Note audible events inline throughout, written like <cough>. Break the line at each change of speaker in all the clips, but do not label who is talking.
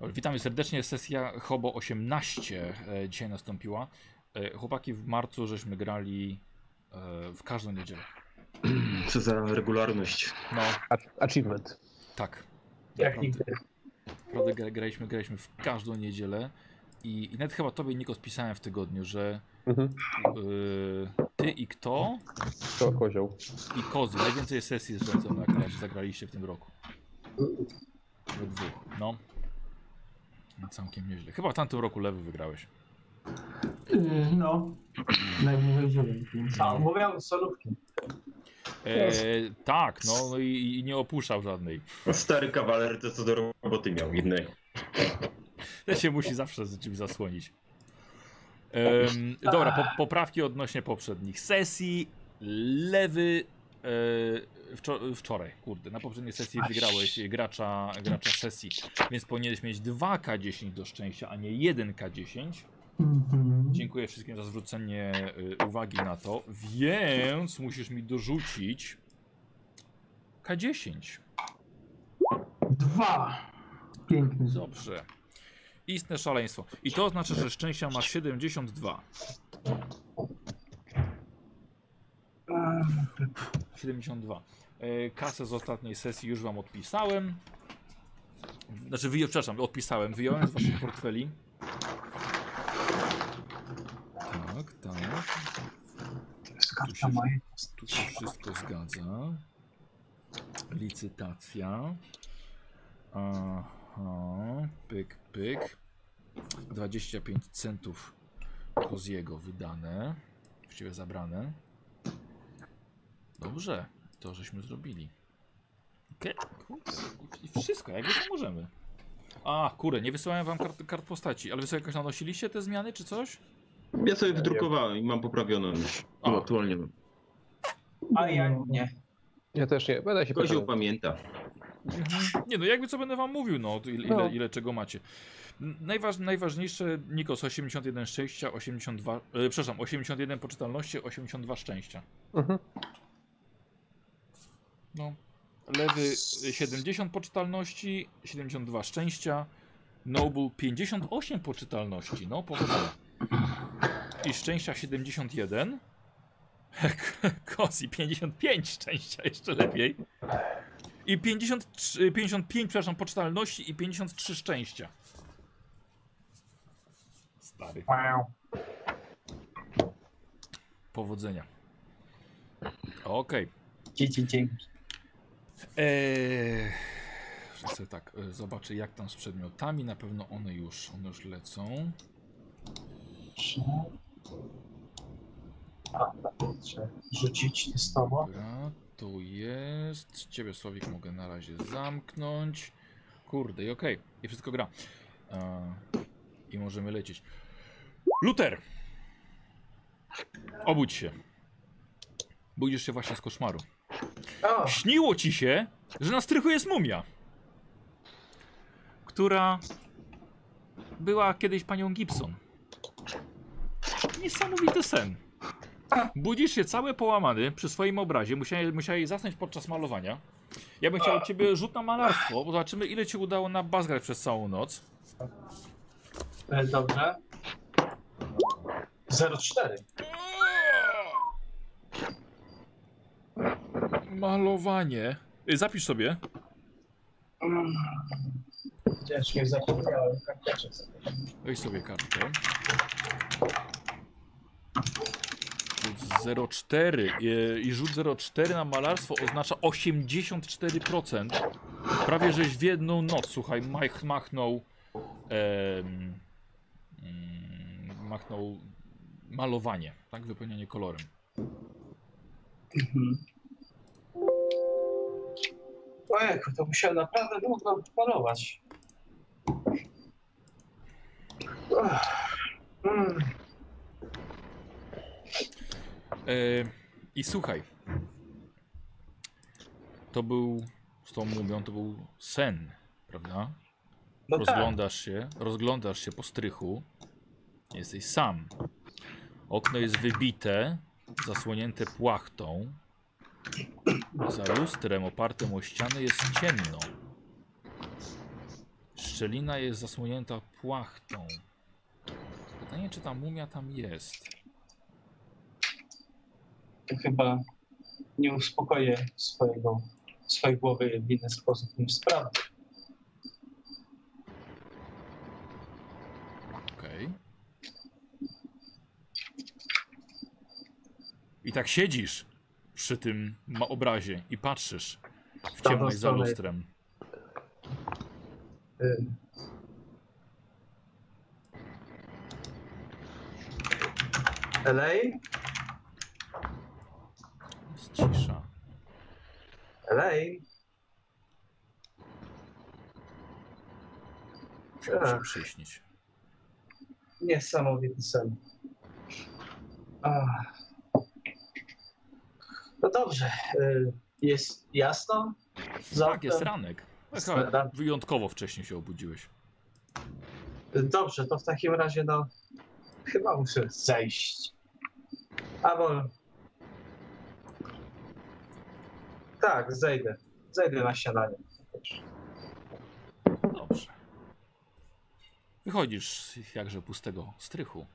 Witamy serdecznie, sesja Hobo 18 e, dzisiaj nastąpiła. E, Chłopaki w marcu żeśmy grali e, w każdą niedzielę.
Co za regularność.
No,
A- Achievement. No,
tak.
Jak nigdy.
Naprawdę gra- graliśmy, graliśmy w każdą niedzielę. I, I nawet chyba tobie, Niko, spisałem w tygodniu, że
Mhm.
e, ty i kto
To kozioł.
i kozy. Najwięcej sesji zresztą na razie zagraliście w tym roku. We dwóch, no. Całkiem nieźle. Chyba w tamtym roku lewy wygrałeś.
Yy, No, najwyżej zieleń. A, mówią solówki.
E, tak, no, no i, i nie opuszczał żadnej.
No, Stary kawaler to co do roboty miał jednego.
Ten się musi zawsze z czymś zasłonić. Em, dobra, po, poprawki odnośnie poprzednich sesji. Lewy e, wczor- wczoraj, kurde, na poprzedniej sesji wygrałeś gracza, gracza sesji, więc powinieneś mieć 2K10 do szczęścia, a nie 1K10.
Mhm.
Dziękuję wszystkim za zwrócenie y, uwagi na to, więc musisz mi dorzucić K10.
Dwa. Piękny.
Dobrze. Istne szaleństwo. I to oznacza, że szczęścia masz 72.
Eee,
72. E, Kasę z ostatniej sesji już wam odpisałem. Znaczy, wyjąłem, przepraszam, odpisałem, wyjąłem z waszych portfeli. Tak, tak.
To jest karta mojej.
Tu się wszystko zgadza. Licytacja. Aha. Pyk, pyk. 25 centów Koziego wydane. Właściwie zabrane. Dobrze. To żeśmy zrobili. Okej. kurde, I wszystko, jakby to możemy. A, kurde, nie wysyłałem wam kart, kart postaci, ale wy sobie jakoś nanosiliście te zmiany czy coś?
Ja sobie wydrukowałem i mam poprawioną już.
A.
O, No, aktualnie mam.
A ja nie.
Ja też nie. Będę się
Kozioł
pytał.
pamięta.
Nie no, jakby co będę wam mówił, no, to ile,
No.
Ile, ile czego macie. N- Najważ, najważniejsze, Nikos, 81 szczęścia, 82, e, przepraszam, 81 poczytalności, 82 szczęścia.
Mhm.
No. Lewy e, 70 poczytalności, 72 szczęścia, Noble 58 poczytalności, no, powodzenia. I szczęścia <laughs> 71, Kosi 55 szczęścia, jeszcze lepiej. I 53, 55, przepraszam, poczytalności i 53 szczęścia. Stary.
Wow.
Powodzenia. Okej.
Dzieci, dzięki.
Eee, sobie tak, e, zobaczę jak tam z przedmiotami, na pewno one już, one już lecą.
A, trzeba Rzucić testowo.
Dobra, tu jest. Ciebie Słowik mogę na razie zamknąć. Kurde, i okej. I wszystko gra. E, I możemy lecieć. Luter! Obudź się. Budzisz się właśnie z koszmaru.
O,
Śniło ci się, że na strychu jest mumia, która była kiedyś panią Gibson. Niesamowity sen. Budzisz się cały połamany przy swoim obrazie. Musiałeś, musiałeś zasnąć podczas malowania. Ja bym chciał od ciebie rzut na malarstwo, bo zobaczymy ile ci udało na bazgrać przez całą noc.
e, dobrze. 04.
Malowanie. Y, Zapisz sobie.
Mm. Widziałeś, nie zapomniałem tak karteczek sobie.
Weź sobie kartkę. Rzut 04 i- i rzut 04 na malarstwo oznacza 84%. Prawie żeś w jedną noc, słuchaj, mach, machnął em, mm, machnął malowanie, tak, wypełnianie kolorem.
Mhm. Ojejku, to musiałem naprawdę długo malować. Ach, mm,
E, I słuchaj. To był, z tą mówią, to był sen, prawda?
No tak,
rozglądasz się, rozglądasz się po strychu. Jesteś sam. Okno jest wybite, zasłonięte płachtą. Za lustrem opartym o ścianę jest ciemno. szczelina jest zasłonięta płachtą. Pytanie, czy ta mumia tam jest?
To chyba nie uspokoję swojego, swojej głowy w inny sposób niż sprawdzę.
Okej. I tak siedzisz przy tym ma- obrazie i patrzysz w
Tamtą
ciemność za
stronę.
lustrem.
Y, LA?
Jest cisza.
LA?
Musiał się
Ach.
przyśnić.
Niesamowity sen. Ach. No dobrze. y, Jest jasno? Zatem-
Tak, jest ranek. Taka,
Standard.
wyjątkowo wcześnie się obudziłeś.
Dobrze, to w takim razie no chyba muszę zejść. Albo tak, zejdę. Zejdę na śniadanie.
Dobrze. Wychodzisz z jakże pustego strychu.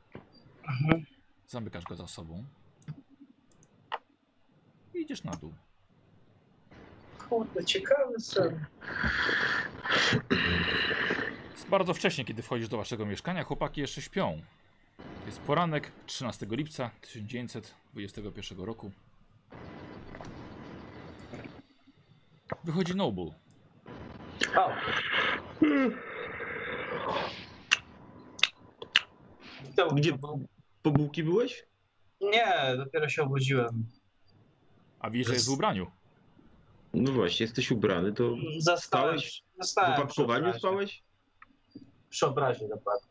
Mhm.
Zamykasz go za sobą. I idziesz na dół.
Kurde, ciekawy sen.
Jest bardzo wcześnie, kiedy wchodzisz do waszego mieszkania, chłopaki jeszcze śpią. Jest poranek 13 lipca 1921 roku. Wychodzi Noble.
O. To,
Gdzie po bułki byłeś?
Nie, dopiero się obudziłem.
A widzisz, że jest w ubraniu.
No właśnie, jesteś ubrany, to
Zastałem,
Spałeś? w
zastałem przy
opakowaniu
obrazie.
spałeś?
Przy obrazie dokładnie.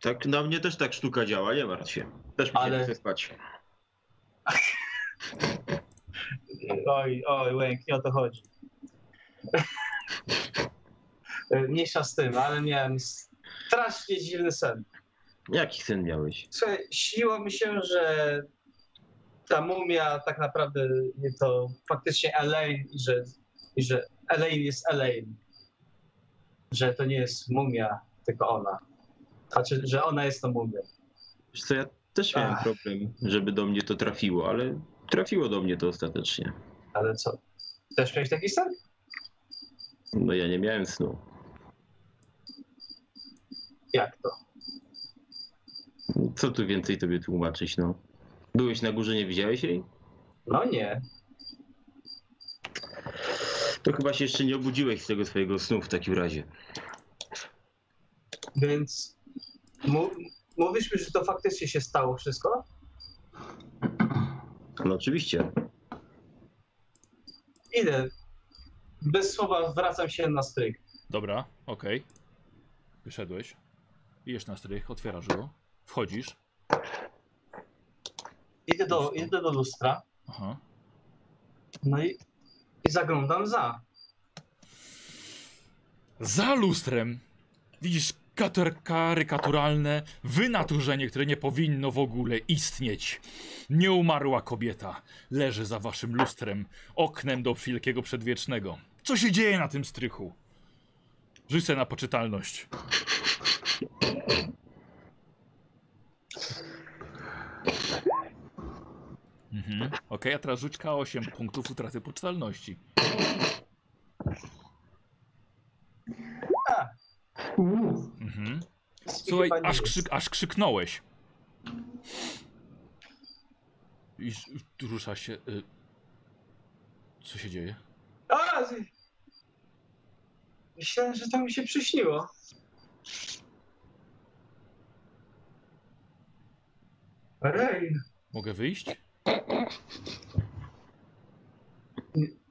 Tak, na mnie też tak sztuka działa, nie martw się. Też mi się
Ale-
nie chce spać.
Oj, oj, Łęk, nie o to <laughs> chodzi. Y, Mniejsza z tym, ale miałem strasznie dziwny sen.
Jaki sen miałeś?
Słuchaj, śniło mi się, że ta mumia tak naprawdę nie to faktycznie Elaine i że, i że Elaine jest Elaine. Że to nie jest mumia, tylko ona. Znaczy, że ona jest tą mumią.
Wiesz co, ja też miałem
Ach.
problem, żeby do mnie to trafiło, ale trafiło do mnie to ostatecznie.
Ale co? Też miałeś taki sen?
No ja nie miałem snu.
Jak to?
Co tu więcej tobie tłumaczyć, no? Byłeś na górze, nie widziałeś jej?
No nie.
To chyba się jeszcze nie obudziłeś z tego swojego snu w takim razie.
Więc mu- mówisz mi, że to faktycznie się stało wszystko?
No oczywiście.
Idę. Bez słowa wracam się na stryk.
Dobra, okej. Wyszedłeś. Idziesz na strych, otwierasz go. Wchodzisz.
Idę do, idę do lustra,
Aha.
no i, i zaglądam za.
Za lustrem widzisz kater- karykaturalne wynaturzenie, które nie powinno w ogóle istnieć. Nieumarła kobieta leży za waszym lustrem, oknem do wielkiego przedwiecznego. Co się dzieje na tym strychu? Rzuć sobie na poczytalność. Mhm. Okej, a teraz rzuć K8 punktów utraty poczytalności. Mhm. Słuchaj,
Chyba nie
aż,
jest.
krzyk, aż krzyknąłeś. I ż- rusza się. Y... Co się dzieje?
A, z- Myślałem, że to mi się przyśniło. Rej,
Mogę wyjść?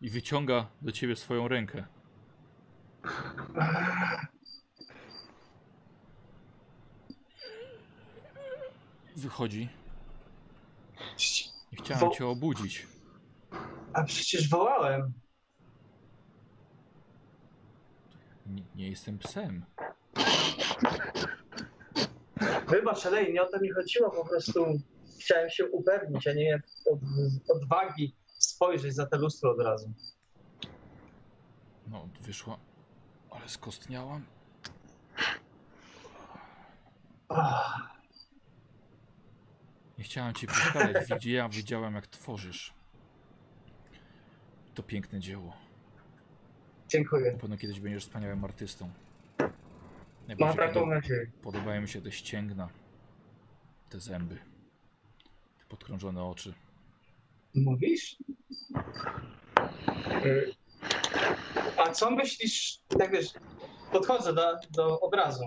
I wyciąga do ciebie swoją rękę. Wychodzi. Nie chciałem
Wo-
cię obudzić.
a przecież wołałem.
Nie, nie jestem psem.
Wybacz, Rej, nie o to mi chodziło, po prostu chciałem się upewnić, a nie miałem od, odwagi spojrzeć za te lustro od razu.
No, wyszła. Ale Trochę skostniałam.
Ach,
Nie chciałem cię przeszkadzać.
<laughs>
Widziałem, widziałem jak tworzysz. To piękne dzieło. Na
dziękuję.
pewno kiedyś będziesz wspaniałym artystą.
Mam
Najbardziej
taką
podoba,
nadzieję.
podobają mi się te ścięgna. Te zęby. Te podkrążone oczy.
Mówisz? Y, A co myślisz, tak wiesz, podchodzę do, do obrazu.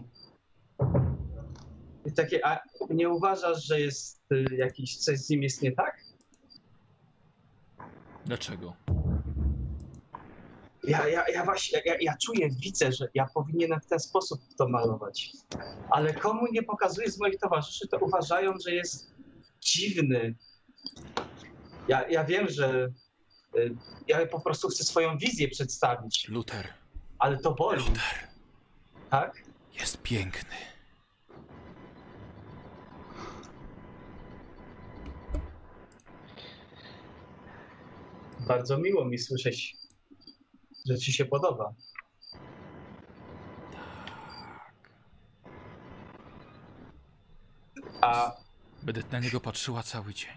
I takie, a nie uważasz, że jest y, jakiś, coś z nim jest nie tak?
Dlaczego?
Ja, ja, ja właśnie, ja, ja czuję, widzę, że ja powinienem w ten sposób to malować. Ale komu nie pokazuję z moich towarzyszy, to uważają, że jest dziwny. Ja, ja wiem, że y, ja po prostu chcę swoją wizję przedstawić,
Luther.
ale to boli,
Luther
tak?
jest piękny.
Bardzo miło mi słyszeć, że ci się podoba. A,
Będę na niego patrzyła cały dzień.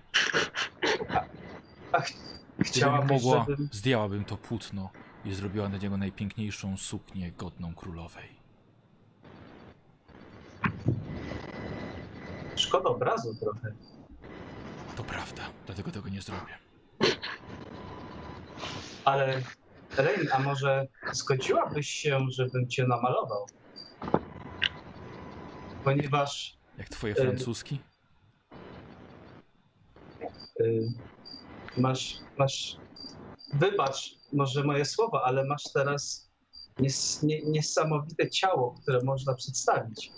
a ch
Gdybym
chciałabyś,
mogła,
żebym...
zdjęłabym to płótno i zrobiła na niego najpiękniejszą suknię godną królowej.
Szkoda obrazu trochę.
To prawda, dlatego tego nie zrobię.
Ale Rain, a może zgodziłabyś się, żebym cię namalował? Ponieważ
Jak twoje
Y,
francuski?
y, masz, masz, wybacz może moje słowa, ale masz teraz nies, nie, niesamowite ciało, które można przedstawić.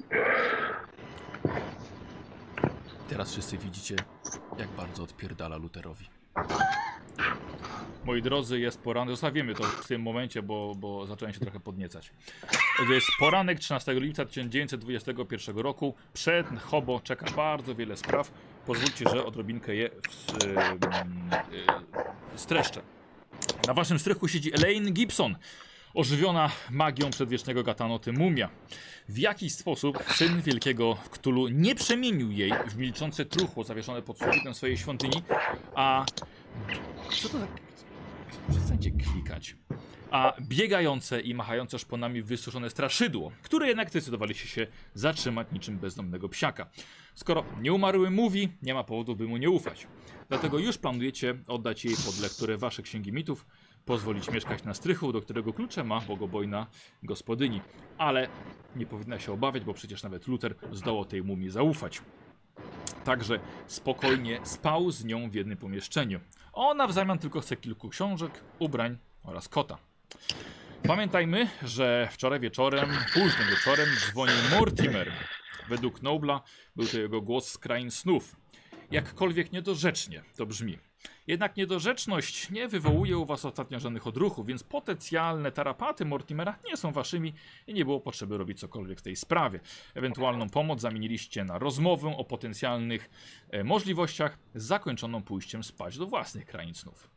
Teraz wszyscy widzicie, jak bardzo odpierdala Luterowi. Moi drodzy, jest poranek. Zostawimy to w tym momencie, bo, bo zacząłem się trochę podniecać. Jest poranek 13 lipca 1921 roku. Przed Hobo czeka bardzo wiele spraw. Pozwólcie, że odrobinkę je w, em, y, streszczę. Na waszym strychu siedzi Elaine Gibson, ożywiona magią przedwiecznego gatanoty mumia. W jakiś sposób syn wielkiego Ktulu nie przemienił jej w milczące truchło zawieszone pod sufitem swojej świątyni, a... Co to tak... Przestańcie klikać. A biegające i machające szponami wysuszone straszydło, które jednak zdecydowaliście się zatrzymać niczym bezdomnego psiaka. Skoro nieumarły mówi, nie ma powodu, by mu nie ufać. Dlatego już planujecie oddać jej pod lekturę wasze księgi mitów, pozwolić mieszkać na strychu, do którego klucze ma bogobojna gospodyni. Ale nie powinna się obawiać, bo przecież nawet Luther zdołał tej mumii zaufać. Także spokojnie spał z nią w jednym pomieszczeniu. Ona w zamian tylko chce kilku książek, ubrań oraz kota. Pamiętajmy, że wczoraj wieczorem, późnym wieczorem dzwonił Mortimer. Według Nobla był to jego głos z krain snów. Jakkolwiek niedorzecznie to brzmi. Jednak niedorzeczność nie wywołuje u was ostatnio żadnych odruchów, więc potencjalne tarapaty Mortimera nie są waszymi i nie było potrzeby robić cokolwiek w tej sprawie. Ewentualną pomoc zamieniliście na rozmowę o potencjalnych e, możliwościach, zakończoną pójściem spać do własnych granic snów.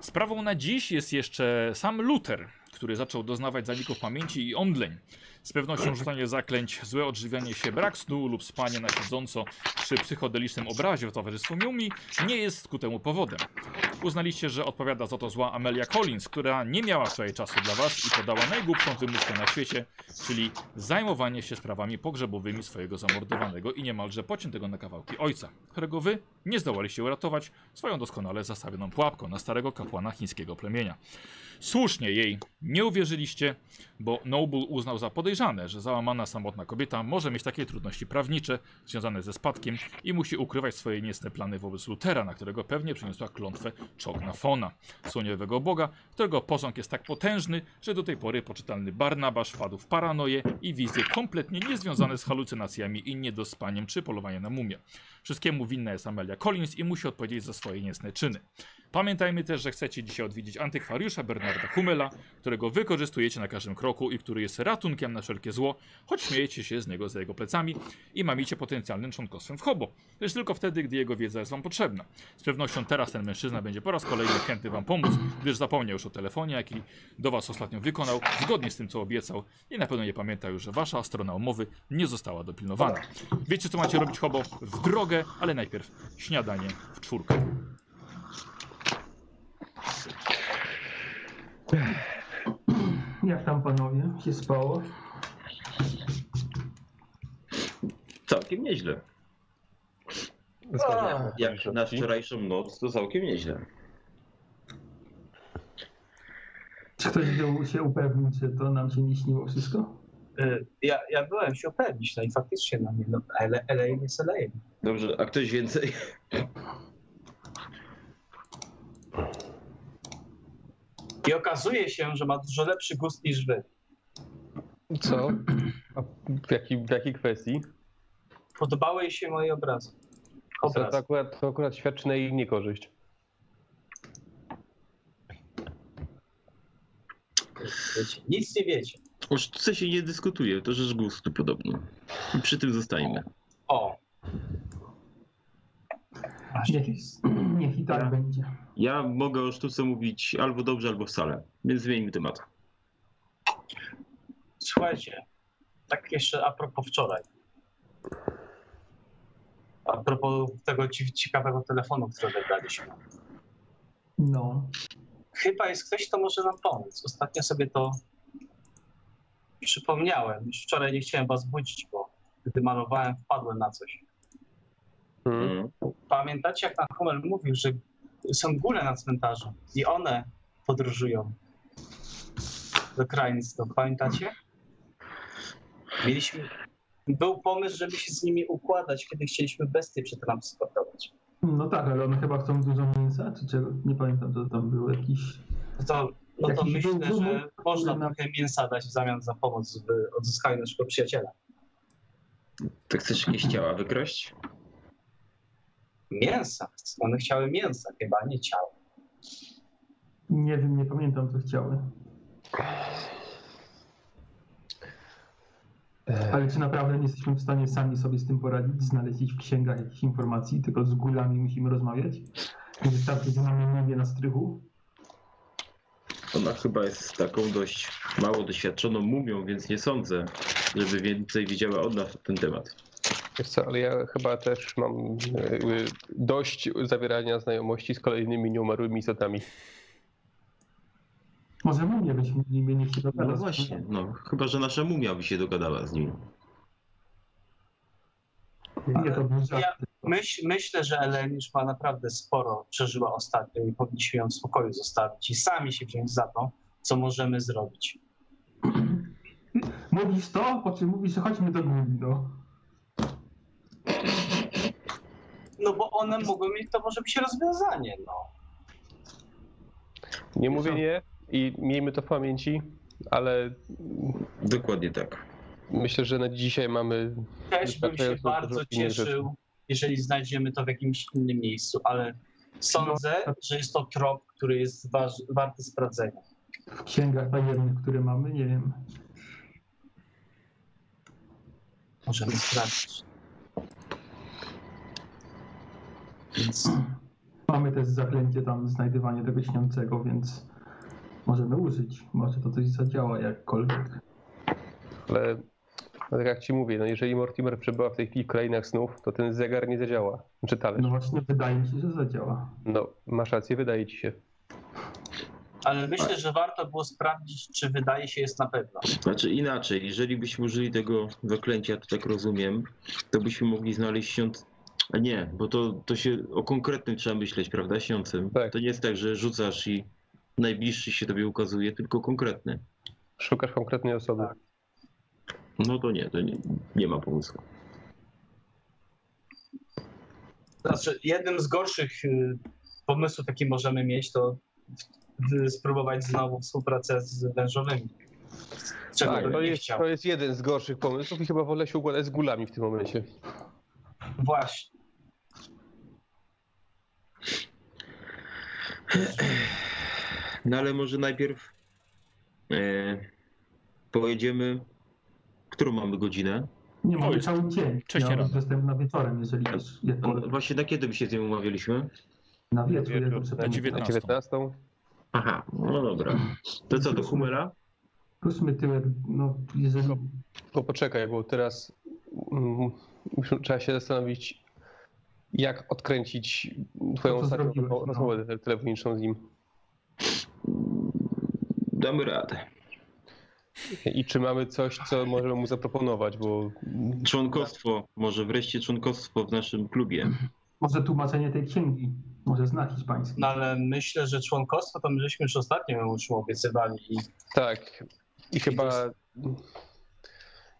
Sprawą na dziś jest jeszcze sam Luther, który zaczął doznawać zaników pamięci i omdleń. Z pewnością rzucanie zaklęć, złe odżywianie się, brak snu lub spanie na siedząco przy psychodelicznym obrazie w towarzystwie Miumi nie jest ku temu powodem. Uznaliście, że odpowiada za to zła Amelia Collins, która nie miała wczoraj czasu dla was i podała najgłupszą wymówkę na świecie, czyli zajmowanie się sprawami pogrzebowymi swojego zamordowanego i niemalże pociętego na kawałki ojca, którego wy nie zdołaliście uratować swoją doskonale zastawioną pułapką na starego kapłana chińskiego plemienia. Słusznie jej nie uwierzyliście, bo Noble uznał za podejrzane, że załamana samotna kobieta może mieć takie trudności prawnicze związane ze spadkiem i musi ukrywać swoje niecne plany wobec Lutera, na którego pewnie przyniosła klątwę Czognafona, słoniowego boga, którego posąg jest tak potężny, że do tej pory poczytalny Barnabasz wpadł w paranoję i wizje kompletnie niezwiązane z halucynacjami i niedospaniem czy polowaniem na mumię. Wszystkiemu winna jest Amelia Collins i musi odpowiedzieć za swoje niecne czyny. Pamiętajmy też, że chcecie dzisiaj odwiedzić antykwariusza Bernarda Hummela, którego wykorzystujecie na każdym kroku i który jest ratunkiem na wszelkie zło, choć śmiejecie się z niego za jego plecami i mamicie potencjalnym członkostwem w hobo. Lecz tylko wtedy, gdy jego wiedza jest wam potrzebna. Z pewnością teraz ten mężczyzna będzie po raz kolejny chętny wam pomóc, gdyż zapomniał już o telefonie, jaki do was ostatnio wykonał, zgodnie z tym, co obiecał i na pewno nie pamięta już, że wasza strona umowy nie została dopilnowana. Wiecie, co macie robić hobo? W drogę, ale najpierw śniadanie w czwórkę.
Jak tam panowie? Się spało?
Całkiem nieźle. Jak na wczorajszą noc, to całkiem nieźle.
Czy ktoś był się upewnił, czy to nam się nie śniło wszystko?
Y, Ja, ja byłem się upewnić, no i faktycznie na mnie, no, ale Elaine jest Elaine.
Dobrze, a ktoś więcej? <laughs>
I okazuje się, że ma dużo lepszy gust niż wy.
Co? A w, jaki, w jakiej kwestii?
Podobały jej się moje obrazy.
To, to,
Obraz.
akurat, to akurat świadczy na jej niekorzyść.
Wiecie, nic nie wiecie.
O sztuce się nie dyskutuje, to rzecz gustu podobno. I przy tym zostajemy.
O,
Niech, niech i tak będzie.
Ja mogę o sztuce mówić albo dobrze, albo wcale, więc zmieńmy temat.
słuchajcie, tak jeszcze a propos wczoraj. A propos tego ci- ciekawego telefonu, który wygraliśmy.
No.
Chyba jest ktoś, kto może nam pomóc. Ostatnio sobie to przypomniałem. Już wczoraj nie chciałem was budzić, bo gdy malowałem, wpadłem na coś.
Hmm?
Pamiętacie, jak pan Hummel mówił, że są góle na cmentarzu i one podróżują do krain snów. Pamiętacie? Mieliśmy... Był pomysł, żeby się z nimi układać, kiedy chcieliśmy bestie przetransportować.
No tak, ale one chyba chcą dużo mięsa, czy czego? Nie pamiętam, co tam było. Jakiś...
No to, no to
Jakiś
myślę,
był wymóg,
że można
który na-
trochę mięsa dać w zamian za pomoc w odzyskaniu naszego przyjaciela.
Tak chcesz jakieś ciała wykraść?
Mięsa. One chciały mięsa, chyba nie ciała.
Nie wiem, nie pamiętam, co chciały.
E.
Ale czy naprawdę nie jesteśmy w stanie sami sobie z tym poradzić, znaleźć ich w księgach jakichś informacji, tylko z gulami musimy rozmawiać? Nie wystarczy, że mamy mówię na strychu?
Ona chyba jest taką dość mało doświadczoną mumią, więc nie sądzę, żeby więcej wiedziała od nas na ten temat.
Wiesz co, ale ja chyba też mam e, dość zawierania znajomości z kolejnymi nieumarłymi istotami.
Może my nie byśmy nimi nie się dogadać.
No właśnie, no. Chyba, że nasza mumia by się dogadała z nim.
Nie, to był żart.
Myśl, myślę, że Elen już ma naprawdę sporo przeżyła ostatnio i powinniśmy ją w spokoju zostawić i sami się wziąć za to, co możemy zrobić.
Mówisz to, po czym mówisz, chodźmy do guli, no.
No bo one mogły mieć to może być rozwiązanie, no.
Nie mówię nie i miejmy to w pamięci, ale
Dokładnie tak.
myślę, że na dzisiaj mamy
Też bym się
Wystarczająco dużo
bardzo
innych
cieszył, jeżeli znajdziemy to w jakimś innym miejscu, ale sądzę, że jest to trop, który jest waż, warty sprawdzenia.
W księgach tajemnych, które mamy, nie wiem.
Możemy sprawdzić. Więc
Mamy też zaklęcie tam znajdywanie tego śniącego, więc możemy użyć. Może to coś zadziała jakkolwiek.
Ale no tak jak ci mówię, no jeżeli Mortimer przebywa w tej chwili w krainach snów, to ten zegar nie zadziała. Czy talerz?
No
No,
właśnie, wydaje mi się, że zadziała.
masz rację, wydaje ci się.
Ale myślę, że warto było sprawdzić, czy wydaje się jest na pewno.
Znaczy inaczej, jeżeli byśmy użyli tego zaklęcia, to tak rozumiem, to byśmy mogli znaleźć świąt... A nie, bo to, to się o konkretnym trzeba myśleć, prawda, świącym.
Tak.
To nie jest tak, że rzucasz i najbliższy się tobie ukazuje, tylko konkretny.
Szukasz konkretnej osoby.
Tak.
No to nie, to nie, nie ma pomysłu.
Znaczy, jednym z gorszych y, pomysłów, jaki możemy mieć, to w- w- spróbować znowu współpracę z wężowymi. Czego
Tak,
bym
to,
nie
jest,
chciał.
to jest jeden z gorszych pomysłów i chyba wolę się układać z gulami w tym momencie.
Właśnie.
No ale może najpierw e, pojedziemy. Którą mamy godzinę?
Nie
To
ma,
jest
cały dzień.
wcześnie
ja
rano.
jestem na wieczorem, jeżeli jest, jest
No,
pole.
Właśnie na kiedy my się z nią umawialiśmy?
Na wieczór,
wieczór, na
jak dobrze
Na
pamiętam.
19.
19.
Aha, no dobra. To co, do Humela?
Różmy tyłek, no jeżeli...
Bo poczekaj, bo teraz mm, muszę- trzeba się zastanowić, jak odkręcić twoją
To, co
ostatnią
zrobiłeś,
rozmo-
no.
rozmowę te- telefoniczną z nim.
Damy radę.
I czy mamy coś, co możemy mu zaproponować, bo mm,
Członkostwo, może wreszcie członkostwo w naszym klubie.
Może tłumaczenie tej księgi, może znak hiszpański.
No ale myślę, że członkostwo to my żeśmy już ostatnio mu obiecywali. I
tak. I chyba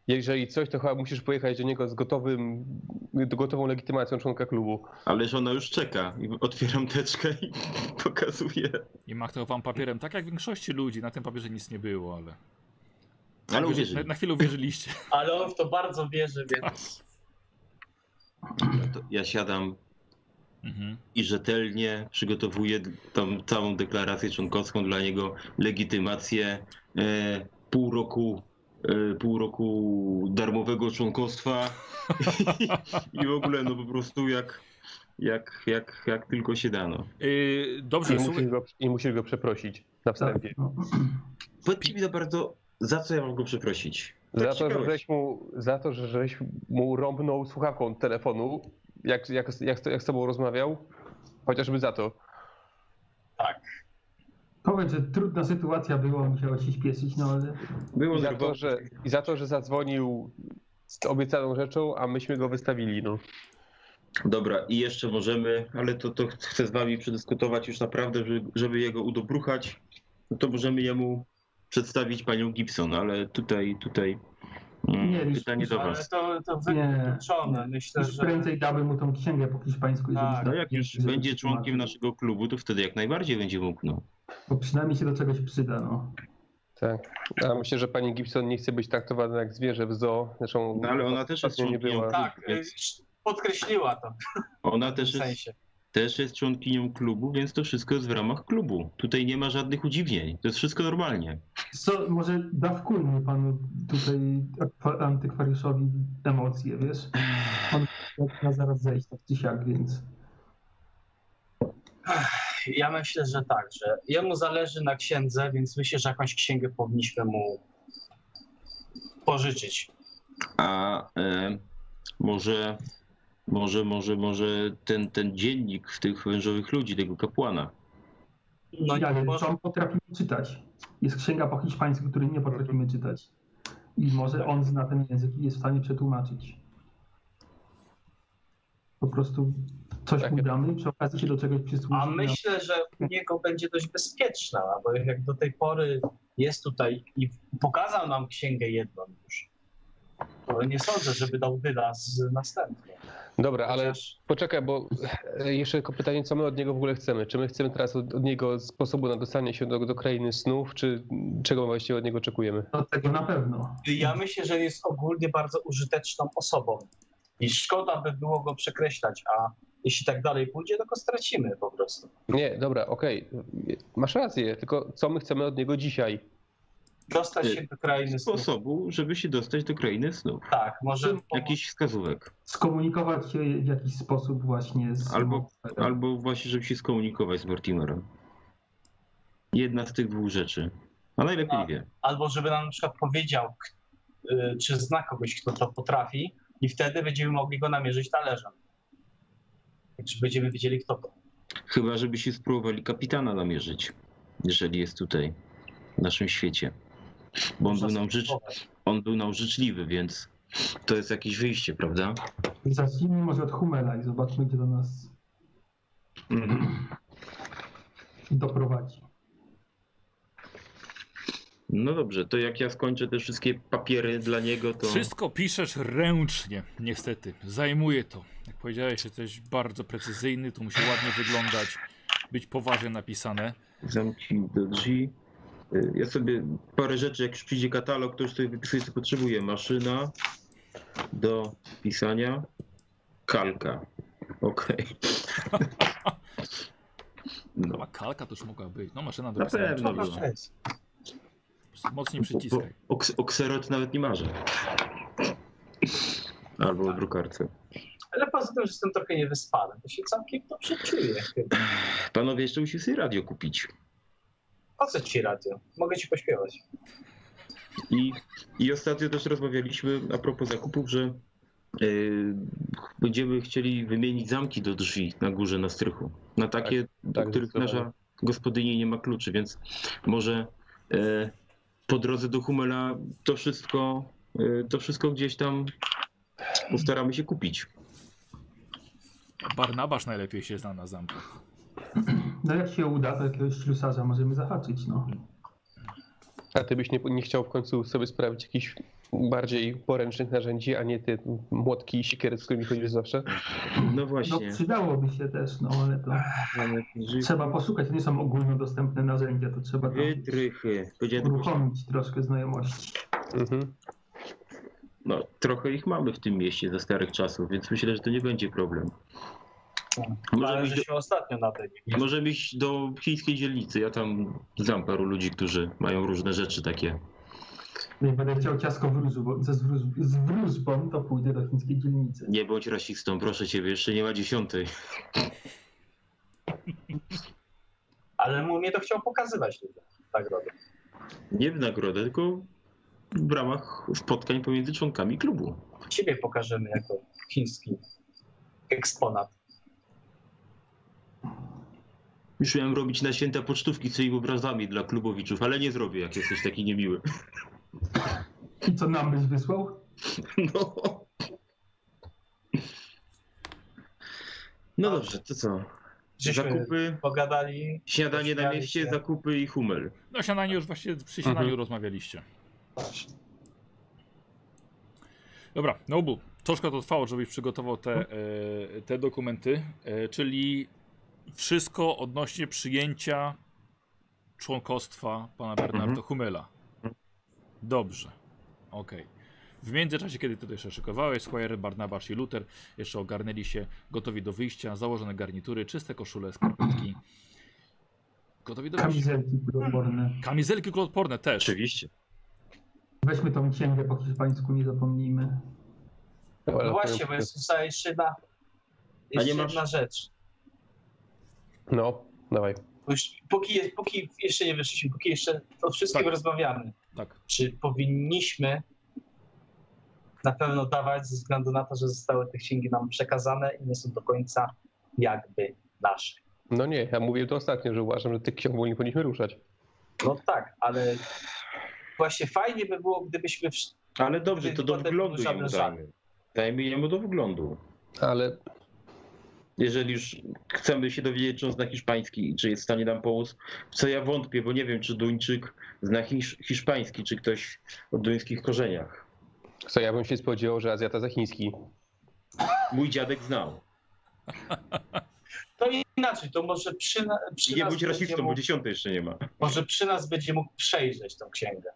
jeżeli coś, to chyba musisz pojechać do niego z gotowym, gotową legitymacją członka klubu.
Ależ ona już czeka. I Otwieram teczkę i <laughs> pokazuję.
I machnął wam papierem, tak jak większości ludzi. Na tym papierze nic nie było, ale.
Ale
Uwierzy-
uwierzy.
Na, na chwilę uwierzyliście.
Ale on w to bardzo wierzy, więc
To Ja siadam
Mhm.
i rzetelnie przygotowuję tam całą deklarację członkowską dla niego, legitymację, e, pół roku e, pół roku darmowego członkostwa <laughs> i w ogóle no po prostu jak, jak, jak, jak tylko się no. dano.
Yy,
I
dobrze,
musisz
słuchaj.
go, i musisz go przeprosić na
Tak,
wstępie.
no.
Powiedzcie mi za bardzo, za co ja mam go przeprosić? Tak
Za to, że
ciekawe.
żeś mu, za to, że żeś mu rąbnął słuchawką telefonu, jak, jak, jak, jak z tobą rozmawiał, chociażby za to.
Powiedz, że trudna sytuacja była, musiałeś się śpieszyć, no ale...
Było
I za
nerwowo.
to, że, I za to, że zadzwonił z obiecaną rzeczą, a myśmy go wystawili. No.
Dobra, i jeszcze możemy, ale to, to ch- chcę z wami przedyskutować już naprawdę, żeby, żeby jego udobruchać, no to możemy jemu przedstawić panią Gibson, ale tutaj, tutaj mm,
Nie, już-
pytanie
już,
do
ale
was.
to, to
Nie.
wykluczone. Myślę,
Już
że
prędzej damy mu tą księgę po hiszpańsku. jeżeli
Tak.
No
się da-
jak już
jeżeli
będzie
się
członkiem
tłumaczy.
naszego klubu, to wtedy jak najbardziej będzie mógł. No.
Bo przynajmniej się do czegoś przyda, no.
Tak. A myślę, że pani Gibson nie chce być traktowana jak zwierzę w zoo. Zresztą
No, ale ona też jest
ostatnio nie
członkiem
była.
klubu,
tak, y,
więc
podkreśliła to
ona
w tym
też jest,
sensie.
też jest członkinią klubu, więc to wszystko jest w ramach klubu. Tutaj nie ma żadnych udziwnień, to jest wszystko normalnie.
Co, może dawkujmy panu tutaj akwa- antykwariuszowi emocje, wiesz? On ma zaraz zejść tak czy siak, więc...
Ja myślę, że tak, że jemu zależy na księdze, więc myślę, że jakąś księgę powinniśmy mu pożyczyć.
A e, może, może, może, może ten, ten dziennik tych wężowych ludzi, tego kapłana.
No
ja
nie,
wiem,
może,
on potrafimy czytać. Jest księga po hiszpańsku, której nie
Mhm.
potrafimy czytać. I
Tak.
może on zna ten język i jest w stanie przetłumaczyć. Po prostu coś
Tak.
mu damy, przy okazji się do czegoś
a
przysłuchamy.
myślę, że u niego będzie dość bezpieczna, bo jak do tej pory jest tutaj i pokazał nam księgę jedną już, to nie sądzę, żeby dał dyla z następną.
Dobra, ale
Chociaż
poczekaj, bo e, jeszcze tylko pytanie, co my od niego w ogóle chcemy? Czy my chcemy teraz od, od niego sposobu na dostanie się do, do krainy snów, czy czego właściwie od niego oczekujemy?
Do tego na pewno.
ja myślę, że jest ogólnie bardzo użyteczną osobą i szkoda by było go przekreślać, a jeśli tak dalej pójdzie, to go stracimy po prostu.
Nie, dobra, okej. Masz rację, tylko co my chcemy od niego dzisiaj?
dostać
Y,
się do krainy snów.
Sposobu, żeby się dostać do krainy snów.
Tak, może jakiś...
Jakichś wskazówek.
skomunikować się w jakiś sposób właśnie z
Albo- Albo właśnie, żeby się skomunikować z Mortimerem. Jedna z tych dwóch rzeczy. A najlepiej
A.
wie.
albo żeby nam na przykład powiedział, k- y, czy zna kogoś, kto to potrafi i wtedy będziemy mogli go namierzyć talerzem. Czy będziemy wiedzieli, kto to.
Chyba, żeby się spróbowali kapitana namierzyć, jeżeli jest tutaj, w naszym świecie. Bo on był nam, życz... on był nam życzliwy, więc to jest jakieś wyjście, prawda?
Zacznijmy może od Humela i zobaczmy, gdzie do nas
Mhm.
<clears throat> doprowadzi.
No dobrze, to jak ja skończę te wszystkie papiery dla niego, to.
Wszystko piszesz ręcznie, niestety. Zajmuje to. Jak powiedziałeś, jesteś bardzo precyzyjny, to musi ładnie wyglądać, być poważnie napisane.
Zamknij do drzwi. Y, Ja sobie parę rzeczy, jak już przyjdzie katalog, to już sobie wypisuję, co potrzebuję. Maszyna do pisania, kalka. Okej. No.
Chyba kalka też mogła być. No maszyna do
Na
pisania.
pewno
oczywiście.
była.
Cześć.
Mocniej przyciskaj.
Bo O, ks- o kserot nawet nie marzę. Albo o drukarce.
Ale poza tym, że jestem trochę niewyspany, to się całkiem dobrze czuję. chyba.
Panowie, jeszcze musisz sobie radio kupić.
Po co ci radio? Mogę ci pośpiewać.
I, I ostatnio też rozmawialiśmy a propos zakupów, że yy, będziemy chcieli wymienić zamki do drzwi na górze, na strychu. Na takie, do
tak,
których
zdecydowanie.
nasza gospodyni nie ma kluczy, więc może yy, po drodze do Humela to wszystko, yy, to wszystko gdzieś tam postaramy się kupić.
Barnabasz najlepiej się zna na zamkach.
No jak się uda, to jakiegoś ślusarza możemy zahaczyć, no.
A ty byś nie, nie chciał w końcu sobie sprawić jakichś bardziej poręcznych narzędzi, a nie te młotki i sikiery, z którymi chodzisz zawsze?
No
No
właśnie.
przydałoby się też, no ale to
Mamy drzwi-
trzeba poszukać, nie są ogólnodostępne narzędzia, to trzeba tam
Wytrychy. Powiedziałem tylko, że-
uruchomić troszkę znajomości.
Mhm.
No, trochę ich mamy w tym mieście ze starych czasów, więc myślę, że to nie będzie problem. Możemy
Ale
iść,
że się ostatnio na tym.
do, możemy iść do chińskiej dzielnicy. Ja tam znam paru ludzi, którzy mają różne rzeczy takie.
Jak będę chciał ciasko wróżbo, ze zwróż- z wróżbą, to pójdę do chińskiej dzielnicy.
Nie bądź rasistą, proszę ciebie, jeszcze nie ma dziesiątej.
Ale mu mnie to chciał pokazywać ludziom. Tak robię.
Nie w nagrodę, tylko w ramach spotkań pomiędzy członkami klubu.
Ciebie pokażemy jako chiński eksponat.
Już miałem robić na święta pocztówki z tymi obrazami dla klubowiczów, ale nie zrobię, jak jesteś taki niemiły. <laughs>
I co nam byś wysłał?
No. No dobrze, to co?
Żeśmy
Zakupy,
pogadali.
Śniadanie na
Śmiali
mieście,
się.
zakupy i humel.
No śniadanie już właśnie przy śniadaniu
Mhm.
rozmawialiście. Dobra, Nobu, troszkę to trwało, żebyś przygotował te, e, te dokumenty, e, czyli wszystko odnośnie przyjęcia członkostwa pana Bernarda
Mhm.
Humela. Dobrze, okej. W międzyczasze, kiedy ty to jeszcze szykowałeś, Squire, Barnabasz i Luther jeszcze ogarnęli się, gotowi do wyjścia, założone garnitury, czyste koszule, skarpetki. Gotowi do wyjścia.
Kamizelki odporne.
Kamizelki kuloodporne też.
Oczywiście.
Weźmy tą księgę po hiszpańsku, nie zapomnijmy.
No, ale
No właśnie,
powiem-
bo jest tutaj jeszcze jedna, jeszcze
nie masz-
jedna rzecz.
No, dawaj.
Bo Już, póki, je- póki jeszcze nie wyszliśmy, póki jeszcze o wszystkim
Tak.
rozmawiamy,
Tak.
czy powinniśmy na pewno dawać ze względu na to, że zostały te księgi nam przekazane i nie są do końca jakby nasze.
No nie, ja mówię to ostatnio, że uważam, że tych ksiąg nie powinniśmy ruszać.
No tak, ale właśnie fajnie by było, gdybyśmy wsz-
Ale dobrze, to do
Potem
wglądu jemu
żadne
damy. Dajmy jemu do wglądu.
Ale
Jeżeli już chcemy się dowiedzieć, czy on zna hiszpański i czy jest w stanie nam pomóc, w co ja wątpię, bo nie wiem, czy Duńczyk zna hisz, hiszpański, czy ktoś o duńskich korzeniach.
co ja bym się spodziewał, że Azjata za chiński.
Mój dziadek znał.
To inaczej, to może przy, na- przy
I nie
nas
bądź
będzie
rasistą, bo
mógł-
dziesiątej jeszcze nie ma.
Może przy nas będzie mógł przejrzeć tą księgę.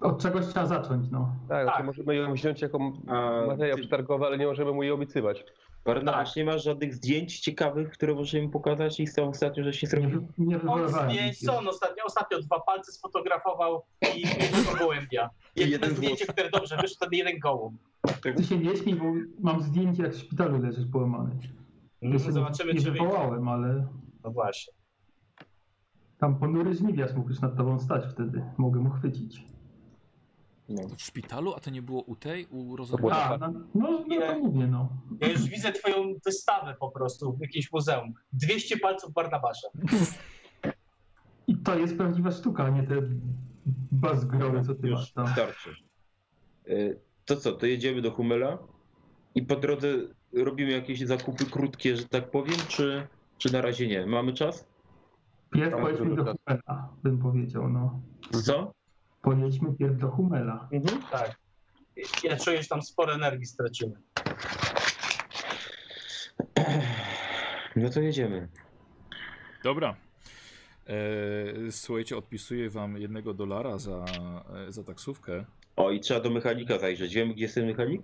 Od czegoś trzeba zacząć, no.
Tak,
Tak.
To możemy ją wziąć jako
A
materiał
ty-
przetargowy, ale nie możemy mu jej obiecywać.
Barnabasz, nie masz żadnych zdjęć ciekawych, które możemy pokazać i z tą ostatnio, że się
Nie,
zrobił?
nie
On
wywoływałem.
zdjęć, co on ostatnio, ostatnio dwa palce sfotografował i
<laughs>
jednego gołębia.
I
Jedno
jeden
zdjęcie, które dobrze wyszło, to jeden gołąb.
Ty się nie śmiej, bo mam zdjęcie, jak w szpitalu leżysz połamany. Ja się
No, Zobaczymy,
nie
czy wyjdzie.
wywołałem, ale
No właśnie.
tam ponury żniwiarz mógł już nad tobą stać wtedy. Mogę mu chwycić.
No.
To w szpitalu, a to nie było u tej, u
Bo
Rozerwania?
była-
A, no, no, no to mówię, no.
Ja już widzę twoją wystawę po prostu w jakimś muzeum. 200 palców Barnabasza.
I to jest prawdziwa sztuka, a nie te bazgrowe, co ty
Już
masz no. tam.
starczy. Y, To co, to jedziemy do Humela i po drodze robimy jakieś zakupy krótkie, że tak powiem, czy, czy na razie nie? Mamy czas?
Pierw
Tam
pojedźmy do
dużo
Humela, bym powiedział, no.
Co?
Pojedźmy pierw do Humela.
Mhm.
Tak. Ja czuję, że tam sporo energii straciłem.
No to jedziemy.
Dobra. E, słuchajcie, odpisuję wam jednego dolara za, e, za taksówkę.
O i trzeba do mechanika zajrzeć. Wiemy, gdzie jest ten mechanik?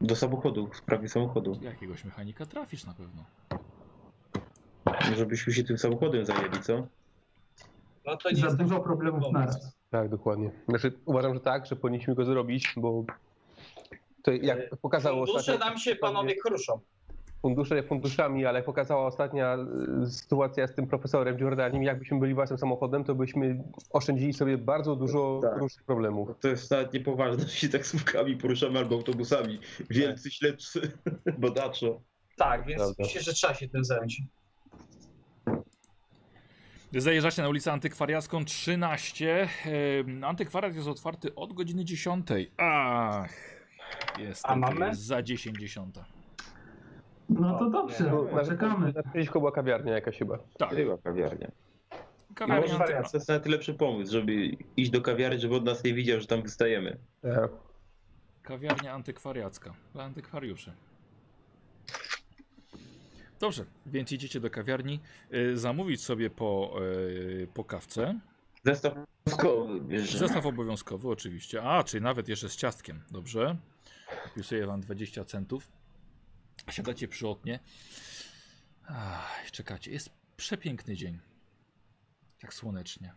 Do samochodu, w sprawie samochodu.
Jakiegoś mechanika trafisz na pewno.
Może byśmy No, się tym samochodem zajęli, co?
No to nie
Za
jest
dużo problemów naraz.
Tak, dokładnie. Znaczy, uważam, że tak, że powinniśmy go zrobić, bo to jak pokazało
Fundusze
ostatnio,
nam się panowie kruszą.
fundusze funduszami, ale jak pokazała ostatnia y, sytuacja z tym profesorem Jordanim, jakbyśmy byli własnym samochodem, to byśmy oszczędzili sobie bardzo dużo
Tak.
różnych problemów.
To jest nawet niepoważne, <laughs> że się taksówkami poruszamy albo autobusami. Wielcy śledczy, <laughs> badacze.
Tak, więc
Prawda.
myślę, że trzeba się tym zająć.
Zajeżdżacie na ulicę Antykwariacką 13. Em, Antykwariat jest otwarty od godziny 10. Ach, jest
A
taki,
mamy?
jest za 10 dziesiąta.
No to dobrze,
No, na-
czekamy.
Na przeciwko była kawiarnia jakaś chyba.
Tak,
Chyba kawiarnia.
kawiarnia
Może
Antykwariat.
To jest nawet lepszy pomysł, żeby iść do kawiarni, żeby od nas nie widział, że tam wystajemy.
Tak.
Kawiarnia antykwariacka dla antykwariuszy. Dobrze, więc idziecie do kawiarni y, zamówić sobie po, y, po kawce.
Zestaw wojskowy bierze.
Zestaw obowiązkowy oczywiście. A, czyli nawet jeszcze z ciastkiem. Dobrze. Wpisuję wam 20 centów. Siadacie przyotnie. Ach, czekacie. Jest przepiękny dzień. Jak słonecznie.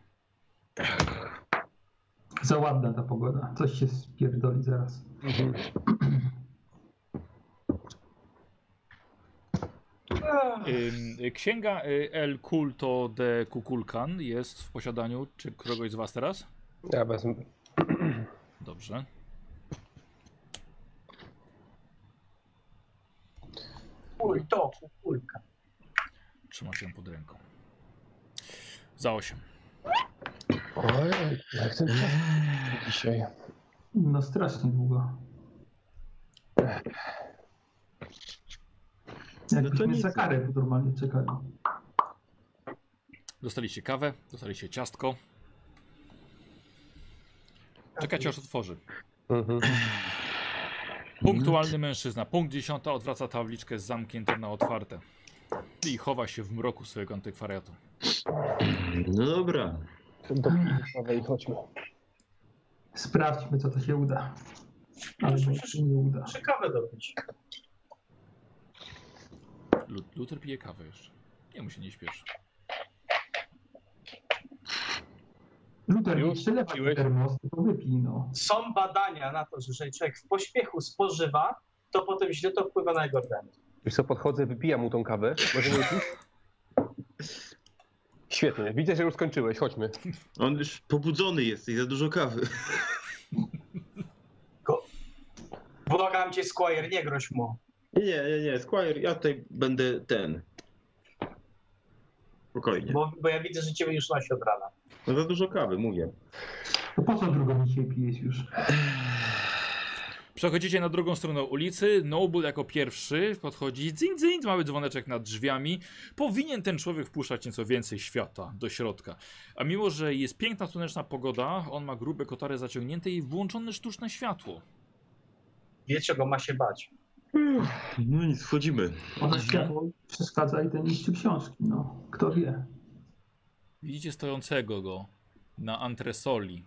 Za ładna ta pogoda. Coś się spierdoli zaraz.
Ym, y, Księga y, El Culto de Kukulkan jest w posiadaniu, czy któregoś z was teraz?
Ja wezmę.
Dobrze.
Kuj, to, kulka.
Trzymasz ją pod ręką. Za 8.
Oj, jak ten czas dzisiaj.
No strasznie długo. Jakbyśmy
nic.
za karę normalnie czekali.
Dostaliście kawę, dostaliście ciastko. Czekacie aż otworzy.
Mhm.
Punktualny mężczyzna. Punkt 10 odwraca tabliczkę z zamknięte na otwarte. I chowa się w mroku swojego antykwariatu.
No dobra.
Do kawej chodźmy.
Sprawdźmy, co to się uda. Ale może się nie uda.
Ciekawe dobić.
Lu- Luther pije kawę jeszcze. Nie mu się nie śpieszy.
Luther,
Już?
nie przelewaj
Piłeś?
termos, tylko wypij no.
Są badania na to, że jeżeli człowiek w pośpiechu spożywa, to potem źle to wpływa na jego organizm.
Wiesz co, podchodzę, wypijam mu tą kawę. Możemy iść? Świetnie, widzę, że już skończyłeś, chodźmy.
On już pobudzony jest i za dużo kawy. <laughs>
Błagam cię, Squire, nie groź mu.
Nie, nie, nie. Squire, ja tutaj będę ten. Spokojnie.
Bo, bo ja widzę, że ciebie już nosi od rana.
No za dużo kawy, mówię.
To po co drugą dzisiaj pijesz już?
Przechodzicie na drugą stronę ulicy. Noble jako pierwszy podchodzi. Dzyń, dzyń, mały dzwoneczek nad drzwiami. Powinien ten człowiek wpuszczać nieco więcej świata do środka. A mimo, że jest piękna słoneczna pogoda, on ma grube kotary zaciągnięte i włączone sztuczne światło.
Wie, czego ma się bać.
No nic, wchodzimy.
Może światło przeszkadza i ten niszczy książki, no. Kto wie.
Widzicie stojącego go na antresoli,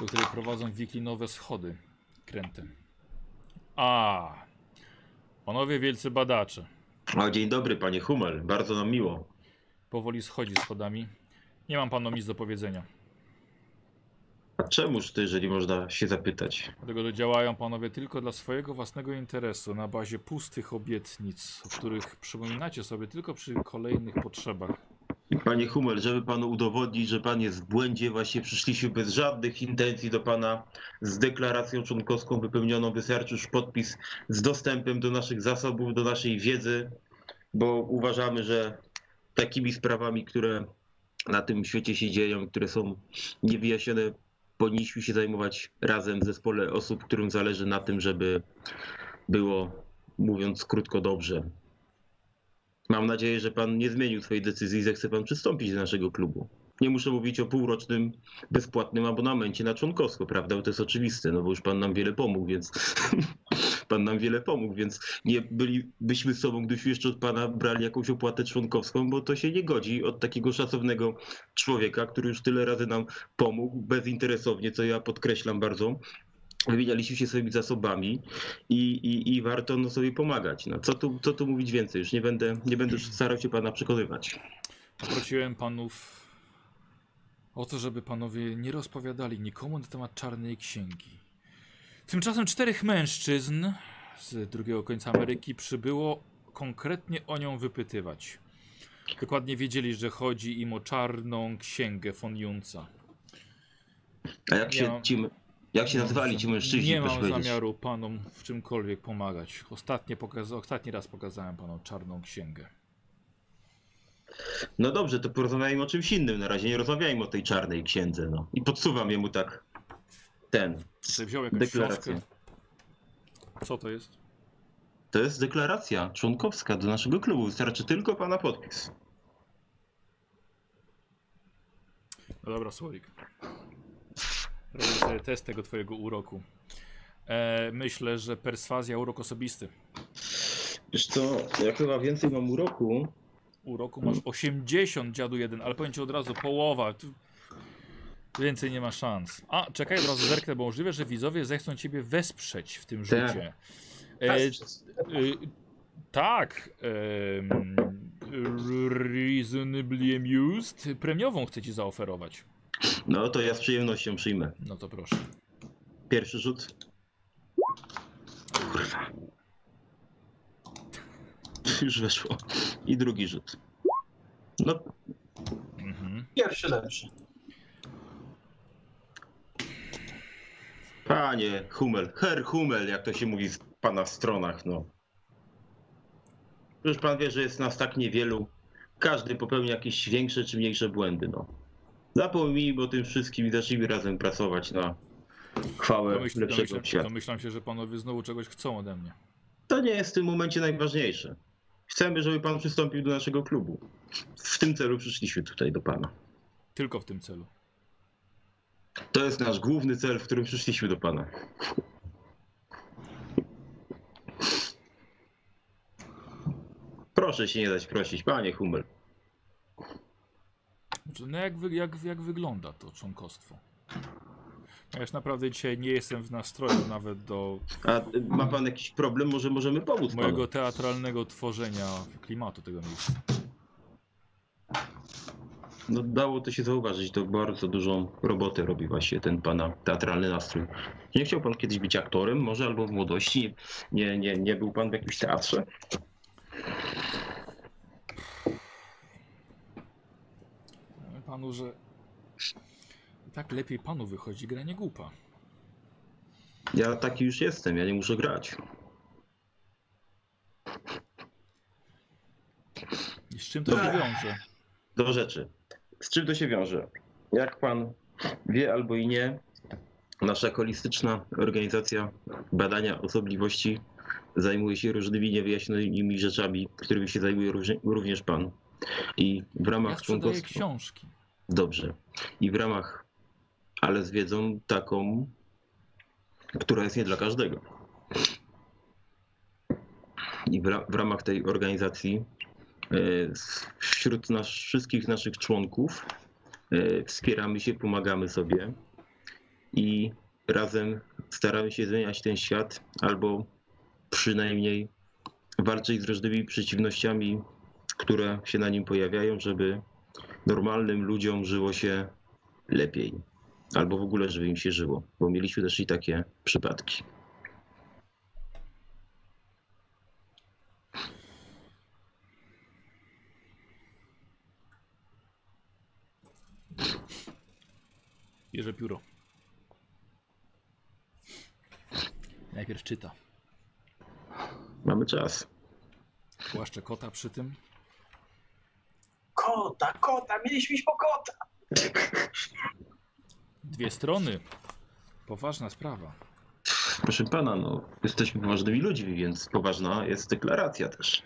do której prowadzą wiklinowe schody kręte. A, panowie wielcy badacze.
O, dzień dobry, panie Hummel. Bardzo nam miło.
Powoli schodzi schodami. Nie mam panom nic do powiedzenia.
A czemuż ty, jeżeli można się zapytać?
Dlatego że działają panowie tylko dla swojego własnego interesu, na bazie pustych obietnic, o których przypominacie sobie tylko przy kolejnych potrzebach.
I Panie Hummel, żeby panu udowodnić, że pan jest w błędzie, właśnie przyszliśmy bez żadnych intencji do pana z deklaracją członkowską wypełnioną. Wystarczy już podpis z dostępem do naszych zasobów, do naszej wiedzy, bo uważamy, że takimi sprawami, które na tym świecie się dzieją, które są niewyjaśnione, powinniśmy się zajmować razem w zespole osób, którym zależy na tym, żeby było, mówiąc krótko, dobrze. Mam nadzieję, że pan nie zmienił swojej decyzji i zechce pan przystąpić do naszego klubu. Nie muszę mówić o półrocznym bezpłatnym abonamencie na członkostwo, prawda? Bo to jest oczywiste, no bo już pan nam wiele pomógł, więc <laughs> pan nam wiele pomógł, więc nie bylibyśmy sobą, gdybyśmy jeszcze od pana brali jakąś opłatę członkowską, bo to się nie godzi od takiego szacownego człowieka, który już tyle razy nam pomógł bezinteresownie, co ja podkreślam bardzo. wymienialiśmy się swoimi zasobami i, i, i warto no, sobie pomagać. No, co, tu, co tu mówić więcej? Już nie będę, nie będę już starał się pana przekonywać.
Prosiłem panów o to, żeby panowie nie rozpowiadali nikomu na temat czarnej księgi. Tymczasem czterech mężczyzn z drugiego końca Ameryki przybyło konkretnie o nią wypytywać. Dokładnie wiedzieli, że chodzi im o czarną księgę von Junca.
A jak się,
Ja-
ci, jak się
Nie
nazywali
mam-
ci mężczyźni?
Nie
proszę
mam
powiedzieć?
zamiaru panom w czymkolwiek pomagać. Ostatnie pokaza- ostatni raz pokazałem panom czarną księgę.
No dobrze, to porozmawiajmy o czymś innym na razie. Nie rozmawiajmy o tej czarnej księdze. No. I podsuwam jemu tak ten.
Czy wziął jakąś
Deklarację.
książkę? Co to jest?
To jest deklaracja członkowska do naszego klubu. Wystarczy tylko pana podpis.
No dobra, Słoik. Robię sobie test tego twojego uroku. E, myślę, że perswazja, urok osobisty.
Wiesz co, jak chyba więcej mam uroku,
Uroku
Mhm.
masz 80, dziadu jeden, ale powiem ci od razu, połowa. Tu Więcej nie ma szans. A, czekaj, od razu zerknę, bo możliwe, że widzowie zechcą ciebie wesprzeć w tym
Tak.
rzucie. E, Y, tak. em, r- reasonably amused. Premiową chcę ci zaoferować.
no to ja z przyjemnością przyjmę.
No to proszę.
Pierwszy rzut. Kurwa. <laughs> Już weszło. I drugi rzut. No,
Mhm.
Pierwszy lepszy.
panie Hummel, Herr Hummel, jak to się mówi w pana stronach, no. Już pan wie, że jest nas tak niewielu. Każdy popełni jakieś większe czy mniejsze błędy, no. Zapomnijmy o tym wszystkim i zacznijmy razem pracować na chwałę
Domyśl,
lepszego
domyślam,
świata.
domyślam się, że panowie znowu czegoś chcą ode mnie.
To nie jest w tym momencie najważniejsze. Chcemy, żeby pan przystąpił do naszego klubu. W tym celu przyszliśmy tutaj do pana.
Tylko w tym celu.
To jest nasz główny cel, w którym przyszliśmy do pana. Proszę się nie dać prosić, panie Hummel.
Znaczy, no jak, wy, jak, jak wygląda to członkostwo? Ja już naprawdę dzisiaj nie jestem w nastroju nawet do
A y, ma pan jakiś problem? Może możemy pomóc
mojego
panu?
teatralnego tworzenia klimatu tego miejsca.
No, dało to się zauważyć, to bardzo dużą robotę robi właśnie ten pana teatralny nastrój. Nie chciał pan kiedyś być aktorem? Może albo w młodości? Nie, nie, nie był pan w jakimś teatrze?
Powiem Panu, że i tak lepiej panu wychodzi granie głupa.
Ja taki już jestem, ja nie muszę grać.
I z czym to się
Dobra.
wiąże?
Do rzeczy. Z czym to się wiąże? Jak pan wie albo i nie, nasza holistyczna organizacja badania osobliwości zajmuje się różnymi niewyjaśnionymi rzeczami, którymi się zajmuje różni- również pan. I w
Ja
ramach
sprzedaję
członkostwa.
książki.
Dobrze. I w ramach, ale z wiedzą taką, która jest nie dla każdego. I w, ra- w ramach tej organizacji e, s- wśród nas, wszystkich naszych członków e, wspieramy się, pomagamy sobie i razem staramy się zmieniać ten świat albo przynajmniej walczyć z różnymi przeciwnościami, które się na nim pojawiają, żeby normalnym ludziom żyło się lepiej. Albo w ogóle, żeby im się żyło, bo mieliśmy też i takie przypadki.
Bierze pióro. Najpierw czyta.
Mamy czas.
Głaszcze kota przy tym.
Kota, kota, mieliśmy iść po kota.
Dwie strony. Poważna sprawa.
Proszę pana, no, jesteśmy poważnymi ludźmi, więc poważna jest deklaracja też.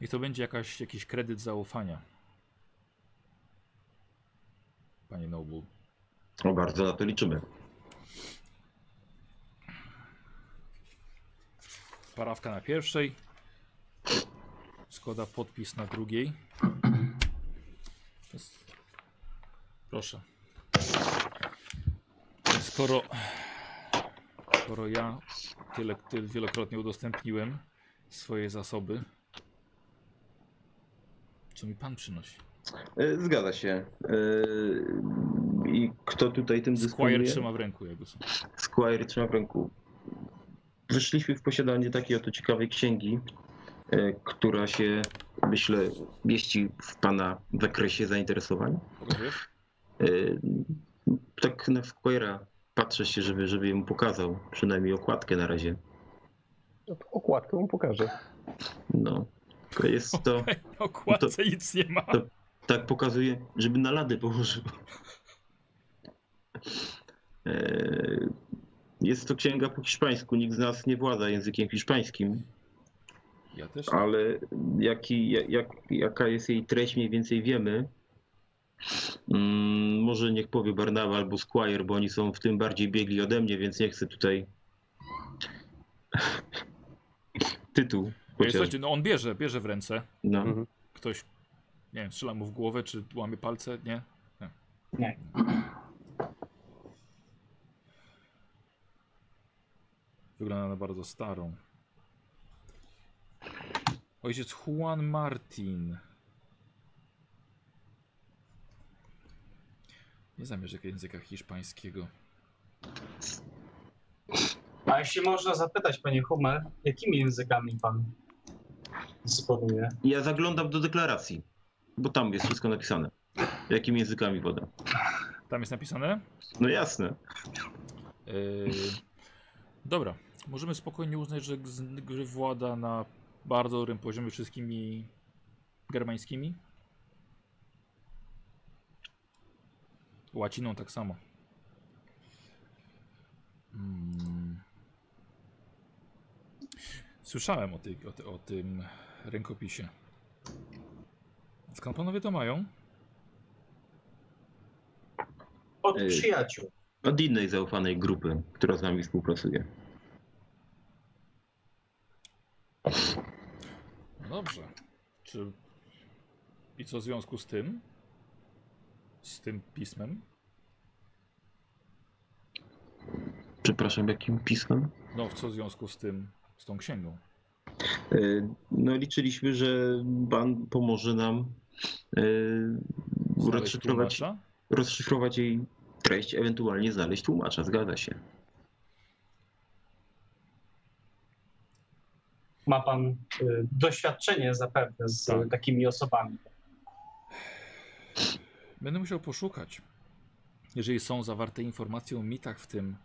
Niech to będzie jakaś, jakiś kredyt zaufania. Panie Nobu.
O, bardzo na to liczymy.
Parawka na pierwszej. Składa podpis na drugiej. Proszę. skoro, skoro ja tyle, tyle wielokrotnie udostępniłem swoje zasoby, co mi pan przynosi?
E, Zgadza się. E, I kto tutaj tym
Squire
dysponuje?
trzyma w ręku jakby <laughs> są.
Squire trzyma w ręku. Wyszliśmy w posiadanie takiej oto ciekawej księgi, e, która się, myślę, mieści w Pana zakresie zainteresowań.
Pokazujesz?
E, Tak na Squire'a patrzę się, żeby, żeby mu pokazał przynajmniej okładkę na razie.
Okładkę mu pokażę.
No, To jest to,
Na okładce No, nic nie ma.
No to- tak pokazuje, żeby na lady położył. E, Jest to księga po hiszpańsku, nikt z nas nie włada językiem hiszpańskim.
Ja też.
ale jaki, ja- jak, jaka jest jej treść, mniej więcej wiemy. Mm, może niech powie Barnawa albo Squire, bo oni są w tym bardziej biegli ode mnie, więc nie chcę tutaj. <laughs> Tytuł. Chociaż,
Słuchajcie, no on bierze, bierze w ręce.
no.
Mhm.
Ktoś, nie wiem, strzela mu w głowę, czy łamie palce, nie?
Nie.
Wygląda na bardzo starą. Ojciec Juan Martin. Nie zamierzę języka hiszpańskiego.
A jeśli można zapytać, panie Humer, jakimi językami pan dysponuje?
Ja zaglądam do deklaracji, bo tam jest wszystko napisane. Jakimi językami woda?
Tam jest napisane?
No jasne.
Yy, dobra, możemy spokojnie uznać, że, gz- że włada na bardzo dobrym poziomie wszystkimi germańskimi. Łaciną tak samo. Mm. Słyszałem o, tej, o, ty, o tym rękopisie. Skąd panowie to mają?
Od
E.
Ej.
przyjaciół.
Od innej zaufanej grupy, która z nami współpracuje.
No dobrze. Czy... I co w związku z tym? Z tym pismem?
Przepraszam, jakim pismem?
No, co w związku z tym, z tą księgą?
E, No, liczyliśmy, że Pan pomoże nam e,
Znaleźć
rozszyfrować,
tłumacza?
rozszyfrować jej treść, ewentualnie znaleźć tłumacza. Zgadza się.
Ma pan y, doświadczenie zapewne z
Tak.
takimi osobami.
Będę musiał poszukać. Jeżeli są zawarte informacje o mitach w tym,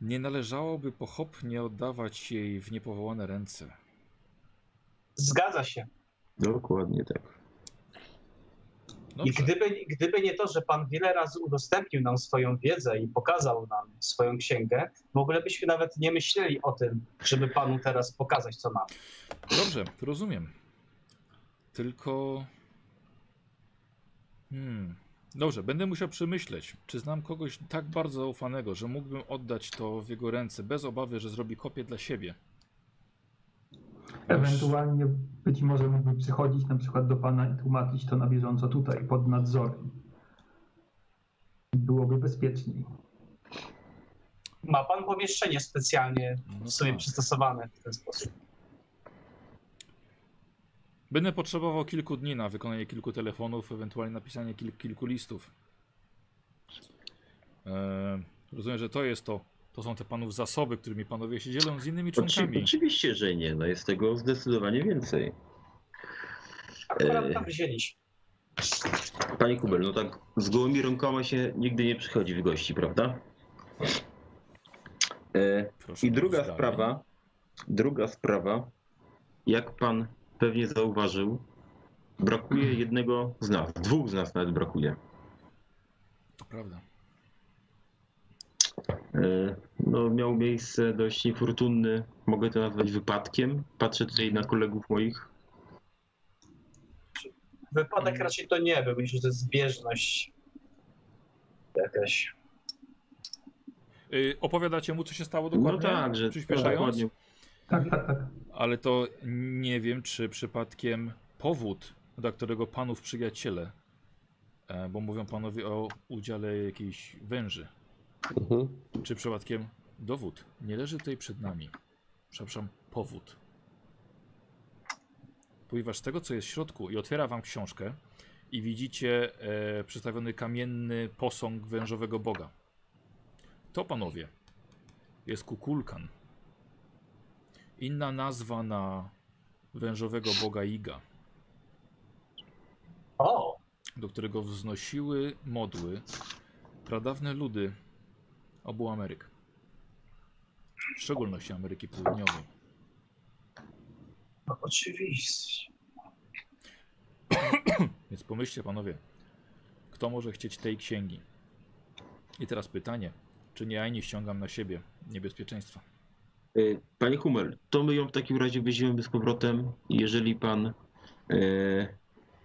nie należałoby pochopnie oddawać jej w niepowołane ręce.
Zgadza się.
Dokładnie tak.
Dobrze.
I gdyby, gdyby nie to, że pan wiele razy udostępnił nam swoją wiedzę i pokazał nam swoją księgę, w ogóle byśmy nawet nie myśleli o tym, żeby panu teraz pokazać, co mamy.
Dobrze, rozumiem. Tylko. Hmm. Dobrze, będę musiał przemyśleć, czy znam kogoś tak bardzo zaufanego, że mógłbym oddać to w jego ręce bez obawy, że zrobi kopię dla siebie.
Ewentualnie być może mógłby przychodzić na przykład do pana i tłumaczyć to na bieżąco tutaj, pod nadzorem. Byłoby bezpieczniej.
Ma pan pomieszczenie specjalnie
No
sobie
tak.
przystosowane w ten sposób.
Będę potrzebował kilku dni na wykonanie kilku telefonów, ewentualnie napisanie kil kilku listów. Eee, rozumiem, że to jest to. To są te panów zasoby, którymi panowie się dzielą z innymi
Oczy,
członkami.
oczywiście, że nie. No jest tego zdecydowanie więcej.
Akurat
Eee.
tam wzięliśmy.
Panie Kubel, no tak z gołymi rękoma się nigdy nie przychodzi w gości, prawda? E,
Proszę
I druga
dalej.
sprawa, druga sprawa, jak pan pewnie zauważył, brakuje jednego z nas, dwóch z nas nawet brakuje.
To prawda.
E, No, miał miejsce dość niefortunny, mogę to nazwać wypadkiem. Patrzę tutaj na kolegów moich.
mm.
Wypadek raczej to nie był, myślę, że to jest zbieżność jakaś.
Yy, opowiadacie mu, co się stało
No
dokładnie?
tak, że
Przyspieszając?
dokładnie.
Tak, tak, tak.
Ale to nie wiem, czy przypadkiem powód, dla którego panów przyjaciele, e, bo mówią panowie o udziale jakiejś węży.
Mhm.
Czy przypadkiem dowód nie leży tutaj przed nami? Przepraszam, powód. Ponieważ z tego, co jest w środku, i otwiera wam książkę, i widzicie e, przedstawiony kamienny posąg wężowego boga. To, panowie, jest kukulkan. Inna nazwa na wężowego boga Iga,
O!
do którego wznosiły modły pradawne ludy obu Ameryk. W szczególności Ameryki Południowej.
No, oczywiście.
Więc pomyślcie, panowie, kto może chcieć tej księgi? I teraz pytanie, czy nie ja nie ściągam na siebie niebezpieczeństwa?
E, Panie Humel, to my ją w takim razie weźmiemy z powrotem. Jeżeli pan e,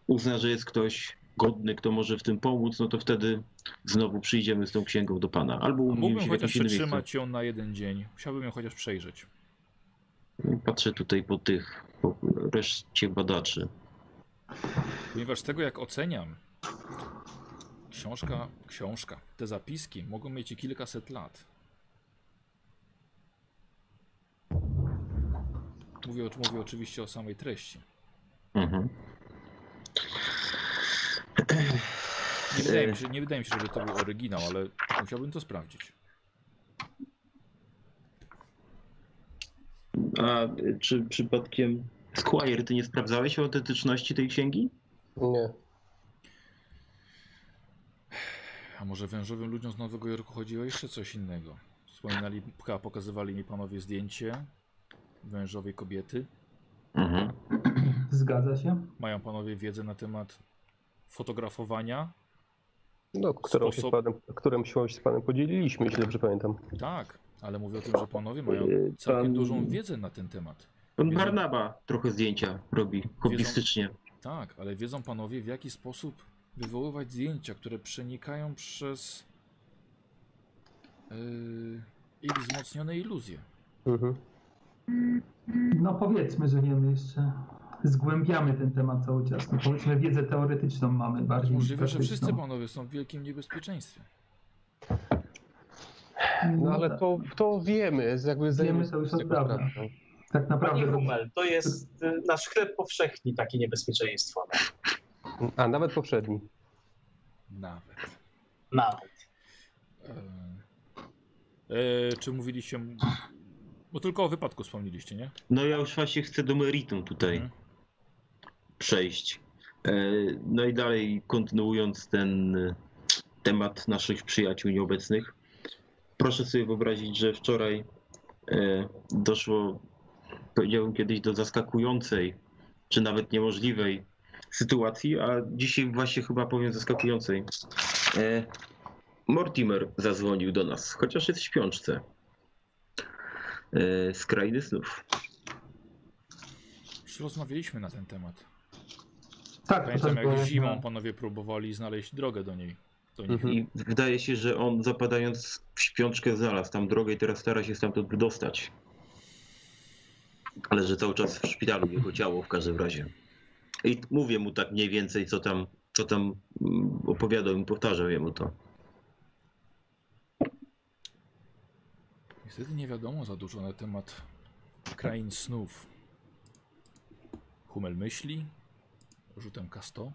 uzna, że jest ktoś godny, kto może w tym pomóc, no to wtedy znowu przyjdziemy z tą księgą do pana. Albo umówimy
Mógłbym
się w
chociaż
jakimś innym miejscu.
przetrzymać ją na jeden dzień. Musiałbym ją chociaż przejrzeć.
No Patrzę tutaj po tych, po reszcie badaczy.
Ponieważ z tego jak oceniam, książka, książka, te zapiski mogą mieć i kilkaset lat. Mówię, o- mówię oczywiście o samej treści.
Mhm.
Nie wydaje, mi się, nie wydaje mi się, żeby to był oryginał, ale musiałbym to sprawdzić.
A y, czy przypadkiem Squire, ty nie sprawdzałeś autentyczności tej księgi?
Nie.
A może wężowym ludziom z Nowego Jorku chodziło jeszcze coś innego? Wspominali, poka- pokazywali mi panowie zdjęcie wężowej kobiety.
Mhm.
Zgadza się.
Mają panowie wiedzę na temat fotografowania?
No, którą się z
Sposób-
panem, którą się z panem podzieliliśmy, jeśli dobrze pamiętam.
Tak, ale mówię o tym, że panowie mają
Yy,
całkiem
pan-
dużą wiedzę na ten temat.
Pan
Wiedzą-
Barnaba trochę zdjęcia robi hobbystycznie.
Tak, ale wiedzą panowie w jaki sposób wywoływać zdjęcia, które przenikają przez yy, ich wzmocnione iluzje.
Mhm.
No powiedzmy, że wiemy jeszcze. Zgłębiamy ten temat cały czas. No powiedzmy, wiedzę teoretyczną mamy
To jest
bardziej. niż
możliwe, że
praktyczną.
wszyscy panowie są w wielkim niebezpieczeństwie.
No ale
tak.
to, to wiemy, z- jakby zdajemy
to już
z tego
od dawna.
sprawę.
Tak
Panie
naprawdę.
Rumel, to jest y, nasz chleb powszechny, takie niebezpieczeństwo.
A nawet poprzedni.
Nawet.
Nawet.
E, e, czy mówiliście. Bo tylko o wypadku wspomnieliście, nie?
No ja już właśnie chcę do meritum tutaj
Mhm.
przejść. E, No i dalej kontynuując ten e, temat naszych przyjaciół nieobecnych. Proszę sobie wyobrazić, że wczoraj e, doszło, powiedziałbym kiedyś, do zaskakującej, czy nawet niemożliwej sytuacji, a dzisiaj właśnie chyba powiem zaskakującej. E, Mortimer zadzwonił do nas, chociaż jest w śpiączce. E, Z krainy snów.
Już rozmawialiśmy na ten temat.
Tak,
Pamiętam,
to też
jak
było-
zimą panowie próbowali znaleźć drogę do niej. Do nich.
Mhm.
I wydaje się, że on zapadając w śpiączkę znalazł tam drogę i teraz stara się stamtąd wydostać. Ale że cały czas w szpitalu jego ciało w każdym razie. I mówię mu tak mniej więcej, co tam, co tam mm, opowiadał i powtarzam jemu to.
Niestety nie wiadomo za dużo na temat krain snów. Humel myśli, rzutem K100.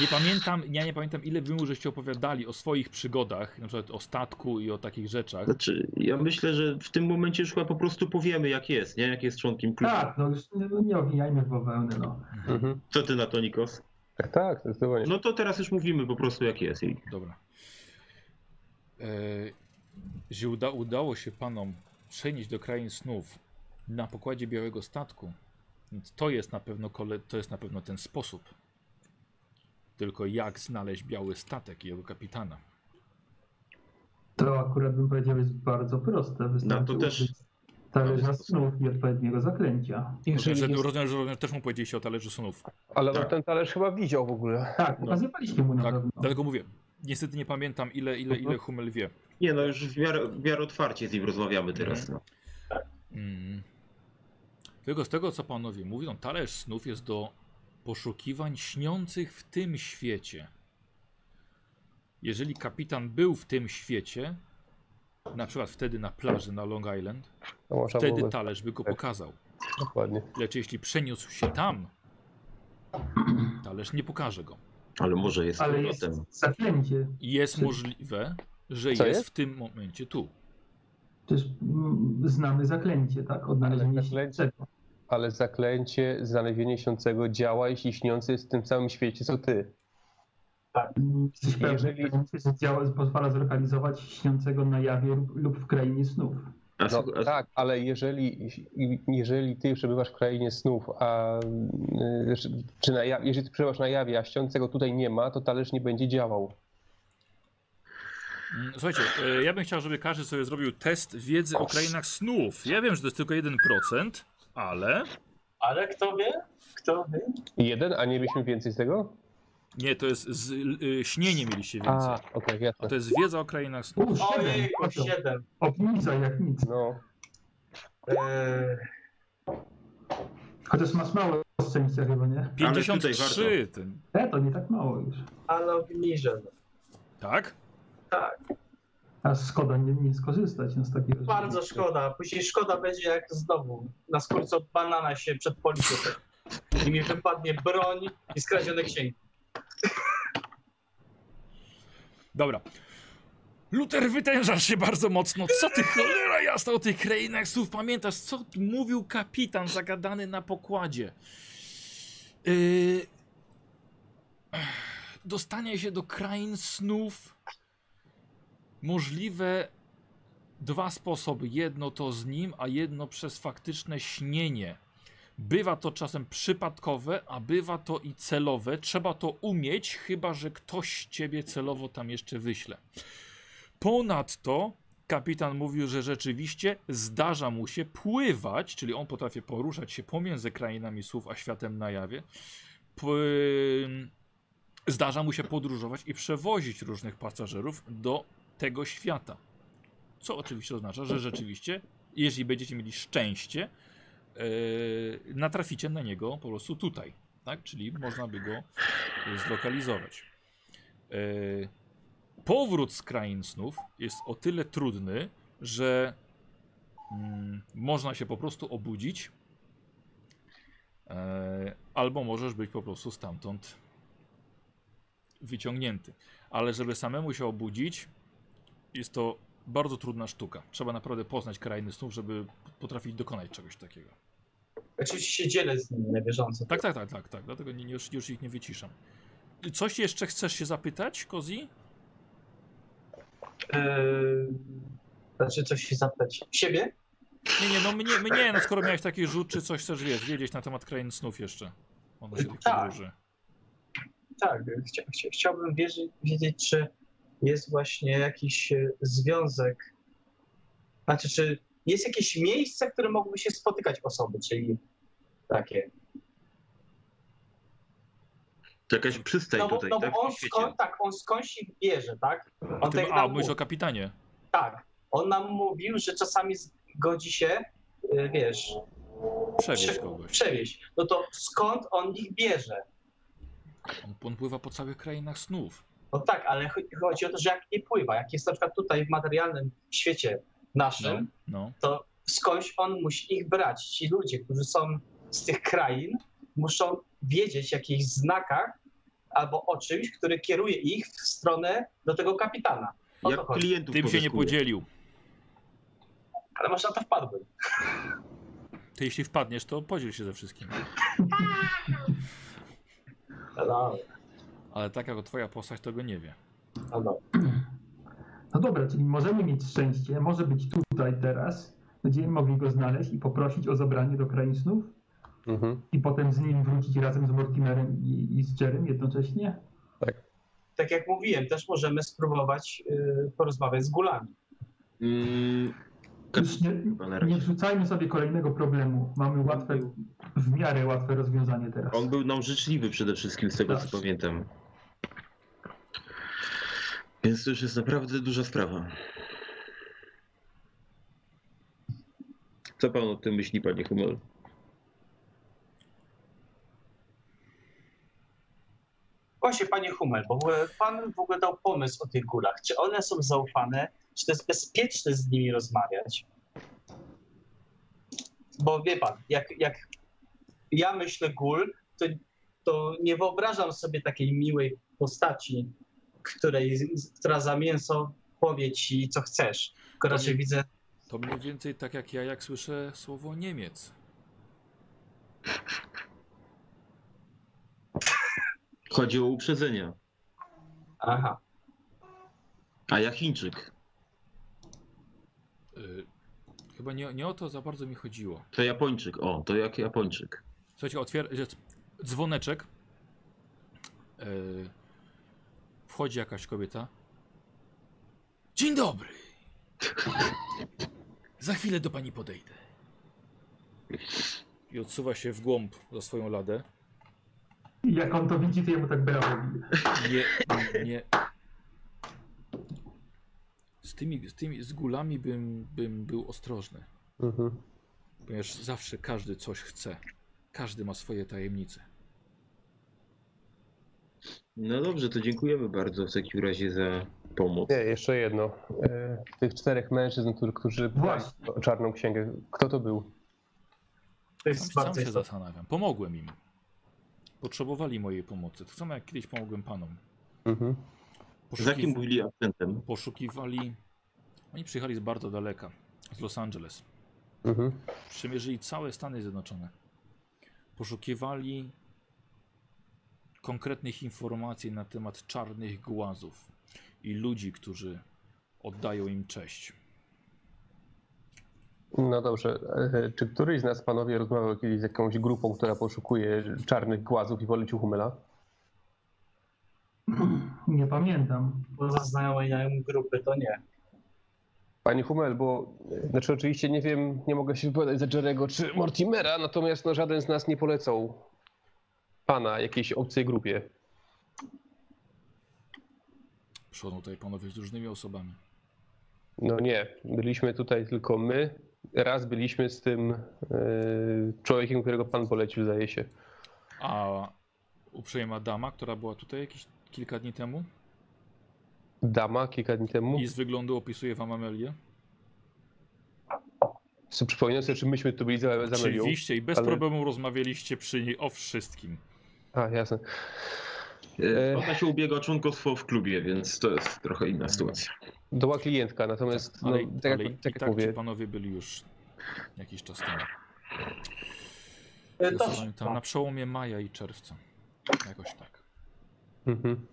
Nie pamiętam, ja nie pamiętam ile wy mu żeście opowiadali o swoich przygodach, na przykład o statku i o takich rzeczach.
Znaczy, ja myślę, że w tym momencie już chyba po prostu powiemy, jak jest, nie? Jak jest członkiem klubu.
Tak, no już nie, nie owijajmy w bawełnę, no.
Mhm.
Co ty na to, Nikos?
Tak, tak, zdecydowanie.
No to teraz już mówimy po prostu, jak jest. I
Dobra. E, że uda, udało się panom przenieść do krain snów na pokładzie białego statku, więc to jest na pewno, kole, to jest na pewno ten sposób. Tylko jak znaleźć biały statek i jego kapitana?
To akurat bym powiedział jest bardzo proste. Wystarczy
No to też-
użyć talerza snów i odpowiedniego zaklęcia.
Rozumiem,
Jeżeli
że,
jest-
rozumiem, że rozumiem, też mu powiedzieliście o talerzu snów.
Ale
Tak.
on ten talerz chyba widział w ogóle.
Tak, pokazywaliśmy mu na
No, Tak,
pewno.
dlatego mówię. Niestety nie pamiętam ile, ile, ile
Mhm.
Hummel wie.
nie no, już w miarę, w miarę otwarcie z nim rozmawiamy
Mhm.
teraz. No.
Mm. Tylko z tego, co panowie mówią, talerz snów jest do poszukiwań śniących w tym świecie. Jeżeli kapitan był w tym świecie, na przykład wtedy na plaży na Long Island,
To można
wtedy tak.
byłoby- Tak.
talerz by go pokazał.
Dokładnie.
Lecz jeśli przeniósł się tam, talerz nie pokaże go.
Ale może jest
Ale jest
powrotem.
zaklęcie.
Jest
Czy-
możliwe, że
Co
jest
jest?
w tym momencie tu.
Przecież mm, znamy zaklęcie, tak? Odnalezienie
Ale
się
zaklęcie-
śniącego.
Ale zaklęcie, znalezienie śniącego działa, jeśli śniący jest w tym samym świecie, co ty.
Jesteś pewny,
Jeżeli-
że działa- pozwala zlokalizować śniącego na jawie lub, lub w krainie snów.
A,
No,
słuch- a,
tak, ale jeżeli, jeżeli ty przebywasz w krainie snów, a y, czy na, ja- jeżeli ty przebywasz na jawie, a śniącego tutaj nie ma, to talerz nie będzie działał.
Mm, Słuchajcie, e, ja bym chciał, żeby każdy sobie zrobił test wiedzy o krainach snów. Ja wiem, że to jest tylko 1%, ale
Ale kto wie? Kto wie?
Jeden, a nie mieliśmy więcej z tego?
nie, to jest z, y, śnienie mieliście
A,
więcej.
okej,
A
jasne.
to jest wiedza o krainach snów.
U, siedem.
Ojej,
Oto.
7.
Opniza jak nic.
No,
Eee,
Chociaż masz mało szczęścia chyba, nie?
Ale tutaj
53 ten.
E, to nie tak mało już.
ale obniżę.
Tak?
Tak,
A szkoda nie, nie skorzystać no, z takiego.
bardzo szkoda. Później szkoda będzie, jak znowu na skórce od banana się przed policją. I mi wypadnie broń i skradzione księgi.
Dobra. Luter, wytężasz się bardzo mocno. Co ty cholera jasna o tych krainach słów pamiętasz? Co tu mówił kapitan zagadany na pokładzie? Yy... Ech, Dostanie się do krain snów możliwe dwa sposoby. Jedno to z nim, a jedno przez faktyczne śnienie. Bywa to czasem przypadkowe, a bywa to i celowe. Trzeba to umieć, chyba że ktoś ciebie celowo tam jeszcze wyśle. Ponadto kapitan mówił, że rzeczywiście zdarza mu się pływać, czyli on potrafi poruszać się pomiędzy krainami słów a światem na jawie. Pły- Zdarza mu się podróżować i przewozić różnych pasażerów do tego świata. Co oczywiście oznacza, że rzeczywiście, jeśli będziecie mieli szczęście, e, natraficie na niego po prostu tutaj, tak? Czyli można by go e, zlokalizować. E, Powrót z krain snów jest o tyle trudny, że mm, można się po prostu obudzić, e, albo możesz być po prostu stamtąd wyciągnięty. Ale żeby samemu się obudzić, jest to bardzo trudna sztuka. Trzeba naprawdę poznać krainy snów, żeby potrafić dokonać czegoś takiego.
Oczywiście się dzielę z nimi na bieżąco.
Tak, tak, tak, tak, tak. Dlatego nie, już, już ich nie wyciszam. Coś jeszcze chcesz się zapytać, Kozi?
Eee, znaczy coś się zapytać. Siebie?
Nie, nie, no mnie, mnie no skoro miałeś taki rzut, czy coś chcesz wiesz, wiedzieć na temat krain snów jeszcze. Odnośnie tych
Tak.
podróży.
Tak, chcia, chcia, chciałbym wierzyć, wiedzieć, czy jest właśnie jakiś e, związek. Znaczy, czy jest jakieś miejsce, w którym mogłyby się spotykać osoby, czyli takie.
to jakaś przystań
No bo,
tutaj,
no
tak?
bo on,
W świecie.
skąd, tak, on skądś ich bierze, tak? On
A, ty,
tak
a
nam
mówisz
mówi.
o kapitanie.
Tak. On nam mówił, że czasami zgodzi się, y, wiesz,
Przewieź
prze,
kogoś.
przewieźć. No to skąd on ich bierze?
On, on pływa po całych krainach snów.
No tak, ale cho- chodzi o to, że jak nie pływa, jak jest na przykład tutaj w materialnym świecie naszym,
No, no.
to skądś on musi ich brać. Ci ludzie, którzy są z tych krain, muszą wiedzieć o jakichś znakach albo o czymś, który kieruje ich w stronę do tego kapitana. O to
Jak
chodzi.
klientów
Tym się nie
pozyskuje.
podzielił.
Ale może na to wpadłbym.
Ty jeśli wpadniesz, to podziel się ze wszystkim.
No,
Ale tak jak twoja postać tego nie wie.
no, no.
No dobra, czyli możemy mieć szczęście, może być tutaj teraz. Będziemy mogli go znaleźć i poprosić o zabranie do krain snów.
mhm.
I potem z nim wrócić razem z Mortimerem i, i z Jerem jednocześnie.
Tak jak mówiłem, też możemy spróbować y, porozmawiać z gulami.
Mm,
Już nie,
Cholera.
nie wrzucajmy sobie kolejnego problemu. Mamy łatwe, w miarę łatwe rozwiązanie teraz.
on był nam życzliwy przede wszystkim, z tego
Tak.
co pamiętam. Więc to już jest naprawdę duża sprawa. Co pan o tym myśli, panie Hummel?
Właśnie, panie Hummel, bo w ogóle pan w ogóle dał pomysł o tych górach. Czy one są zaufane? Czy to jest bezpieczne z nimi rozmawiać? Bo wie pan, jak, jak ja myślę gól, to, to nie wyobrażam sobie takiej miłej postaci, której, która za mięso powie ci, co chcesz. Tylko
To
raczej
nie-
widzę
To mniej więcej tak jak ja, jak słyszę słowo Niemiec.
Chodzi o uprzedzenia.
Aha.
A ja Chińczyk.
Y, chyba nie, nie o to za bardzo mi chodziło.
To Japończyk. O, to jak Japończyk.
Słuchajcie, otwiera jest dzwoneczek. E, wchodzi jakaś kobieta. Dzień dobry. Za chwilę do pani podejdę. I odsuwa się w głąb za swoją ladę.
I jak on to widzi, to jemu tak brawo bije.
Nie, nie. Z tymi, z tymi z gulami bym, bym był ostrożny.
Mhm.
Ponieważ zawsze każdy coś chce. Każdy ma swoje tajemnice.
No dobrze, to dziękujemy bardzo w takim razie za pomoc.
Nie, jeszcze jedno. E, Tych czterech mężczyzn, którzy- którzy pytali
Właśnie.
o czarną księgę, kto to był?
To
Sam,
jest
sam
bardzo
się
istotne.
zastanawiam. Pomogłem im. Potrzebowali mojej pomocy. Tak samo jak kiedyś pomogłem panom.
Mhm.
Z jakim
Poszukiw-
byli akcentem?
poszukiwali. Oni przyjechali z bardzo daleka, z Los Angeles.
Mhm.
Przemierzyli całe Stany Zjednoczone. Poszukiwali konkretnych informacji na temat czarnych głazów i ludzi, którzy oddają im cześć.
No dobrze. E, Czy któryś z nas, panowie, rozmawiał kiedyś z jakąś grupą, która poszukuje czarnych głazów i polecił Humela?
Nie pamiętam.
Poza znajomej grupy to nie.
Panie Hummel, bo e, znaczy oczywiście nie wiem, nie mogę się wypowiadać za Jerego czy Mortimera, natomiast no, żaden z nas nie polecał pana jakiejś obcej grupie.
Przychodzą tutaj panowie z różnymi osobami.
No nie, byliśmy tutaj tylko my. Raz byliśmy z tym e, człowiekiem, którego pan polecił, zdaje się.
A uprzejma dama, która była tutaj jakieś kilka dni temu
Dama kilka dni temu.
i z wyglądu opisuje wam Amelię.
Jest... Przypominam sobie, czy myśmy tu byli za, za Melią.
Oczywiście i bez
ale-
problemu rozmawialiście przy niej o wszystkim.
A, jasne.
E,
E,
Ona się ubiega o członkostwo w klubie, więc to jest trochę inna sytuacja.
To była klientka, natomiast
Ale,
no, tak,
ale
jak,
i
tak jak
tak ci
mówię,
panowie byli już jakiś czas temu.
E,
Zresztą
Dobrze.
Tam na przełomie maja i czerwca. Jakoś tak.
mhm.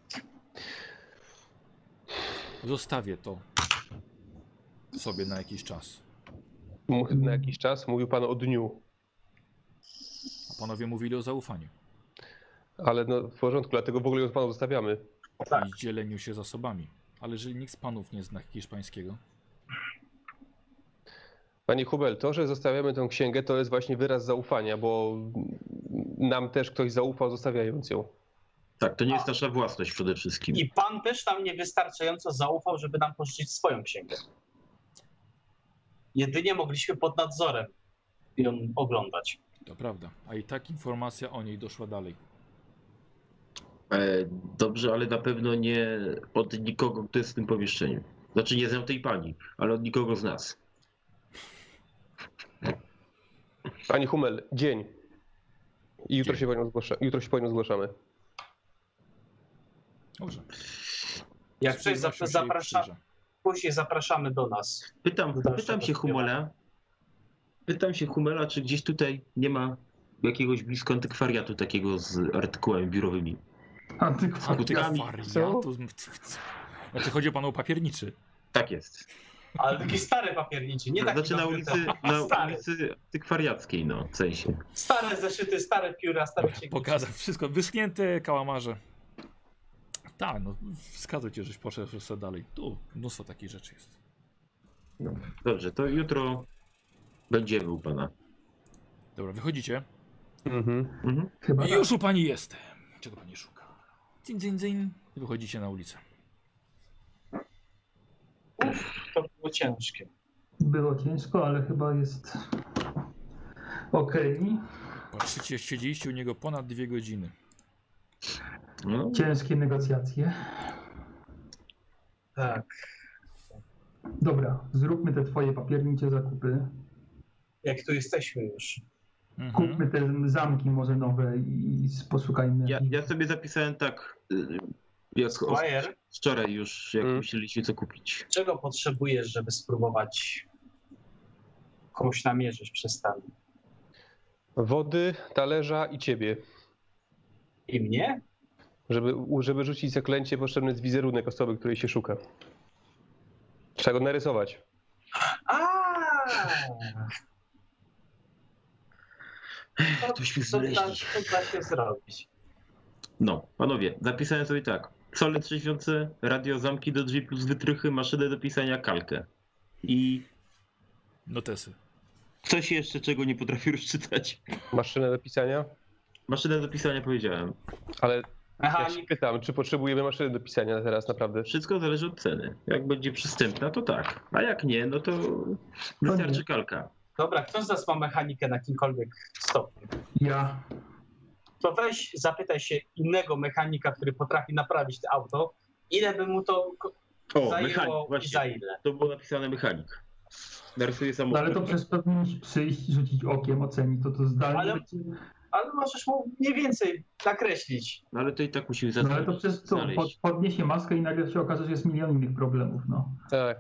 Zostawię to sobie na jakiś czas.
Mu- na jakiś czas mówił pan o dniu,
A panowie mówili o zaufaniu
ale no, w porządku, dlatego w ogóle już panu zostawiamy.
Tak.
i dzieleniu się zasobami. Ale jeżeli nikt z panów nie zna hiszpańskiego,
Panie Hubel, to, że zostawiamy tę księgę, to jest właśnie wyraz zaufania, bo nam też ktoś zaufał zostawiając ją.
Tak, to nie jest nasza własność przede wszystkim.
I pan też nam niewystarczająco zaufał, żeby nam pożyczyć swoją księgę. Jedynie mogliśmy pod nadzorem ją oglądać.
to prawda. A i tak informacja o niej doszła dalej.
E, dobrze, ale na pewno nie od nikogo, kto jest w tym pomieszczeniu. Znaczy nie znam tej pani, ale od nikogo z nas.
Panie Humel, dzień. I jutro
Dzień.
się po nią, zgłasza, jutro się po nią zgłaszamy.
Dobrze.
Jak
Z
coś
przyjemnością się jej
zapraszamy,
przyjrzę.
później zapraszamy do nas.
Pytam,
Dalsze
pytam się
rozmowy.
Humela, pytam się Humela, czy gdzieś tutaj nie ma jakiegoś blisko antykwariatu takiego z artykułami biurowymi.
Antykwariat.
Skutkami.
Antykwariatu. Znaczy chodzi o panu o papierniczy.
Tak jest.
Ale taki stary papierniczy, nie taki
znaczy na
dobry,
ulicy,
to-
na
stary,
ulicy antykwariackiej, no, w sensie.
Stare zeszyty, stare pióra, stare księgi.
Pokazał wszystko, wyschnięte kałamarze. Tak, no wskazał cię, żeś poszedł sobie dalej. Tu mnóstwo takich rzeczy jest.
No, dobrze, to jutro będziemy u pana.
Dobra, wychodzicie.
Mhm.
Mhm.
Chyba
I
tak.
już u pani jestem. Czego pani szuka? Dzyń, dzyń, dzyń. I Wychodzicie na ulicę.
To było ciężkie.
było ciężko, ale chyba jest okej.
Patrzycie, siedzieliście u niego ponad dwie godziny.
No,
Ciężkie negocjacje.
Tak.
Dobra, zróbmy te twoje papiernicze zakupy.
Jak tu jesteśmy już.
Mhm.
Kupmy te zamki może nowe i i posłuchajmy.
ja, ja sobie zapisałem tak, y, jak o-
Majer,
wczoraj już, jak
Mm.
myśleliśmy co kupić.
czego potrzebujesz, żeby spróbować komuś namierzyć przez tam?
Wody, talerza i ciebie.
I mnie?
Żeby, żeby rzucić zaklęcie, potrzebny jest wizerunek osoby, której się szuka. Trzeba go narysować.
A!
Ktoś mi
To da,
znaleźli.
to da się zrobić.
No, panowie, zapisałem sobie tak. Sole trzeźwiące, radio zamki do drzwi plus wytrychy, maszynę do pisania, kalkę. I
Notesy.
coś jeszcze, czego nie potrafię <laughs> już czytać.
Maszynę do pisania?
Maszynę do pisania powiedziałem.
Ale
Aha,
ja się pytam, czy potrzebujemy maszyny do pisania teraz naprawdę?
Wszystko zależy od ceny. Jak będzie przystępna, to tak. A jak nie, no to wystarczy kalka.
dobra, kto z nas ma mechanikę na kimkolwiek stopniu?
ja
To weź, zapytaj się innego mechanika, który potrafi naprawić to auto, ile by mu to ko-
O, mechanik,
zajęło i za
właśnie.
ile.
To było napisane mechanik. Narysuję
No
samochód.
ale to przez to musisz przyjść, rzucić okiem, ocenić, to to zdalnie.
Ale-
będzie-
Ale możesz mu mniej więcej nakreślić.
No ale to i tak musimy
No ale to
zastanowić.
przez to
znaleźć.
pod, podniesie maskę i nagle się okaże, że jest milion innych problemów, no.
Tak.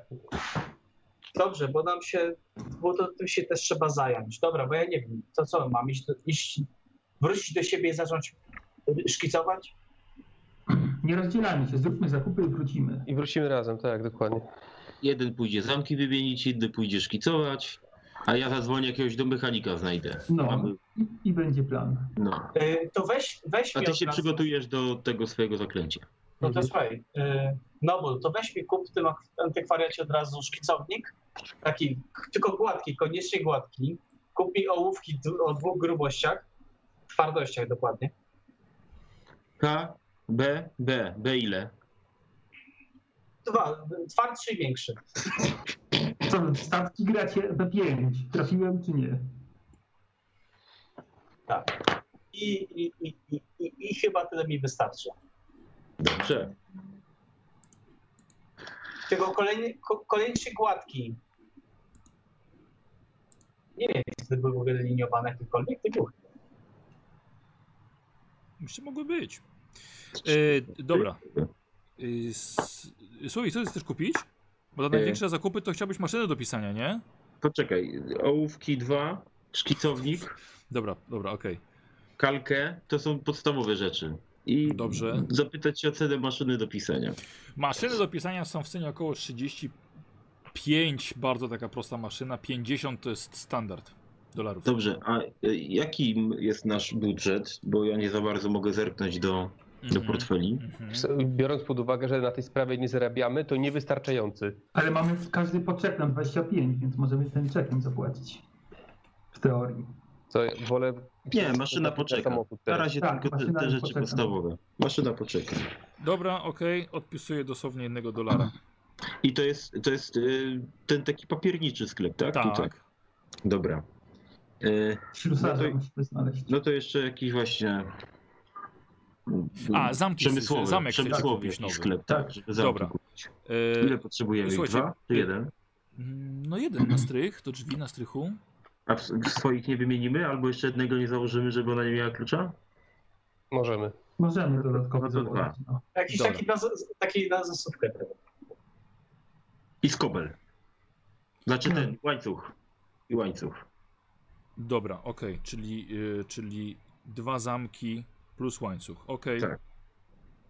Dobrze, bo nam się, bo to tym się też trzeba zająć. Dobra, bo ja nie wiem, to co mam iść, do, iść wrócić do siebie i zacząć szkicować?
Nie rozdzielajmy się, zróbmy zakupy i wrócimy.
I wrócimy razem, tak, dokładnie.
Jeden pójdzie zamki wymienić, inny pójdzie szkicować, a ja zadzwonię jakiegoś do mechanika znajdę.
No
Aby-
i, i będzie plan.
no.
Y, To weź, weź
A
mi
ty
od
się
razu-
przygotujesz do tego swojego zaklęcia.
No to słuchaj, y, Nobul, to weź mi kup w tym antykwariacie od razu szkicownik, taki k- tylko gładki, koniecznie gładki. Kup mi ołówki d- o dwóch grubościach, twardościach dokładnie.
K, B, B, B ile?
Dwa, twardszy i większy.
Co, w statki gracie B5? Trafiłem czy nie?
I, i, i, i, i, I chyba tyle mi wystarczy.
Dobrze.
Tylko kolejny, ko, kolejny trzy gładki. Nie wiem, czy to były w ogóle liniowane jakiekolwiek, to były.
Jeszcze mogły być. E, dobra. E, s- Słuchaj, co chcesz kupić? Bo za największe zakupy to chciałbyś maszynę do pisania, nie?
Poczekaj, ołówki dwa, szkicownik,
Dobra, dobra, okej.
kalkę, to są podstawowe rzeczy. I
Dobrze.
zapytać się o cenę maszyny do pisania.
Maszyny do pisania są w cenie około 35, bardzo taka prosta maszyna, 50 to jest standard dolarów.
Dobrze, a y, jaki jest nasz budżet? Bo ja nie za bardzo mogę zerknąć do, do
Mhm,
portfeli.
mhm.
Biorąc pod uwagę, że na tej sprawie nie zarabiamy, to niewystarczający.
Ale mamy każdy po czek na 25, więc możemy ten czekiem zapłacić. W teorii.
To wolę.
Nie, maszyna poczeka.
Samochód
Na
teraz.
razie
Tak,
tylko te,
maszyna
te rzeczy
poczeka.
podstawowe. Maszyna poczeka.
Dobra, okej, odpisuję dosłownie jednego dolara.
I to jest, to jest y, ten taki papierniczy sklep, tak? Tutaj.
Tak.
Dobra. Y,
Ślusarza
No to-
musimy znaleźć.
No to jeszcze jakiś właśnie.
A, zamki,
przemysłowy,
zamek chcecie
przemysłowy
kupić
jakiś
nowy.
sklep, tak, żeby zamki
Dobra.
kupić. Ile
E,
potrzebujemy?
Słuchajcie,
Dwa czy
y-
jeden?
mm, no jeden na strych, do drzwi na strychu.
A w, w swoich nie wymienimy? Albo jeszcze jednego nie założymy, żeby ona nie miała klucza?
Możemy.
Możemy dodatkowo
No to dwa.
założyć. No.
Jakiś
Dobra.
taki na, z- taki na zasówkę.
I skobel. Znaczy
Hmm.
ten, łańcuch. I łańcuch.
Dobra, okej, czyli, y, czyli dwa zamki plus łańcuch. Okej,
Tak.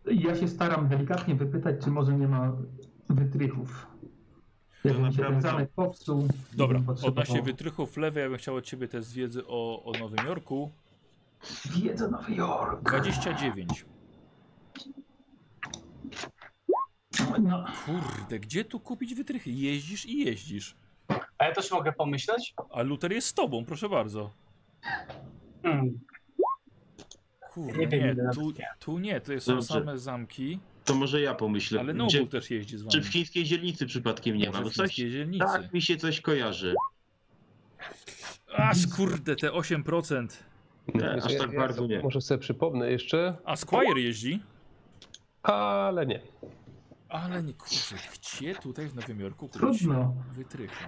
Ja się staram delikatnie wypytać, czy może nie ma wytrychów. Jakby mi się ten
naprawdę-
zamek popsuł.
dobra.
bym potrzebował-
Odnośnie wytrychów lewej, ja bym chciał od ciebie test wiedzy o, o Nowym Jorku.
Wiedza Nowy Jork.
29.
No,
Kurde, gdzie tu kupić wytrychy? Jeździsz i jeździsz.
A ja też mogę pomyśleć?
A Luther jest z tobą, proszę bardzo.
Hmm,
Kurde,
Nie wiem,
nie,
ile
tu,
nawet nie.
tu nie, to są
Dobrze.
same zamki,
To może ja pomyślę.
ale
Gdzie-
Nobu też jeździ z wami.
czy w chińskiej dzielnicy przypadkiem nie ma?
Może
Bo
w
coś,
chińskiej dzielnicy.
tak mi się coś kojarzy.
Aż kurde, te 8%.
Nie, aż tak bardzo nie.
Może sobie przypomnę jeszcze.
A Squire jeździ?
ale nie.
Ale nie kurczę, gdzie tutaj w Nowym Jorku kogoś
Trudno.
wytrycha?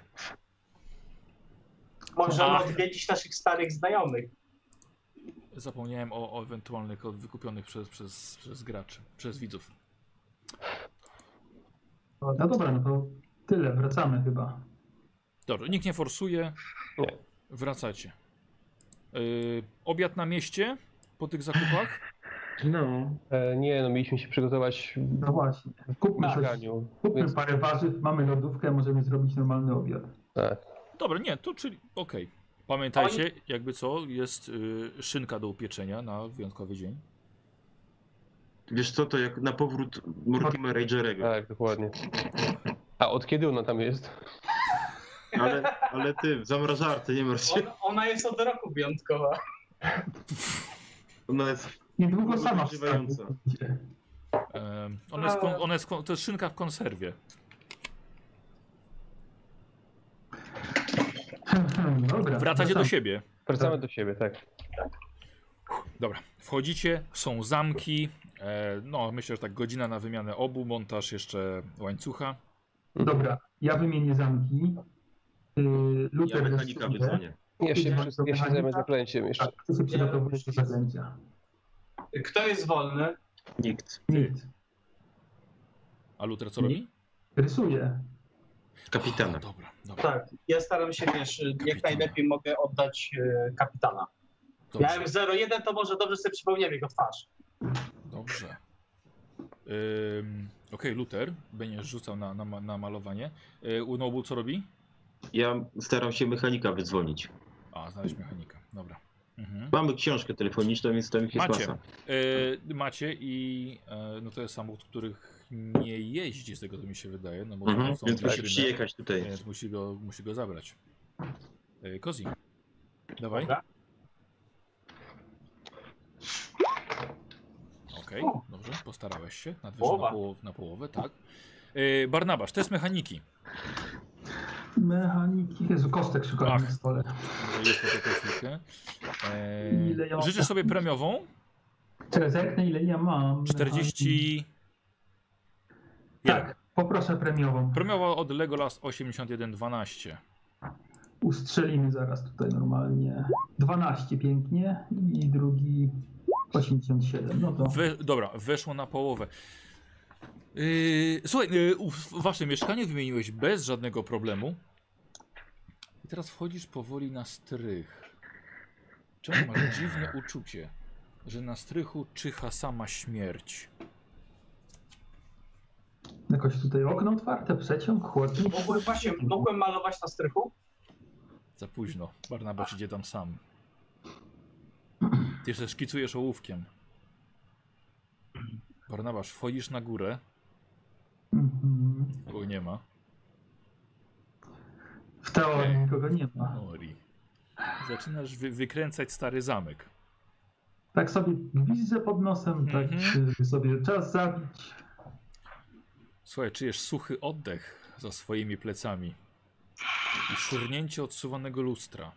Możemy
Ach.
odwiedzić naszych starych znajomych.
Zapomniałem o, o ewentualnych o wykupionych przez, przez, przez graczy, przez widzów.
No dobra, no to tyle, wracamy chyba.
Dobrze, nikt nie forsuje.
Nie.
Wracacie. Yy, obiad na mieście po tych zakupach.
No.
E, nie, no mieliśmy się przygotować
No właśnie. Kupmy
w
Tak.
coś,
mieszkaniu.
kupmy
Więc,
parę warzyw, mamy lodówkę, możemy zrobić normalny obiad.
tak.
Dobra, nie, to czyli okej. Pamiętajcie, jakby co, jest yy, szynka do upieczenia na wyjątkowy dzień.
Wiesz co, to jak na powrót Mortimera i Jerego.
tak, dokładnie. A od kiedy ona tam jest?
Ale, ale ty, w zamrażarce, nie martw się.
On, ona jest od roku wyjątkowa.
Ona jest
Niedługo No, sama wstanie.
Używająca.
Yy, ona jest, kon- ona jest kon- to jest szynka w konserwie.
<laughs> Dobra.
Wracacie do
wracamy.
siebie.
Wracamy
Tak.
do siebie, tak.
Dobra, wchodzicie, są zamki. E, no, myślę, że tak godzina na wymianę obu, montaż jeszcze łańcucha.
Dobra, ja wymienię zamki. Yy,
ja
Luther
mechanika
restauruje.
wycenię.
Ja się,
Idziemy
przy-
do
ja się zajmę
mechanika.
zaklęciem jeszcze.
Tak, ty się przygotowujesz do zajęcia.
Kto jest wolny?
Nikt.
Nic.
A Luther co robi?
Rysuję.
O,
Kapitana.
dobra, dobra.
Tak, ja staram się, wiesz, jak najlepiej mogę oddać e, kapitana.
Dobrze,
Miałem 0,1, to może dobrze sobie przypomniałem jego twarz.
dobrze. Ym, Okej, Luther, będziesz rzucał na, na, ma- na malowanie. Yy, u Nobu co robi?
Ja staram się mechanika wydzwonić.
A, znaleźć mechanika, dobra. Mhm.
Mamy książkę telefoniczną, więc tam ich jest
Macie.
masa.
E, macie i e, no to jest samochód, których nie jeździ z tego, co mi się wydaje, no bo
Mhm.
są
Więc
dwie
musi
ryby,
przyjechać tutaj.
więc musi go, musi go zabrać. E, Kozi, dawaj.
Dobra.
Okej,
O.
dobrze, postarałeś się. Nadwyżę na,
Połowa.
połow, na połowę, tak. E, Barnabasz, test mechaniki.
Mechaniki. Jezu, kostek szukałem
Ach.
na stole.
Jest to tylko chwilkę. E,
Ile ja mam
życzysz sobie premiową?
Teraz zerknę ile ja mam.
40.
Tak, poproszę premiową.
Premiowa od Legolas 8112.
Ustrzelimy zaraz tutaj normalnie. 12 pięknie i drugi 87. No to
We, dobra, weszło na połowę. Yy, słuchaj, yy, ów- wasze mieszkanie wymieniłeś bez żadnego problemu. I teraz wchodzisz powoli na strych. Czemu masz <clears throat> dziwne uczucie, że na strychu czyha sama śmierć?
jakoś tutaj okno otwarte, przeciąg, chłodnik.
Mogłem, właśnie, mogłem malować na strychu? <laughs>
Za późno. Barnabasz idzie tam sam. Ty jeszcze szkicujesz ołówkiem. Barnabasz, wchodzisz na górę,
Mhm.
bo nie ma.
W teorii nikogo nie ma.
Ori. Zaczynasz wy wykręcać stary zamek.
Tak sobie gwizdze pod nosem, tak
Mhm.
y, sobie czas zabić.
Słuchaj, czujesz suchy oddech za swoimi plecami i szurnięcie odsuwanego lustra.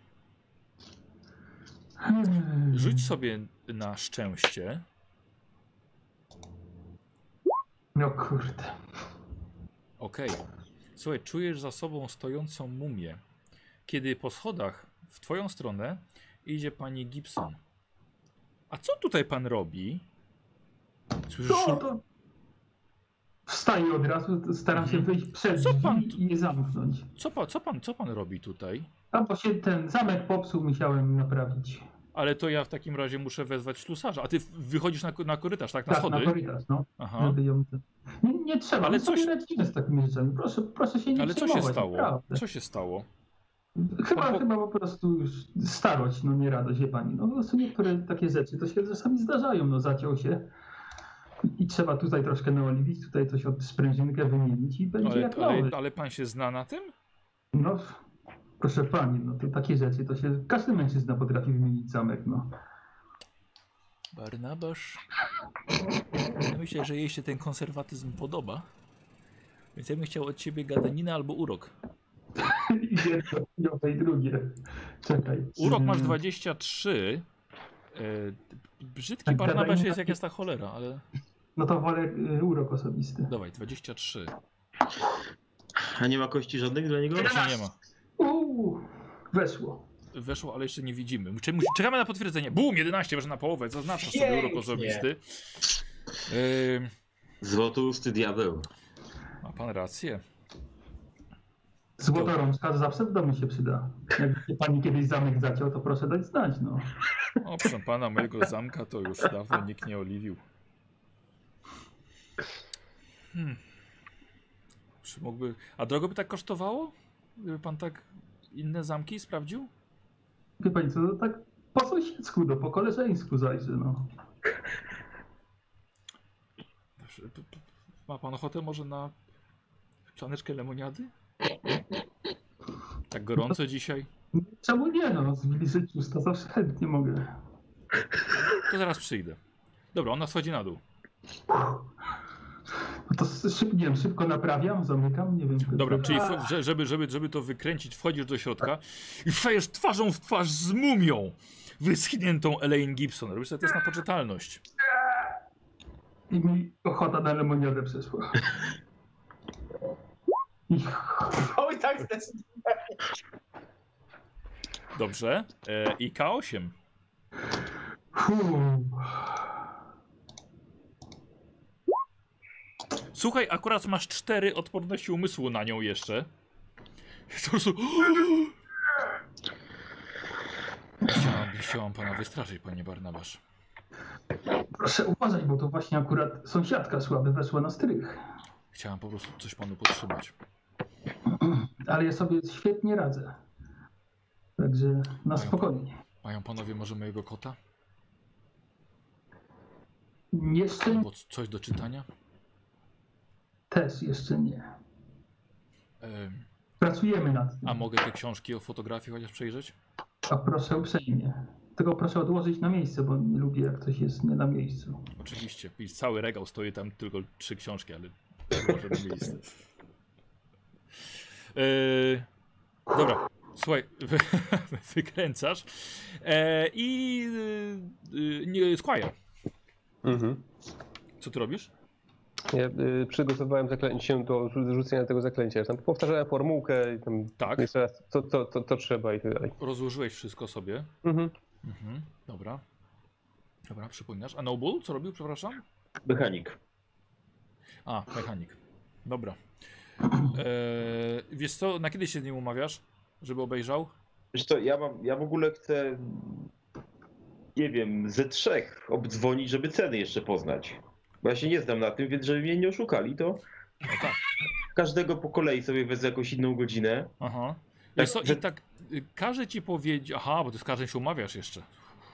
Hmm.
Rzuć sobie na szczęście.
No kurde.
Okej. Słuchaj, czujesz za sobą stojącą mumię. Kiedy po schodach w twoją stronę idzie pani Gibson. A co tutaj pan robi? Słyszysz
No
szur...
to wstaję od razu, staram się
Mhm.
wyjść przed
Co pan tu-
drzwi i je zamknąć.
co, pa, co, pan, co pan robi tutaj?
A bo się ten zamek popsuł, musiałem naprawić.
Ale to ja w takim razie muszę wezwać ślusarza. A ty wychodzisz na, ko- na korytarz, tak? Na
tak, na
schody?
korytarz, no.
Aha.
Na wyjątek. Nie, nie trzeba,
Ale
ale coś...
coś-
sobie radzimy z takimi rzeczami. Proszę, proszę się nie
Ale co się
przejmować,
stało?
naprawdę.
Co się stało?
Chyba,
Pan po-
chyba po prostu już starość, no nie radość, wie pani. No po prostu niektóre takie rzeczy to się czasami zdarzają, no zaciął się. I trzeba tutaj troszkę naoliwić, tutaj coś od sprężynkę wymienić i będzie
Ale,
jak nowy.
ale, ale pan się zna na tym?
No, proszę pani, no to takie rzeczy to się każdy mężczyzna potrafi wymienić zamek, no. <laughs>
Barnabasz. Ja myślę, że jej się ten konserwatyzm podoba. Więc ja bym chciał od ciebie gadaninę albo urok.
I jedno, i o tej drugie. Czekaj.
Urok masz E,
Mm,
23. E, brzydki
Tak,
Barnabasz
gadaninę-
jest jak jest ta cholera, ale.
No to wolę y, urok osobisty.
Dawaj, 23.
A nie ma kości żadnych dla niego?
Jeszcze nie ma.
Uuu, weszło.
Weszło, ale jeszcze nie widzimy. Czy musi- Czekamy na potwierdzenie. Bum, 11, może na połowę. Zaznaczasz sobie urok
Pięknie.
osobisty. Ym,
Złotusty diabeł.
ma pan rację.
Złota rączka to zawsze w domu się przyda. Jak się pani kiedyś zamek zaciął, to proszę dać znać, no.
O, proszę pana, mojego zamka to już dawno nikt nie oliwił. Hmm. Czy mógłby... A drogo by tak kosztowało? Gdyby pan tak inne zamki sprawdził?
Wie pani co, to tak po sąsiedzku, no, po koleżeńsku zajrzy, no.
P- p- p- Ma pan ochotę może na szklaneczkę lemoniady? Tak gorąco dzisiaj.
Czemu nie, no, z Wilizycz usta zawsze chętnie mogę.
To zaraz przyjdę. Dobra, ona schodzi na dół.
No to szybko, nie wiem, szybko naprawiam, zamykam, nie wiem.
Dobra,
to-
czyli f- że- żeby, żeby, żeby to wykręcić, wchodzisz do środka i wstajesz twarzą w twarz z mumią wyschniętą Elaine Gibson. Robisz sobie test na poczytalność.
I mi ochota na lemoniadę przeszła. I
Oj, tak zdecydowanie.
Dobrze. E, I K8.
Fuu.
Słuchaj, akurat masz cztery odporności umysłu na nią jeszcze. Po prostu... Chciałam, chciałam pana wystraszyć, panie Barnabasz.
Proszę uważać, bo to właśnie akurat sąsiadka słaby weszła na strych.
Chciałam po prostu coś panu podtrzymać.
Ale ja sobie świetnie radzę. Także na spokojnie.
Mają panowie może mojego kota?
Jeszcze nie-
Albo c- coś do czytania?
też, jeszcze nie.
Em,
Pracujemy nad tym.
E, a mogę te książki o fotografii chociaż przejrzeć?
A proszę uprzejmie. Tylko proszę odłożyć na miejsce, bo nie lubię jak coś jest nie na miejscu.
Oczywiście. I cały regał stoi tam tylko trzy książki, ale może by miejsce. Yy, dobra, słuchaj, wy, <laughs> wykręcasz. E, I yy, nie, Squire,
Mhm.
co ty robisz?
Ja y, przygotowywałem zaklęcie do rzu- rzucenia tego zaklęcia. Tam powtarzałem formułkę i tam
Tak,
jeszcze raz, co to, to, to trzeba i tak dalej.
rozłożyłeś wszystko sobie.
Mhm.
Mhm, dobra. Dobra, przypominasz. A Noble, co robił, przepraszam?
Mechanik.
A, mechanik. Dobra. Eee, wiesz co, na kiedy się z nim umawiasz, żeby obejrzał?
Wiesz co, ja, mam, ja w ogóle chcę, nie wiem, ze trzech obdzwonić, żeby ceny jeszcze poznać. Bo ja się nie znam na tym, więc żeby mnie nie oszukali, to
No tak.
każdego po kolei sobie wezmę jakąś inną godzinę.
Aha. Wiesz co,
że-
i tak y, każe ci powiedzieć... Aha, bo ty z każdym się umawiasz jeszcze.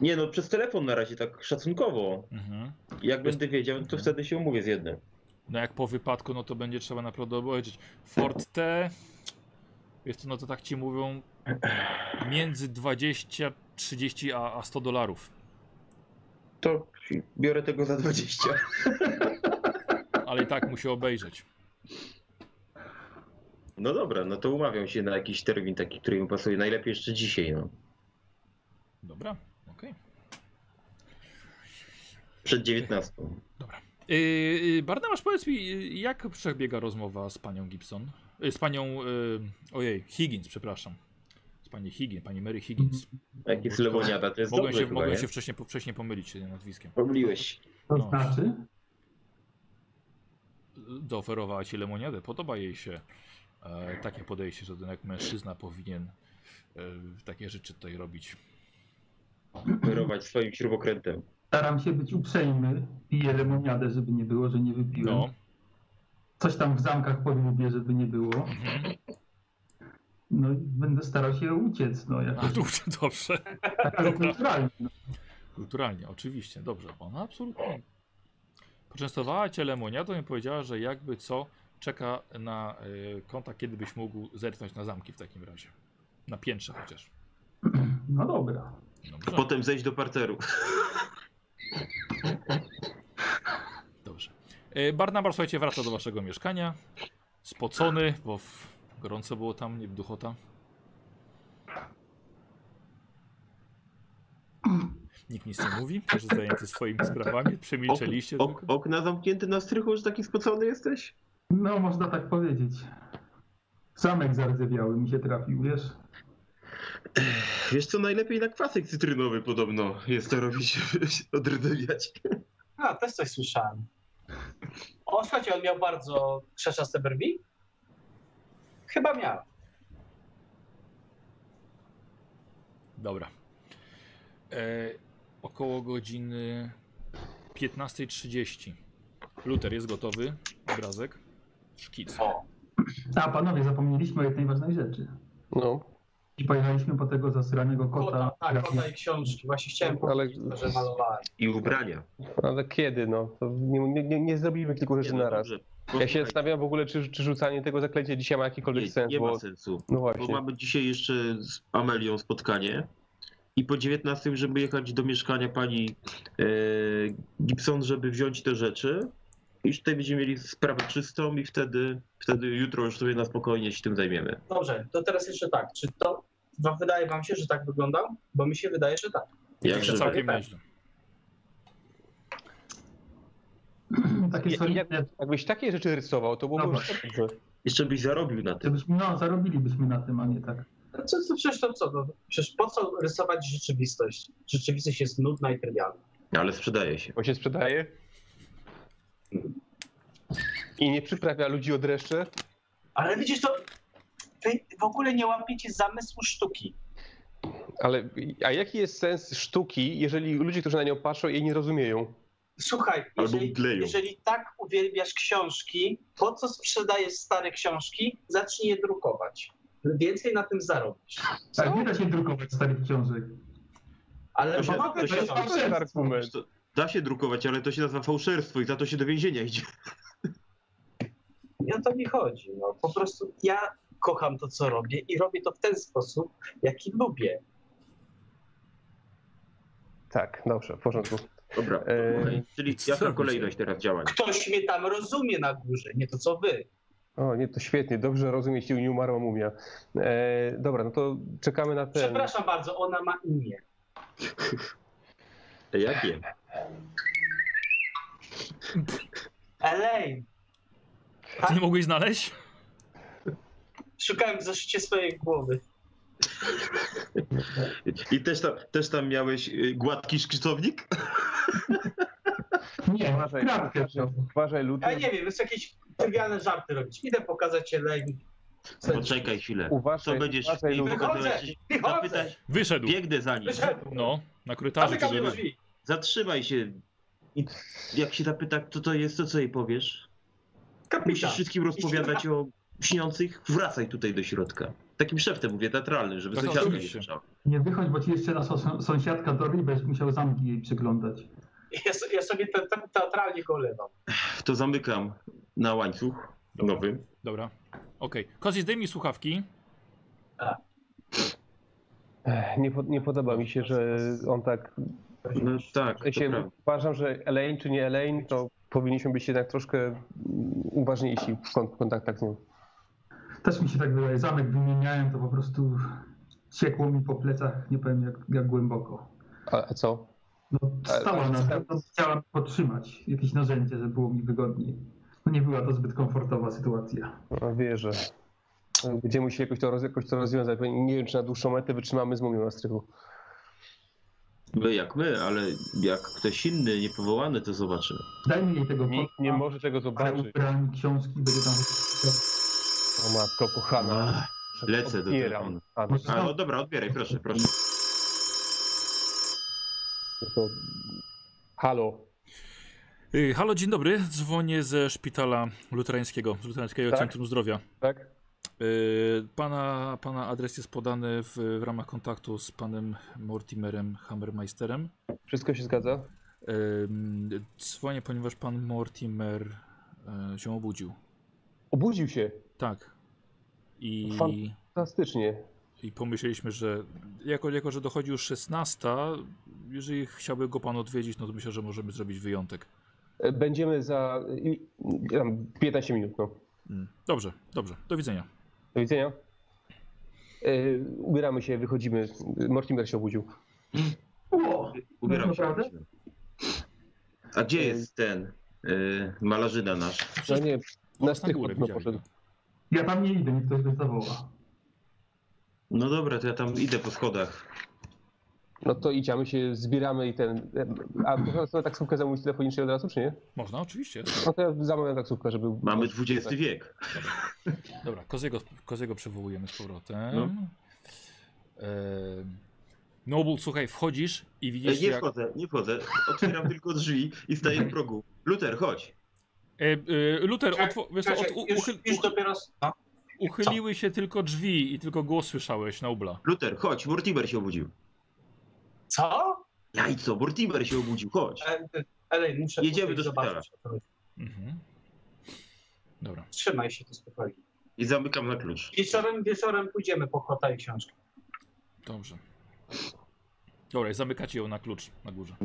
Nie no, przez telefon na razie tak szacunkowo.
Mhm.
Jak będę wiedział, to
Mhm.
wtedy się umówię z jednym.
No jak po wypadku, no to będzie trzeba naprawdę obejrzeć. Forte... Wiesz co, no to tak ci mówią między 20, 30 a, a 100 dolarów.
To biorę tego za 20.
Ale i tak musi obejrzeć.
No dobra, no to umawiam się na jakiś termin taki, który mi pasuje. Najlepiej jeszcze dzisiaj, no.
Dobra, okej.
Przed 19.
Yy, yy, Barnabasz, powiedz mi, yy, jak przebiega rozmowa z panią Gibson? Yy, z panią, yy, ojej, Higgins, przepraszam. Z pani Higgins, pani Mary Higgins.
Jak jest lemoniada, to Mhm. jest
Mogłem
dobrze
się,
chyba,
mogłem
nie?
się wcześniej, po- wcześniej pomylić się nazwiskiem.
Pomyliłeś.
To
No.
znaczy?
Dooferowała ci lemoniadę, podoba jej się e, takie podejście, że ten jak mężczyzna powinien e, takie rzeczy tutaj robić.
Wyrować swoim śrubokrętem.
Staram się być uprzejmy. Piję lemoniadę, żeby nie było, że nie wypiłem.
No,
Coś tam w zamkach podlubię, żeby nie było.
Mhm.
No i będę starał się uciec, no
a
jakoś
tu <laughs> dobrze.
tak, ale
dobra.
kulturalnie. No.
Kulturalnie, oczywiście, dobrze. Ona absolutnie. Poczęstowała cię lemoniadą i powiedziała, że jakby co czeka na y, kontakt, kiedy byś mógł zerknąć na zamki w takim razie. Na piętrze chociaż.
no dobra.
Dobrze.
Potem zejść do parteru.
dobrze. Y, Barnabar, słuchajcie, wraca do waszego mieszkania. Spocony, bo w... gorąco było tam, nie duchota. Nikt nic nie mówi, każdy zajęty swoimi sprawami, przemilczeliście
Ok,
tylko.
okna zamknięte na strychu, że taki spocony jesteś?
No, można tak powiedzieć. Zamek zardzewiały mi się trafił, wiesz?
Wiesz co, najlepiej na kwasek cytrynowy podobno jest to robić, <laughs> żeby się odrdywiać.
A, też coś słyszałem. O, słuchajcie, on miał bardzo krzeszaste brwi? Chyba miał.
Dobra. E, około godziny 15.30. Luter jest gotowy. Obrazek. Szkic.
O,
A, panowie, zapomnieliśmy o jednej ważnej rzeczy.
No,
I pojechaliśmy po tego zasranego kota.
kota, tak, kota i książki. Właśnie chciałem
ale,
powiedzieć, że malowałem.
I ubrania.
ale kiedy no? To nie, nie, nie, nie zrobimy kilku rzeczy
Nie, no
na raz.
dobrze.
Ja się
Posłuchaj,
zastanawiam w ogóle, czy, czy rzucanie tego zaklęcia dzisiaj ma jakikolwiek
nie,
sens,
nie
bo...
ma sensu.
No
Bo
właśnie.
mamy dzisiaj jeszcze z Amelią spotkanie. I po 19, żeby jechać do mieszkania pani e, Gibson, żeby wziąć te rzeczy. I już tutaj będziemy mieli sprawę czystą i wtedy, wtedy jutro już sobie na spokojnie się tym zajmiemy.
Dobrze, to teraz jeszcze tak. Czy to wam wydaje wam się, że tak wyglądał? Bo mi się wydaje, że tak.
Także
Jakże
całkiem
tak.
nieźle.
Takie
Ja- ja-
solidne.
Jakbyś takie rzeczy rysował, to byłoby
No
już dobrze.
Jeszcze byś zarobił na tym.
Żebyśmy, no, zarobilibyśmy na tym, a nie tak.
No Co, co, przecież to co? No, przecież po co rysować rzeczywistość? Rzeczywistość jest nudna i trywialna.
No, Ale sprzedaje się.
Bo się sprzedaje. I nie przyprawia ludzi od dreszcze.
Ale widzisz, to wy w ogóle nie łapiecie zamysłu sztuki.
Ale a jaki jest sens sztuki, jeżeli ludzie, którzy na nią patrzą, jej nie rozumieją?
Słuchaj,
Albo
jeżeli,
mdleją.
jeżeli tak uwielbiasz książki, po co sprzedajesz stare książki? Zacznij je drukować. Więcej na tym zarobisz.
Tak, nie da się drukować starych książek.
Ale
To się-
nowe
to się-
książki-
to
Ten
jest-
argument.
To Da się drukować, ale to się nazywa fałszerstwo i za to się do więzienia idzie.
Nie o to mi chodzi. No. Po prostu ja kocham to, co robię i robię to w ten sposób, jaki lubię.
Tak, dobrze, w porządku.
Dobra,
Eee,
okej. czyli
E, co
jaka
robicie?
kolejność teraz działań?
Ktoś mnie tam rozumie na górze, nie to co wy.
O nie, to świetnie, dobrze rozumieć i nieumarła mumia. E, dobra, no to czekamy na ten.
Przepraszam bardzo, ona ma imię.
Jakie?
Elaine.
A ty nie mogłeś znaleźć?
Szukałem w zeszycie swojej głowy.
I też tam, też tam miałeś y, gładki szkicownik?
Nie,
Uważaj,
kratkę.
uważaj, uważaj
Ja
Luther.
nie wiem, jest jakieś trywialne żarty robić. Idę pokazać Elaine.
Poczekaj chwilę. Co
Uważaj,
będziesz
uważaj
chciał?
Luther.
Wychodzę! Wychodzę!
Zapytać,
Wyszedł.
biegnę za nim.
Wyszedł!
No, na korytarzu
Zamykam
kogoś.
drzwi.
Zatrzymaj się. I jak się zapyta, kto to jest, to co jej powiesz? Musisz
Kapitan.
wszystkim rozpowiadać o śniących. Wracaj tutaj do środka. Takim szeptem mówię, teatralnym, żeby
No to
sąsiadka nie
oczywiście.
słyszała.
Nie wychodź, bo ci jeszcze raz os- sąsiadka Dory będziesz musiał zamki jej przyglądać.
Ja, so- ja sobie te, te, teatralnie go olewam.
To zamykam na łańcuch
Dobra.
nowym.
Dobra. Okej. Okay. Kozi, zdejmij słuchawki.
Ech, Nie, po, nie podoba mi się, że on tak.
No tak,
W
to
sensie
prawda.
uważam, że Elaine czy nie Elaine, to powinniśmy być jednak troszkę mm, uważniejsi w kon- kontaktach z nią.
Też mi się tak wydaje, zamek wymieniałem, to po prostu ciekło mi po plecach, nie powiem jak, jak głęboko.
A, a co?
No,
Ale-
stała
ale
na
tak.
to, chciałam podtrzymać jakieś narzędzie, żeby było mi wygodniej. No nie była to zbyt komfortowa sytuacja.
No, Wierzę. Będziemy musieli jakoś to, roz, jakoś to rozwiązać. bo Nie wiem, czy na dłuższą metę wytrzymamy z mumią na strychu.
My jak my, ale jak ktoś inny, niepowołany, to zobaczymy.
Daj mi jej tego
Mhm.
Nikt
kota,
nie może tego
parę
zobaczyć.
ubrań, książki, będzie tam...
O matko kochana.
Ach, <laughs> lecę do
Odbieram.
telefonu.
A, no
A, no dobra, odbieraj, proszę, proszę.
to... Halo.
Y, Halo, dzień dobry. Dzwonię ze szpitala luterańskiego, z Luterańskiego
Tak?
Centrum Zdrowia.
Tak?
Y, Pana, pana adres jest podany w, w ramach kontaktu z panem Mortimerem Hammermeisterem.
Wszystko się zgadza?
Ym, Dzwonię, ponieważ pan Mortimer y, się obudził.
Obudził się.
Tak. I,
Fan- Fantastycznie.
i pomyśleliśmy, że jako, jako, że dochodzi już 16, jeżeli chciałby go pan odwiedzić, no to myślę, że możemy zrobić wyjątek.
E, Będziemy za i- tam 15 minut. No.
Mm. Dobrze, dobrze. Do widzenia.
Do widzenia. No E, Ubieramy się, wychodzimy. Mortimer się obudził.
O,
Ubieram się.
Naprawdę?
A gdzie jest ten y, malarzyna nasz?
No nie, na
na
styku
górę
no,
widziałem.
poszedł.
Ja tam nie idę, niech ktoś mnie zawoła.
No dobra, to ja tam idę po schodach.
No to idziemy się, zbieramy i ten... e, A można sobie taksówkę zamówić telefonicznie od razu, czy nie?
Można, oczywiście.
No to ja zamawiam taksówkę, żeby...
Mamy XX wiek.
Dobra, koziego, koziego przywołujemy z powrotem.
No.
No. Noble, słuchaj, wchodzisz i
Ej,
widzisz
E, nie
jak...
wchodzę, nie wchodzę. Otwieram tylko drzwi i staję w progu. Luter, chodź.
E, e, Luther,
Czekaj,
otwo- wiesz co,
Czekaj,
od, u,
Tak, już,
uchyl,
już dopiero... No.
uchyliły się tylko drzwi i tylko głos słyszałeś, Nobla.
Luter, chodź, Mortimer się obudził.
Co?
Jajco, Mortimer się obudził, chodź.
E, e, Elaine, muszę...
Jedziemy do
pójść
szpitala.
zobaczyć.
Mhm. Dobra.
Trzymaj się tu spokojnie.
I zamykam na klucz.
Wieczorem, wieczorem pójdziemy po kota i <laughs> książkę.
Dobrze. Dobra, i zamykacie ją na klucz na górze.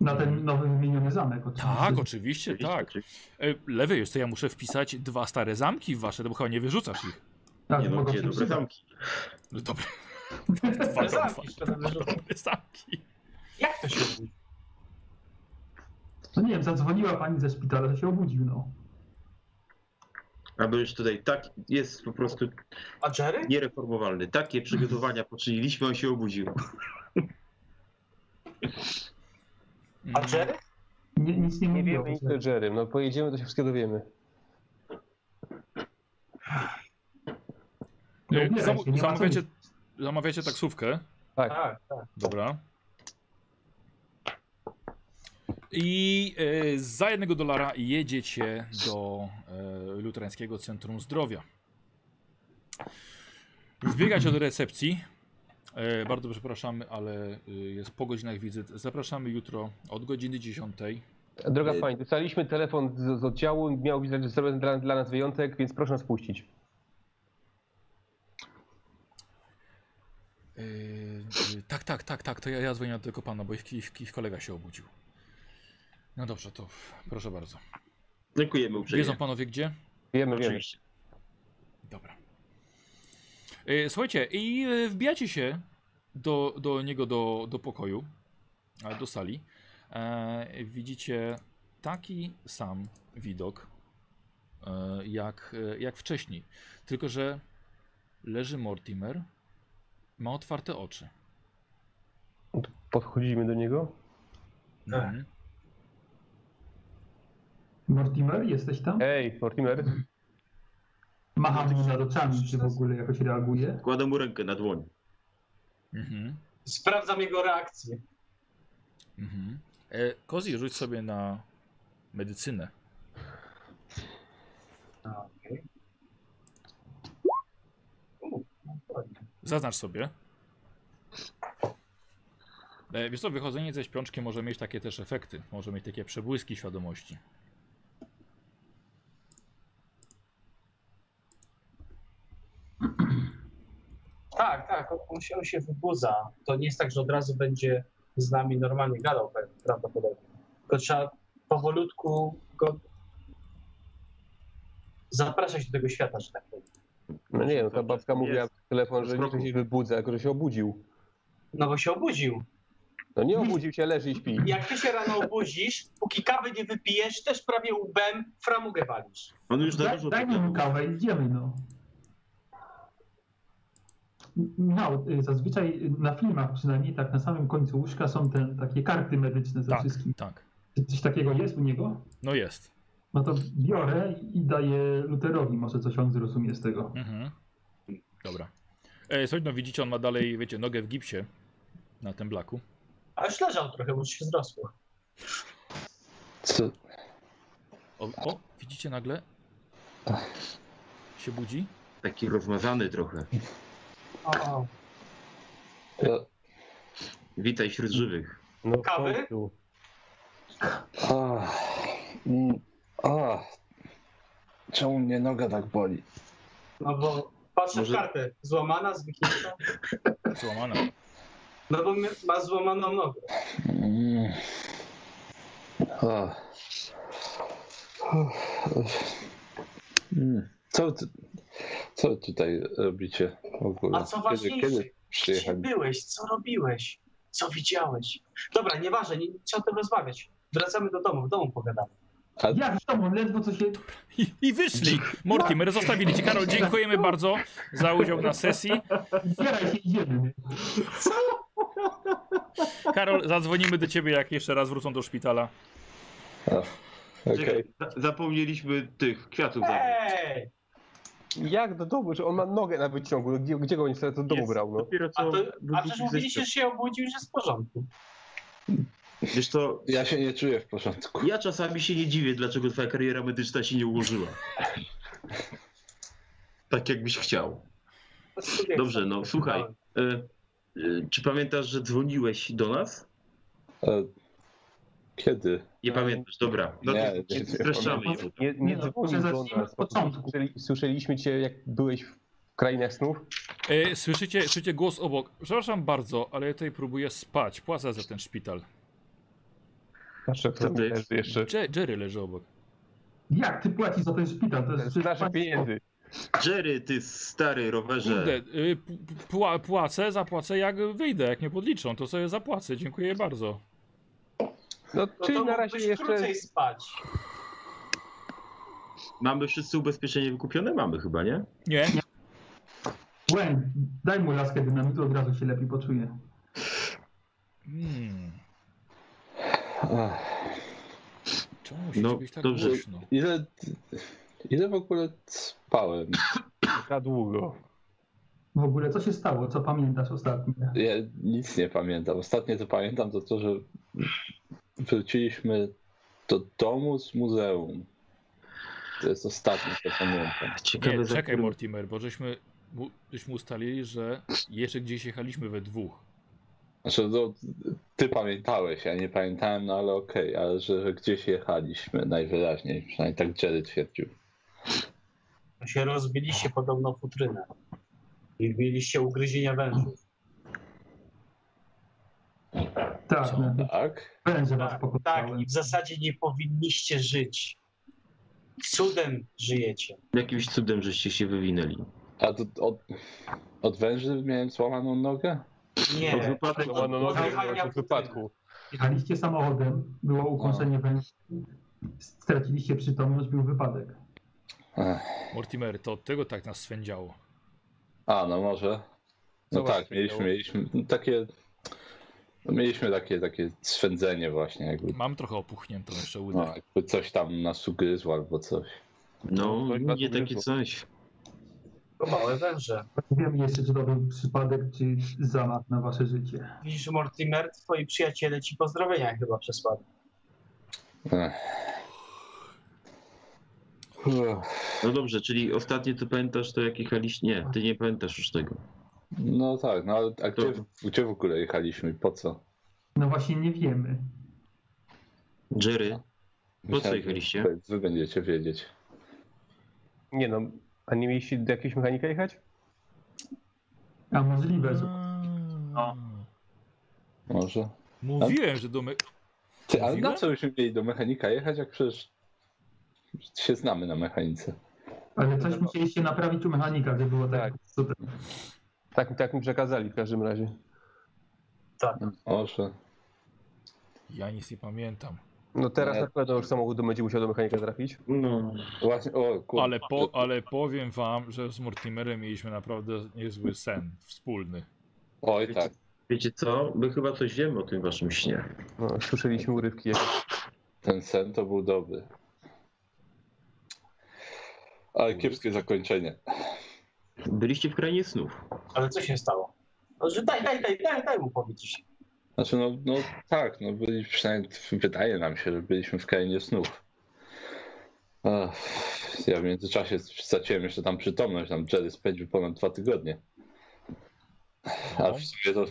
Na ten nowy wymieniony zamek oczywiście.
<laughs>
Tak, oczywiście, tak.
Oczywiście.
E, lewy jest, to ja muszę wpisać dwa stare zamki w wasze, to bo chyba nie wyrzucasz ich.
tak
Nie no,
mogą się
gdzie dobre
przydać.
zamki.
No dobra,
Ale
Bardzo
zamknij to na wyrzutu.
dobre <laughs> zamki.
tak. Jak to się robi?
No nie wiem, zadzwoniła pani ze szpitala, że się obudził, no.
Aby już tutaj tak, jest po prostu
A Jerry?
niereformowalny. Takie
<laughs>
przygotowania poczyniliśmy, on się obudził.
Mhm.
A Jerry?
Nie, nic nie
Nie
mówiła.
wiemy nic o Jerrym, no pojedziemy, to się wszystkiego dowiemy.
No,
E,
ubieraj
zamu-
się, nie ma co
zamawiacie,
mówić.
zamawiacie taksówkę.
Tak, tak.
Dobra. I e, za jednego dolara jedziecie do e, Luterańskiego Centrum Zdrowia. Wbiegacie do recepcji. E, bardzo przepraszamy, ale y, jest po godzinach wizyt. Zapraszamy jutro od godziny 10.
Droga
Y-
pani, dostaliśmy telefon z, z oddziału, miał widać, że zrobię dla, dla nas wyjątek, więc proszę nas puścić.
E, e, tak, tak, tak, tak. To ja, ja dzwonię tylko pana, bo ich, ich, ich kolega się obudził. No dobrze, to proszę bardzo.
Dziękujemy uprzejmie.
Wiedzą panowie gdzie?
Wiemy, wiemy.
Oczywiście.
Dobra. E, Słuchajcie, i e, wbijacie się do, do niego, do, do pokoju, e, do sali. E, Widzicie taki sam widok e, jak, e, jak wcześniej. Tylko, że leży Mortimer, ma otwarte oczy.
Podchodzimy do niego.
Tak.
Mhm.
Mortimer, jesteś tam?
Ej, Mortimer,
Macham mu nad oczami, czy w ogóle jakoś reaguje.
Kładę mu rękę na dłoń.
Mhm.
Sprawdzam jego reakcję.
Mhm. E, Kozi, rzuć sobie na medycynę.
Okej. U, no ładnie.
Zaznacz sobie. E, Wiesz co, wychodzenie ze śpiączki może mieć takie też efekty. Może mieć takie przebłyski świadomości.
Tak, tak, on- on się, on się wybudza. To nie jest tak, że od razu będzie z nami normalnie gadał pe- prawdopodobnie. Tylko trzeba powolutku go zapraszać do tego świata, że tak powiem.
no nie wiem, ta babka mówiła
Jest.
przez telefon, że
Z roku.
niczym się wybudza, tylko że się obudził.
No bo się obudził.
No nie obudził się, leży i śpi.
Jak ty się rano obudzisz, póki kawy nie wypijesz, też prawie łbem framugę walisz.
On już na
Daj,
dużo
daj
tego-
mi kawę, idziemy, no. No, y, zazwyczaj y, na filmach przynajmniej, tak na samym końcu łóżka są te takie karty medyczne ze
Tak,
wszystkim.
tak.
Czy coś takiego jest u niego?
No jest.
No to biorę i daję Luterowi, może coś on zrozumie z tego.
Mhm. Dobra. E, Słuchaj, no widzicie, on ma dalej, wiecie, nogę w gipsie na tym blaku.
A już leżał trochę, bo już się wzrosło.
Co?
O, o widzicie nagle?
Tak.
Się budzi?
Taki rozmazany trochę.
O,
No,
Witaj wśród żywych.
No w
Kawy?
końcu.
a, mm, a, czemu mnie noga tak boli?
no bo patrzę
Może-
w kartę. Złamana, zniknięta.
Złamana.
No bo mia- ma złamaną nogę.
Mm. A. Mm. Co, ty- co tutaj robicie w ogóle?
A co ważniejsze,
kiedy
Gdzie
przyjechali?
byłeś? Co robiłeś? Co widziałeś? Dobra, nieważne, nie, nie trzeba o tym rozmawiać. Wracamy do domu, w domu pogadamy.
Jak w domu, ledwo co się...
I, i wyszli. Mortimer, zostawili cię. Karol, dziękujemy bardzo za udział na sesji.
Zbieraj się, idziemy.
Karol, zadzwonimy do ciebie, jak jeszcze raz wrócą do szpitala.
Okej.
Czekaj, za- Zapomnieliśmy tych kwiatów
Eee.
zabrać.
Ej!
Jak do domu, że on ma nogę na wyciągu, gdzie, gdzie go oni sobie to do domu
Jest.
brał, no.
Dopiero
A,
co
to, a
wróciliśmy
przecież
ze
mówiliście, że się obudził, że jest w porządku.
szkoły. Wiesz co,
Ja się nie czuję w porządku.
ja czasami się nie dziwię, dlaczego twoja kariera medyczna się nie
<laughs>
ułożyła. Tak jakbyś chciał.
To sobie-
Dobrze, no słuchaj. E, e, czy pamiętasz, że dzwoniłeś do nas?
E, Kiedy?
Nie pamiętasz, dobra. No
Nie,
to
nie, nie
streszczamy
pamiętam.
ją.
Nie,
Nie
nie
no,
dzwonił
może
do
zacznijmy
nas.
od początku.
Słyszeli- Słyszeliśmy cię, jak byłeś w krainach snów.
E, słyszycie, słyszycie głos obok. Przepraszam bardzo, ale ja tutaj próbuję spać. Płacę za ten szpital.
Patrzę, kto
Co ty?
leży jeszcze.
Je- Jerry leży obok.
Jak ty płacisz za ten szpital? To jest
Nasze pieniędzy.
Jerry, ty stary
Kurde,
rowerze.
y, p- pła- płacę, zapłacę jak wyjdę. Jak nie podliczą, to sobie zapłacę. Dziękuję bardzo.
No,
No
czyli
to
na razie
mógłbyś
jeszcze...
krócej spać.
Mamy wszyscy ubezpieczenie wykupione? Mamy chyba, nie?
Nie?
Łęk, daj mu laskę dynamitu, od razu się lepiej poczuje.
Hmm.
Ach,
Czemu musi
No,
być tak
dobrze.
głośno?
ile, ile w ogóle spałem?
Za długo.
W ogóle, co się stało? Co pamiętasz ostatnio?
Ja nic nie pamiętam. Ostatnie co pamiętam to to, że wróciliśmy do domu z muzeum. To jest ostatnie co pamiętam.
Ciekawe,
Nie,
za
czekaj
którym-
Mortimer, bo żeśmy, mu- żeśmy ustalili, że jeszcze gdzieś jechaliśmy we dwóch.
Znaczy, no, ty pamiętałeś, ja nie pamiętałem, no ale okej, ale że, że gdzieś jechaliśmy najwyraźniej, przynajmniej tak Jerry twierdził.
To No się rozbiliście podobno futrynę. I mieliście ugryzienia wężów.
Tak, no,
Tak?
węże was
Tak, tak,
pokochały.
i w zasadzie nie powinniście żyć. Cudem żyjecie.
Jakimś cudem, żeście się wywinęli.
A to od, od węży miałem złamaną nogę?
Od
Nie,
wypadku-
No, no, no,
Odjechania
no, w
futryny.
wypadku.
Jechaliście samochodem, było ukąszenie węży, straciliście przytomność, był wypadek.
Ech.
Mortimer, to od tego tak nas swędziało.
A, no może. No
Co
tak,
właśnie
mieliśmy,
miało?
mieliśmy takie... No, mieliśmy takie, takie swędzenie właśnie, jakby
Mam trochę opuchniętą jeszcze
No,
łydę.
jakby coś tam nas ugryzło albo coś.
No,
tak,
No, chyba
nie
to
takie
wyszło.
coś.
to małe węże.
Nie wiem jeszcze, czy to był przypadek, czy zamach na wasze życie.
Widzisz, Mortimer, twoi przyjaciele ci pozdrowienia chyba przesłali.
Ech. Uff.
No dobrze, czyli ostatnie co pamiętasz to jak jechaliście? Nie, ty nie pamiętasz już tego.
No tak, no ale a gdzie, gdzie w ogóle jechaliśmy? Po co?
No właśnie nie wiemy.
Jerry, co
Myślałem, że
jechaliście?
wy- Wy będziecie wiedzieć.
Nie no, a nie mieliście do jakiegoś mechanika jechać?
A możliwe, że...
A,
Może?
Mówiłem, że do me...
Ty, ale
Mówiłem?
na co byśmy mieli do mechanika jechać, jak przecież się znamy na mechanice?
Ale coś musieliście naprawić u mechanika, żeby było
Tak.
tak. Super.
Tak, tak mi przekazali w każdym razie.
Może.
Ja nic nie pamiętam.
No teraz
Nie.
na pewno już samochodem będzie musiał do mechanika trafić.
No.
Właśnie, o kurde.
Ale, po, ale powiem wam, że z Mortimerem mieliśmy naprawdę niezły sen wspólny.
Oj tak.
Wiecie co? My chyba coś wiemy o tym waszym śnie.
No, słyszeliśmy urywki jakieś.
Ten sen to był dobry. Ale kiepskie zakończenie.
Byliście w krainie snów.
Ale co się stało? No, że daj, daj, daj, daj, daj mu powiedzieć.
Znaczy, no, no tak, no byli, przynajmniej wydaje nam się, że byliśmy w krainie snów. Ach, ja w międzyczasie straciłem jeszcze tam przytomność, tam Jerry spędził ponad dwa tygodnie. A
No.
w sumie to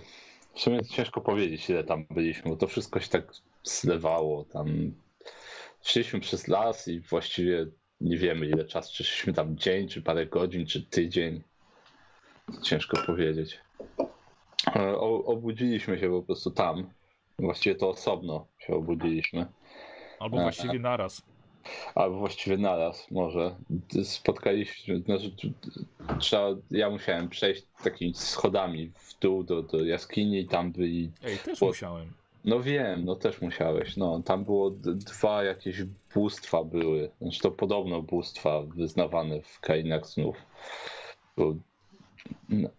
w sumie to ciężko powiedzieć, ile tam byliśmy, bo to wszystko się tak zlewało. Tam szliśmy przez las i właściwie nie wiemy ile czasu, czy szliśmy tam dzień, czy parę godzin, czy tydzień. Ciężko powiedzieć. E, O, obudziliśmy się po prostu tam. Właściwie to osobno się obudziliśmy.
Albo
Aha.
właściwie naraz.
albo właściwie naraz może. Spotkaliśmy, znaczy, trzeba, ja musiałem przejść takimi schodami w dół do, do jaskini, tam byli
Ej, też
Bo-
musiałem.
no wiem, no też musiałeś. No, tam było d- dwa jakieś bóstwa były. Znaczy to podobno bóstwa wyznawane w krainach snów. Był... N-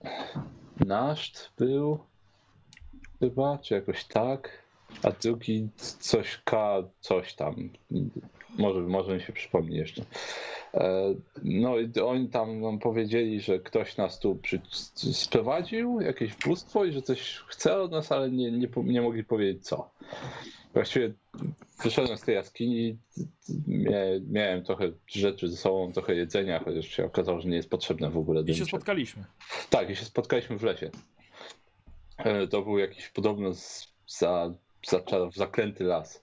Naszt był chyba, czy jakoś tak. A drugi c- coś K, coś tam. Może, może mi się przypomni jeszcze. E, No i d- oni tam nam powiedzieli, że ktoś nas tu przy... s- sprowadził, jakieś bóstwo i że coś chce od nas, ale nie, nie, po- nie mogli powiedzieć co. Właściwie wyszedłem z tej jaskini, t- t- mia- miałem trochę rzeczy ze sobą, trochę jedzenia, chociaż się okazało, że nie jest potrzebne w ogóle do
I się
niczego.
spotkaliśmy.
Tak, i się spotkaliśmy w lesie. E, To był jakiś podobno z- za, za, zaklęty las.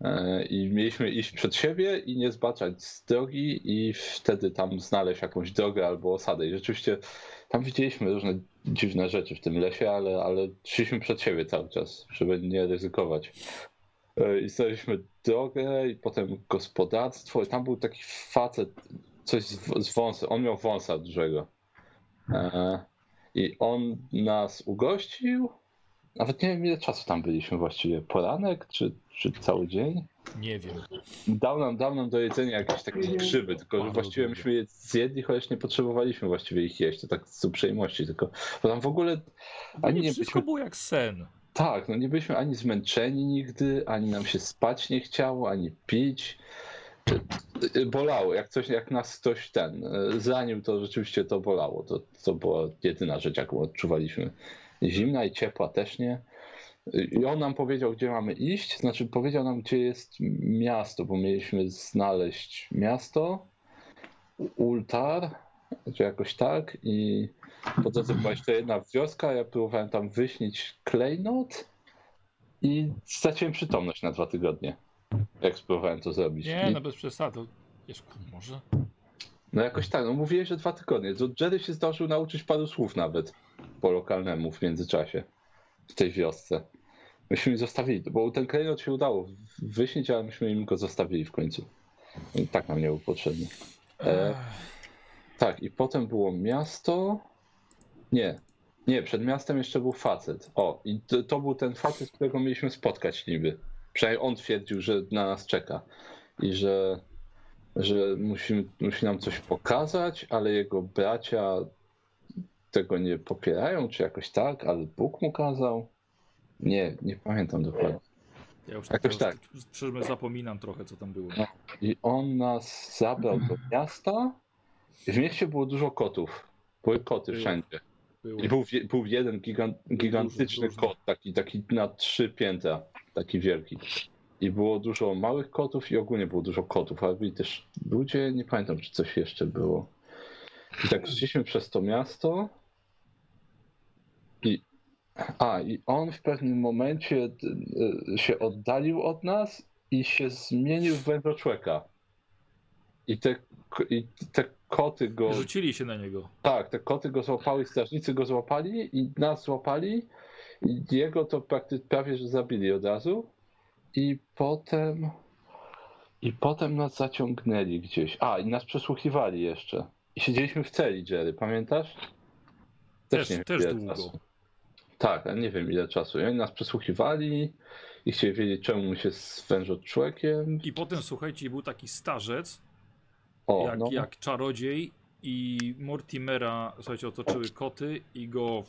E, I mieliśmy iść przed siebie i nie zbaczać z drogi, i wtedy tam znaleźć jakąś drogę albo osadę. I rzeczywiście tam widzieliśmy różne dziwne rzeczy w tym lesie, ale, ale szliśmy przed siebie cały czas, żeby nie ryzykować. E, I znaleźliśmy drogę, i potem gospodarstwo, i tam był taki facet, coś z, z wąsa. On miał wąsa dużego. E, I on nas ugościł. Nawet nie wiem ile czasu tam byliśmy właściwie. Poranek czy, czy cały dzień?
Nie wiem.
Dał nam, dał nam do jedzenia jakieś takie grzyby, tylko że
Bardzo
właściwie
dobre.
myśmy je zjedli, chociaż nie potrzebowaliśmy właściwie ich jeść, to tak z uprzejmości tylko. Bo tam w ogóle ani
Nie
nie
wszystko
byliśmy,
było jak sen.
tak, no nie byliśmy ani zmęczeni nigdy, ani nam się spać nie chciało, ani pić. E, e, Bolało, jak, coś, jak nas ktoś ten e, zranił, to rzeczywiście to bolało. To, to była jedyna rzecz, jaką odczuwaliśmy. Zimna i ciepła też nie. E, I on nam powiedział, gdzie mamy iść, znaczy powiedział nam, gdzie jest miasto, bo mieliśmy znaleźć miasto, ultar, czy jakoś tak, i po drodze była jeszcze jedna wioska, ja próbowałem tam wyśnić klejnot i straciłem przytomność na dwa tygodnie, jak spróbowałem to zrobić.
Nie,
I-
no bez przesady. Wiesz, kur- może?
no jakoś tak, no mówiłeś, że dwa tygodnie. To Jerry się zdążył nauczyć paru słów nawet po lokalnemu w międzyczasie, w tej wiosce. Myśmy im zostawili, bo ten klejnot się udało wyśnić, ale myśmy im go zostawili w końcu. I tak nam nie był potrzebny. E,
Ech,
tak, i potem było miasto. Nie, nie, przed miastem jeszcze był facet. O, i to, to był ten facet, którego mieliśmy spotkać niby. Przynajmniej on twierdził, że na nas czeka i że, że musi, musi nam coś pokazać, ale jego bracia tego nie popierają, czy jakoś tak, ale Bóg mu kazał. Nie, nie pamiętam dokładnie.
Ja już
jakoś
teraz szczerze zapominam trochę, co tam było.
I on nas zabrał do miasta. I w mieście było dużo kotów. Były koty
Było.
wszędzie.
było.
I był, wie- był jeden gigan, gigantyczny
duży.
kot, taki, taki na trzy piętra, taki wielki. I było dużo małych kotów i ogólnie było dużo kotów, ale byli też ludzie, nie pamiętam czy coś jeszcze było. I tak szliśmy przez to miasto i... A, i on w pewnym momencie y, y, się oddalił od nas i się zmienił w wędroczłeka. I te, k- i te koty go...
Rzucili się na niego.
Tak, te koty go złapały, strażnicy go złapali i nas złapali. I jego to prakty- prawie że zabili od razu. I potem. I potem nas zaciągnęli gdzieś. A, i nas przesłuchiwali jeszcze. I siedzieliśmy w celi, Jerry, pamiętasz?
Też,
nie wiem,
też
ile
długo.
czasu. Tak, ale nie wiem ile czasu. I oni nas przesłuchiwali i chcieli wiedzieć, czemu my się z człowiekiem.
I potem, słuchajcie, był taki starzec,
O,
jak,
no.
jak czarodziej i Mortimera, słuchajcie, otoczyły koty i go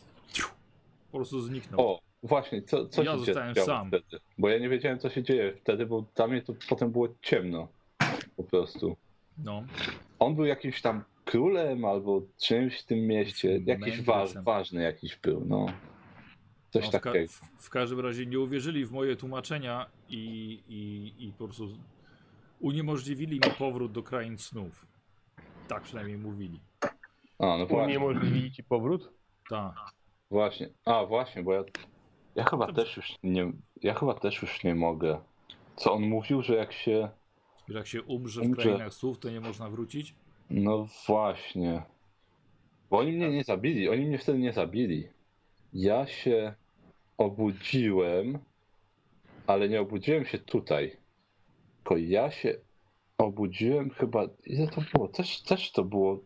po prostu zniknął.
O, właśnie, co, co
Ja
się
zostałem
działo
sam.
wtedy? Bo ja nie wiedziałem, co się dzieje wtedy, bo dla mnie to potem było ciemno. Po prostu.
No,
On był jakimś tam królem albo czymś w tym mieście.
Jakimś
Jakiś wa
mędrcem.
ważny jakiś był, no. Coś
no w, ka-
takiego.
w, w każdym razie nie uwierzyli w moje tłumaczenia i, i, i po prostu uniemożliwili mi powrót do krain snów. Tak przynajmniej mówili.
A, no właśnie,
Uniemożliwili ci powrót?
Tak.
właśnie. A, właśnie, bo ja, ja chyba
Dobrze.
też już nie, ja chyba też już nie mogę. Co on mówił, że jak się,
Że jak się umrze w
Umrze.
krainach snów, to nie można wrócić.
no właśnie. Bo oni mnie nie zabili, oni mnie wtedy nie zabili. Ja się obudziłem, ale nie obudziłem się tutaj. Tylko ja się obudziłem chyba. Ile to było? Też, też to było.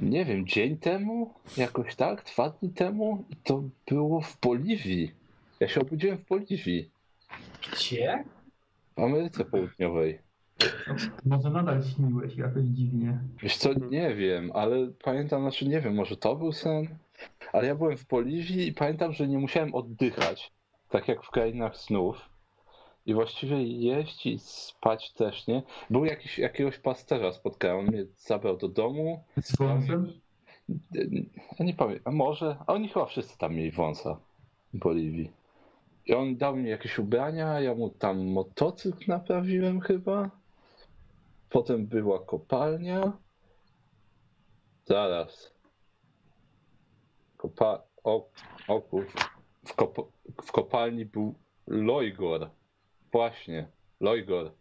Nie wiem, dzień temu? Jakoś tak? Dwa dni temu? I to było w Boliwii. Ja się obudziłem w Boliwii,
Gdzie?
w Ameryce Południowej.
Może nadal śniłeś jakoś dziwnie.
Wiesz co, nie wiem, ale pamiętam, znaczy nie wiem, może to był sen, ale ja byłem w Boliwii i pamiętam, że nie musiałem oddychać, tak jak w krainach snów. I właściwie jeść i spać też, nie? Był jakiś, jakiegoś pasterza spotkałem, on mnie zabrał do domu,
Z wąsem?
ja nie pamiętam, a może, a oni chyba wszyscy tam mieli wąsa w Boliwii. I on dał mi jakieś ubrania, ja mu tam motocykl naprawiłem chyba. Potem była kopalnia. Zaraz. Kopa... O, o kur... w, kop... w kopalni był Lojgor. Właśnie, Lojgor.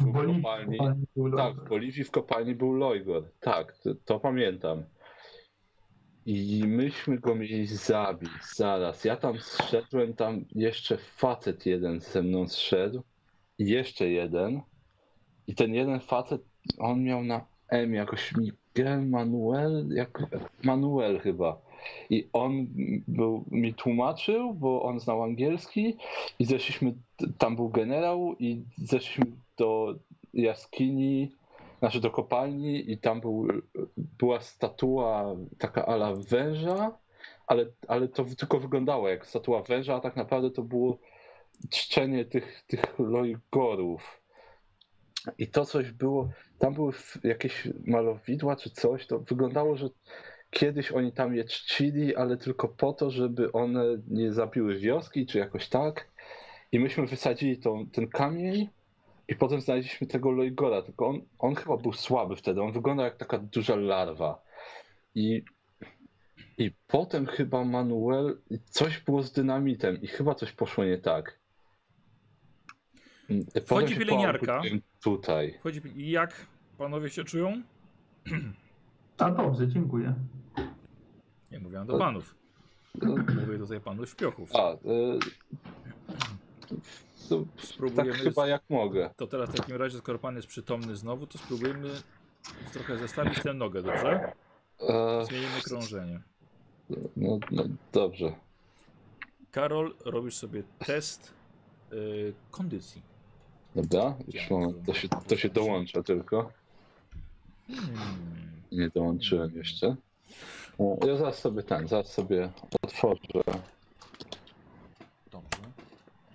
W Boliwii.
Kopalni.
kopalni był
Tak,
lodem.
w Boliwii w kopalni był Lojgor. Tak, to, to pamiętam. I myśmy go mieli zabić zaraz. Ja tam zszedłem, tam jeszcze facet jeden ze mną zszedł. I jeszcze jeden. I ten jeden facet, on miał na M jakoś Miguel Manuel, jak Manuel chyba. I on był, mi tłumaczył, bo on znał angielski i zeszliśmy, tam był generał i zeszliśmy do jaskini, znaczy do kopalni i tam był, była statua taka ala węża, ale, ale to tylko wyglądało jak statua węża, a tak naprawdę to było czczenie tych, tych lojgorów. I to coś było, tam były f- jakieś malowidła czy coś, to wyglądało, że kiedyś oni tam je czcili, ale tylko po to, żeby one nie zabiły wioski czy jakoś tak. I myśmy wysadzili tą, ten kamień i potem znaleźliśmy tego Loigora, tylko on, on chyba był słaby wtedy, on wyglądał jak taka duża larwa. I, I potem chyba Manuel, coś było z dynamitem i chyba coś poszło nie tak. Mm, Potem
Wchodzi
się
pielęgniarka.
połamałem Tutaj.
Chodzi, jak panowie się czują?
A dobrze, dziękuję.
Nie mówiłem do panów. Mówię tutaj panów śpiochów.
Tak. A, y, to, tak
Spróbujemy.
chyba jak mogę.
To teraz w takim razie, skoro pan jest przytomny znowu, to spróbujmy trochę zestawić tę nogę, dobrze?
E,
Zmienimy krążenie.
no, no dobrze.
Karol, robisz sobie test y, kondycji.
Dobra, już mam, to, się, to się dołącza tylko.
Hmm.
Nie dołączyłem jeszcze. O, Ja zaraz sobie ten, zaraz sobie otworzę.
Dobrze.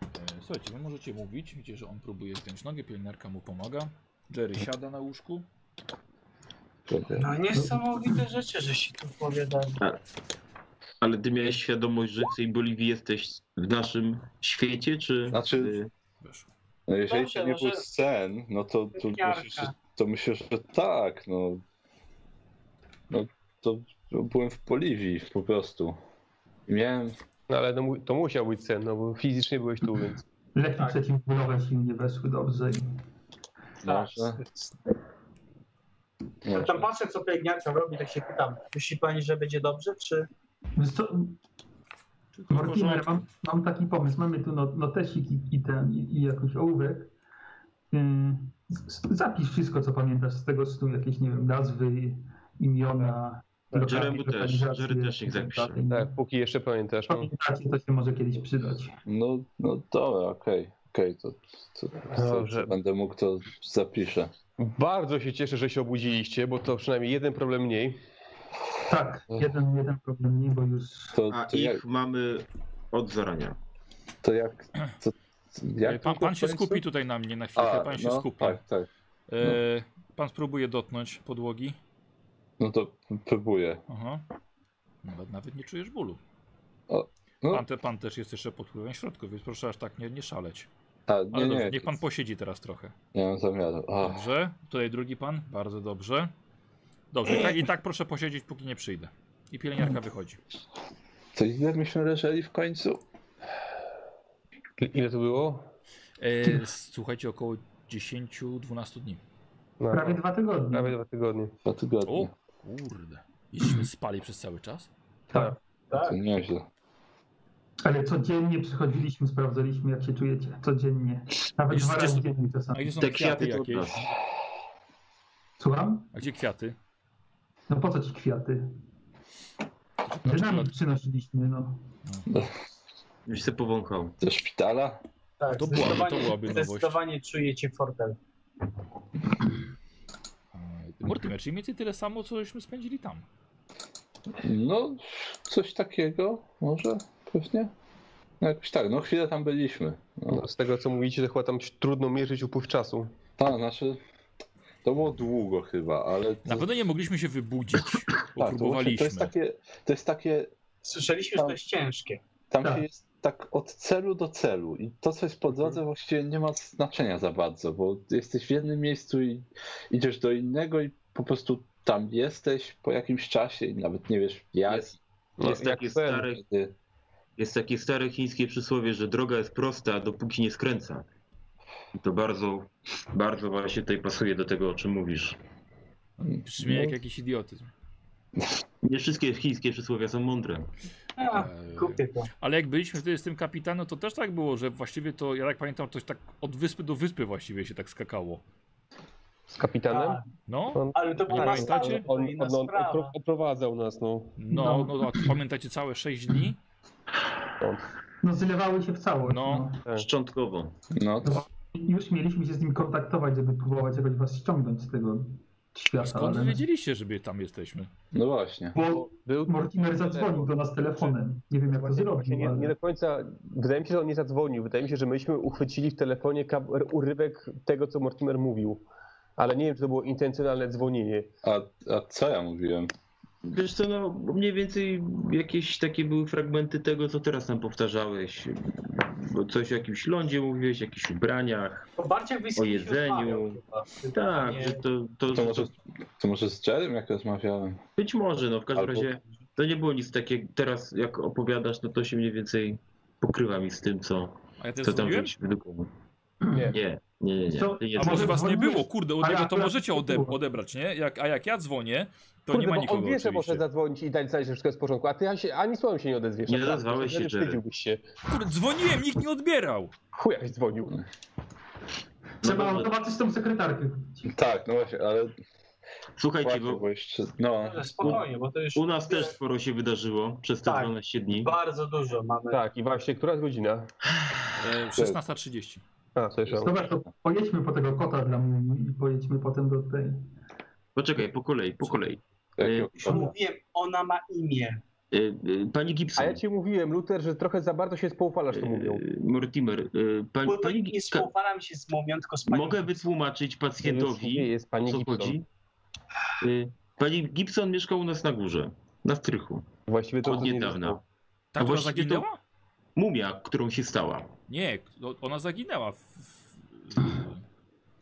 E, Słuchajcie, wy możecie mówić. Widzicie, że on próbuje zdjąć nogę, pielęgniarka mu pomaga. Jerry siada na łóżku.
No niesamowite rzeczy, że się tu opowiadają.
Ale ty miałeś świadomość, że w tej Boliwii jesteś w naszym świecie, czy...
Znaczy-
Weszło.
No jeżeli to
Dobrze,
nie był
może-
sen, no to, to,
Piarka.
myślę, że, to myślę, że tak, no. No to byłem w Boliwii po prostu. Miałem,
No ale to, mu- to musiał być sen, no bo fizycznie byłeś tu, więc.
Leki
Tak.
przeciwbólowe się nie weszły dobrze. i-
Tak.
może,
Ja
może.
No, tam patrzę, co pielęgniarka robi, tak się pytam. Myśli pani, że będzie dobrze, czy...
Wiesz co,
Czy to w
Mortimer,
porządku?
mam, mam taki pomysł. Mamy tu not- notesik i, i ten, i, i jakiś ołówek. Ym, z- zapisz wszystko, co pamiętasz z tego snu, jakieś, nie wiem, nazwy, imiona, lokali-
Jeremu Tak. też,
lokalizacje,
Jerry też niech zapisze.
dalej.
Tak, póki jeszcze pamiętasz. No.
Pamiętacie, to się może kiedyś przydać.
No, no dobra, okej, okej, to, to,
No
to,
Dobrze.
będę mógł to zapiszę.
Bardzo się cieszę, że się obudziliście, bo to przynajmniej jeden problem mniej.
Tak, jeden, jeden problem mniej, bo już
To,
A
to,
ich
jak,
mamy od zarania.
to jak, to, jak
E, pan, pan się
to-
skupi tutaj na mnie na chwilkę, pan się
no,
skupi.
Tak, tak.
E, pan spróbuje dotknąć podłogi.
No to próbuję.
Aha. Nawet, nawet nie czujesz bólu.
O, no.
Pan, te, pan też jest jeszcze pod wpływem środków, więc proszę aż tak nie, nie szaleć.
A,
Ale
nie,
dobrze,
nie,
niech pan posiedzi teraz trochę.
nie mam zamiaru. O,
Dobrze. Tutaj drugi pan, bardzo dobrze. Dobrze, i tak, i tak proszę posiedzieć, póki nie przyjdę. I pielęgniarka wychodzi.
to ile myśmy leżeli w końcu?
Ile to było?
E, słuchajcie, około 10-12 dni.
No,
prawie dwa tygodnie.
prawie dwa tygodnie.
Dwa
O
tygodnie.
kurde. Jeśliśmy spali przez cały czas?
Tak.
To nieźle.
Ale codziennie przychodziliśmy, sprawdzaliśmy, jak się czujecie. Codziennie. Nawet
Jest-
dwa razy
jest-
dziennie
A
czasami.
gdzie są
Te
kwiaty
kwiaty to
jakieś?
Słucham?
A gdzie kwiaty?
No po co ci kwiaty?
Na
Dynamit
czekolad-
przynosiliśmy, no.
Już się powąchał.
Do szpitala?
Tak,
To byłaby- to
zdecydowanie-
byłaby nowość.
Zdecydowanie czuję cię fortel.
Mortimer, czyli mniej więcej tyle samo, cośmy spędzili tam.
No, coś takiego może pewnie. No jakoś tak, no chwilę tam byliśmy. No,
No, z tego co mówicie, to chyba tam trudno mierzyć upływ czasu.
tak, znaczy to było długo chyba, ale...
Na pewno nie mogliśmy się
<clears throat>
wybudzić, bo
tak, to, właśnie, to
próbowaliśmy.
jest takie, to jest takie
Słyszeliśmy, że to jest ciężkie.
Tam
Tak.
się jest tak od celu do celu i to, co jest po drodze, właściwie nie ma znaczenia za bardzo, bo jesteś w jednym miejscu i idziesz do innego i po prostu tam jesteś po jakimś czasie i nawet nie wiesz jak.
Jest,
No,
jest,
jak
takie
sen.
stare,
kiedy.
jest takie stare chińskie przysłowie, że droga jest prosta, dopóki nie skręca. I to bardzo, bardzo właśnie tutaj pasuje do tego, o czym mówisz.
Brzmi jak jakiś idiotyzm.
Nie wszystkie chińskie przysłowia są mądre.
A,
No,
Eee,
kupię to.
Ale jak byliśmy wtedy z tym kapitanem, to też tak było, że właściwie to, ja tak pamiętam, coś tak od wyspy do wyspy właściwie się tak skakało.
Z kapitanem?
Tak.
A,
No,
On,
ale to była
pamiętacie?
stara,
pamiętacie?
on,
inna
on, on
sprawa.
opro- oprowadzał nas, no.
no, no, a pamiętacie całe 6 dni?
No zlewały się w całość.
No.
No.
Szczątkowo.
No, to,
I Już mieliśmy się z nim kontaktować, żeby próbować jakoś was ściągnąć z tego świata.
Skąd
Tak, ale...
wy wiedzieliście, że my tam jesteśmy?
no właśnie.
Bo
Był,
Mortimer zadzwonił do nas telefonem. Nie wiem, jak to
Właśnie, właśnie
zrobił,
nie, nie
ale...
do końca. Wydaje mi się, że on nie zadzwonił. Wydaje mi się, że myśmy uchwycili w telefonie kab- urywek tego, co Mortimer mówił. Ale nie wiem, czy to było intencjonalne dzwonienie.
A, a co ja mówiłem?
Wiesz co, no mniej więcej jakieś takie były fragmenty tego, co teraz nam powtarzałeś. Bo Coś o jakimś lądzie mówiłeś, jakichś ubraniach.
O bardziej wyjście
O jedzeniu. Tak, że to, to,
To może, to może z Jerem jak rozmawiałem?
być może, no w każdym
Albo-
razie to nie było nic takiego. Teraz jak opowiadasz, no to się mniej więcej pokrywa mi z tym, co,
A ja też
co tam
zrobiłem?
żeś wydukował.
Nie.
Nie, nie, nie. nie.
Co?
Ty nie
A może
dzwonisz.
was nie było, kurde, od
Ale
niego to
akurat
możecie
nie
ode-
było.
odebrać, nie? Jak, a jak ja dzwonię, to
Kurde,
nie ma
bo
nikogo
on wie, że może
oczywiście.
zadzwonić i dać znać, że wszystko jest w porządku, a ty ani, się- ani słowem się nie odezwiesz.
Nie
Tak,
odezwałeś
wtedy
się, Jerry.
Wstydziłbyś się.
Kurde, dzwoniłem, nikt nie odbierał!
Chujaś dzwonił.
Trzeba
dobra.
zobaczyć tą sekretarkę.
Tak, no właśnie, ale
Słuchajcie,
właśnie,
bo
bo jeszcze, no,
Spokojnie, bo to już
u nas też sporo się wydarzyło przez te
Tak.
12 dni.
bardzo dużo mamy.
Tak, i właśnie, która jest godzina?
E, 16.30.
A, słyszałem.
Dobra, to pojedźmy po tego kota dla mnie i pojedźmy potem do tej...
Poczekaj, po kolei, po kolei.
jakiego-
Już mówiłem, ona ma imię.
Y, y, Pani Gibson.
A ja ci mówiłem, Luther, że trochę za bardzo się spoufalasz, to mówią.
E, Mortimer, e, pan,
Bo to
pani
nie
Gibson,
spoufałam się z mumią, tylko z panią.
mogę wytłumaczyć
Już nie
pacjentowi,
jest
o
pani
co
Gibson.
chodzi? E, Pani Gibson mieszka u nas na górze, na strychu,
Właściwie to
od
to nie
niedawna.
wiadomo.
Ta, która
właściwie No to-
Tak, zaginęła?
Mumia, którą się stała.
Nie, o- ona zaginęła. W... w-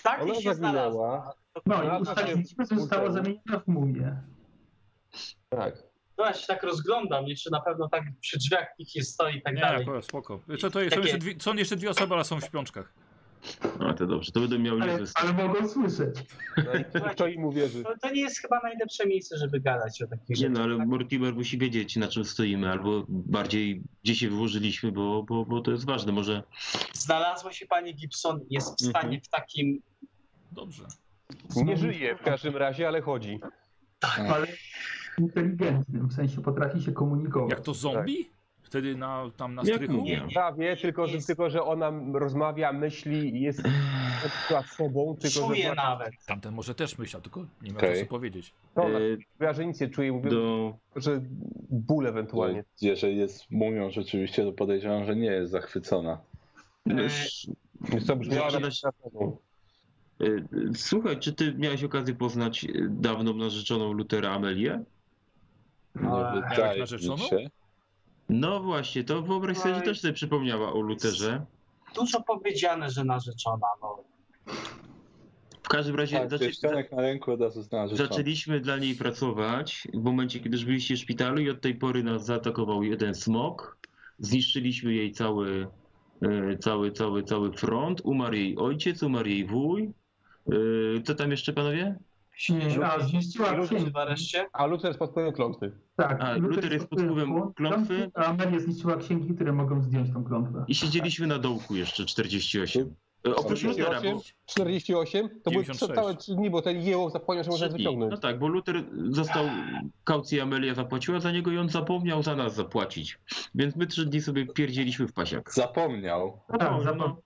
Tak
Ona
i się znalazła.
zaginęła.
No
No,
i ustaliliśmy, że została zamieniona w mumię.
Tak.
No ja się tak rozglądam, jeszcze na pewno tak przy drzwiach nikt nie stoi i tak
Nie,
dalej.
akurat spoko. Co to jest? Są
Takie-
jeszcze, dwie, są jeszcze dwie osoby, ale są w śpiączkach.
A No, to dobrze, to będę miał
Ale,
list.
ale mogą słyszeć.
No i kto im uwierzy?
To, to nie jest chyba najlepsze miejsce, żeby gadać o takich
Nie
rzeczach.
no, ale Mortimer musi wiedzieć, na czym stoimy, albo bardziej gdzie się wyłożyliśmy, bo, bo, bo to jest ważne. Może
Znalazła się pani Gibson, jest w stanie w takim...
Dobrze.
No.
Nie żyje w każdym razie, ale chodzi.
Ale inteligentnym, w sensie potrafi się komunikować.
Jak to zombie? Wtedy na, tam na
Jak
strychu?
mówię.
Prawie, tylko, że,
Jest-
tylko że ona rozmawia, myśli, i jest nad sobą, tylko że
Czuje
właśnie-
nawet.
Tamten może też myślał, tylko nie miał
Okej.
czasu powiedzieć.
to ona
e,
mówiła, że nic nie czuje, mówię,
do,
że ból ewentualnie.
jeżeli jest mumią rzeczywiście, to podejrzewam, że nie jest zachwycona.
E,
Więc to brzmiało
Zaczyna
na-
się-
na pewno.
E, e, Słuchaj, czy ty miałeś okazję poznać e, dawną narzeczoną Lutera Amelię?
A,
Nie
jak
wydaje mi
narzeczoną?
się.
No właśnie, to wyobraź sobie, że
Oj.
też sobie przypomniała o Luterze.
Dużo powiedziane, że narzeczona. No.
W każdym razie
Tak,
zaczę...
pierścionek na ręku od razu znalazł.
zaczęliśmy dla niej pracować w momencie, kiedy już byliście w szpitalu i od tej pory nas zaatakował jeden smok. Zniszczyliśmy jej cały, e, cały, cały, cały front. Umarł jej ojciec, umarł jej wuj. E, Co tam jeszcze, panowie?
Nie, A zmieściła księgę.
Nareszcie.
A Luther spadł pełen klątwy.
Tak,
A, Luther jest pod wpływem klątwy.
A Amelia zniszczyła księgi, które mogą zdjąć tą klątwę.
I siedzieliśmy na dołku jeszcze 48. E, Oprócz Luthera, bo...
48? To były
96.
całe trzy dni, bo ten jełop zapomniał, że
Trzy
można
dni.
wyciągnąć.
No tak, bo Luther został, kaucję Amelia zapłaciła za niego i on zapomniał za nas zapłacić. Więc my trzy dni sobie pierdzieliśmy w pasiak.
Zapomniał.
Tak,
No,
zapom-
no,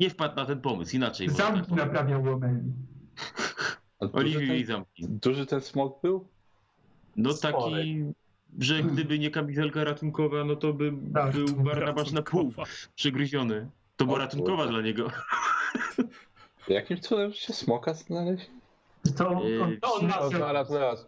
nie wpadł na ten pomysł, inaczej. może tak
Zamki
powiem.
naprawiał Amelii.
A Duży
Oliwiu i
ten,
zamki.
duży ten smog był?
No taki,
Spory.
że gdyby nie kamizelka ratunkowa, no to by
Tak.
był Barnabasz na pół przygryziony. To była
O
ratunkowa
kurde.
dla niego.
Jakim cudem się smoka znaleźć?
To on,
Yy,
to on
No,
nas-
znalazł nas.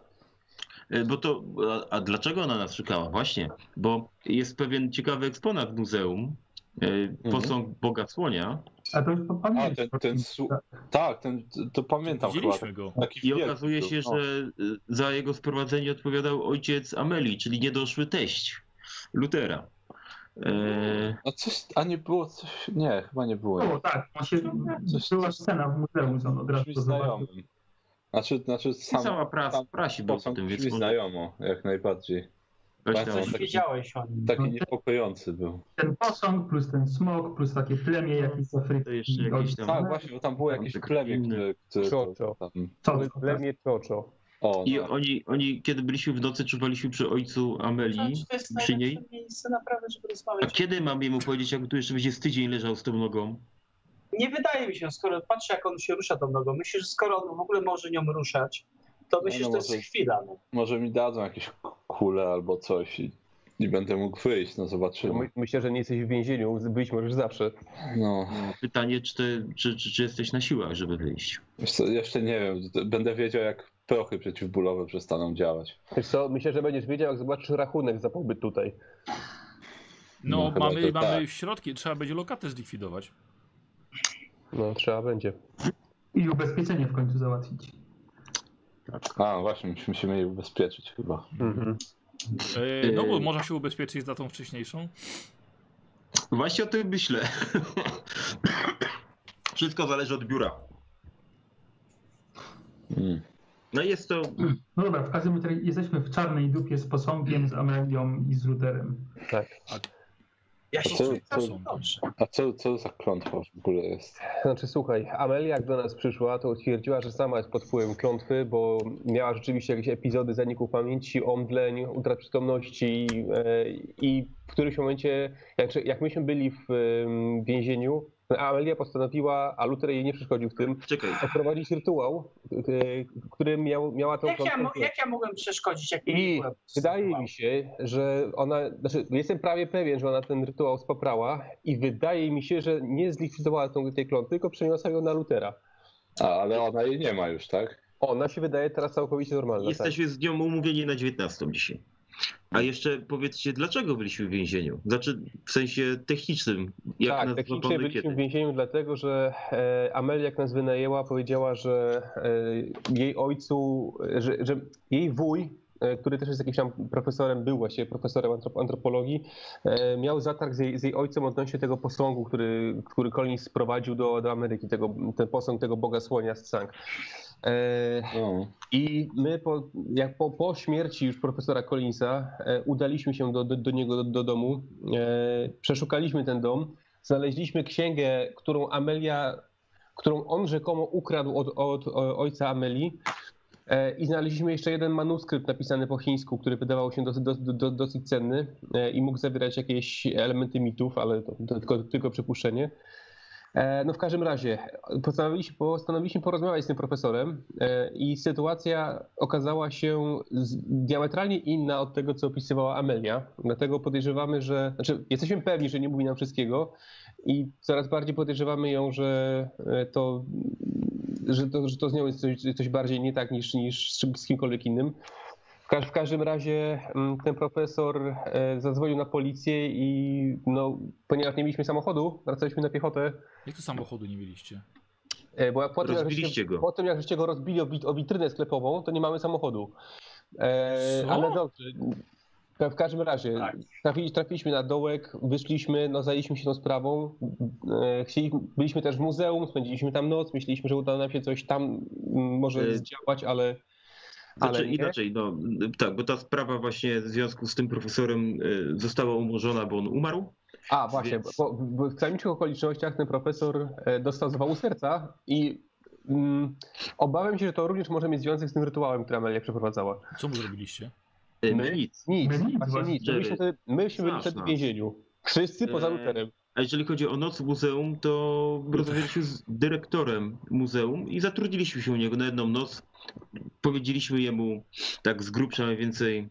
E, Bo to, a, a dlaczego ona nas szukała? Właśnie, bo jest pewien ciekawy eksponat w muzeum, e,
Mhm.
posąg Boga Słonia
A to już
A,
pamiętam.
ten, ten su... Tak, ten, to No pamiętam chyba.
Widzieliśmy go.
Taki
i
wielki
okazuje
był,
się, że
no.
e, za jego sprowadzenie odpowiadał ojciec Ameli, czyli niedoszły teść Lutera. E,
No coś, a nie było coś... Nie, chyba nie było.
O, tak, on się,
Coś-
była scena w muzeum, że on od razu
Brzmi
to zobaczył.
znajomym. Znaczy, znaczy sam,
cała prasa,
sam-
w prasi była o
posąg
tym,
brzmi
więc może
znajomo, jak najbardziej.
weź
bardzo
tam.
Coś wiedziałeś o nim.
Taki
No.
niepokojący był.
Ten posąg, plus ten smok, plus takie plemię jakieś z Afryki.
No, To jeszcze jakieś tam-
Tak, właśnie, bo tam było jakieś
Tam tylko
plemię,
inny.
które... które
Czo, czo.
Tam...
Co,
Ale Plemię Czoczo.
O,
I
no.
oni, oni, kiedy byliśmy w nocy, czuwaliśmy przy ojcu Ameli,
To jest
przy niej.
najlepsze miejsce naprawdę, żeby
A
rozmawiać.
kiedy mam jemu powiedzieć, jak tu jeszcze będzie z tydzień leżał z tą nogą?
Nie wydaje mi się, skoro patrzę, jak on się rusza tą nogą, myślisz, że skoro on w ogóle może nią ruszać, to
No,
myślisz,
no
że to jest
może-
chwila. No.
Może mi dadzą jakieś kule albo coś i, i będę mógł wyjść, no zobaczymy.
My, myślę, że nie jesteś w więzieniu, być możesz zawsze.
No,
Pytanie, czy, te, czy, czy, czy jesteś na siłach, żeby wyjść?
wiesz co, jeszcze nie wiem, d- będę wiedział jak prochy przeciwbólowe przestaną działać.
Wiesz co, myślę, że będziesz wiedział, jak zobaczysz rachunek za pobyt tutaj.
No,
chyba
mamy,
to
mamy
tak.
już środki, trzeba będzie lokatę zlikwidować.
No, trzeba będzie.
I ubezpieczenie w końcu załatwić.
A, właśnie, myśmy się mieli ubezpieczyć chyba.
Mhm.
E, no bo
Yy.
można się ubezpieczyć za tą wcześniejszą.
Właśnie o tym myślę. <laughs> Wszystko zależy od biura.
Hmm.
Mm.
No jest to.
No dobra, w każdym razie jesteśmy w czarnej dupie z posągiem, z Amelią i z Luterem.
Tak.
Ja się
co-
czuję
co-
zawsze dobrze.
A co, co za klątwa w ogóle jest?
Znaczy, słuchaj, Amelia, jak do nas przyszła, to twierdziła, że sama jest pod wpływem klątwy, bo miała rzeczywiście jakieś epizody zaników pamięci, omdleń, utrat przytomności e, i w którymś momencie, jak, jak myśmy byli w em, więzieniu, Amelia postanowiła, a Luther jej nie przeszkodził w tym,
Czekaj.
odprowadzić rytuał, e, który miał, miała tą
Jak ja, mo-
klątwę.
jak ja mogłem przeszkodzić, jak jej
I
nie byłem?
Wydaje mi się, że ona, znaczy jestem prawie pewien, że ona ten rytuał spoprała i wydaje mi się, że nie zlikwidowała tą, tej klątwy, tylko przeniosła ją na Lutera.
A, ale ona jej nie ma już, tak?
Ona się wydaje teraz całkowicie normalna. tak.
Jesteśmy z nią umówieni na 19 dzisiaj. A jeszcze powiedzcie, dlaczego byliśmy w więzieniu? Znaczy, w sensie technicznym. Jak
tak,
nas
tak technicznie
złapano i
byliśmy
kiedy?
w więzieniu dlatego, że e, Amelia jak nas wynajęła powiedziała, że e, jej ojcu, e, że, że jej wuj, e, który też jest jakimś tam profesorem, był właściwie profesorem antrop- antropologii, e, miał zatarg z jej, z jej ojcem odnośnie tego posągu, który, który Collins sprowadził do, do Ameryki, tego, ten posąg tego boga słonia z Tsang. E,
No.
i my po, jak po, po śmierci już profesora Collinsa e, udaliśmy się do, do, do niego, do, do domu, e, przeszukaliśmy ten dom, znaleźliśmy księgę, którą Amelia, którą on rzekomo ukradł od, od o, ojca Ameli e, i znaleźliśmy jeszcze jeden manuskrypt napisany po chińsku, który wydawał się dosyć, dosyć, do- dosyć cenny e, i mógł zawierać jakieś elementy mitów, ale to, to tylko, tylko przypuszczenie. E, No w każdym razie postanowiliśmy, postanowiliśmy porozmawiać z tym profesorem e, i sytuacja okazała się z- diametralnie inna od tego, co opisywała Amelia. Dlatego podejrzewamy, że. Znaczy, jesteśmy pewni, że nie mówi nam wszystkiego i coraz bardziej podejrzewamy ją, że e, to, że to, że to z nią jest coś, coś bardziej nie tak niż, niż z z kimkolwiek innym. W, każ- w każdym razie mm, ten profesor e, zadzwonił na policję i no, ponieważ nie mieliśmy samochodu, wracaliśmy na piechotę.
Jak to samochodu nie mieliście?
E, Bo jak po tym, jak
Rozbiliście
żeście-
go.
Po tym, jak żeście go rozbili o, wit- o witrynę sklepową, to nie mamy samochodu. E,
Co?
ale dobrze. W- W każdym razie
Tak.
trafili, trafiliśmy na dołek, wyszliśmy, no, zajęliśmy się tą sprawą. E, chcieli, byliśmy też w muzeum, spędziliśmy tam noc, myśleliśmy, że uda nam się coś tam może
Y-
zdziałać, ale.
Znaczy,
Ale nie?
inaczej, no tak, bo ta sprawa właśnie w związku z tym profesorem y, została umorzona, bo on umarł.
A, właśnie,
Więc-
bo, bo w tajemniczych okolicznościach ten profesor e, dostał zawału serca i mm, obawiam się, że to również może mieć związek z tym rytuałem, który Amelia przeprowadzała.
Co mu zrobiliście?
Y,
My?
My nic.
Nic,
My nic,
właśnie nic.
właśnie.
Myśmy wtedy, myśmy byli
Znasz
wtedy w
nas.
więzieniu. Wszyscy poza
Eee,
Yy,
Luterem.
A jeżeli chodzi o noc w muzeum, to rozmawialiśmy z dyrektorem muzeum i zatrudniliśmy się u niego na jedną noc. Powiedzieliśmy jemu tak z grubsza mniej więcej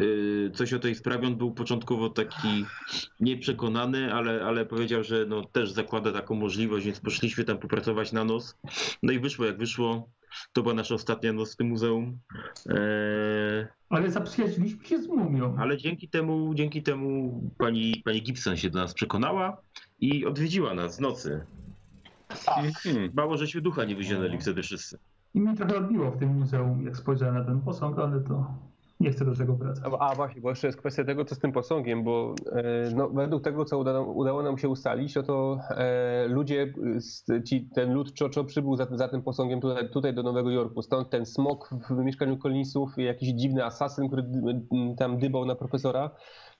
y, coś o tej sprawie. On był początkowo taki nieprzekonany, ale, ale powiedział, że no, też zakłada taką możliwość, więc poszliśmy tam popracować na nos. No i wyszło jak wyszło. To była nasza ostatnia noc w tym muzeum. Eee,
Ale zaprzyjaźniliśmy się z mumią.
ale dzięki temu, dzięki temu pani, pani Gibson się do nas przekonała i odwiedziła nas w nocy. Tak.
Hmm.
Mało, żeśmy ducha nie wyzionęli wtedy wszyscy.
I mi trochę odbiło w tym muzeum, jak spojrzałem na ten posąg, ale to nie chcę do tego wracać.
A, a właśnie, bo jeszcze jest kwestia tego, co z tym posągiem, bo e, no, według tego, co udało, udało nam się ustalić, no to e, ludzie, e, z, ci, ten lud czoczo przybył za, za tym posągiem tutaj, tutaj do Nowego Jorku. Stąd ten smok w mieszkaniu Collinsów, jakiś dziwny asasyn, który dy- tam dybał na profesora.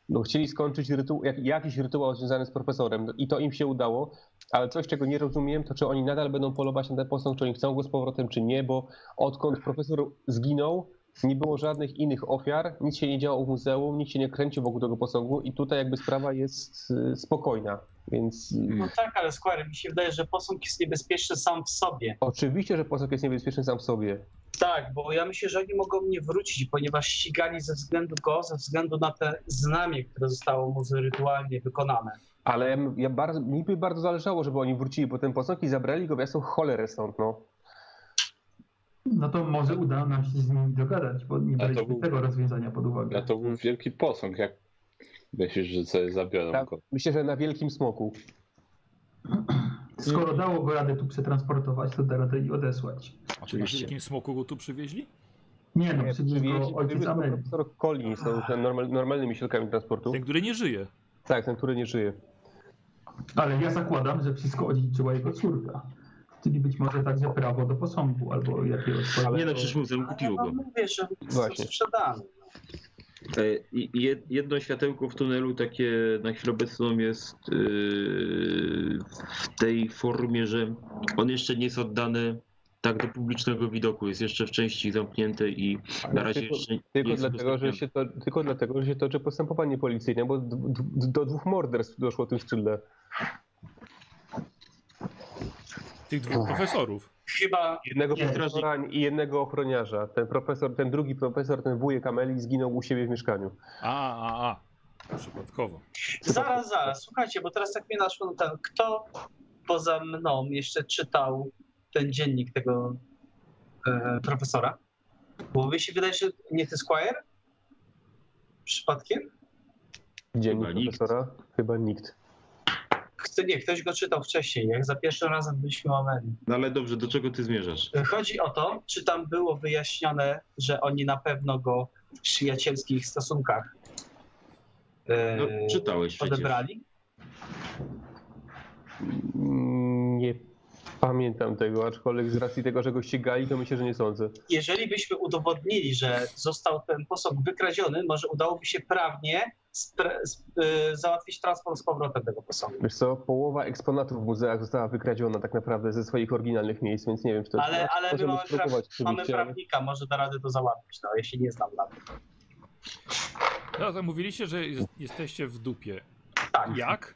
No, chcieli skończyć rytu, jak, jakiś rytuał związany z profesorem No, i to im się udało, ale coś, czego nie rozumiem, to czy oni nadal będą polować na ten posąg, czy oni chcą go z powrotem, czy nie, bo odkąd profesor zginął, nie było żadnych innych ofiar, nic się nie działo w muzeum, nikt się nie kręcił wokół tego posągu i tutaj jakby sprawa jest y, spokojna, więc y,
No tak, ale Squire, mi się wydaje, że posąg jest niebezpieczny sam w sobie.
oczywiście, że posąg jest niebezpieczny sam w sobie.
Tak, bo ja myślę, że oni mogą mnie wrócić, ponieważ ścigani ze względu go, ze względu na te znamie, które zostało mu rytualnie wykonane.
Ale ja, ja bardzo, mi by bardzo zależało, żeby oni wrócili po ten posąg i zabrali go w jasną cholerę stąd, no.
No to może uda nam się z nimi dogadać, bo nie
A to
braliśmy
był-
tego rozwiązania pod uwagę.
No to był wielki posąg, jak myślisz, że sobie zabiorą
Tak.
go?
Myślę, że na wielkim smoku.
Skoro dało go radę tu przetransportować, to da radę i odesłać.
A czy na wielkim smoku go tu przywieźli?
Nie no,
Nie,
przecież go
przywieźli-
ojciec
przywieźli go
Amelie.
profesor Collins, to już normal, normalnymi środkami transportu.
Ten, który nie żyje.
Tak, ten, który nie żyje.
Ale ja zakładam, że wszystko odziedziczyła jego córka. Czyli być może także prawo do posągu albo jakiegoś...
Nie no, przecież muzeum kupiło
No,
go.
mówię, że
Właśnie.
Właśnie. sprzedany.
E, i- i Jedno światełko w tunelu takie na chwilę obecną jest yy, w tej formie, że on jeszcze nie jest oddany tak do publicznego widoku. Jest jeszcze w części zamknięte i na razie
tylko,
jeszcze nie
tylko,
jest
dlatego, że
udostępniony.
się to, tylko dlatego, że się toczy postępowanie policyjne, bo d- d- do dwóch morderstw doszło w tym skrzydle.
Tych dwóch profesorów.
Chyba
Jednego
Nie,
profesora i jednego ochroniarza. Ten profesor, ten drugi profesor, ten wujek Ameli zginął u siebie w mieszkaniu.
A, a, a. Przypadkowo.
Zaraz, zaraz, słuchajcie, bo teraz tak mnie naszło na ten, kto poza mną jeszcze czytał ten dziennik tego e, profesora? Bo mi się wydaje, że nie ty Squire? Przypadkiem?
Dziennik
Chyba nikt.
profesora? Chyba nikt.
Kto, nie, ktoś go czytał wcześniej, jak za pierwszym razem byliśmy o Amelie.
No ale dobrze, do czego ty zmierzasz?
Chodzi o to, czy tam było wyjaśnione, że oni na pewno go w przyjacielskich stosunkach e,
No, czytałeś przecież.
odebrali?
Mm, Nie pamiętam tego, aczkolwiek z racji tego, że go ścigali, to myślę, że nie sądzę.
jeżeli byśmy udowodnili, że został ten posąg wykradziony, może udałoby się prawnie spra- sp- y, załatwić transport z powrotem tego posągu.
Wiesz co, połowa eksponatów w muzeach została wykradziona tak naprawdę ze swoich oryginalnych miejsc, więc nie wiem, czy to
Ale, ale my
możemy
mamy, pra-
spróbować
mamy
oczywiście, ale-
prawnika, może da radę to załatwić, no, jeśli nie znam na tym.
No, tak mówiliście, że jest, jesteście w dupie.
Tak.
Jak?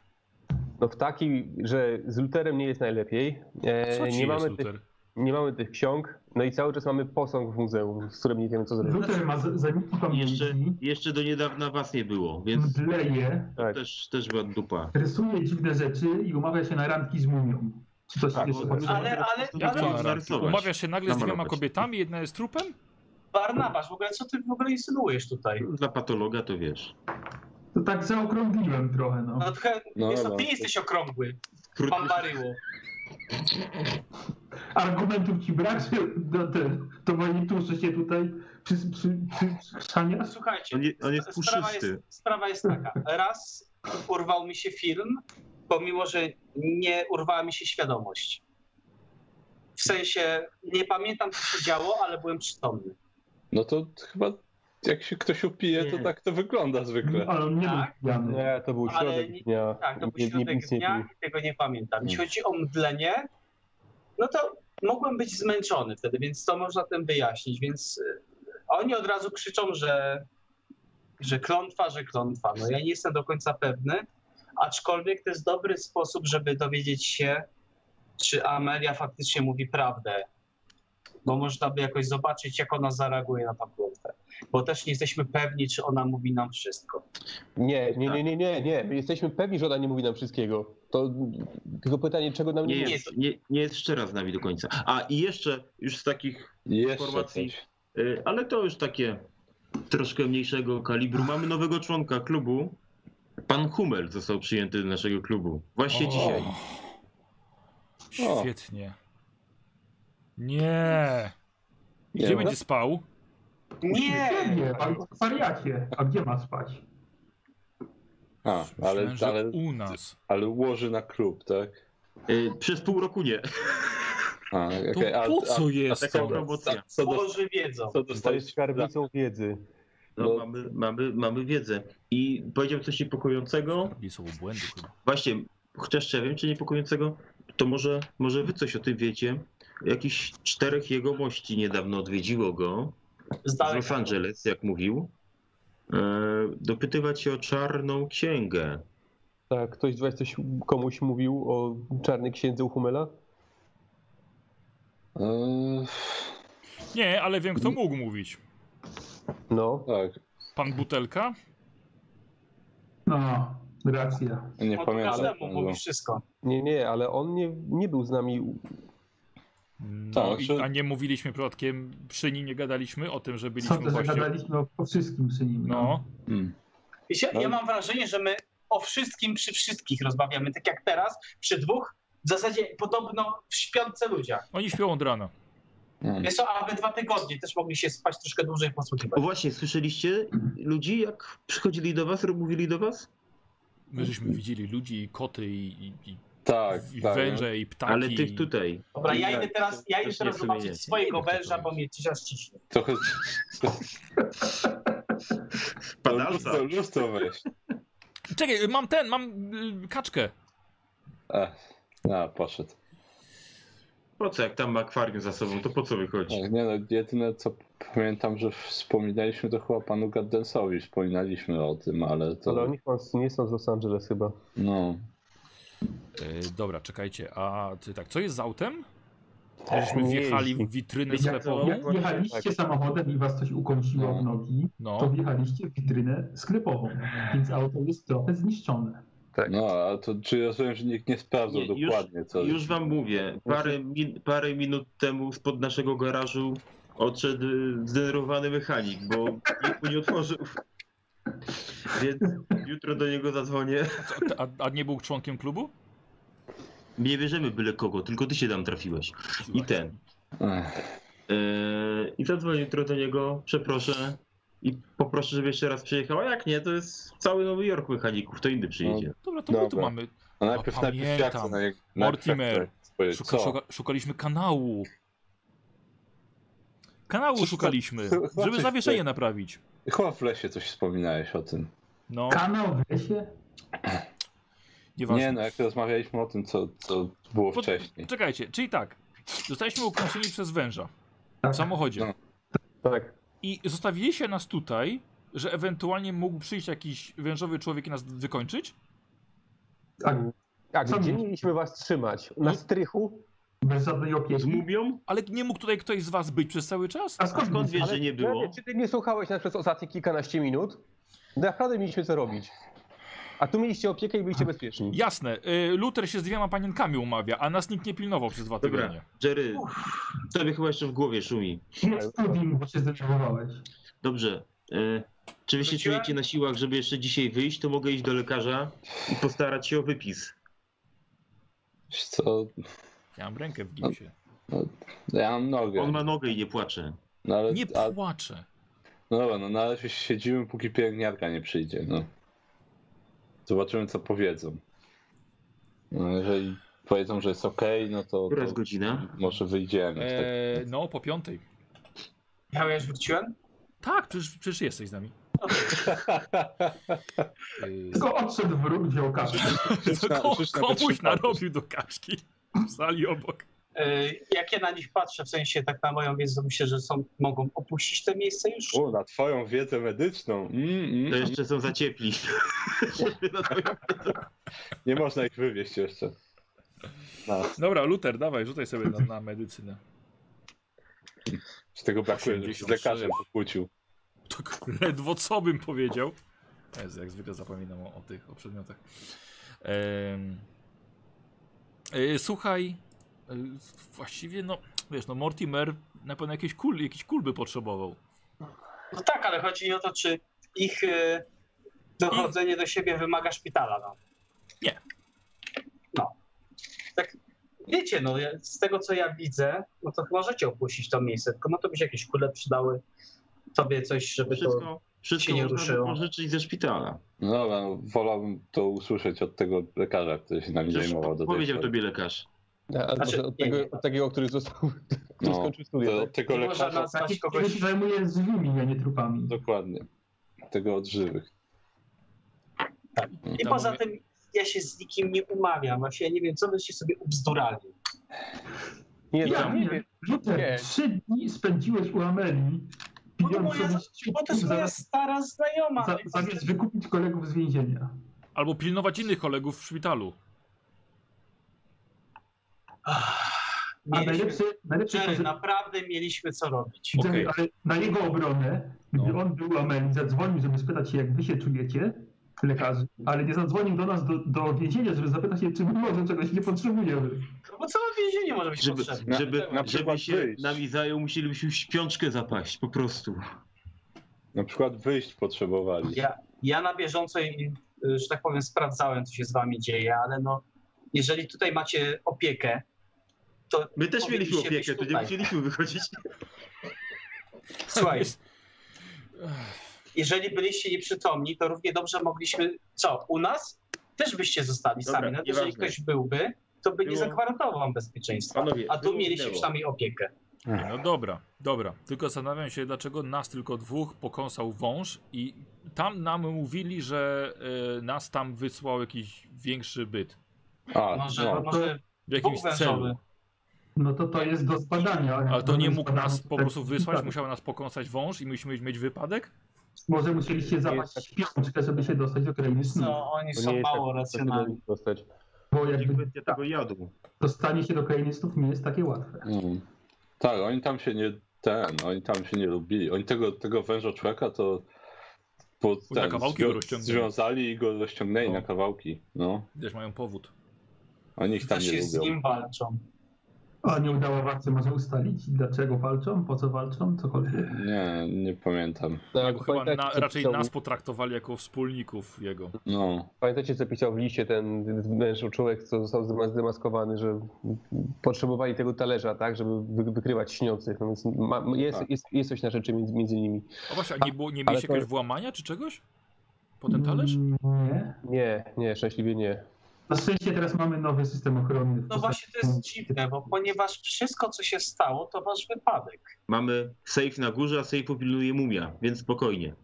No w taki, że z Luterem nie jest najlepiej. E,
Co ci
nie,
jest,
mamy tych,
Luther?
nie mamy tych ksiąg, no i cały czas mamy posąg w muzeum, z którym nie wiemy co zrobić.
Luther ma z- zaniki
Jeszcze,
pamięci,
jeszcze do niedawna was nie było, więc
mdleje,
Tak.
też, też była dupa.
rysuje dziwne rzeczy i umawia się na randki z mumią. Czy to się
Tak,
jeszcze
bo-
potrzeba?
Ale, ale,
Jak
to
to
ale
na
jest
randki?
narysować.
Umawiasz się nagle z dwiema
Namalować.
kobietami, jedna jest trupem?
Barnabasz, w ogóle co ty w ogóle insynuujesz tutaj?
Dla patologa to wiesz.
To tak zaokrągliłem trochę, no.
No, trochę,
No,
jest,
no.
ty jesteś okrągły,
Krótko
pan Baryło.
Argumentów ci brak, że do, te, to moje tusze się tutaj przy, przy, przy,
No,
przychrzaniasz?
Słuchajcie,
On je- on jest
sp- sprawa, jest,
puszysty.
sprawa jest taka. Raz urwał mi się film, pomimo że nie urwała mi się świadomość. W sensie nie pamiętam, co się działo, ale byłem przytomny.
No to chyba jak się ktoś upije, to
Nie.
tak to wygląda zwykle.
Ale on nie
Tak.
był
Mm.
pijany.
Nie, to był
Ale
środek
nie-
dnia.
Tak, to był
Nie- Hmm. nie-
środek
nic nie
dnia
pił.
i tego nie pamiętam. Jeśli chodzi o mdlenie, no to mogłem być zmęczony wtedy, więc to można tym wyjaśnić. Więc y, oni od razu krzyczą, że, że klątwa, że klątwa. No ja nie jestem do końca pewny, aczkolwiek to jest dobry sposób, żeby dowiedzieć się, czy Amelia faktycznie mówi prawdę. Bo można by jakoś zobaczyć, jak ona zareaguje na tą klątwę. Bo też nie jesteśmy pewni, czy ona mówi nam wszystko.
Nie, nie, nie, nie, nie, nie. My jesteśmy pewni, że ona nie mówi nam wszystkiego. To tylko pytanie, czego nam nie,
Nie
mówi.
jest, nie, nie jest szczera z nami do końca. A i jeszcze już z takich,
Jeszcze
Informacji.
coś.
y, ale to już takie troszkę mniejszego kalibru. Mamy nowego członka klubu. Pan Hummel został przyjęty do naszego klubu. Właśnie
O.
dzisiaj.
O.
Świetnie. Nie. Gdzie
Nie,
będzie spał?
Nie!
Nie, pan jest wariacie. A gdzie ma spać?
A, ale,
Myślałem, że
ale,
u nas.
ale łoży na klub, tak?
Y, Przez pół roku nie.
A,
To
okej, a-
po
a-
co jest
taka
to?
dobra,
promocja.
co- Co, do,
Boże wiedzą.
co
To jest
dostajesz?
skarbnicą wiedzy.
No,
No.
Mamy, mamy, mamy wiedzę. I powiedział coś niepokojącego.
Nie są błędu chyba.
Właśnie, chociaż ja wiem, czy niepokojącego, to może, może wy coś o tym wiecie. Jakichś czterech jegomości niedawno odwiedziło go
Z
z Los
daleka.
Angeles, jak mówił. E, dopytywać się o czarną księgę.
Tak, ktoś z was coś komuś mówił o czarnej księdze u Humela?
Eee,
Nie, ale wiem,
Mm.
kto mógł mówić.
No.
tak,
Pan Butelka?
No, racja.
nie
On No to
pamiętam.
każdemu mówi wszystko.
Nie, nie, ale on nie, nie był z nami. u-
No,
Tak,
i,
że-
a nie mówiliśmy przypadkiem, przy nim nie gadaliśmy o tym, że
Co
byliśmy
też
właśnie...
gadaliśmy o, o wszystkim przy nim.
No,
Mm.
I się,
No.
ja mam wrażenie, że my o wszystkim przy wszystkich rozmawiamy, tak jak teraz, przy dwóch, w zasadzie podobno w śpiące ludziach.
oni śpią od rana.
Mm.
Wiesz co, aby dwa tygodnie też mogli się spać troszkę dłużej i
O
posłuchiwać.
właśnie, słyszeliście ludzi, jak przychodzili do was, lub mówili do was?
My żeśmy widzieli ludzi i koty i, i, i,
Tak,
i
tak.
węże i ptaki.
Ale tych tutaj.
Dobra, ja
Tak,
idę teraz, ja idę
też nie
teraz zobaczyć
przemieniacie.
swojego
Nie wiem, co
węża,
to
bo
jest.
mnie dzisiaj ściśnie.
no, Trochę
Padalca.
lustro, lustro weź.
Czekaj, mam ten, mam y, kaczkę.
Ech, a, poszedł.
Po co, jak tam ma akwarium za sobą, to po co wychodzi?
Tak, nie no, jedyne co pamiętam, że wspominaliśmy, to chyba panu Gaddensowi wspominaliśmy o tym, ale to...
Ale oni chyba z- nie są z Los Angeles chyba.
No.
Y, dobra, czekajcie, a ty tak, co jest z autem? Żeśmy wjechali w witrynę
Jak,
sklepową?
jak jechaliście samochodem i was coś ukąsiło w nogi, to
tak. No,
wjechaliście w witrynę sklepową, więc auto jest trochę zniszczone.
No, ale to czy rozumiem, że nikt nie sprawdzał
Nie, już-
dokładnie co...
Już wam mówię, parę, min, parę minut temu spod naszego garażu odszedł y, zdenerwowany mechanik, bo nikt mu nie otworzył. <laughs> Więc jutro do niego zadzwonię.
a, a- a nie był członkiem klubu?
Nie wierzymy byle kogo, tylko ty się tam trafiłeś. I ten.
Ech, no,
Yy, I zadzwonię jutro do niego, przeproszę i poproszę, żeby jeszcze raz przyjechał. A jak nie, to jest cały Nowy Jork mechaników, to inny przyjedzie.
Dobra, to my tu
Dobra.
mamy.
No najpierw
A,
najpierw no, jak to
pamiętam.
na niego...
Mortimer.
najpierw jak to powiedzieć,
Szuka,
Y, co?
szuka, szukaliśmy kanału. Kanału
Coś tam- <laughs>
szukaliśmy,
zobaczyć
żeby zawieszenie
tutaj.
naprawić.
Chyba w lesie coś wspominałeś o tym.
No,
Kanał w lesie?
nieważne.
Nie no, jak rozmawialiśmy o tym, co, co było
Pod-
wcześniej.
Czekajcie, czyli tak. Zostaliśmy ukąszeni przez węża w
Tak.
samochodzie.
No.
Tak.
I zostawiliście nas tutaj, że ewentualnie mógł przyjść jakiś wężowy człowiek i nas wykończyć?
Tak,
A
Co
gdzie
mi-
mieliśmy was trzymać? Na strychu?
bez żadnej
Z
opieki.
mumią?
Ale nie mógł tutaj ktoś z was być przez cały czas?
A skąd,
Skąd wiesz,
Ale-
że nie było?
Lewy, Czy ty nie słuchałeś nas przez ostatnie kilkanaście minut? Naprawdę mieliśmy co robić. A tu mieliście opiekę i byliście bezpieczni.
Jasne, y, Luther się z dwiema panienkami umawia, a nas nikt nie pilnował przez dwa
Dobra.
tygodnie.
Jerry, tobie chyba jeszcze w głowie szumi.
Nie studium, bo się zdenerwowałeś.
Dobrze. E, czy wy się
Wróciłem?
czujecie na siłach, żeby jeszcze dzisiaj wyjść, to mogę iść do lekarza i postarać się o wypis.
Wiesz Co?
Ja mam rękę w gipsie.
Ja mam nogę.
On ma nogę i nie płacze.
No, ale,
Nie
a,
płaczę.
no dobra, no na razie siedzimy, póki pielęgniarka nie przyjdzie, no. Zobaczymy, co powiedzą. No, jeżeli powiedzą, że jest ok, no to,
Która jest
to
godzina?
może wyjdziemy. tak.
E, no, po piątej.
Ja już wróciłem?
Tak, przecież, przecież jesteś z nami. Y,
Tylko odszedł wróg, wziął kasę.
Rzuć na-
ko-
rzuć na
komuś
wytrzymałość.
narobił do kaczki w sali obok.
E, Jak ja na nich patrzę, w sensie tak na moją wiedzę, myślę, że są, mogą opuścić to miejsce już?
U, Tak. na twoją wiedzę medyczną. Mm,
To
mm,
jeszcze są za ciepli.
nie można ich wywieźć jeszcze. No,
Dobra, Luter, dawaj, rzucaj sobie na, na medycynę.
czy tego brakuje, żeby się z lekarzem pokłócił.
To Tak ledwo co bym powiedział. Jezu, jak zwykle zapominam o, o tych, o przedmiotach. Em, e, słuchaj, e, właściwie no, wiesz, no Mortimer na pewno jakieś kul, jakiś kul by potrzebował.
No tak, ale chodzi o to, czy ich e, dochodzenie do siebie wymaga szpitala. No.
Nie.
No. Tak, wiecie, no ja- z tego co ja widzę, no to możecie opuścić to miejsce, tylko no to by się jakieś kule przydały, tobie coś, żeby to...
Wszystko,
się
wszystko
nie
można
ruszyło.
pożyczyć ze szpitala.
No dobra, no, wolałbym to usłyszeć od tego lekarza, który się nami
Przecież
zajmował do tej
powiedział
pory.
tobie lekarz.
A,
Znaczy,
może od,
nie,
tego,
nie.
od takiego, który został, <laughs> który
No,
skończył
to,
studia.
od
tak?
tego
Nie można
lekarza,
nazwać
Który
kogoś...
się zajmuje żywymi, a nie trupami.
dokładnie. Tego od żywych.
I
Tam
poza
mówię-
tym ja się z nikim nie umawiam, właśnie ja nie wiem, co byście sobie ubzdurali.
Nie,
Ja
no, nie,
wiem, Luter,
Nie.
trzy dni spędziłeś u Amelii,
Bo to
pijąc
moja,
sobie
bo to jest
ściutki
moja
zamiast,
stara znajoma. no
za, zamiast wykupić kolegów z więzienia.
Albo pilnować innych kolegów w szpitalu.
Ach,
A
Mieliśmy,
najlepsze, najlepsze to,
Jerry,
że,
naprawdę mieliśmy co robić.
Okej.
Jerry, ale na jego obronę, gdy
No.
on był u Amelii, zadzwonił, żeby spytać się, jak wy się czujecie, lekarzy, ale nie zadzwonił do nas, do, do więzienia, żeby zapytać się, czy my może czegoś nie potrzebujemy.
No Bo co w więzieniu może być
Żeby,
potrzebne?
żeby,
na
żeby
przykład
się
wyjść.
nami zajął, musielibyśmy w śpiączkę zapaść, po prostu.
Na przykład wyjść potrzebowali.
Ja, ja na bieżąco, i, y, że tak powiem, sprawdzałem, co się z wami dzieje, ale no, jeżeli tutaj macie opiekę, to
My też
Powinniście
mieliśmy
być
opiekę, to nie
tutaj.
musieliśmy wychodzić.
słuchaj,
Jest- Ech,
jeżeli byliście nieprzytomni, to równie dobrze mogliśmy, co, u nas? Też byście zostali
Dobra,
sami. Nawet jeżeli
nieważne.
ktoś byłby, to by nie
Było-
zagwarantował wam bezpieczeństwa.
Panowie,
A tu
było,
mieliście
minęło.
przynajmniej opiekę.
<laughs> No dobra, dobra. Tylko zastanawiam się, dlaczego nas tylko dwóch pokąsał wąż i tam nam mówili, że y, nas tam wysłał jakiś większy byt.
A,
Może,
no.
może
W jakimś
Bóg wężowy.
celu.
No to to jest do zbadania.
Ale to nie mógł nas po prostu wysłać,
Tak.
musiał nas pokąsać wąż i myśmy mieć wypadek?
Może musieliście zapaść śpiączkę, żeby się dostać do krainy snu.
no, oni
To nie
są
jest
mało
tak, że
racjonalni.
powinien zostać.
Bo
Nie
jakby
będzie tego jadł.
dostanie się do krainy snów nie jest takie łatwe.
Mm. Tak, oni tam się nie ten, oni tam się nie lubili. Oni tego, tego węża człowieka to po,
Na
ten,
kawałki go rozciągnęli.
związali i go rozciągnęli
No.
na kawałki. No,
Gdzieś mają powód.
oni ich tam
Też
nie
się z
tak, lubią.
nim walczą.
A nie udało walce może ustalić, dlaczego walczą, po co walczą, cokolwiek.
Nie, nie pamiętam.
Tak,
Bo chyba na,
pamiętacie, co
raczej
pisał-
nas potraktowali jako wspólników jego.
No,
Pamiętacie, co pisał w liście ten mężczyzna człowiek, co został zdema- zdemaskowany, że potrzebowali tego talerza, tak, żeby wy- wykrywać śniących. No więc ma, jest,
Tak.
jest, jest coś na rzeczy między, między nimi.
A właśnie, a nie, było, nie mieliście
to-
jakiegoś włamania czy czegoś? Potem talerz?
Mm, Nie.
Nie, nie, szczęśliwie nie.
Na szczęście teraz mamy nowy system ochrony.
No właśnie to jest dziwne, bo ponieważ wszystko, co się stało, to wasz wypadek.
Mamy safe na górze, a safe pilnuje mumia, więc spokojnie.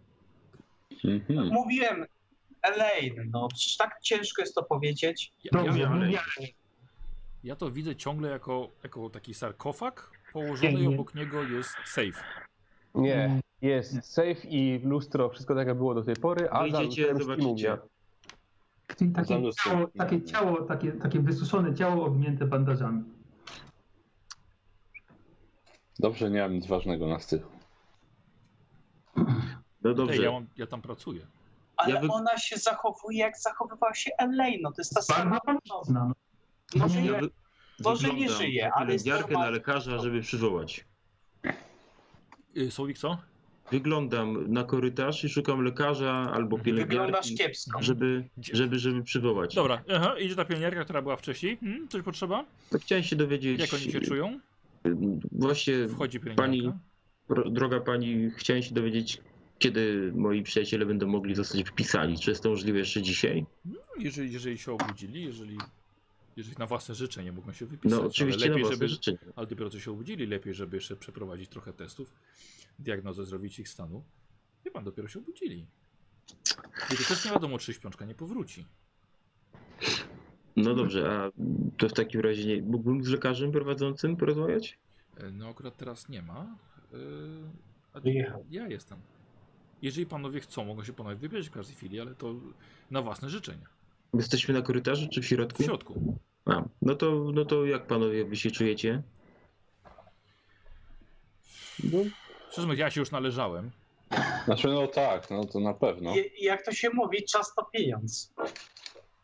mhm.
Mówiłem, Elaine, no przecież tak ciężko jest to powiedzieć.
Ja,
Dobrze,
ja,
wiem, ale-
nie,
ja to widzę ciągle jako, jako taki sarkofag położony i
Pięknie.
obok niego jest safe.
Mm. Nie, jest safe i lustro, wszystko tak jak było do tej pory, a za
Wyjdziecie,
lustrem
zobaczycie.
Stimumia.
Czyli takie
Zamysł.
ciało, takie, ciało takie, takie wysuszone ciało obwinięte bandażami.
Dobrze, nie mam nic ważnego na styku.
No
Ej, ja,
dobrze.
mam, ja tam pracuję.
Ale
Ja wy-
ona się zachowuje, jak zachowywała się Elaine. No to jest ta sama
Bardzo
osoba.
pomocna.
Może
Ja
nie,
wy-
Boże, nie
wyglądam
żyje,
na
ale jest
pielęgniarkę, na
normalny.
lekarza, żeby przywołać.
Y, Słowik, co?
Wyglądam na korytarz i szukam lekarza albo
wyglądasz
pielęgniarki,
kiepsko.
żeby,
Gdzie-
żeby, żeby przywołać.
Dobra, aha, idzie ta pielęgniarka, która była wcześniej. Hmm, coś potrzeba?
To chciałem się dowiedzieć. y,
Jak oni się czują?
Właśnie,
Wchodzi pielęgniarka.
pani- dro- droga pani, chciałem się dowiedzieć, kiedy moi przyjaciele będą mogli zostać wpisani. Czy jest to możliwe jeszcze dzisiaj? No,
Jeżeli, jeżeli się obudzili, jeżeli Jeżeli na własne życzenie mogą się wypisać.
No oczywiście,
ale
no,
lepiej,
żeby...
żeby,
życzenia.
ale dopiero co się obudzili, lepiej, żeby jeszcze przeprowadzić trochę testów, diagnozę zrobić ich stanu. Wie pan, dopiero się obudzili. I to też nie wiadomo, czy śpiączka nie powróci.
No dobrze, a to w takim razie nie... mógłbym z lekarzem prowadzącym porozmawiać?
E, No akurat teraz nie ma. E, a
Wyjechał.
Ja jestem. Jeżeli panowie chcą, mogą się panowie wybierać w każdej chwili, ale to na własne życzenie.
Jesteśmy na korytarzu czy w
W
środku?
środku.
A, no to, no to jak panowie wy się czujecie?
Szczerze mówiąc, ja się już należałem.
Znaczy, no tak, no to na pewno.
Je- Jak to się mówi, czas to pieniądz.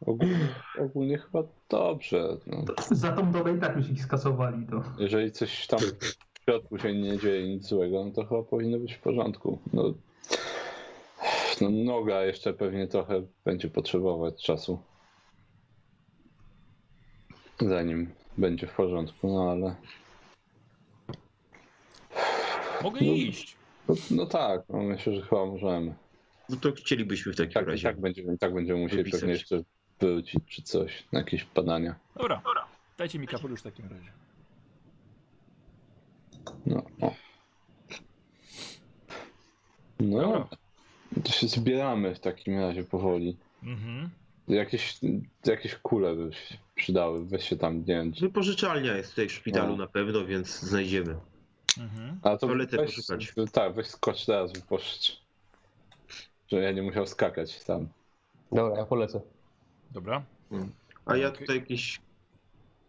Ogólnie, ogólnie chyba dobrze. No.
Za tą dobę i tak już ich skasowali to.
Jeżeli coś tam w środku się nie dzieje, nic złego, no to chyba powinno być w porządku. No, no noga jeszcze pewnie trochę będzie potrzebować czasu. Zanim będzie w porządku, no ale.
Mogę
No.
iść.
No, no tak, no myślę, że chyba możemy.
No to chcielibyśmy w takim
Tak,
razie.
tak, będziemy, tak będziemy musieli
Wypisać.
pewnie jeszcze wrócić czy coś, na jakieś badania.
Dobra. Dajcie mi kapelusz w takim razie.
No. o. No,
Dobra.
to się zbieramy w takim razie powoli.
Mhm.
Jakieś, jakieś kule by się przydały, weź się tam, nie wiem. czy-
Wypożyczalnia jest tutaj w szpitalu
No.
na pewno, więc znajdziemy.
Mhm.
A to
Toalety
weź,
poszukać.
Tak, weź skocz teraz, wypożycz. Że ja nie musiał skakać tam.
Dobra, ja polecę.
Dobra.
A ja
Okej.
tutaj jakieś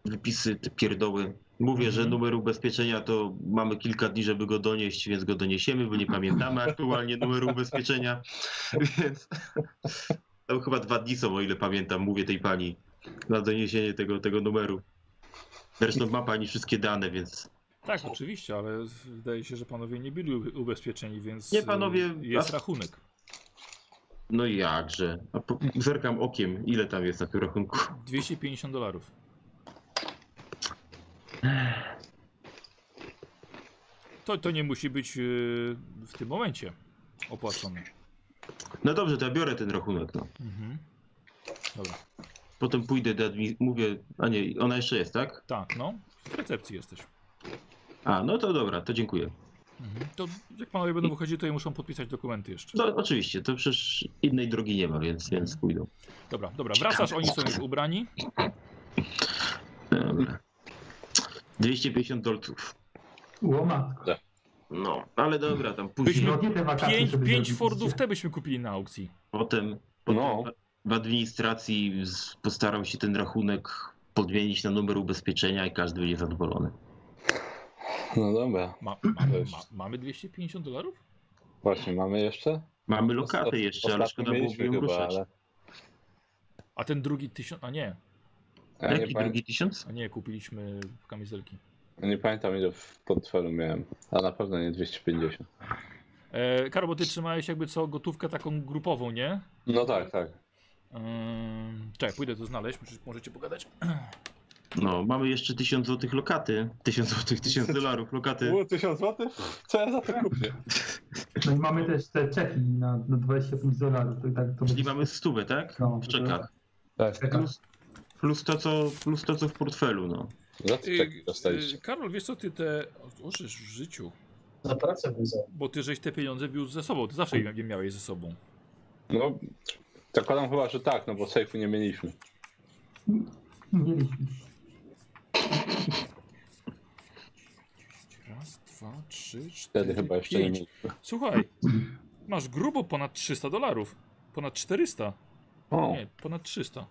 wypisy, te pierdoły. Mówię, że
Mhm.
numer ubezpieczenia to mamy kilka dni, żeby go donieść, więc go doniesiemy, bo nie pamiętamy aktualnie numeru <laughs> ubezpieczenia. Więc tam chyba dwa dni są, o ile pamiętam, mówię tej pani, na doniesienie tego, tego numeru. Zresztą ma pani wszystkie dane, więc
Tak, oczywiście, ale wydaje się, że panowie nie byli ube- ubezpieczeni, więc
Nie, panowie,
y, jest
a-
rachunek.
no i jakże. A po, zerkam okiem, ile tam jest na tym rachunku.
250 dolarów. To, to nie musi być y, w tym momencie opłacone.
No dobrze, to ja biorę ten rachunek. No.
Mhm. Dobra.
Potem pójdę do admi- mówię, a nie, ona jeszcze jest, tak?
Tak, no. W recepcji jesteś.
A, no to dobra, to dziękuję.
Mhm. To jak panowie będą wychodzić, to ja muszą podpisać dokumenty jeszcze.
No oczywiście, to przecież innej drogi nie ma, więc, więc pójdą.
Dobra, dobra. Wracasz, oni są już ubrani.
Dobra. 250 dolców.
Łomatko.
No, ale dobra, tam później,
Byśmy-
Drogie te wakacje,
Pięć,
Tak, żeby
pięć
zrobić,
Fordów
widzicie?
te byśmy kupili na aukcji.
potem, potem
No.
w administracji z- postaram się ten rachunek podmienić na numer ubezpieczenia i każdy będzie zadowolony.
No dobra,
Ma, mamy, ma, mamy 250 dolarów?
właśnie, mamy jeszcze?
Mamy lokatę
Ostat-
jeszcze, ale
ostatnio
szkoda byłoby
mieliśmy
ją
chyba,
ruszać.
ale-
A ten drugi tysiąc, a nie,
Ja nie,
Jaki
pamię-
drugi tysiąc?
a nie, kupiliśmy kamizelki.
nie pamiętam ile w portfelu miałem, a na pewno nie 250.
E, Karo, bo ty trzymałeś jakby co gotówkę taką grupową, nie?
No tak, tak.
Ym, czekaj, pójdę to znaleźć, może- możecie pogadać.
No, mamy jeszcze 1000 złotych lokaty. 1000 złotych, 1000 dolarów
<laughs>
lokaty.
1000 zł? Co ja za to kupię?
No i mamy też te czeki na, na 25 dolarów. To i tak to
Czyli
będzie-
mamy stówę, tak?
no,
W czekach.
Tak.
czekach.
Plus, plus, to, co, plus to, co w portfelu, no.
Za co
Y,
tak dostaliście?
y, Karol, wiesz co, ty te... Ożeż w życiu.
Za pracę wezwał.
Bo ty żeś te pieniądze wiózł ze sobą, ty zawsze je je miałeś ze sobą.
No, zakładam chyba, że tak, no bo sejfu nie mieliśmy.
Mieliśmy.
Raz, dwa, trzy,
Wtedy
cztery,
chyba jeszcze nie
pięć.
mieliśmy.
Słuchaj, masz grubo ponad 300 dolarów. Ponad 400.
O,
Nie, ponad 300.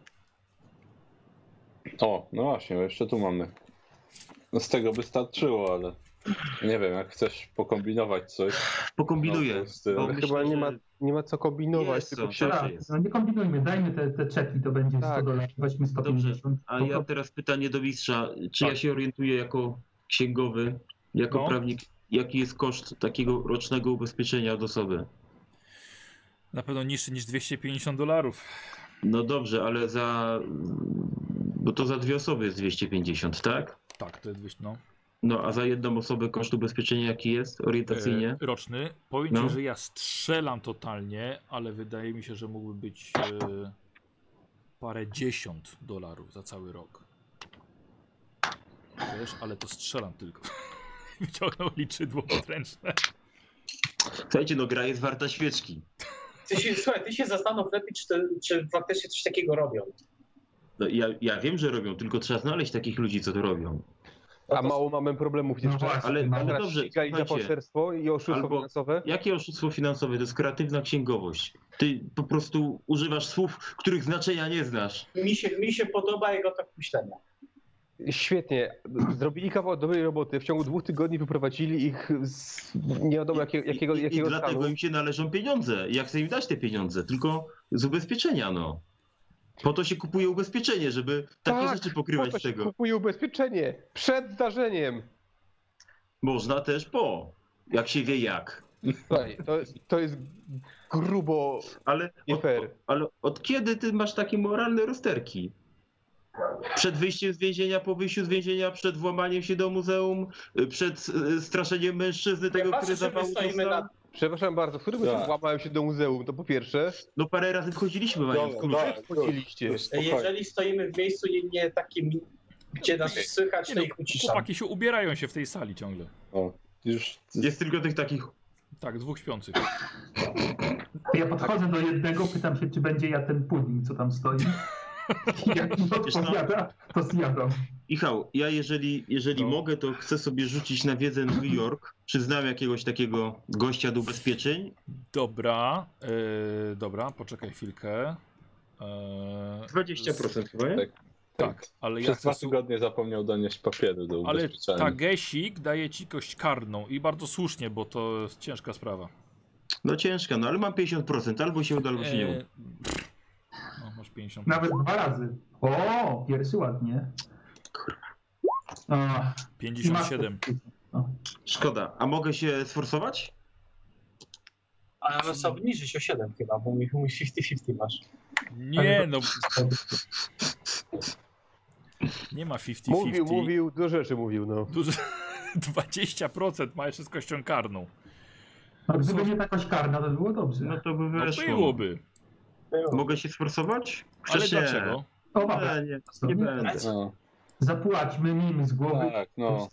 o, no właśnie, jeszcze tu mamy. No z tego by starczyło, ale nie wiem, jak chcesz pokombinować coś.
Pokombinuję.
No, to jest, e,
bo
chyba
myślę,
Chyba nie ma,
że-
nie ma co kombinować,
Jest
tylko
co.
trzeba...
Tak, no nie kombinujmy, dajmy te, te czeki, to będzie 100
Tak.
dolarów, weźmy 150.
A
no
Po-
ja teraz pytanie do mistrza. Czy
Tak.
ja się orientuję jako księgowy, jako
No.
prawnik, jaki jest koszt takiego rocznego ubezpieczenia od osoby?
Na pewno niższy niż 250 dolarów.
No dobrze, ale za... Bo to za dwie osoby jest 250, tak?
Tak, to jest, no.
No a za jedną osobę koszt ubezpieczenia jaki jest orientacyjnie?
E, roczny. Powiem
No.
ci, że ja strzelam totalnie, ale wydaje mi się, że mógłby być e, parę dziesiąt dolarów za cały rok. Wiesz, ale to strzelam tylko. <laughs> Wyciągnął liczydło podręczne.
Słuchajcie, no gra jest warta świeczki.
Ty się, <laughs> słuchaj, ty się zastanów lepiej, czy, to- czy faktycznie coś takiego robią.
No, ja, ja wiem, że robią, tylko trzeba znaleźć takich ludzi, co to robią.
A mało mamy problemów
No
jeszcze.
właśnie,
Ale,
no
ale
Teraz
dobrze,
ściga i za
słuchajcie,
fałszerstwo i oszustwo
Albo-
finansowe.
jakie oszustwo finansowe? To jest kreatywna księgowość. Ty po prostu używasz słów, których znaczenia nie znasz.
Mi się, mi się podoba jego tak myślenia.
Świetnie. Zrobili kawał dobrej roboty. W ciągu dwóch tygodni wyprowadzili ich z nie wiadomo jakiego, No, jakiego,
I, i, i
jakiego
dlatego
stanu.
im się należą pieniądze. Ja chcę im dać te pieniądze, tylko z ubezpieczenia, no. Po to się kupuje ubezpieczenie, żeby takie
Tak,
rzeczy
Po
pokrywać
to
z
się
tego.
kupuje ubezpieczenie przed zdarzeniem.
Można też po, jak się wie jak.
Słuchaj, to, to jest grubo
Ale
nie
od,
fair.
ale od kiedy ty masz takie moralne rozterki? Przed wyjściem z więzienia, po wyjściu z więzienia, przed włamaniem się do muzeum, y, przed y, straszeniem mężczyzny tego,
Patrzę,
który
że my
zawału
stoimy
dostał.
na...
Przepraszam bardzo, w którym
Tak.
łamałem się do muzeum, to po pierwsze.
No parę razy wchodziliśmy,
Dobra,
mając klucz.
dobra,
Chodziliście.
już spokojnie.
Jeżeli stoimy w miejscu nie, nie takim, gdzie nas słychać,
Nie
to
no,
ich uciszamy.
Chłopaki się ubierają się w tej sali ciągle.
O, Już
Jest tylko tych takich
Tak, dwóch śpiących.
To ja podchodzę do jednego, pytam się, czy będzie ja ten pudding, co
<laughs>
tam stoi. I Jak mi odpowiada, to zjadam.
Michał, ja jeżeli, jeżeli
No.
mogę, to chcę sobie rzucić na wiedzę New York. Czy znam jakiegoś takiego gościa do ubezpieczeń?
Dobra, yy, dobra, poczekaj chwilkę. Yy,
20% chyba, nie?
Tak.
tak, ale ja
<laughs> Przez dwa
chcę... su-
tygodnie zapomniał donieść papieru do
Ale tak
ubezpieczenia.
Tagesik daje ci kość karną i bardzo słusznie, bo to jest ciężka sprawa.
No ciężka, no ale mam 50%. Albo się uda, albo się nie uda.
E, no, masz 50.
Nawet dwa razy. O, pierwszy ładnie. O, i masz-
57.
Szkoda. A mogę się sforsować?
A nawet są obniży się o 7 chyba, bo mi mój 50-50 masz.
Nie, no. Nie ma 50-50.
Mówił, mówił, dużo rzeczy mówił, no.
<laughs> Dużo- 20% ma jeszcze z kością karną.
No, gdyby nie takoś karna, to by było dobrze.
No to by
No
weszło.
byłoby. No,
Mogę się sforsować?
Ale
Przecież nie.
dlaczego?
O,
Nie,
babę,
nie, nie będę.
No,
zapłaćmy nim z głowy.
tak, no.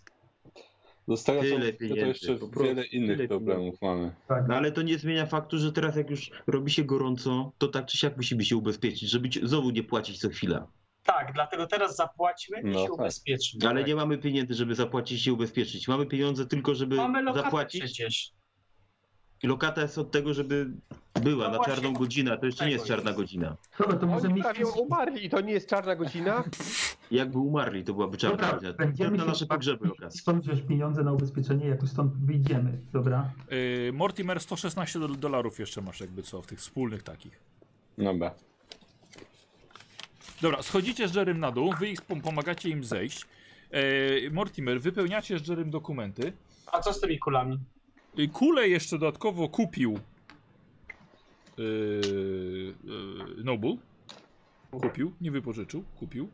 Do tego
Tyle
to
pieniędzy,
jeszcze
po prostu,
wiele innych
tyle
problemów mamy.
Tak.
No ale to nie zmienia faktu, że teraz jak już robi się gorąco, to tak czy siak musimy się ubezpieczyć, żeby ci- znowu nie płacić co chwila.
Tak, dlatego teraz zapłaćmy i
No
się
tak.
ubezpieczmy.
Ale nie mamy pieniędzy, żeby zapłacić i ubezpieczyć. Mamy pieniądze tylko, żeby
Mamy lokatę
zapłacić.
przecież.
I lokata jest od tego, żeby była
No
na
właśnie, Tak,
czarną godzinę, a to jeszcze nie
tego
jest czarna
jest.
godzina.
Dobra, to może
Oni
mi...
prawie umarli i to nie jest czarna godzina?
Jakby umarli, to byłaby czarna
Dobra,
godzina.
będziemy
na
się
nasze pogrzeby lokata.
Stąd wziąć pieniądze na ubezpieczenie, jak już stąd wyjdziemy, dobra?
Yy, Mortimer 116 dol- dolarów jeszcze masz jakby co w tych wspólnych takich.
Dobra.
Dobra, schodzicie z Jerem na dół, wy ich pom- pomagacie im zejść. Yy, Mortimer, wypełniacie z Jerem dokumenty.
A co z tymi kulami?
Y, Kulę jeszcze dodatkowo kupił yy, yy, Noble. Kupił, nie wypożyczył, kupił.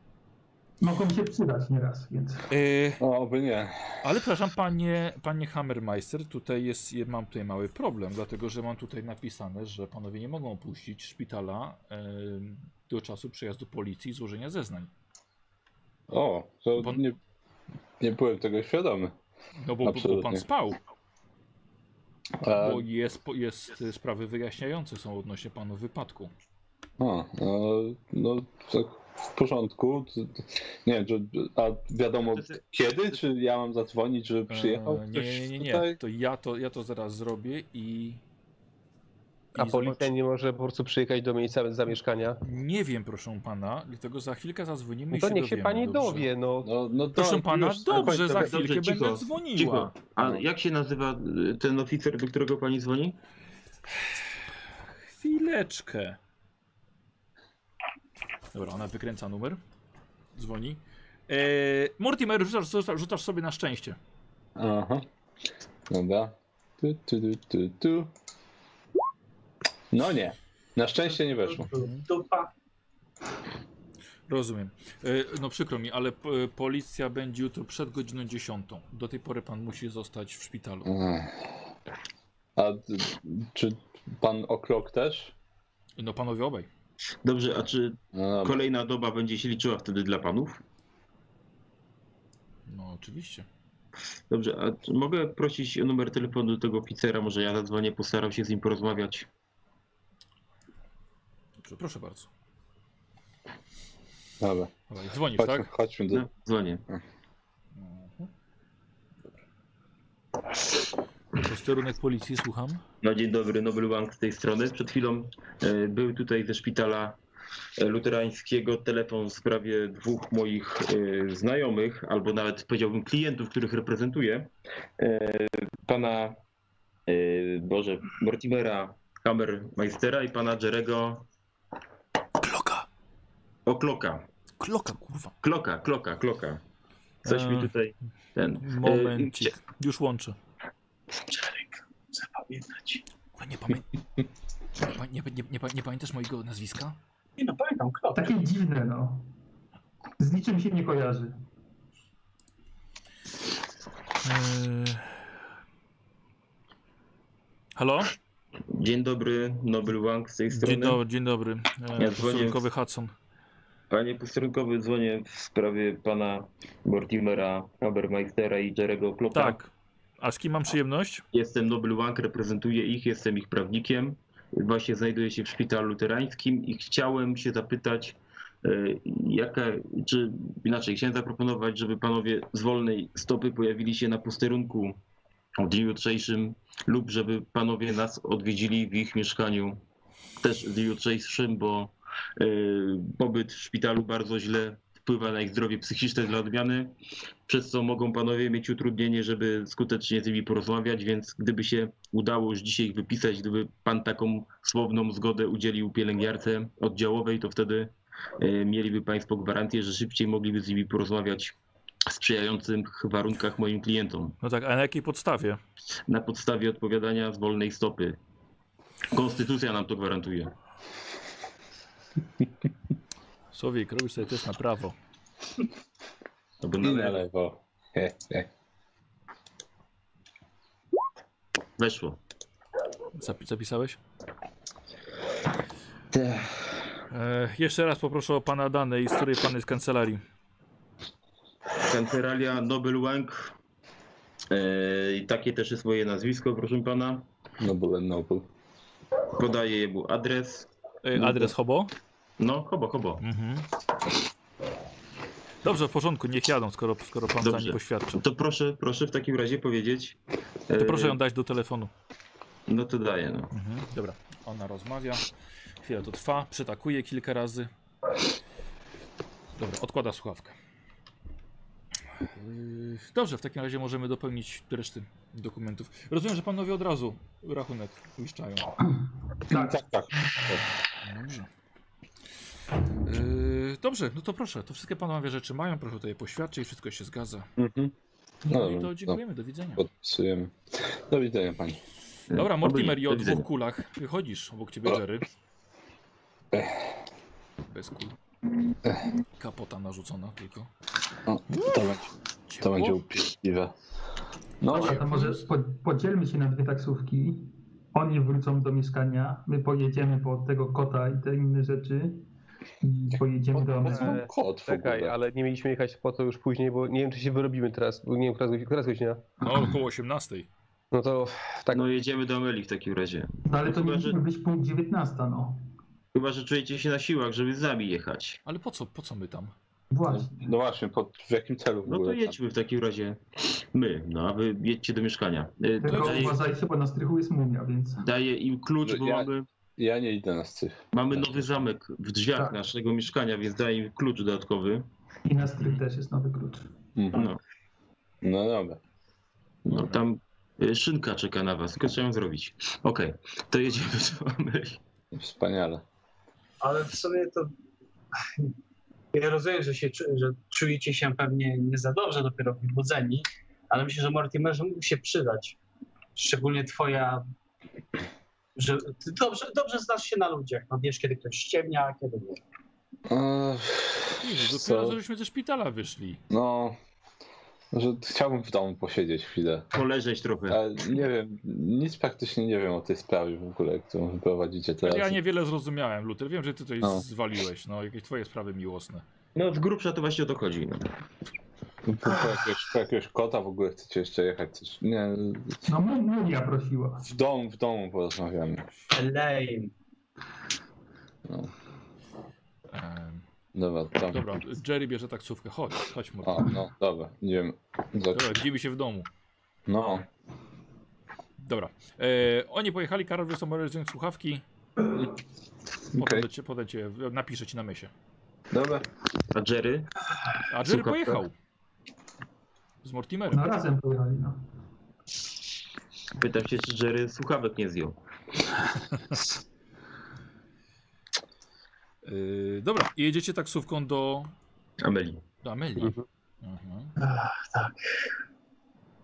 Mogą się przydać nieraz, więc...
Yy,
No, oby nie.
ale przepraszam, panie, panie Hammermeister, tutaj jest, je- mam tutaj mały problem, dlatego że mam tutaj napisane, że panowie nie mogą opuścić szpitala yy, do czasu przejazdu policji i złożenia zeznań.
O, to
Bo-
nie, nie byłem tego świadomy.
No bo, bo, bo pan
Absolutnie.
spał,
A,
bo jest, po- jest y, sprawy wyjaśniające są odnośnie panu wypadku.
a, no, no tak w porządku. Nie wiem, że, a wiadomo kiedy? Czy ja mam zadzwonić, żeby przyjechał
Eee,
ktoś
nie, nie, nie, nie.
tutaj?
To ja to, ja to zaraz zrobię i.
A
i
policja
zobaczę.
nie może po prostu przyjechać do miejsca zamieszkania.
Nie wiem, proszę pana, dlatego za chwilkę zadzwonimy
No
i
to
się
niech się
dowiemy,
pani
dobrze?
dowie, no.
No, no to
Proszę pana,
już- tak.
dobrze, za
dobrze,
chwilkę
cicho,
będę dzwoniła.
Cicho. A
No.
jak się nazywa y, ten oficer, do którego pani dzwoni?
Chwileczkę. Dobra, ona wykręca numer. Dzwoni. Eee, Mortimer, rzucasz, rzucasz, rzucasz sobie na szczęście.
Aha. Dobra. Tu, tu, tu, tu, tu. No nie. Na szczęście nie weszło.
Dupa.
Rozumiem. Eee, no przykro mi, ale p- policja będzie jutro przed godziną 10. Do tej pory pan musi zostać w szpitalu.
Ech. A d- czy pan okrok też?
No panowie obaj.
Dobrze, a czy
No, dobra.
kolejna doba będzie się liczyła wtedy dla panów?
No oczywiście.
Dobrze, a czy mogę prosić o numer telefonu tego oficera? Może ja zadzwonię, postaram się z nim porozmawiać.
Dobrze, proszę bardzo.
Dobra,
Dobra, i dzwonisz,
chodźmy,
tak?
chodźmy do...
No, dzwonię.
Mhm. Dobra. Posterunek policji, słucham.
No dzień dobry, Nobel Bank z tej strony. Przed chwilą e, był tutaj ze szpitala e, luterańskiego telefon w sprawie dwóch moich e, znajomych, albo nawet powiedziałbym klientów, których reprezentuję. E, Pana e, Boże Mortimera Hammermeistera i pana Jerego
Kloka!
Okloka.
Kloka, kurwa.
Kloka, kloka, kloka. Coś
A.
mi tutaj ten. e,
Momencik. Już łączę.
Zapamiętać.
Kurwa, nie, pamię... pa- nie, nie, nie, pa- nie pamiętasz mojego nazwiska?
Nie no, pamiętam kto.
Takie dziwne, no. Z niczym się nie kojarzy.
Eee... Halo?
Dzień dobry, Nobel Bank z tej strony.
Dzień dobry, dzień dobry. Eee,
Ja dzwonię-
posterunkowy Hudson.
Panie posterunkowy, dzwonię w sprawie pana Mortimera Habermeistera i Jerego Klopa.
Tak. A z kim mam przyjemność?
Jestem Nobel Bank, reprezentuję ich, jestem ich prawnikiem. Właśnie znajduję się w szpitalu luterańskim i chciałem się zapytać, e, jaka, czy inaczej, chciałem zaproponować, żeby panowie z wolnej stopy pojawili się na posterunku w dniu jutrzejszym lub żeby panowie nas odwiedzili w ich mieszkaniu też w dniu jutrzejszym, bo e, pobyt w szpitalu bardzo źle wpływa na ich zdrowie psychiczne dla odmiany przez co mogą panowie mieć utrudnienie, żeby skutecznie z nimi porozmawiać, więc gdyby się udało już dzisiaj ich wypisać, gdyby pan taką słowną zgodę udzielił pielęgniarce oddziałowej, to wtedy e, mieliby państwo gwarancję, że szybciej mogliby z nimi porozmawiać w sprzyjających warunkach moim klientom
No tak, a na jakiej podstawie?
na podstawie odpowiadania z wolnej stopy. Konstytucja nam to gwarantuje.
Sowiek, robisz sobie test na prawo.
No bo
Na
na-
lewo. He, he.
weszło.
Zapi- zapisałeś? Eee, jeszcze raz poproszę o pana dane i z której pan jest kancelarii.
Kancelaria Nobel Łęk. E, I takie też jest moje nazwisko, proszę pana.
Noble and noble.
Podaję jemu adres.
Eee, adres Hobo?
No, hobo, hobo.
Mhm. Dobrze, w porządku, niech jadą, skoro, skoro pan za
Dobrze.
nie poświadczył.
To proszę, proszę w takim razie powiedzieć.
To
e,
proszę ją dać do telefonu.
No to daję. No.
Mhm, dobra, ona rozmawia. Chwilę to trwa, przytakuje kilka razy. Dobra, odkłada słuchawkę. Yy, Dobrze, w takim razie możemy dopełnić reszty dokumentów. Rozumiem, że panowie od razu rachunek uiszczają. No
Tak.
tak. tak.
Dobrze. Yy, Dobrze, no to proszę, to wszystkie panowie rzeczy mają, proszę tutaj poświadczyć, wszystko się zgadza. No i
dobra,
to dziękujemy, do widzenia.
Podpisujemy. Do widzenia pani.
E,
Dobra, Mortimer, i o
Do widzenia.
dwóch kulach. Wychodzisz obok ciebie,
O. E.
Jerry. Bez kul. Kapota narzucona tylko.
No, E. to będzie, to będzie
Ciepło?
upierdliwe. No,
Dobra, to może po, podzielmy się na dwie taksówki. Oni wrócą do mieszkania, my pojedziemy po tego kota i te inne rzeczy i pojedziemy do
po co
Ameryki.
mam no, kot w
Czekaj,
ogóle?
ale nie mieliśmy jechać po to już później, bo nie wiem, czy się wyrobimy teraz, bo nie wiem, która jest godzi- która jest godzina.
No, około 18.
No to tak,
No jedziemy do Ameli w takim razie.
No ale to nie
Chyba, że-
musi być punkt 19, no.
Chyba, że czujecie się na siłach, żeby z nami jechać.
Ale po co, po co my tam?
Właśnie.
No właśnie, po, w jakim celu w
No
ogóle? tak.
to jedźmy w takim razie. My, no a wy jedźcie do mieszkania. E,
Tylko
jeżeli-
Daję,
uważajcie, bo na strychu jest mumia, więc...
daję im klucz, bo
Ja-
mamy,
Ja nie idę na strych.
mamy nowy zamek w drzwiach
Tak.
naszego mieszkania, więc daję im klucz dodatkowy.
I na strych też jest nowy klucz.
Mhm.
No,
No dobra.
no
Dobra.
tam e, szynka czeka na was, tylko trzeba ją zrobić. Okej, to jedziemy do Ameli.
Wspaniale.
Ale w sumie to... Ja rozumiem, że, się, czu- że czujecie się pewnie nie za dobrze dopiero wybudzeni, ale myślę, że Mortimerze mógł się przydać. Szczególnie twoja... Że ty dobrze, dobrze znasz się na ludziach. No wiesz, kiedy ktoś ściemnia, a kiedy nie.
Eee,
Jezu,
co?
Dopiero żeśmy ze szpitala wyszli.
No, że chciałbym w domu posiedzieć chwilę.
Poleżeć trochę.
Ale nie wiem, nic praktycznie nie wiem o tej sprawie w ogóle, którą prowadzicie teraz.
Ja niewiele zrozumiałem, Luther. Wiem, że ty tutaj
No.
zwaliłeś, no, jakieś twoje sprawy miłosne.
No z grubsza to właśnie o to chodzi. No.
Po, po, jakiegoś, po jakiegoś kota w ogóle chcecie jeszcze jechać? Coś. Nie,
No Mel- Melia prosiła.
w domu, w domu porozmawiamy.
Elaine.
No.
Em,
Dobra, tam.
Dobra, Jerry bierze taksówkę. Chodź, chodź mu.
A, no, dobra, idziemy. Za...
Dobra, widzimy się w domu.
No,
Dobra. E, oni pojechali, Karol, wiesz co, możesz wziąć słuchawki. Potem,
okej.
do cie, potem cię, napiszę ci na mysie.
Dobra.
A Jerry?
A Jerry
Słuchawka.
pojechał. Z Mortimerem.
No razem pojechali, no.
Pytam się, czy Jerry słuchawek nie zjął.
E, dobra, i jedziecie taksówką do,
Ameli.
do Amelii. Mhm.
Ach, tak.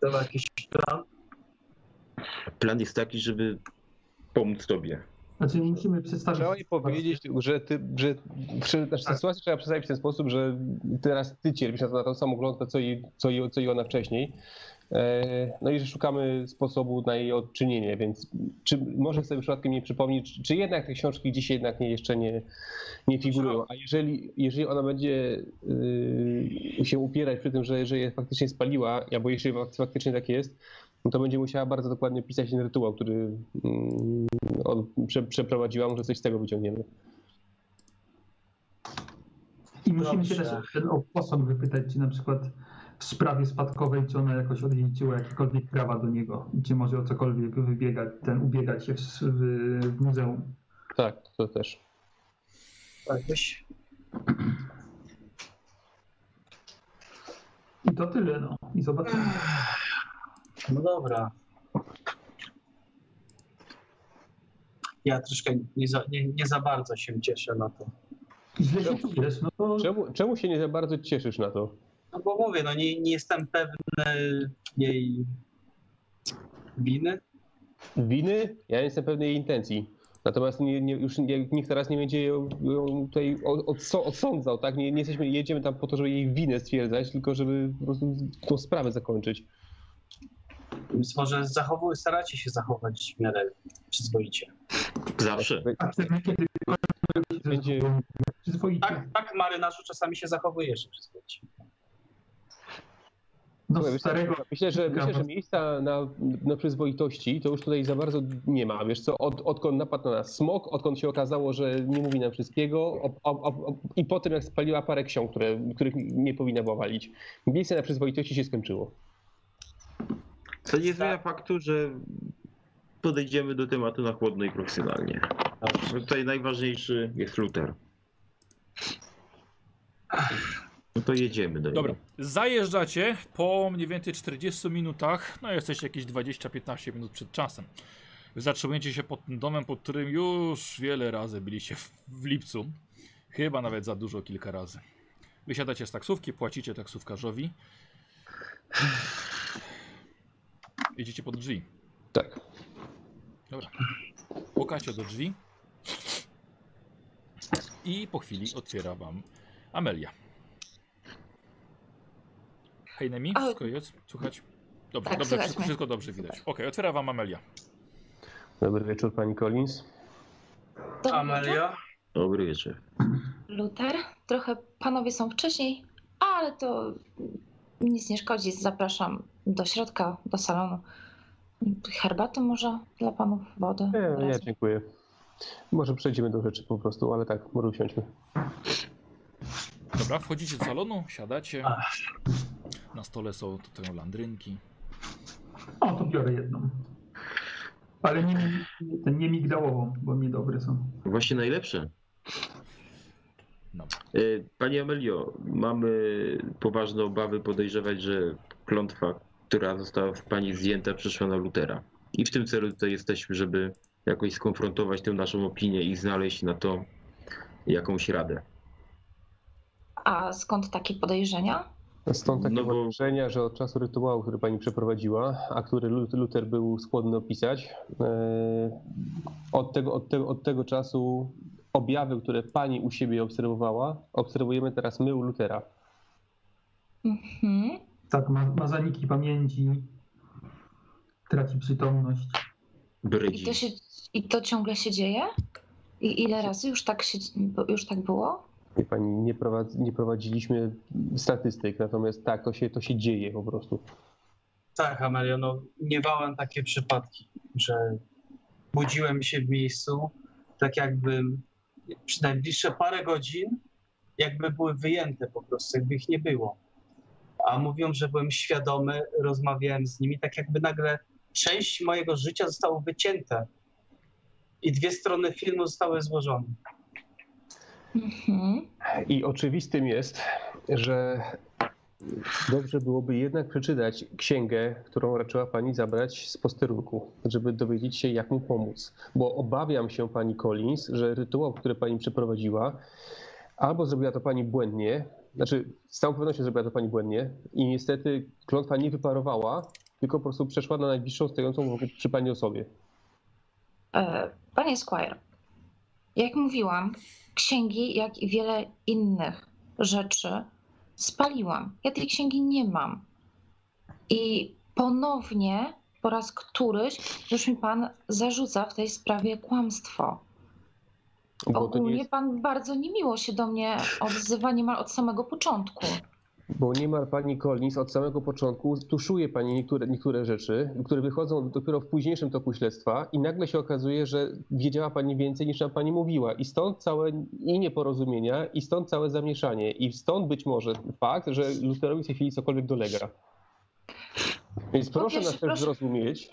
To był jakiś plan.
Plan jest taki, żeby pomóc tobie.
Znaczy musimy przedstawić...
Trzeba im powiedzieć, że ty, że, że znaczy, sytuację trzeba przedstawić w ten sposób, że teraz ty cierpisz na, na tą samą klątwę, co i, co, i, co i ona wcześniej. E, No i że szukamy sposobu na jej odczynienie, więc czy może sobie przypadkiem nie przypomnieć, czy- czy jednak te książki gdzieś jednak nie, jeszcze nie, nie figurują. A jeżeli, jeżeli ona będzie y, się upierać przy tym, że, że je faktycznie spaliła, albo jeżeli fak- faktycznie tak jest, no to będzie musiała bardzo dokładnie pisać ten rytuał, który mm, on prze, przeprowadziła, może coś z tego wyciągniemy.
I musimy się
Dobrze.
też o ten posąg wypytać, czy na przykład w sprawie spadkowej, czy ona jakoś odziedziczyła jakiekolwiek prawa do niego, i czy może o cokolwiek wybiegać, ten ubiegać się w, w, w muzeum.
Tak, to też.
Tak, byś...
I to tyle, no. I zobaczymy.
No dobra. Ja troszkę nie za, nie, nie za bardzo się cieszę na to.
Źle się czujesz, no to
Czemu, czemu się nie za bardzo cieszysz na to?
No bo mówię, no nie, nie jestem pewny jej winy.
Winy? Ja nie jestem pewny jej intencji. Natomiast nie, nie, już nie, nikt teraz nie będzie ją, ją tutaj o- odsą- odsądzał, tak? Nie, nie jesteśmy, jedziemy tam po to, żeby jej winę stwierdzać, tylko żeby po prostu tą sprawę zakończyć.
Więc może zachowuj, staracie się zachować w miarę przyzwoicie.
Zawsze.
a czy my kiedykolwiek
Będzie-
przyzwoicie.
Tak, tak marynarzu czasami się zachowujesz przyzwoicie.
Do
Słuchaj, wiesz co,
starego
Myślę, że, myślę, że miejsca na, na przyzwoitości to już tutaj za bardzo nie ma. Wiesz co, od, odkąd napadł na nas smok, odkąd się okazało, że nie mówi nam wszystkiego o, o, o, i po tym jak spaliła parę ksiąg, które, których nie powinna była walić. Miejsce na przyzwoitości się skończyło.
Co nie zmienia faktu, że podejdziemy do tematu na chłodno i profesjonalnie. Tutaj najważniejszy jest Luther. No to jedziemy do niego.
Dobra, zajeżdżacie po mniej więcej 40 minutach, no jesteście jakieś 20-15 minut przed czasem. Zatrzymujecie się pod tym domem, pod którym już wiele razy byliście w, w lipcu. Chyba nawet za dużo, kilka razy. Wysiadacie z taksówki, płacicie taksówkarzowi. Idziecie pod drzwi.
Tak.
Dobra. Pukacie do drzwi. I po chwili otwiera wam Amelia. Hej Nemi,
O.
wszystko jest? Słychać? Dobrze,
Tak,
dobrze,
słychać
wszystko,
mnie.
wszystko dobrze widać. Okej, otwiera wam Amelia.
Dobry wieczór, pani Collins.
Dobry wieczór,
Amelia?
Dobry wieczór.
Luther. Trochę panowie są wcześniej, ale to nic nie szkodzi. Zapraszam do środka, do salonu. Herbaty może dla panów, wodę.
Nie, nie,
razem.
dziękuję. Może przejdziemy do rzeczy po prostu, ale tak, może usiądźmy.
Dobra, wchodzicie do salonu, siadacie.
Ach.
Na stole są tutaj landrynki.
O, to biorę jedną. Ale nie, nie, ten nie migdałową, bo niedobre są.
Właśnie najlepsze.
No.
Y, Panie Amelio, mamy poważne obawy podejrzewać, że klątwa, która została w pani zdjęta, przeszła na Lutera. I w tym celu tutaj jesteśmy, żeby jakoś skonfrontować tę naszą opinię i znaleźć na to jakąś radę.
A skąd takie podejrzenia?
Stąd takie
No bo-
podejrzenia, że od czasu rytuału, który pani przeprowadziła, a który Lut- Luther był skłonny opisać, e, od tego, od, te, od tego czasu objawy, które pani u siebie obserwowała, obserwujemy teraz my u Lutera.
Mhm.
Tak, ma, ma zaniki pamięci, traci przytomność.
I,
Brydzi.
to się, I to ciągle się dzieje? I ile razy już tak, się, już tak było?
Wie pani, nie, prowadzi, nie prowadziliśmy statystyk, natomiast tak, to się, to się dzieje po prostu.
Tak, Amelio, no miewałem takie przypadki, że budziłem się w miejscu, tak jakbym przez najbliższe parę godzin jakby były wyjęte po prostu, jakby ich nie było. A mówią, że byłem świadomy, rozmawiałem z nimi, tak jakby nagle część mojego życia zostało wycięte i dwie strony filmu zostały złożone.
Mhm.
I oczywistym jest, że dobrze byłoby jednak przeczytać księgę, którą raczyła pani zabrać z posterunku, żeby dowiedzieć się, jak mu pomóc. Bo obawiam się, pani Collins, że rytuał, który pani przeprowadziła, albo zrobiła to pani błędnie, znaczy z całą pewnością zrobiła to pani błędnie i niestety klątwa nie wyparowała, tylko po prostu przeszła na najbliższą stojącą przy pani osobie.
E, Panie Squire, jak mówiłam, księgi, jak i wiele innych rzeczy spaliłam. Ja tej księgi nie mam. I ponownie, po raz któryś, już mi pan zarzuca w tej sprawie kłamstwo.
Bo to nie
Ogólnie
jest
pan bardzo niemiło się do mnie odzywa niemal od samego początku.
Bo niemal pani Collins od samego początku tuszuje pani niektóre, niektóre rzeczy, które wychodzą dopiero w późniejszym toku śledztwa i nagle się okazuje, że wiedziała pani więcej niż nam pani mówiła i stąd całe i nieporozumienia i stąd całe zamieszanie i stąd być może fakt, że Lutherowi w tej chwili cokolwiek dolega. Więc
Po
proszę
pierwsze,
nas też
No proszę-
zrozumieć,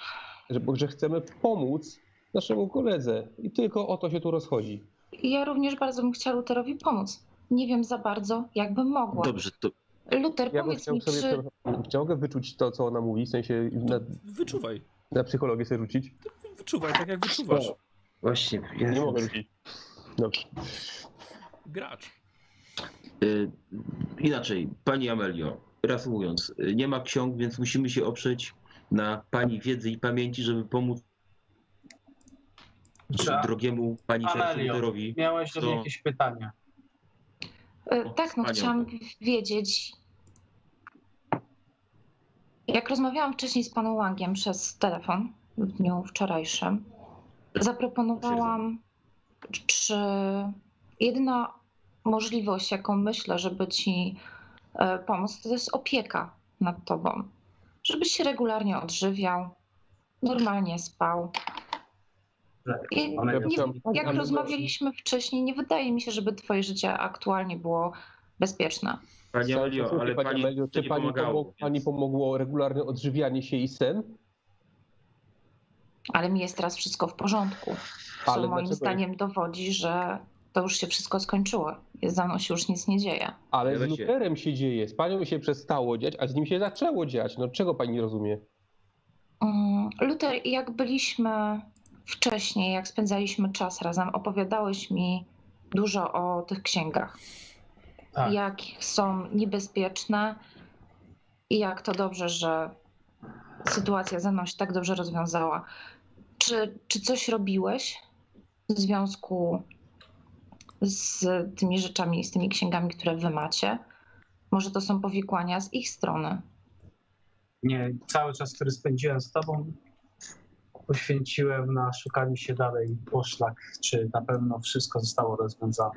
że, bo- że chcemy pomóc naszemu koledze i tylko o to się tu rozchodzi.
I ja również bardzo bym chciała Luterowi pomóc. Nie wiem za bardzo, jakbym mogła.
Dobrze, to
Luter,
Ja bym
powiedz
chciał
mi,
sobie
czy...
trochę- chciałbym wyczuć to, co ona mówi, w sensie na,
Wyczuwaj.
na psychologię sobie rzucić.
Wyczuwaj tak jak wyczuwasz.
właśnie. Ja
Nie mogę rzucić. Dobrze.
Gracz.
Y, Inaczej, pani Amelio, reasumując, y, nie ma ksiąg, więc musimy się oprzeć na pani wiedzy i pamięci, żeby pomóc
Czy-
drogiemu pani sercu
Amelio.
Luterowi.
Miałeś do mnie
To-
jakieś pytania?
E, Tak, no
Wspaniale.
chciałam wiedzieć. Jak rozmawiałam wcześniej z panem Łangiem przez telefon w dniu wczorajszym, zaproponowałam, czy jedyna możliwość, jaką myślę, żeby ci e, pomóc, to jest opieka nad tobą. Żebyś się regularnie odżywiał, normalnie spał. I
Amelio.
nie,
chciałem-
jak
Ale-
rozmawialiśmy wcześniej, nie wydaje mi się, żeby twoje życie aktualnie było bezpieczne.
Pani
Cały
Amelio,
czas
ale
mówię,
pani,
Amelio,
to
czy
nie
pani,
pomagało.
pomog, pani
więc-
pomogło regularne odżywianie się i sen?
Ale mi jest teraz wszystko w porządku. Co
Ale
moim
dlaczego-
zdaniem dowodzi, że to już się wszystko skończyło. Jest za mną się już nic nie dzieje.
Ale
Ale
z
się-
Luterem się dzieje, z panią się przestało dziać, a z nim się zaczęło dziać. No czego pani nie rozumie?
Mm, Luther, jak byliśmy wcześniej, jak spędzaliśmy czas razem, opowiadałeś mi dużo o tych księgach.
Tak.
Jak są niebezpieczne i jak to dobrze, że sytuacja ze mną się tak dobrze rozwiązała. Czy, czy coś robiłeś w związku z tymi rzeczami, z tymi księgami, które wy macie? Może to są powikłania z ich strony?
Nie, cały czas, który spędziłem z tobą, poświęciłem na szukanie się dalej poszlak, czy na pewno wszystko zostało rozwiązane.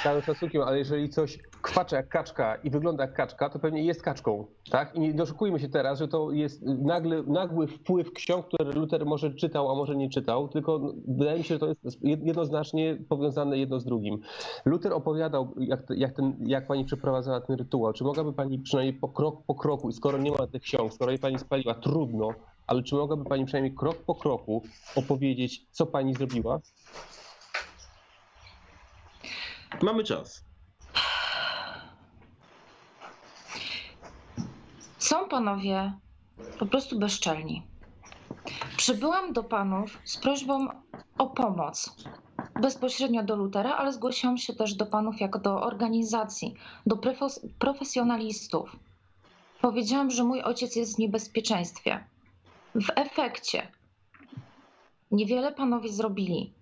Z całym szacunkiem, ale jeżeli coś kwacze jak kaczka i wygląda jak kaczka, to pewnie jest kaczką, tak? I nie doszukujmy się teraz, że to jest nagle, nagły wpływ ksiąg, które Luther może czytał, a może nie czytał, tylko no, wydaje mi się, że to jest jednoznacznie powiązane jedno z drugim. Luther opowiadał, jak, te- jak, ten, jak pani przeprowadzała ten rytuał. Czy mogłaby pani przynajmniej po krok po kroku, i skoro nie ma tych ksiąg, skoro je pani spaliła, trudno, ale czy mogłaby pani przynajmniej krok po kroku opowiedzieć, co pani zrobiła?
Mamy czas.
Są panowie po prostu bezczelni. Przybyłam do panów z prośbą o pomoc. Bezpośrednio do Lutera, ale zgłosiłam się też do panów jako do organizacji, do profes- profesjonalistów. Powiedziałam, że mój ojciec jest w niebezpieczeństwie. W efekcie niewiele panowie zrobili.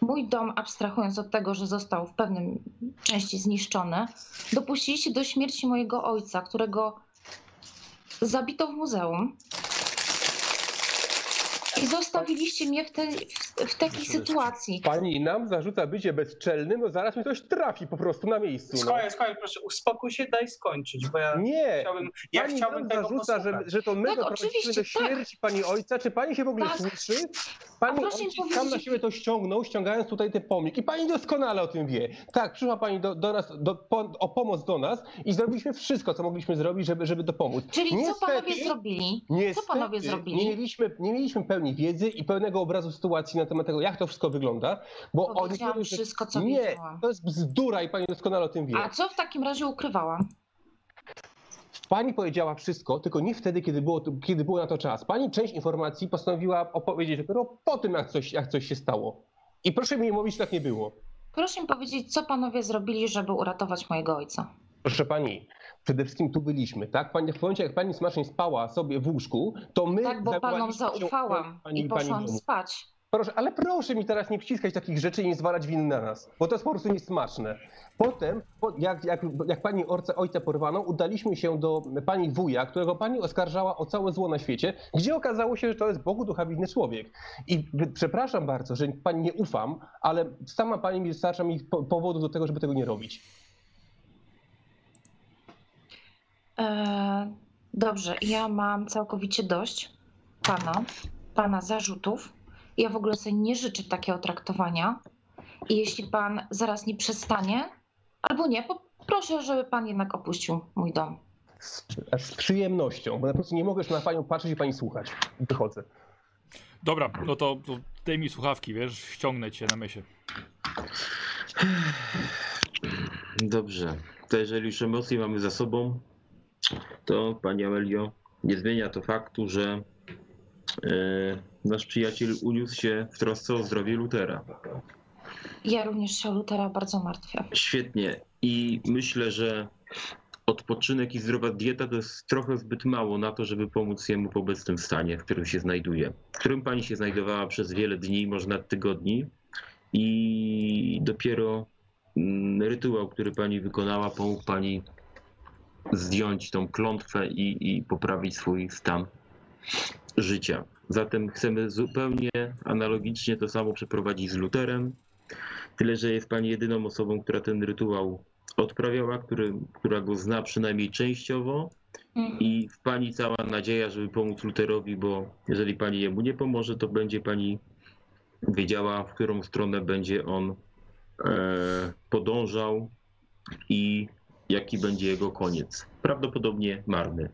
Mój dom, abstrahując od tego, że został w pewnym części zniszczony, dopuściliście do śmierci mojego ojca, którego zabito w muzeum. I zostawiliście mnie w, tej, w w takiej
Zresztą-
sytuacji.
Pani nam zarzuca bycie bezczelnym, no zaraz mi ktoś trafi po prostu na miejscu. No.
Słuchaj, słuchaj, proszę, uspokój się, daj skończyć, bo ja
Nie,
chciałbym, ja
pani
chciałbym
nam
tego
zarzuca, że,
posłuchać.
że to my
Tak,
doprowadziliśmy do
oczywiście, tak.
śmierci pani ojca. Czy pani się w ogóle
Tak.
słyszy? Pani
proszę mi
ojciec sam na
powiedzieć-
siebie to ściągnął, ściągając tutaj ten pomnik. I pani doskonale o tym wie. Tak, przyszła pani do, do nas, do, po, o pomoc do nas i zrobiliśmy wszystko, co mogliśmy zrobić, żeby, żeby dopomóc.
Czyli
Niestety-
co panowie zrobili?
Niestety,
Co panowie zrobili?
Nie mieliśmy, nie mieliśmy pełni wiedzy i pełnego obrazu sytuacji na temat tego, jak to wszystko wygląda, bo oni
Powiedziałam
mówią, że
wszystko, co
nie,
wiedziałam.
to jest bzdura i pani doskonale o tym wie.
A co w takim razie ukrywałam?
Pani powiedziała wszystko, tylko nie wtedy, kiedy było, kiedy było na to czas. Pani część informacji postanowiła opowiedzieć dopiero po tym, jak coś, jak coś się stało. I proszę mi nie mówić, że tak nie było.
Proszę mi powiedzieć, co panowie zrobili, żeby uratować mojego ojca?
Proszę pani, przede wszystkim tu byliśmy, tak? Pani, w momencie, jak pani smacznie spała sobie w łóżku, to my.
Tak, bo panom
zawołaliśmy się
zaufałam
o pani
i
pani
poszłam
domu.
spać.
Proszę, ale proszę mi teraz nie wciskać takich rzeczy i nie zwalać winy na nas, bo to jest po prostu niesmaczne. Potem, po- jak, jak, jak pani orca, ojca porwano, udaliśmy się do pani wuja, którego pani oskarżała o całe zło na świecie, gdzie okazało się, że to jest Bogu duchowny człowiek. I wy- przepraszam bardzo, że pani nie ufam, ale sama pani mi dostarcza mi po, powodu do tego, żeby tego nie robić.
E, dobrze, ja mam całkowicie dość pana, pana zarzutów. Ja w ogóle sobie nie życzę takiego traktowania. I jeśli pan zaraz nie przestanie, albo nie, poproszę, żeby pan jednak opuścił mój dom.
Z, aż z przyjemnością, bo na prostu nie mogę już na panią patrzeć i pani słuchać. Wychodzę.
Dobra, no to, to daj mi słuchawki, wiesz, ściągnę cię na mysie.
Dobrze. To jeżeli już emocje mamy za sobą, to Pani Amelio, nie zmienia to faktu, że e, nasz przyjaciel uniósł się w trosce o zdrowie Lutera.
Ja również się o Lutera bardzo martwię.
Świetnie. I myślę, że odpoczynek i zdrowa dieta to jest trochę zbyt mało na to, żeby pomóc jemu w obecnym stanie, w którym się znajduje. W którym pani się znajdowała przez wiele dni, może nawet tygodni. I dopiero mm, rytuał, który pani wykonała, pomógł pani zdjąć tą klątwę i, i poprawić swój stan życia. Zatem chcemy zupełnie analogicznie to samo przeprowadzić z Luterem. Tyle, że jest pani jedyną osobą, która ten rytuał odprawiała, który, która go zna przynajmniej częściowo
Mhm.
i w pani cała nadzieja, żeby pomóc Luterowi, bo jeżeli pani jemu nie pomoże, to będzie pani wiedziała, w którą stronę będzie on e, podążał i jaki będzie jego koniec. Prawdopodobnie marny.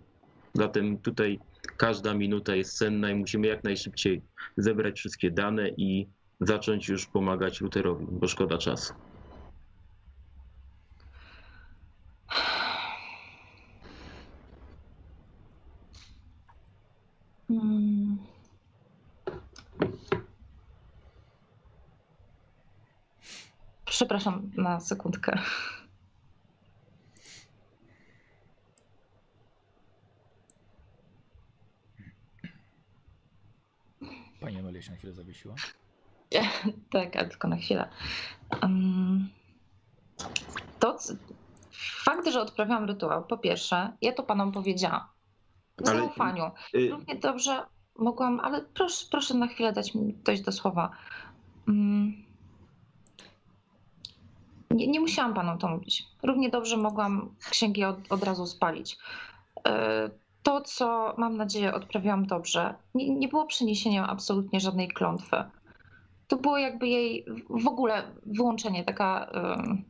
Zatem tutaj każda minuta jest cenna i musimy jak najszybciej zebrać wszystkie dane i zacząć już pomagać Luterowi, bo szkoda czasu.
Mm. Przepraszam na sekundkę. <laughs>
Pani Amelia się na chwilę zawiesiła.
Tak, ale tylko na chwilę. Em, To c- fakt, że odprawiam rytuał, po pierwsze, ja to panom powiedziałam. W
Ale-
zaufaniu.
Y,
Równie No dobrze mogłam, ale proszę, proszę na chwilę dać mi dojść do słowa. Mm. Nie, nie musiałam panom to mówić. Równie dobrze mogłam księgi od, od razu spalić. E, To, co mam nadzieję odprawiłam dobrze, nie, nie było przeniesieniem absolutnie żadnej klątwy. To było jakby jej w ogóle wyłączenie, taka y, em,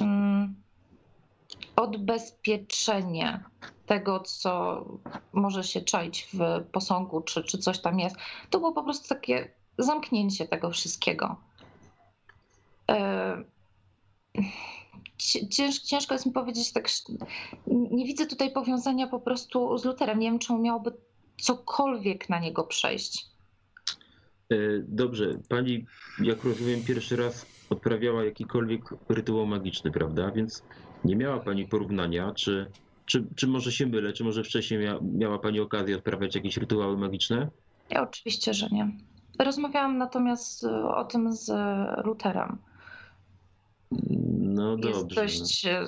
em, odbezpieczenie tego, co może się czaić w posągu, czy, czy coś tam jest. To było po prostu takie zamknięcie tego wszystkiego. E, ci- Cięż, ciężko jest mi powiedzieć tak. sz- Nie widzę tutaj powiązania po prostu z Luterem. Nie wiem, czemu miałoby cokolwiek na niego przejść.
E, Dobrze, pani, jak rozumiem, pierwszy raz odprawiała jakikolwiek rytuał magiczny, prawda? Więc nie miała pani porównania, czy, czy, czy może się mylę, czy może wcześniej mia, miała pani okazję odprawiać jakieś rytuały magiczne?
Ja oczywiście, że nie. Rozmawiałam natomiast e, o tym z e, Luterem.
No
jest
dobrze. no.
dość e,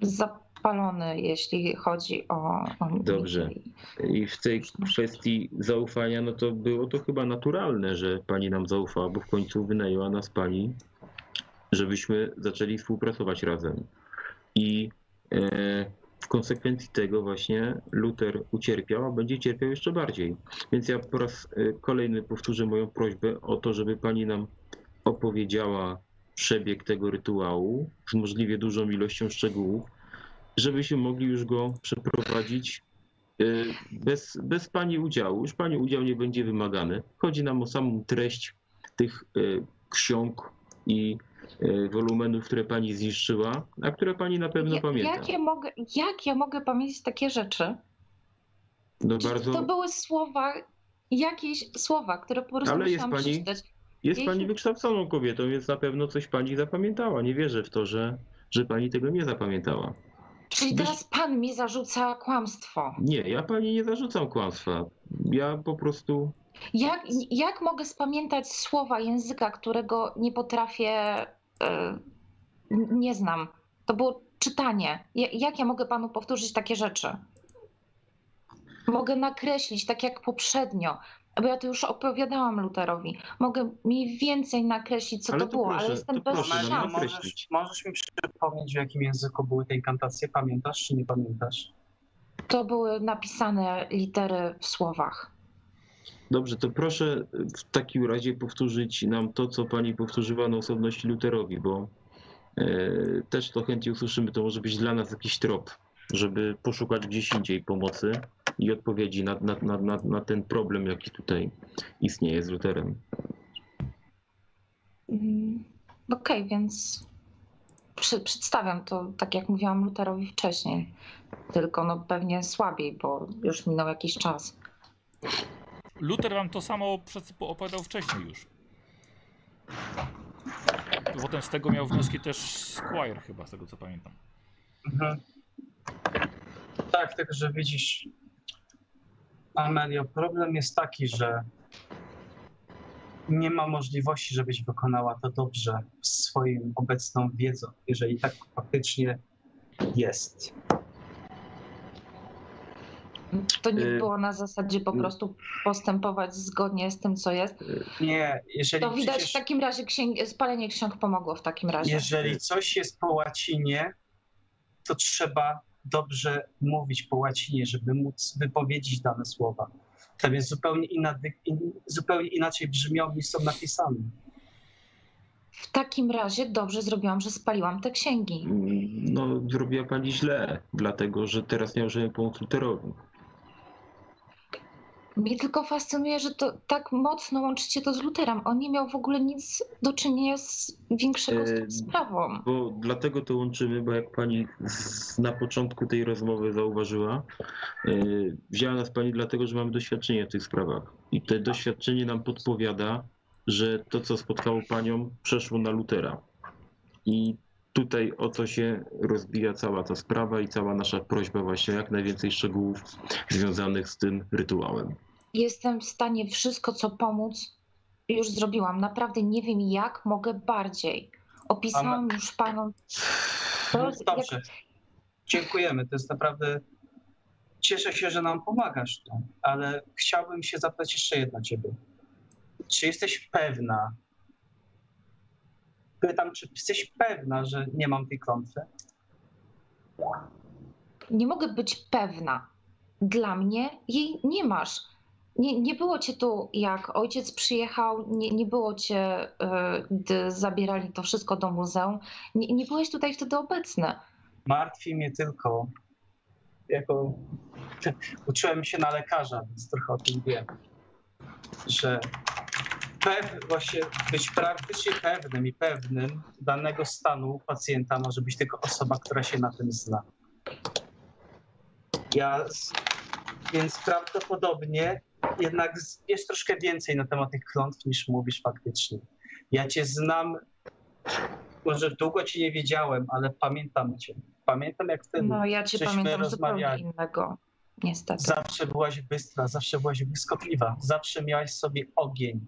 za, spalony, jeśli chodzi o. o
Dobrze. I w tej kwestii zaufania, no to było to chyba naturalne, że pani nam zaufała, bo w końcu wynajęła nas pani, żebyśmy zaczęli współpracować razem. I e, w konsekwencji tego właśnie Luther ucierpiał, a będzie cierpiał jeszcze bardziej. Więc ja po raz e, kolejny powtórzę moją prośbę o to, żeby pani nam opowiedziała przebieg tego rytuału z możliwie dużą ilością szczegółów, żebyśmy mogli już go przeprowadzić y, bez, bez Pani udziału. Już Pani udział nie będzie wymagany. Chodzi nam o samą treść tych y, ksiąg i y, wolumenów, które Pani zniszczyła, a które Pani na pewno pamięta.
jak, ja mogę, jak ja mogę pamiętać takie rzeczy?
No
Czy
bardzo...
To były słowa, jakieś słowa, które po prostu
Ale jest
musiałam
pani-
przeczytać.
Jest
Ja
pani
się-
wykształconą kobietą, więc na pewno coś pani zapamiętała. Nie wierzę w to, że, że pani tego nie zapamiętała.
Czyli
Być-
teraz pan mi zarzuca kłamstwo.
Nie, ja pani nie zarzucam kłamstwa. Ja po prostu.
Jak, jak mogę spamiętać słowa języka, którego nie potrafię, e, nie znam? To było czytanie. Ja- Jak ja mogę panu powtórzyć takie rzeczy? Mogę nakreślić, tak jak poprzednio, bo ja to już opowiadałam Luterowi. Mogę mniej więcej nakreślić, co
Ale
to
to
było,
proszę,
ale jestem
to
bez
proszę,
szans.
no nie
Amelia, możesz,
określić.
możesz mi przypomnieć, w jakim języku były te inkantacje? Pamiętasz czy nie pamiętasz?
To były napisane litery w słowach.
Dobrze, to proszę w takim razie powtórzyć nam to, co pani powtórzyła na osobności Luterowi, bo e, też to chętnie usłyszymy. To może być dla nas jakiś trop, żeby poszukać gdzieś indziej pomocy i odpowiedzi na, na, na, na, na ten problem, jaki tutaj istnieje z Luterem.
Mm, Okej, więc przy, przedstawiam to, tak jak mówiłam Luterowi wcześniej, tylko no pewnie słabiej, bo już minął jakiś czas.
Luther wam to samo przed- opowiadał wcześniej już. Potem z tego miał wnioski też Squire chyba, z tego co pamiętam.
Mhm. Tak, tylko że widzisz, Amelio, problem jest taki, że nie ma możliwości, żebyś wykonała to dobrze z swoim obecną wiedzą, jeżeli tak faktycznie jest.
To nie
Y-
było na zasadzie po
mm.
y-
prostu postępować zgodnie z tym, co jest.
Nie, jeżeli
To widać tak- w
przecież-
takim razie, księg, spalenie ksiąg pomogło w takim razie.
Jeżeli coś jest po łacinie, to trzeba dobrze mówić po łacinie, żeby móc wypowiedzieć dane słowa. Tam jest zupełnie, inna, dyk- in, zupełnie inaczej brzmią niż są napisane.
W takim razie dobrze zrobiłam, że spaliłam te księgi.
No, zrobiła pani źle, dlatego że teraz nie możemy pomóc Luterowi.
Mnie tylko fascynuje, że to tak mocno łączycie to z Luterem. On nie miał w ogóle nic do czynienia z większego z tą
Y,
sprawą.
Bo dlatego to łączymy, bo jak pani z, na początku tej rozmowy zauważyła, yy, wzięła nas pani dlatego, że mamy doświadczenie w tych sprawach. I to doświadczenie nam podpowiada, że to, co spotkało panią, przeszło na Lutera. I tutaj o to się rozbija cała ta sprawa i cała nasza prośba właśnie o jak najwięcej szczegółów związanych z tym rytuałem.
Jestem w stanie wszystko, co pomóc, już zrobiłam. Naprawdę nie wiem, jak mogę bardziej. Opisałam już panom. To, jak,
No, Dobrze. Dziękujemy. To jest naprawdę. Cieszę się, że nam pomagasz, tu, ale chciałbym się zapytać jeszcze jedno ciebie. Czy jesteś pewna? Pytam, czy jesteś pewna, że nie mam tej klątwy?
nie mogę być pewna. Dla mnie jej nie masz. Nie, nie było cię tu, jak ojciec przyjechał, nie, nie było cię, y, gdy zabierali to wszystko do muzeum. Nie, nie byłeś tutaj wtedy obecny.
Martwi mnie tylko, jako uczyłem się na lekarza, więc trochę o tym wiem, że pew, właśnie być praktycznie pewnym i pewnym danego stanu pacjenta może być tylko osoba, która się na tym zna. Ja, z- więc prawdopodobnie jednak z- wiesz troszkę więcej na temat tych klątw niż mówisz faktycznie. Ja cię znam, może długo cię nie wiedziałem, ale pamiętam cię. Pamiętam jak wtedy.
No ja cię
żeśmy
pamiętam zupełnie
rozmawiali.
innego. Niestety.
Zawsze byłaś bystra, zawsze byłaś błyskotliwa, zawsze miałaś w sobie ogień.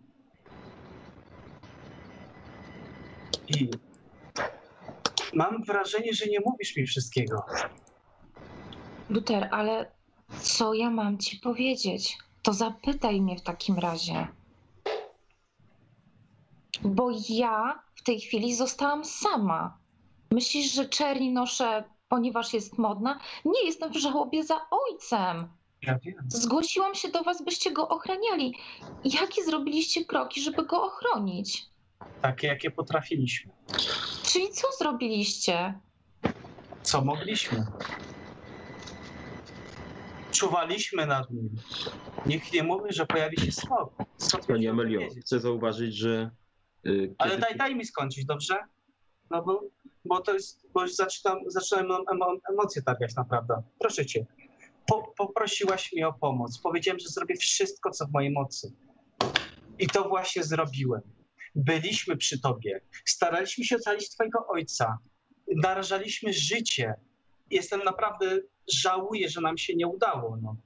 I mam wrażenie, że nie mówisz mi wszystkiego.
Luther, ale co ja mam ci powiedzieć? To zapytaj mnie w takim razie. Bo ja w tej chwili zostałam sama. Myślisz, że czerni noszę, ponieważ jest modna? Nie, jestem w żałobie za ojcem.
Ja wiem.
Zgłosiłam się do was, byście go ochraniali. Jakie zrobiliście kroki, żeby go ochronić?
Takie, jakie potrafiliśmy.
Czyli co zrobiliście?
Co mogliśmy? Czuwaliśmy nad nim. Niech nie mówi, że pojawi się smog. Co ty
Pani
chcesz
Amelio,
powiedzieć?
chcę zauważyć, że. y,
Ale
kiedy-
daj, daj mi skończyć, dobrze? No bo, bo to jest, bo już zaczynam, zaczynam emo, emocje targać naprawdę. Proszę cię, po, poprosiłaś mnie o pomoc. Powiedziałem, że zrobię wszystko, co w mojej mocy. I to właśnie zrobiłem. Byliśmy przy tobie. Staraliśmy się ocalić twojego ojca. Narażaliśmy życie. Jestem naprawdę, żałuję, że nam się nie udało. No.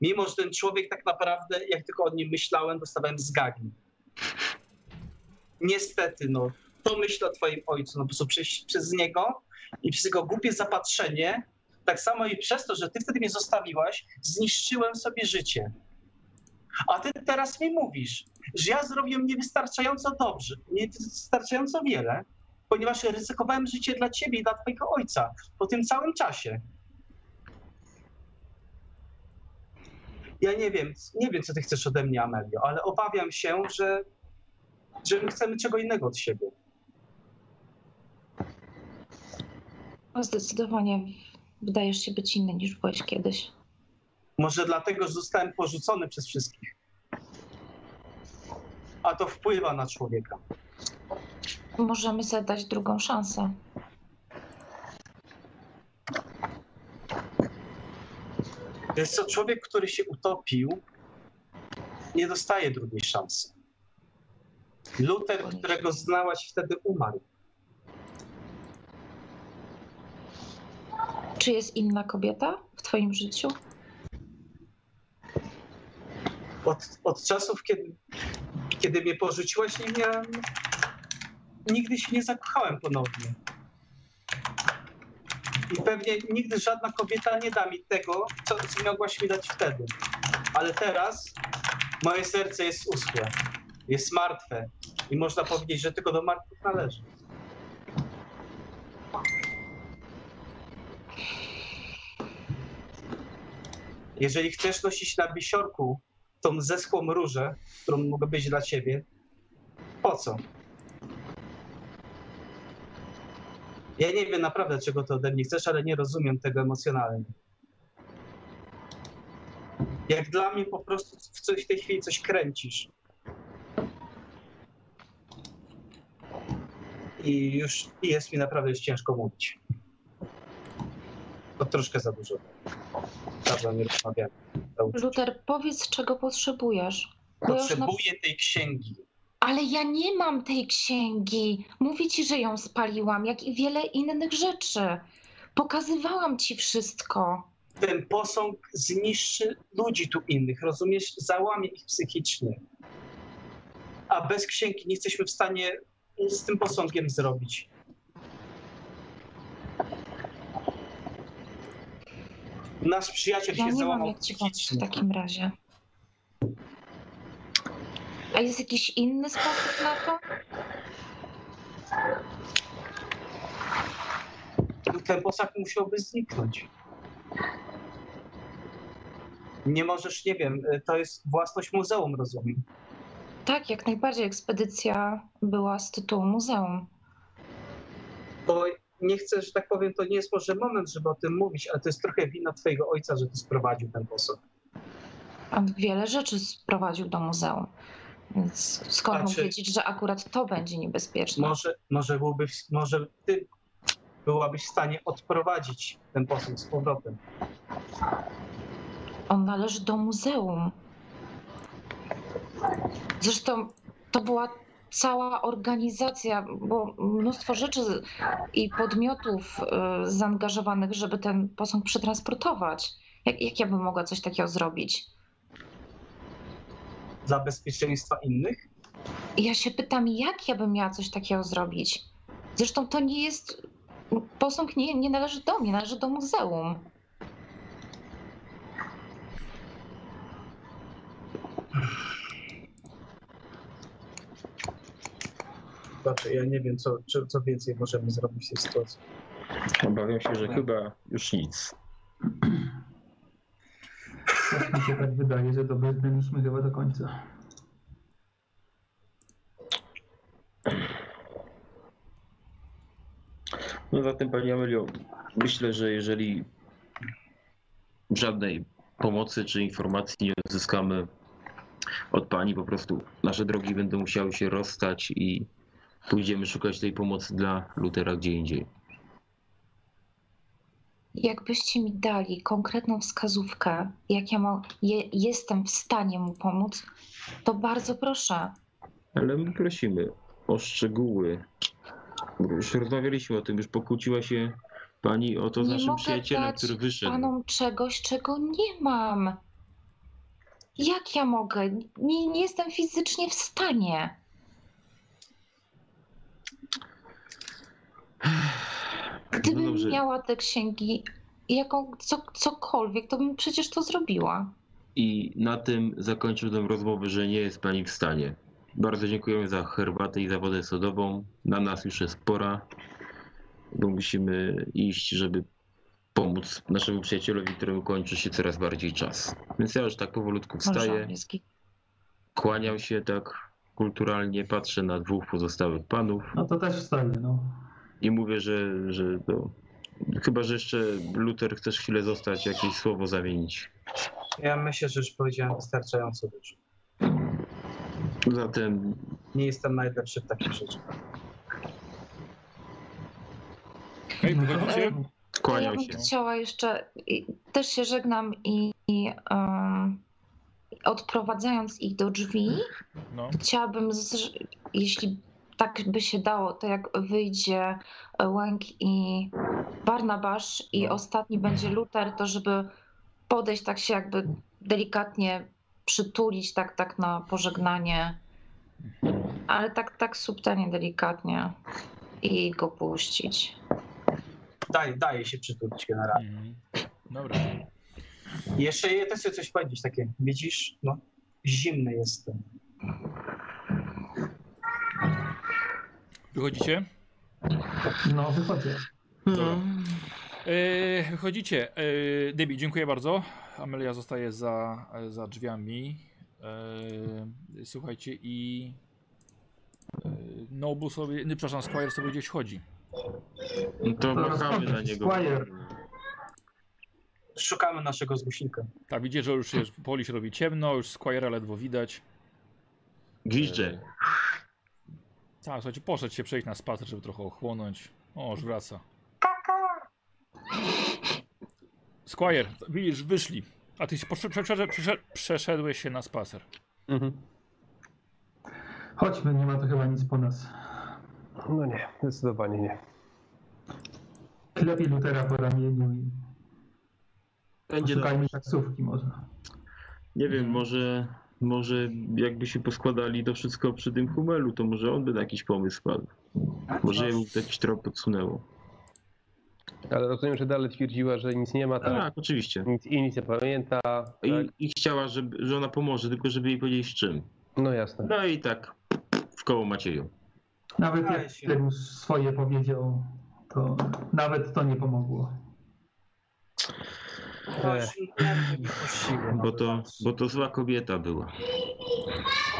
Mimo, że ten człowiek tak naprawdę, jak tylko o nim myślałem, dostawałem zgagi niestety, no, to myśl o twoim ojcu, no po prostu przez, przez niego i przez jego głupie zapatrzenie, tak samo i przez to, że ty wtedy mnie zostawiłaś, zniszczyłem sobie życie. A ty teraz mi mówisz, że ja zrobiłem niewystarczająco dobrze, niewystarczająco wiele, ponieważ ryzykowałem życie dla ciebie i dla twojego ojca po tym całym czasie. Ja nie wiem, nie wiem, co ty chcesz ode mnie, Amelio, ale obawiam się, że że my chcemy czego innego od siebie.
No Zdecydowanie wydajesz się być inny niż byłeś kiedyś.
Może dlatego, że zostałem porzucony przez wszystkich. A to wpływa na człowieka.
Możemy sobie dać drugą szansę.
Więc to człowiek, który się utopił, nie dostaje drugiej szansy. Luther, którego znałaś wtedy, umarł.
Czy jest inna kobieta w twoim życiu?
Od, od czasów, kiedy, kiedy mnie porzuciłaś, nie miałem. Nigdy się nie zakochałem ponownie. I pewnie nigdy żadna kobieta nie da mi tego, co, co mogłaś mi dać wtedy. Ale teraz moje serce jest uschłe, jest martwe i można powiedzieć, że tylko do martwych należy. Jeżeli chcesz nosić na bisiorku tą zeschłą różę, którą mogę być dla ciebie. Po co? Ja nie wiem naprawdę, czego ty ode mnie chcesz, ale nie rozumiem tego emocjonalnie. Jak dla mnie po prostu w, coś, w tej chwili coś kręcisz. I już i jest mi naprawdę już ciężko mówić. To troszkę za dużo. Dawno nie rozmawiamy.
Luther, powiedz, czego potrzebujesz. Bo ja już na...
Potrzebuję tej księgi.
Ale ja nie mam tej księgi. Mówię ci, że ją spaliłam, jak i wiele innych rzeczy. Pokazywałam ci wszystko.
ten posąg zniszczy ludzi tu innych, rozumiesz? Załamie ich psychicznie. A bez księgi nie jesteśmy w stanie z tym posągiem zrobić. Nasz przyjaciel się
Ja nie mam
załamał
jak ci pomóc tak w
psychicznie.
takim razie. A jest jakiś inny sposób na to?
Ten posąg musiałby zniknąć. Nie możesz, nie wiem, to jest własność muzeum, rozumiem.
Tak, jak najbardziej ekspedycja była z tytułu muzeum.
to nie chcę, że tak powiem, to nie jest może moment, żeby o tym mówić, ale to jest trochę wina twojego ojca, że ty sprowadził ten posąg.
On wiele rzeczy sprowadził do muzeum. Więc skąd
A
mógł
czy-
wiedzieć, że akurat to będzie niebezpieczne?
Może, może, byłby, w- może ty byłabyś w stanie odprowadzić ten posąg z powrotem.
On należy do muzeum. Zresztą to była cała organizacja, było mnóstwo rzeczy z- i podmiotów y, zaangażowanych, żeby ten posąg przetransportować. Jak, jak ja bym mogła coś takiego zrobić?
Dla bezpieczeństwa innych?
I Ja się pytam, jak ja bym miała coś takiego zrobić? Zresztą to nie jest. Posąg nie, nie należy do mnie, należy do muzeum.
Znaczy, ja nie wiem, co, czy, co więcej możemy zrobić w tej sytuacji.
Obawiam się, że chyba już nic.
Też mi się tak wydaje, że dobrnęliśmy chyba do końca.
No zatem, Pani Amelio, myślę, że jeżeli żadnej pomocy czy informacji nie uzyskamy od Pani, po prostu nasze drogi będą musiały się rozstać i pójdziemy szukać tej pomocy dla Lutera gdzie indziej.
Jakbyście mi dali konkretną wskazówkę, jak ja mo- je- jestem w stanie mu pomóc, to bardzo proszę.
Ale my prosimy o szczegóły. Już rozmawialiśmy o tym, już pokłóciła się Pani o to z
Nie
naszym
mogę
przyjacielem,
dać
który wyszedł.
Panom czegoś, czego nie mam. Jak ja mogę? Nie, nie jestem fizycznie w stanie.
No
Gdybym
dobrze.
miała te księgi, jaką, co, cokolwiek, to bym przecież to zrobiła.
I na tym zakończył tę rozmowę, że nie jest pani w stanie. Bardzo dziękujemy za herbatę i za wodę sodową. Na nas już jest pora, bo musimy iść, żeby pomóc naszemu przyjacielowi, któremu kończy się coraz bardziej czas. Więc ja już tak powolutku wstaję,
Małżonie zgi-
kłaniam się tak kulturalnie, patrzę na dwóch pozostałych panów
No to też wstaje, no.
i mówię, że, że to... Chyba, że jeszcze Luther chcesz chwilę zostać, jakieś słowo zamienić.
Ja myślę, że już powiedziałem wystarczająco dużo.
Zatem
Nie jestem najlepszy w takich rzeczach.
Okej, wychodzicie?
To ja
kłaniam
bym
się.
chciała jeszcze, i też się żegnam i, i em, odprowadzając ich do drzwi,
No.
chciałabym, z, jeśli tak by się dało, to jak wyjdzie Łęk i Barnabasz i
No.
ostatni będzie Luter, to żeby podejść tak się jakby delikatnie przytulić tak, tak na pożegnanie,
Mhm.
ale tak, tak subtelnie, delikatnie i go puścić.
Daj, daje się przytulić generalnie.
Mhm. Dobra.
Jeszcze ja też chcę coś powiedzieć takie. Widzisz? No, zimny jestem.
Wychodzicie?
No, wychodzę.
Dobra. Yy, Wychodzicie. Yy, Debbie, dziękuję bardzo. Amelia zostaje za, za drzwiami. Yy, Słuchajcie i yy, Nobu sobie, nie, przepraszam, Squire sobie gdzieś chodzi.
No to
To
machamy na
rozmawiaj,
niego.
Squire.
Szukamy naszego zgłośnika.
Tak, widzicie, że już jest, poli się robi ciemno, już Squire'a ledwo widać.
Gwizdże.
Tak, słuchajcie, poszedł się przejść na spacer, żeby trochę ochłonąć. O, już wraca. Squire, widzisz, wyszli. A ty posz- przesze- przesze- przeszedłeś się na spacer.
Mhm.
Chodźmy, nie ma to chyba nic po nas.
No nie, zdecydowanie nie.
Lepiej Lutera po ramieniu i
Będzie
szukajmy taksówki może.
Nie wiem, może, może jakby się poskładali to wszystko przy tym humelu, to może on by na jakiś pomysł padł. Może
No.
jemu by jakiś trop podsunęło.
Ale rozumiem, że dalej twierdziła, że nic nie ma, tak?
Tak, oczywiście.
Nic i nic nie pamięta. Tak?
I, I chciała, żeby, że ona pomoże, tylko żeby jej powiedzieć z czym.
No jasne.
No i tak w koło Macieju.
Nawet
Ale
jak
się-
Peter już swoje powiedział, to nawet to nie pomogło.
Proszę, nie nie puściłem.
Bo to, bo to zła kobieta była.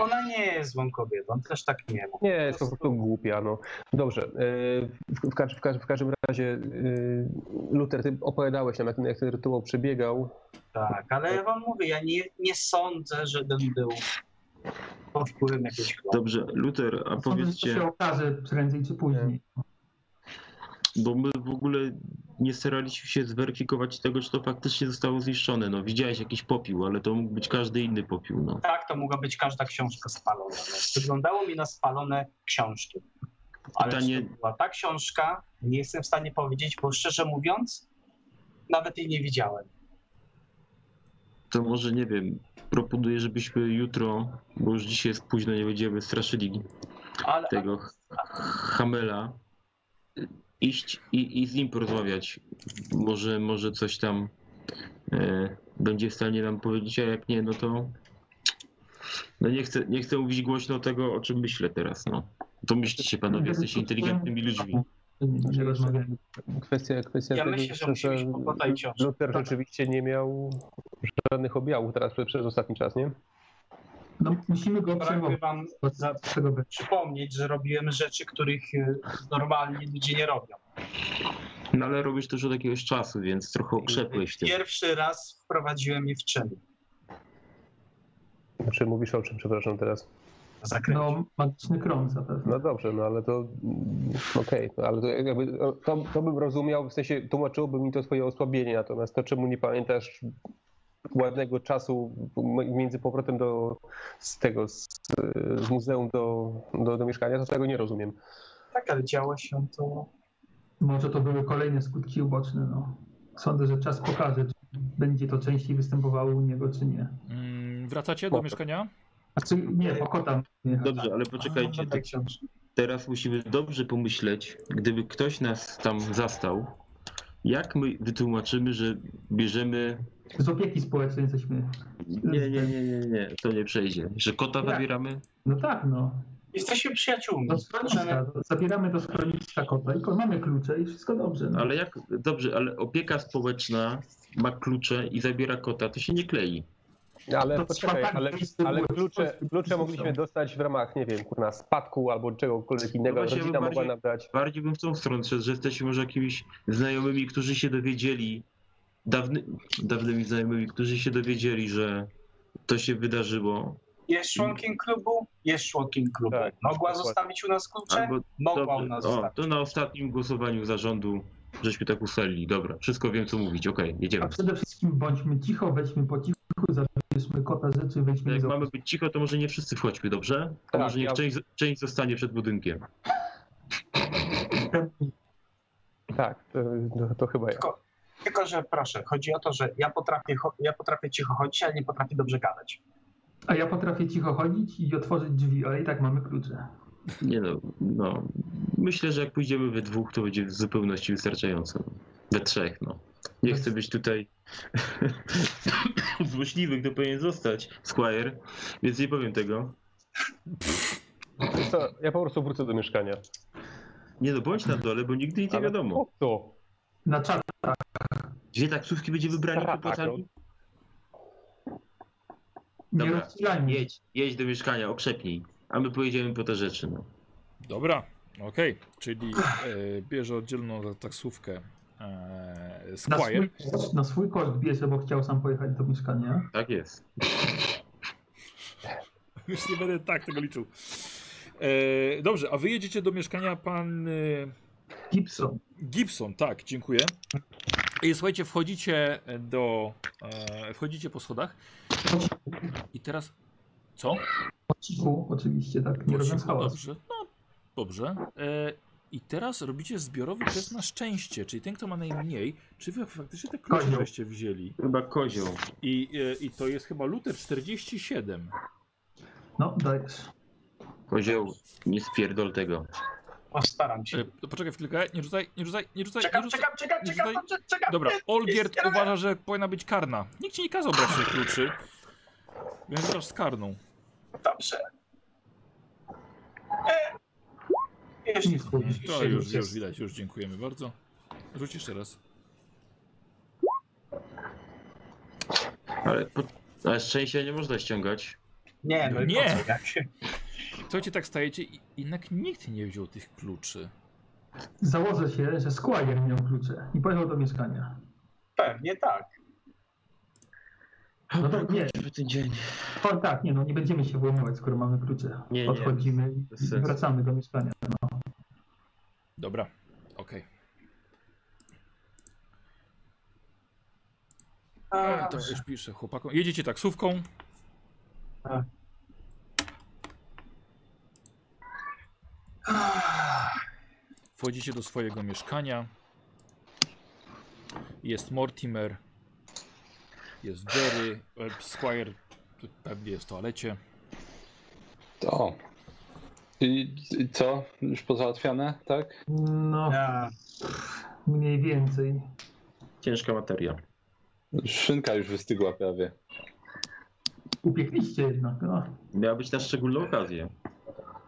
Ona nie jest złą kobietą, też tak nie ma.
Nie, jest po prostu głupia. No. Dobrze, yy, w, w, każ- w, każ- w każdym razie yy, Luther, ty opowiadałeś nam, jak, ten- jak ten rytuał przebiegał.
Tak, ale ja wam mówię, ja nie, nie sądzę, żebym był pod wpływem jakiejś choroby.
Dobrze, Luther, a
Sądzę, że To
powiedzcie,
się okaże prędzej czy później.
bo my w ogóle nie staraliśmy się zweryfikować tego, czy to faktycznie zostało zniszczone. No widziałeś jakiś popiół, ale to mógł być każdy inny popiół, no.
Tak, to mogła być każda książka spalona. Wyglądało mi na spalone książki. Ale
Pytanie-
czy to była ta książka, nie jestem w stanie powiedzieć, bo szczerze mówiąc, nawet jej nie widziałem.
To może nie wiem. Proponuję, żebyśmy jutro, bo już dzisiaj jest późno, nie będziemy straszyli
Ale
tego ch- Hamela. Iść i, i z nim porozmawiać. Może, może coś tam e, będzie w stanie nam powiedzieć, a jak nie, no to. No nie chcę, nie chcę mówić głośno tego, o czym myślę teraz. No. Domyślcie się panowie, jesteście inteligentnymi ludźmi.
Nie rozmawiamy.
Kwestia, kwestia
Ja
tego,
myślę, że musimy iść po kota i ciążę.
Luther rzeczywiście nie miał żadnych objawów teraz przez- przez ostatni czas, nie?
No, musimy go
Brakuje
obserwować.
wam za-
z tego będzie.
przypomnieć, że robiłem rzeczy, których e, normalnie ludzie nie robią.
No ale robisz to już od jakiegoś czasu, więc trochę okrzepłeś tym.
Pierwszy raz wprowadziłem je w czyn.
Czy mówisz o czym, przepraszam teraz?
Zakręcił.
No, magiczny krąg zapewne.
No dobrze, no ale to mm, okej, no, ale to, jakby, to, to bym rozumiał, w sensie tłumaczyłoby mi to twoje osłabienie, natomiast to czemu nie pamiętasz ładnego czasu m- między powrotem do z tego, z, z muzeum do, do, do mieszkania, to tego nie rozumiem.
Tak, ale działo się to.
Może to były kolejne skutki uboczne. No. Sądzę, że czas pokaże, czy będzie to częściej występowało u niego, czy nie.
Mm, wracacie do
Dobra.
mieszkania?
Znaczy, nie, po kota. Nie.
Dobrze, ale
A,
poczekajcie,
dobra
to
książka.
teraz musimy dobrze pomyśleć, gdyby ktoś nas tam zastał, jak my wytłumaczymy, że bierzemy...
Tak. Z opieki społecznej jesteśmy.
Nie, nie, nie, nie, nie, to nie przejdzie. Że kota zabieramy?
No tak, no.
Jesteśmy przyjaciółmi.
Do schroniska. Zabieramy do schroniska kota i ko- mamy klucze i wszystko dobrze. No.
Ale jak... Dobrze, ale opieka społeczna ma klucze i zabiera kota, to się nie klei.
Ale
To
poczekaj,
trzeba tak
ale,
wyjść z tyłu,
ale
jak
klucze,
ktoś-
klucze mogliśmy dostać w ramach, nie wiem, kurna, spadku albo czegokolwiek innego,
No właśnie,
rodzina
bo
mogła
bardziej-
nam dać.
Bardziej bym w tą stronę szedł, że jesteśmy może jakimiś znajomymi, którzy się dowiedzieli, dawny, dawnymi znajomymi, którzy się dowiedzieli, że to się wydarzyło.
Jest członkiem klubu? Jest członkiem klubu.
Tak,
Mogła
dokładnie.
zostawić u nas klucze?
Albo
Mogła u
dobrze,
nas
o,
zostawić.
to na ostatnim głosowaniu zarządu żeśmy tak ustalili. Dobra, wszystko wiem co mówić, okej,
A
jedziemy.
przede wszystkim bądźmy cicho, wejdźmy po cichu, zabierzmy kota rzeczy, wejdźmy
Jak
do
mamy być cicho, to może nie wszyscy wchodźmy, dobrze? To
Tak,
może niech
ja-
część, część zostanie przed budynkiem.
Tak, to, to, to chyba ja.
Tylko- Tylko, że proszę, chodzi o to, że ja potrafię, cho- ja potrafię cicho chodzić, ale nie potrafię dobrze gadać.
A ja potrafię cicho chodzić i otworzyć drzwi, ale i tak mamy klucze.
Nie no, no, myślę, że jak pójdziemy we dwóch, to będzie w zupełności wystarczająco. We trzech, no. Nie chcę być tutaj <laughs> złośliwy, kto powinien zostać, Squire, więc nie powiem tego.
Wiesz Co, ja po prostu wrócę do mieszkania.
Nie no, bądź na dole, bo nigdy nic nie
Ale
wiadomo.
Po co?
Na czat
Gdzie taksówki będzie wybrani
Tak,
kłopotami?
nie
Dobra,
rozstrzelajmy.
Jedź, jedź do mieszkania, okrzepnij, a my pojedziemy po te rzeczy, no.
Dobra, okej. Czyli e, bierze oddzielną za- taksówkę e,
Na
Squire.
swój, na swój koszt bierze, bo chciał sam pojechać do mieszkania.
Tak jest.
<laughs> Już nie będę tak tego liczył. E, dobrze, a wy jedziecie do mieszkania pan e,
Gibson.
Gibson, tak, dziękuję. I słuchajcie, wchodzicie do. E, wchodzicie po schodach. I teraz. Co?
Po cichu, oczywiście, tak, nie
Po
robiąc
cichu,
hałasu.
Dobrze, no dobrze. E, I teraz robicie zbiorowy test na szczęście, czyli ten, kto ma najmniej, czy wy faktycznie te klucze
Kozioł.
żeście wzięli.
Chyba kozioł.
I, e, I to jest chyba Luther 47.
No, dajesz.
Kozioł, nie spierdol tego.
Postaram się.
E, to poczekaj chwilkę, nie rzucaj, nie rzucaj, nie rzucaj,
Czekam,
nie rzucaj.
czekam, czekam,
nie
czekam,
rzucaj.
czekam, czekam.
no Dobra, Olgierd
nie, nie, nie.
uważa, że powinna być karna. Nikt ci nie kazał brać tych kluczy. Więc rzucasz z karną.
Dobrze. E, jeszcze,
Nic nie
jeszcze,
To już,
jeszcze,
już widać, już dziękujemy bardzo. Rzuć jeszcze raz.
Ale, po... Ale szczęścia nie można ściągać.
Nie, no
Nie.
nie. Po co, jak się...
Słuchajcie, tak stajecie i jednak nikt nie wziął tych kluczy.
Założę się, że Squire miał klucze i pojechał do mieszkania.
Pewnie tak.
No to nie,
Ten dzień.
to tak, nie, no nie będziemy się włamywać, skoro mamy klucze.
Nie, nie.
Podchodzimy i
Bez sensu.
wracamy do mieszkania.
Dobra, okej.
A,
To już piszę chłopakom. Jedziecie taksówką. Wchodzicie do swojego mieszkania. Jest Mortimer. Jest Jerry. e, Squire tu pewnie jest w toalecie.
To. I, I co? Już pozałatwiane, tak?
No,
a,
mniej więcej.
Ciężka materia.
Szynka już wystygła prawie.
Upiekliście jednak, no.
Miała być na szczególną okazję.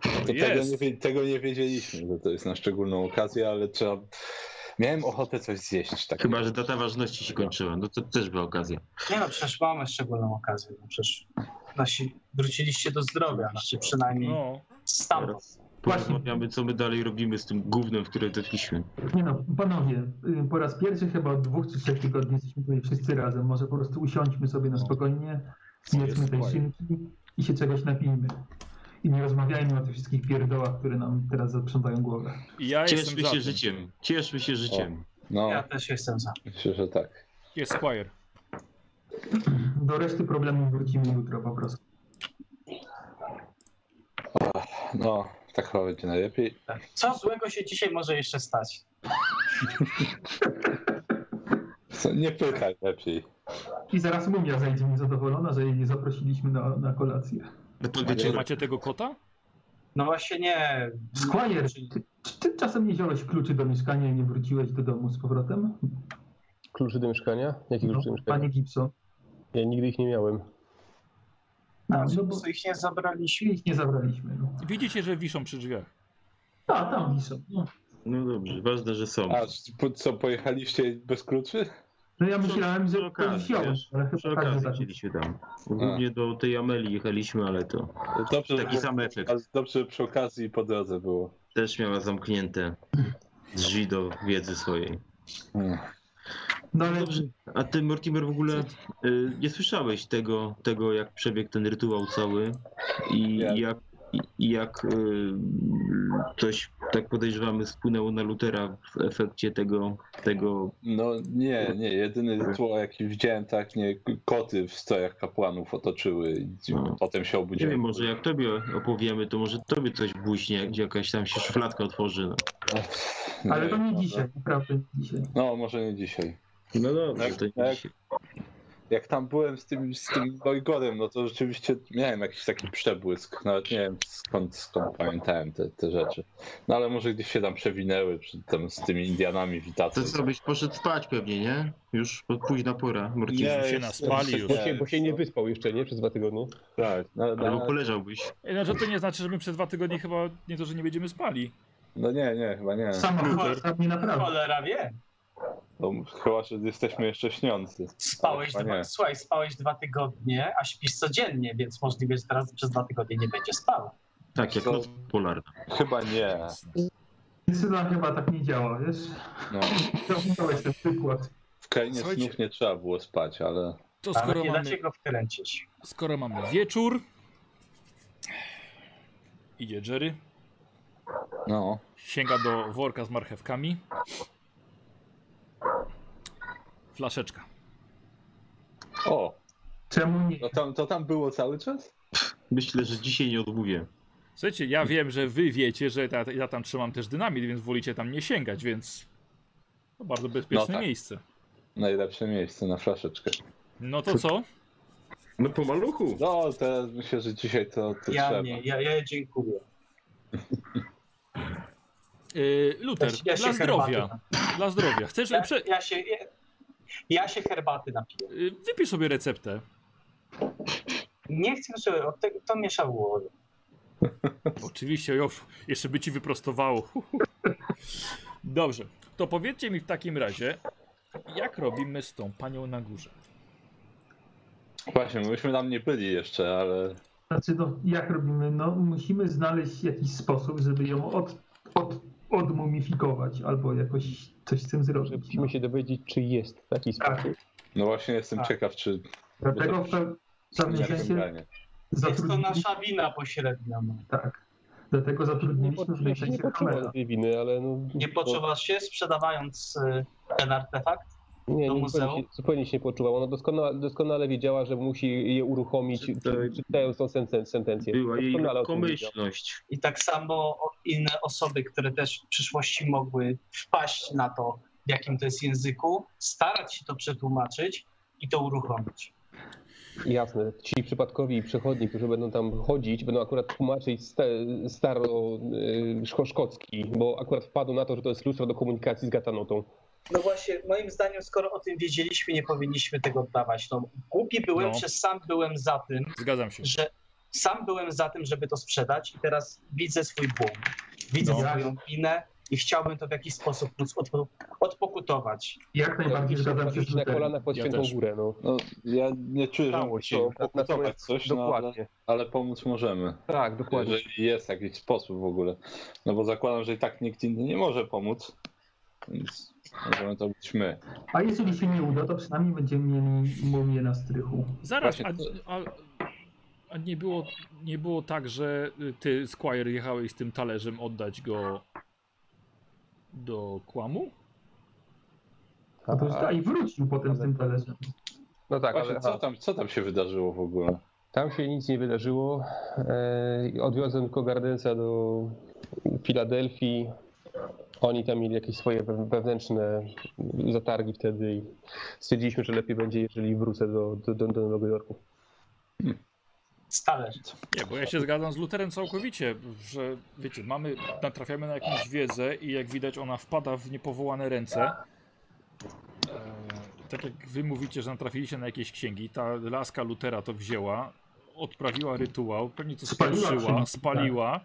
To tego, nie,
Jest.
wie- tego nie wiedzieliśmy, że to jest na szczególną okazję, ale trzeba. Miałem ochotę coś zjeść. Tak.
Chyba, że data ważności się kończyła, no to też była okazja.
Nie no, przecież mamy szczególną okazję. No przecież nasi wróciliście do zdrowia, znaczy przynajmniej
No.
stamtąd.
Porozmawiamy, co my dalej robimy z tym gównem, w które dotkliśmy.
Nie no, panowie, y, po raz pierwszy chyba od dwóch czy trzech tygodni jesteśmy tutaj wszyscy razem. Może po prostu usiądźmy sobie na spokojnie, zjedzmy
jest
tej
fajnie.
szynki i się czegoś napijmy. I nie rozmawiajmy o tych wszystkich pierdołach, które nam teraz zaprzątają głowę.
I ja jestem
Cieszmy
za
się
tym.
życiem, cieszmy się życiem.
No,
Ja też jestem za.
myślę, że tak.
Jest Squire.
Do reszty problemów wrócimy jutro po prostu.
No, tak chyba będzie najlepiej.
Tak. Co złego się dzisiaj może jeszcze stać?
Co, Nie pytaj lepiej.
I zaraz mumia zajdzie niezadowolona, że jej nie zaprosiliśmy na, na kolację.
No to
Ale-
dlaczego?
Macie tego kota?
No właśnie nie.
Squire, ty, czy ty czasem nie wziąłeś kluczy do mieszkania i nie wróciłeś do domu z powrotem? No,
Kluczy do mieszkania? Jakie
No,
kluczy do mieszkania?
panie Gibson.
Ja nigdy ich nie miałem.
A,
Znaczy,
no
po
bo
prostu ich nie zabraliśmy.
ich nie zabraliśmy. No.
Widzicie, że wiszą przy drzwiach.
A, tam wiszą. No.
No dobrze, ważne, że są.
A po- co, pojechaliście bez kluczy?
No ja myślałem,
przy
że to
okazji,
wziąłeś,
wiesz,
ale
Przy
chyba każdy
okazji
tak.
chcieliśmy tam. Głównie do tej Ameli jechaliśmy, ale to
Dobrze,
taki
że-
sam efekt.
a Dobrze, że przy okazji i po drodze było.
Też miała zamknięte drzwi do wiedzy swojej.
Hmm.
No ale
Dobrze. A ty, Mortimer, w ogóle y, nie słyszałeś tego, tego, jak przebiegł ten rytuał cały i
Nie.
jak, i jak y, coś, tak podejrzewamy, spłynęło na Lutera w efekcie tego, tego
No nie, nie. Jedyny tło, jaki widziałem, tak nie koty w strojach kapłanów otoczyły i
No.
potem się
nie
obudziłem.
wiem, może jak tobie opowiemy, to może tobie coś buźnie, gdzie jakaś tam się szufladka otworzy. No,
Nie no
Ale to
wiem,
nie
może-
dzisiaj, naprawdę nie dzisiaj.
No, może nie dzisiaj.
no dobrze,
Tak,
to nie
tak.
się-
Jak tam byłem z tym, z tym Dojgorem, no to rzeczywiście miałem jakiś taki przebłysk. Nawet nie wiem skąd, skąd pamiętałem te, te rzeczy. No ale może gdzieś się tam przewinęły, czy tam z tymi Indianami
To
witacją.
co, byś poszedł spać pewnie, nie? Już po- późna pora, Mortimer.
się naspali już.
Bo się, bo się nie wyspał jeszcze, nie? Przez dwa tygodnie.
Tak, no, no,
Albo poleżałbyś.
Ej, Znaczy to nie znaczy, że my przez dwa tygodnie chyba nie to, że nie będziemy spali.
no nie, nie, chyba nie.
Samochód
Luther.
sam nie naprawdę.
Cholera wie.
To chyba, że jesteśmy jeszcze śniący.
Spałeś
Chyba
dwa,
nie.
słuchaj, spałeś dwa tygodnie, a śpisz codziennie, więc możliwe, że teraz przez dwa tygodnie nie będzie spał.
Tak, jak
Co?
noc polarna.
Chyba nie.
Syna chyba tak nie działa, wiesz?
No.
To musiałeś ten przykład.
W krainie
Słuchajcie.
snów nie trzeba było spać, ale
To
Ale
skoro
nie znaczy
mamy,
dacie go wkręcić.
skoro mamy wieczór... Idzie Jerry,
no.
sięga do worka z marchewkami. Flaszeczka.
O,
Czemu nie?
no tam, to tam było cały czas?
Myślę, że dzisiaj nie odmówię.
Słuchajcie, ja wiem, że wy wiecie, że ja, ja tam trzymam też dynamit, więc wolicie tam nie sięgać, więc... To bardzo bezpieczne
No tak.
miejsce.
Najlepsze miejsce na flaszeczkę.
No to co?
No po maluchu.
No, teraz myślę, że dzisiaj to, to
Ja
trzeba.
nie, ja, ja dziękuję.
Yy, Luter,
Ja,
dla
ja się herbaty
zdrowia.
napiję.
Dla zdrowia. Chcesz...
Ja,
Prze...
ja, się, ja, ja się herbaty napiję.
yy, Wypisz sobie receptę.
Nie chcę, żeby od tego, to mieszało.
Oczywiście, Jof, jeszcze by ci wyprostowało. Dobrze, to powiedzcie mi w takim razie, jak robimy z tą panią na górze?
Właśnie, myśmy tam nie byli jeszcze, ale
Znaczy, no, jak robimy? No, musimy znaleźć jakiś sposób, żeby ją od, od, odmumifikować albo jakoś coś z tym
Że
zrobić. No.
musimy się dowiedzieć, czy jest taki
Tak,
sposób.
no właśnie jestem
Tak.
ciekaw, czy
dlatego w pe- w pewnym sensie
nie
Jest to
zatrudniliśmy,
nasza wina pośrednia. No.
tak, dlatego
Nie,
zatrudniliśmy w
poczuwa-
tym
się nie
sensie
poczuwa
kamera.
tej winy, ale no...
Nie poczuwasz się sprzedawając y, ten artefakt?
Nie, nie
do
zupełnie,
muzeum?
się, zupełnie się nie poczuła. Ona doskonale, doskonale wiedziała, że musi je uruchomić,
Czy to-
czy- czytając tą sen- sentencję.
Była jej
Doskonale No, o tym wiedziała.
lekkomyślność.
I tak samo inne osoby, które też w przyszłości mogły wpaść na to, w jakim to jest języku, starać się to przetłumaczyć i to uruchomić.
Jasne. Ci przypadkowi i przechodni, którzy będą tam chodzić, będą akurat tłumaczyć ste, staro-szkocki, bo akurat wpadł na to, że to jest lustro do komunikacji z gatanotą.
No właśnie, moim zdaniem, skoro o tym wiedzieliśmy, nie powinniśmy tego oddawać. No, głupi byłem,
No.
że sam byłem za tym,
Zgadzam się.
że, Sam byłem za tym, żeby to sprzedać i teraz widzę swój błąd. Widzę
No.
swoją winę i chciałbym to w jakiś sposób móc odpo- odpokutować.
Jak najbardziej zgadzam się z
na
Luterem.
kolanach pod
Ja
świętą
też.
górę. No.
No, ja nie czuję, że
Stało się,
musimy
natomiast-
pokutować coś, no, ale,
Dokładnie.
ale pomóc możemy.
Tak, dokładnie.
Jeżeli jest jakiś sposób w ogóle. No bo zakładam, że i tak nikt inny nie może pomóc. Więc możemy to być my.
A jeżeli się nie uda, to przynajmniej będziemy mieli mumię na strychu.
Zaraz, a,
Właśnie,
a, a nie, było, nie było tak, że ty, Squire, jechałeś z tym talerzem oddać go do kłamu?
A to już da,
Tak.
i wrócił potem z tym talerzem.
No tak,
Właśnie,
ale
co
aha,
tam, co tam się wydarzyło w ogóle?
tam się nic nie wydarzyło. E, Odwiozłem tylko Gardensa do Filadelfii. Oni tam mieli jakieś swoje wew- wewnętrzne zatargi wtedy i stwierdziliśmy, że lepiej będzie, jeżeli wrócę do, do, do, do Nowego Jorku.
Stale.
Nie, bo ja się zgadzam z Luterem całkowicie, że wiecie, mamy, natrafiamy na jakąś wiedzę i jak widać ona wpada w niepowołane ręce. E, tak jak wy mówicie, że natrafiliście na jakieś księgi, ta laska Lutera to wzięła, odprawiła rytuał, pewnie coś
Spaliła
spaliła,
księgi,
spaliła,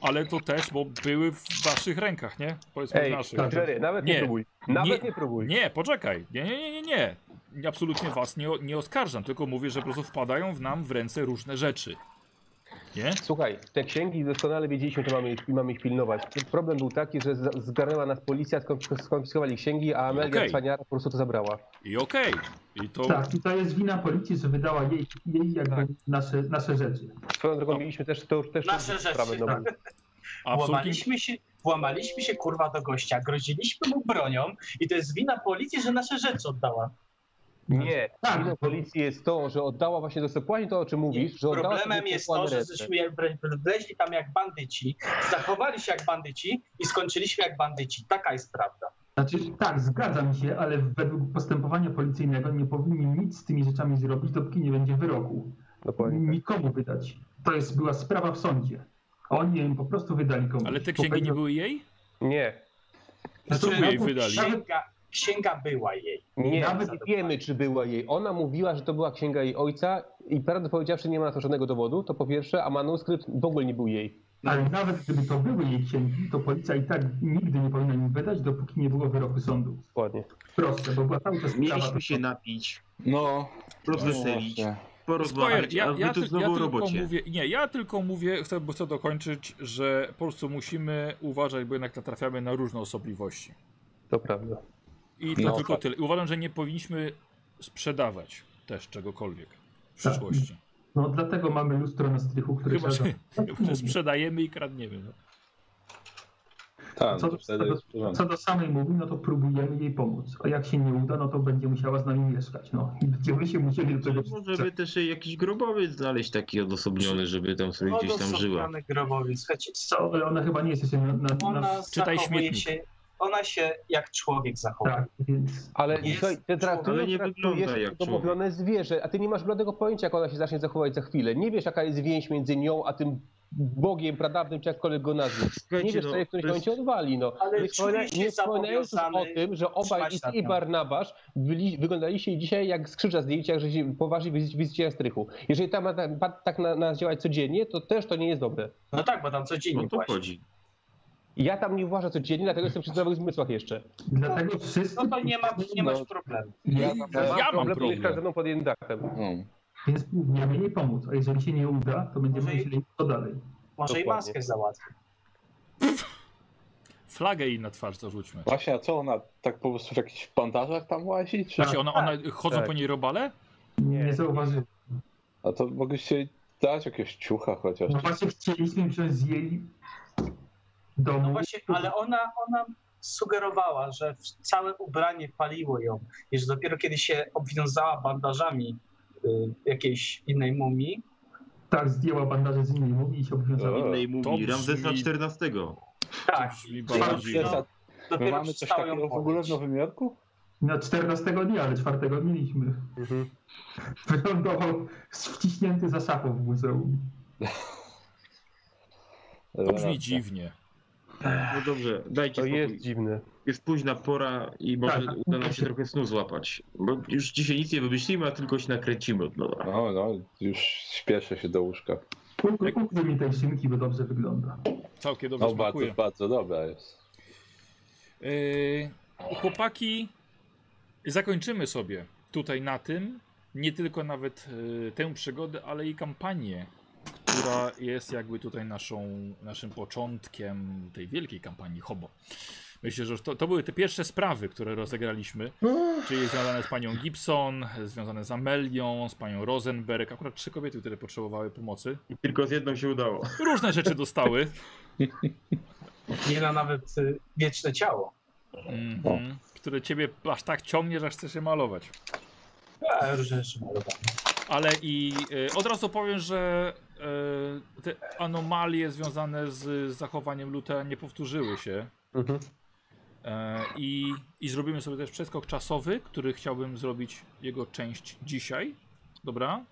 ale to też, bo były w waszych rękach, nie? Powiedzmy w
Ej,
naszych.
tak.
Znaczy, Jerry, nawet nie,
Nie.
próbuj. Nawet
Nie.
nie, próbuj.
Nie, poczekaj. Nie, nie, nie, nie, nie. Absolutnie was nie, nie oskarżam, tylko mówię, że po prostu wpadają w nam w ręce różne rzeczy. Nie?
Słuchaj, te księgi doskonale wiedzieliśmy, że mamy ich, mamy ich pilnować. Problem był taki, że za- zgarnęła nas policja, skonfis- skonfiskowali księgi, a Amelia
Okej.
okay. Cwaniara po prostu to zabrała.
I okej. I to.
Tak, i to jest wina policji, że wydała jej, jej jakby
Tak.
nasze, nasze rzeczy.
Swoją drogą mieliśmy też to już też
Nasze
sprawę
rzeczy, Tak.
nową.
Absolutnie.
Włamaliśmy się, włamaliśmy się kurwa do gościa, groziliśmy mu bronią i to jest wina policji, że nasze rzeczy oddała.
Nie,
Tak,
winą policji jest to, że oddała właśnie do dokładnie to, o czym mówisz, że oddała
Problemem
sobie
jest to,
pokład
że
ręce.
żeśmy jak wre- wleźli tam jak bandyci, zachowali się jak bandyci i skończyliśmy jak bandyci. Taka jest prawda.
Znaczy, tak, zgadzam się, ale według postępowania policyjnego nie powinni nic z tymi rzeczami zrobić, dopóki nie będzie wyroku.
Dokładnie tak.
Nikomu wydać. To jest była sprawa w sądzie. A Oni ją po prostu wydali komuś.
Ale te księgi nie były jej?
Nie,
Co
Znaczy,
by jej
nawet-
wydali?
Nawet,
Księga, księga była jej.
nie,
Nawet
nie wiemy, czy była jej. Ona mówiła, że to była księga jej ojca i prawdę powiedziawszy nie ma na to żadnego dowodu, to po pierwsze, a manuskrypt w ogóle nie był jej.
ale nawet gdyby to były jej księgi, to policja i tak nigdy nie powinna im wydać, dopóki nie było wyroku sądu.
Dokładnie.
Proste, bo była cały czas sprawa.
Mieliśmy się napić,
No,
rozweselić,
No
właśnie.
Squire,
porozmawiać, a
ja,
wy
ja,
tu
tyl-
znowu
ja
o
tylko
robocie.
mówię, nie, ja tylko mówię, chcę, bo chcę dokończyć, że po prostu musimy uważać, bo jednak natrafiamy na różne osobliwości.
To prawda.
I to
No,
tylko
tak.
tyle. I uważam, że nie powinniśmy sprzedawać też czegokolwiek w przyszłości.
No dlatego mamy lustro na strychu, które
Chyba, że,
trzeba...
<laughs> chyba, że sprzedajemy i kradniemy. No.
Tak,
Co
to
do,
wtedy jest w
co, do,
porządku.
co do samej mówi, no to próbujemy jej pomóc. A jak się nie uda, no to będzie musiała z nami mieszkać. No. I Będziemy się musieli do tego
Możemy też jej jakiś grobowiec znaleźć taki odosobniony, żeby tam sobie gdzieś tam żyła.
No, Odosobniony grobowiec. Słuchajcie,
Co, ale ona chyba nie jest jeszcze na... na, na...
ona
Czytaj
zachowuje
śmietnik.
się, ona się jak człowiek zachowuje.
Tak, więc...
Ale
Jest
słuchaj, ty
człowiek,
ale nie
traktujesz,
wygląda
traktujesz
jak
domówione zwierzę, a ty nie masz bladego pojęcia, jak ona się zacznie zachować za chwilę. Nie wiesz, jaka jest więź między nią a tym bogiem pradawnym, czy jakkolwiek go nazwie.
Słuchajcie,
nie wiesz,
no,
co je w którymś
to jest-
momencie odwali. No.
Ale
nie wspomina-
czuję się
nie wspominając już o
zobowiązany
tym, że obaj
trzymać
i ty,
na
i
tym.
Barnabasz byli, wyglądaliście dzisiaj jak skrzyża zdjęcia, że się poważnie wizycie- wizycie na strychu. Jeżeli ta ma tak, ma tak na nas działać codziennie, to też to nie jest dobre.
No tak, bo tam codziennie
O to
właśnie.
chodzi.
Ja tam nie uważam codziennie, dlatego jestem przy zdrowych zmysłach jeszcze.
Dlatego wszyscy...
No to nie, ma, nie
No.
masz problemu.
Jej-
mam problem.
mieszka ze mną pod jednym dachem.
No.
Więc próbujemy jej pomóc. A jeżeli się nie uda, to będziemy
Może i-
musieli co dalej.
Może i
Dokładnie.
maskę załatwi.
Flagę jej na twarz zarzućmy.
Właśnie, a co ona tak po prostu w jakichś bandażach tam łazi? Czy...
Właśnie, ona, ona, chodzą
tak.
po niej robale?
Nie, zauważyłem.
A to mogliście jej dać jakiegoś ciucha chociaż.
No właśnie chcieliśmy wziąć z jej domu.
No właśnie, ale ona, ona sugerowała, że w- całe ubranie paliło ją i że dopiero kiedy się obwiązała bandażami y, jakiejś innej mumii,
Tak, zdjęła bandaże z innej mówi i się obwiązała.
O.
Innej
brzmi-
mumii, Ramzesa XIV.
tak,
To brzmi
to
bardziej-
dopiero,
My
dopiero
mamy coś
przestało
takiego
ją
w ogóle no. w
boleć.
Nowym Jorku?
Na 14 dnia, ale 4 mieliśmy.
Mhm.
Wylądował wciśnięty za szafą w muzeum.
E,
To brzmi dziwnie.
No dobrze, dajcie
To
spokój.
jest
Jest...
dziwne.
późna pora i może
Tak.
uda nam się trochę snu złapać. Bo już dzisiaj nic nie wymyślimy, a tylko się nakręcimy od nowa.
No, no, już śpieszę się do łóżka.
Tak.
Uk- Uknę mi tej szynki, bo dobrze wygląda.
Całkiem dobrze
No, bardzo,
smakuje.
bardzo dobra jest.
Yy, chłopaki, zakończymy sobie tutaj na tym. Nie tylko nawet yy, tę przygodę, ale i kampanię, która jest jakby tutaj naszą, naszym początkiem tej wielkiej kampanii Hobo. Myślę, że to, to były te pierwsze sprawy, które rozegraliśmy, czyli związane z panią Gibson, związane z Amelią, z panią Rosenberg, akurat trzy kobiety, które potrzebowały pomocy.
I tylko z jedną się udało.
Różne rzeczy dostały.
Nie na nawet y, wieczne ciało.
Mhm. Które ciebie aż tak ciągnie, że aż chcesz się malować.
A, różne rzeczy malowane.
Ale i y, od razu powiem, że y, te anomalie związane z zachowaniem Luta nie powtórzyły się.
Mhm.
Y, I, I zrobimy sobie też przeskok czasowy, który chciałbym zrobić jego część dzisiaj. Dobra?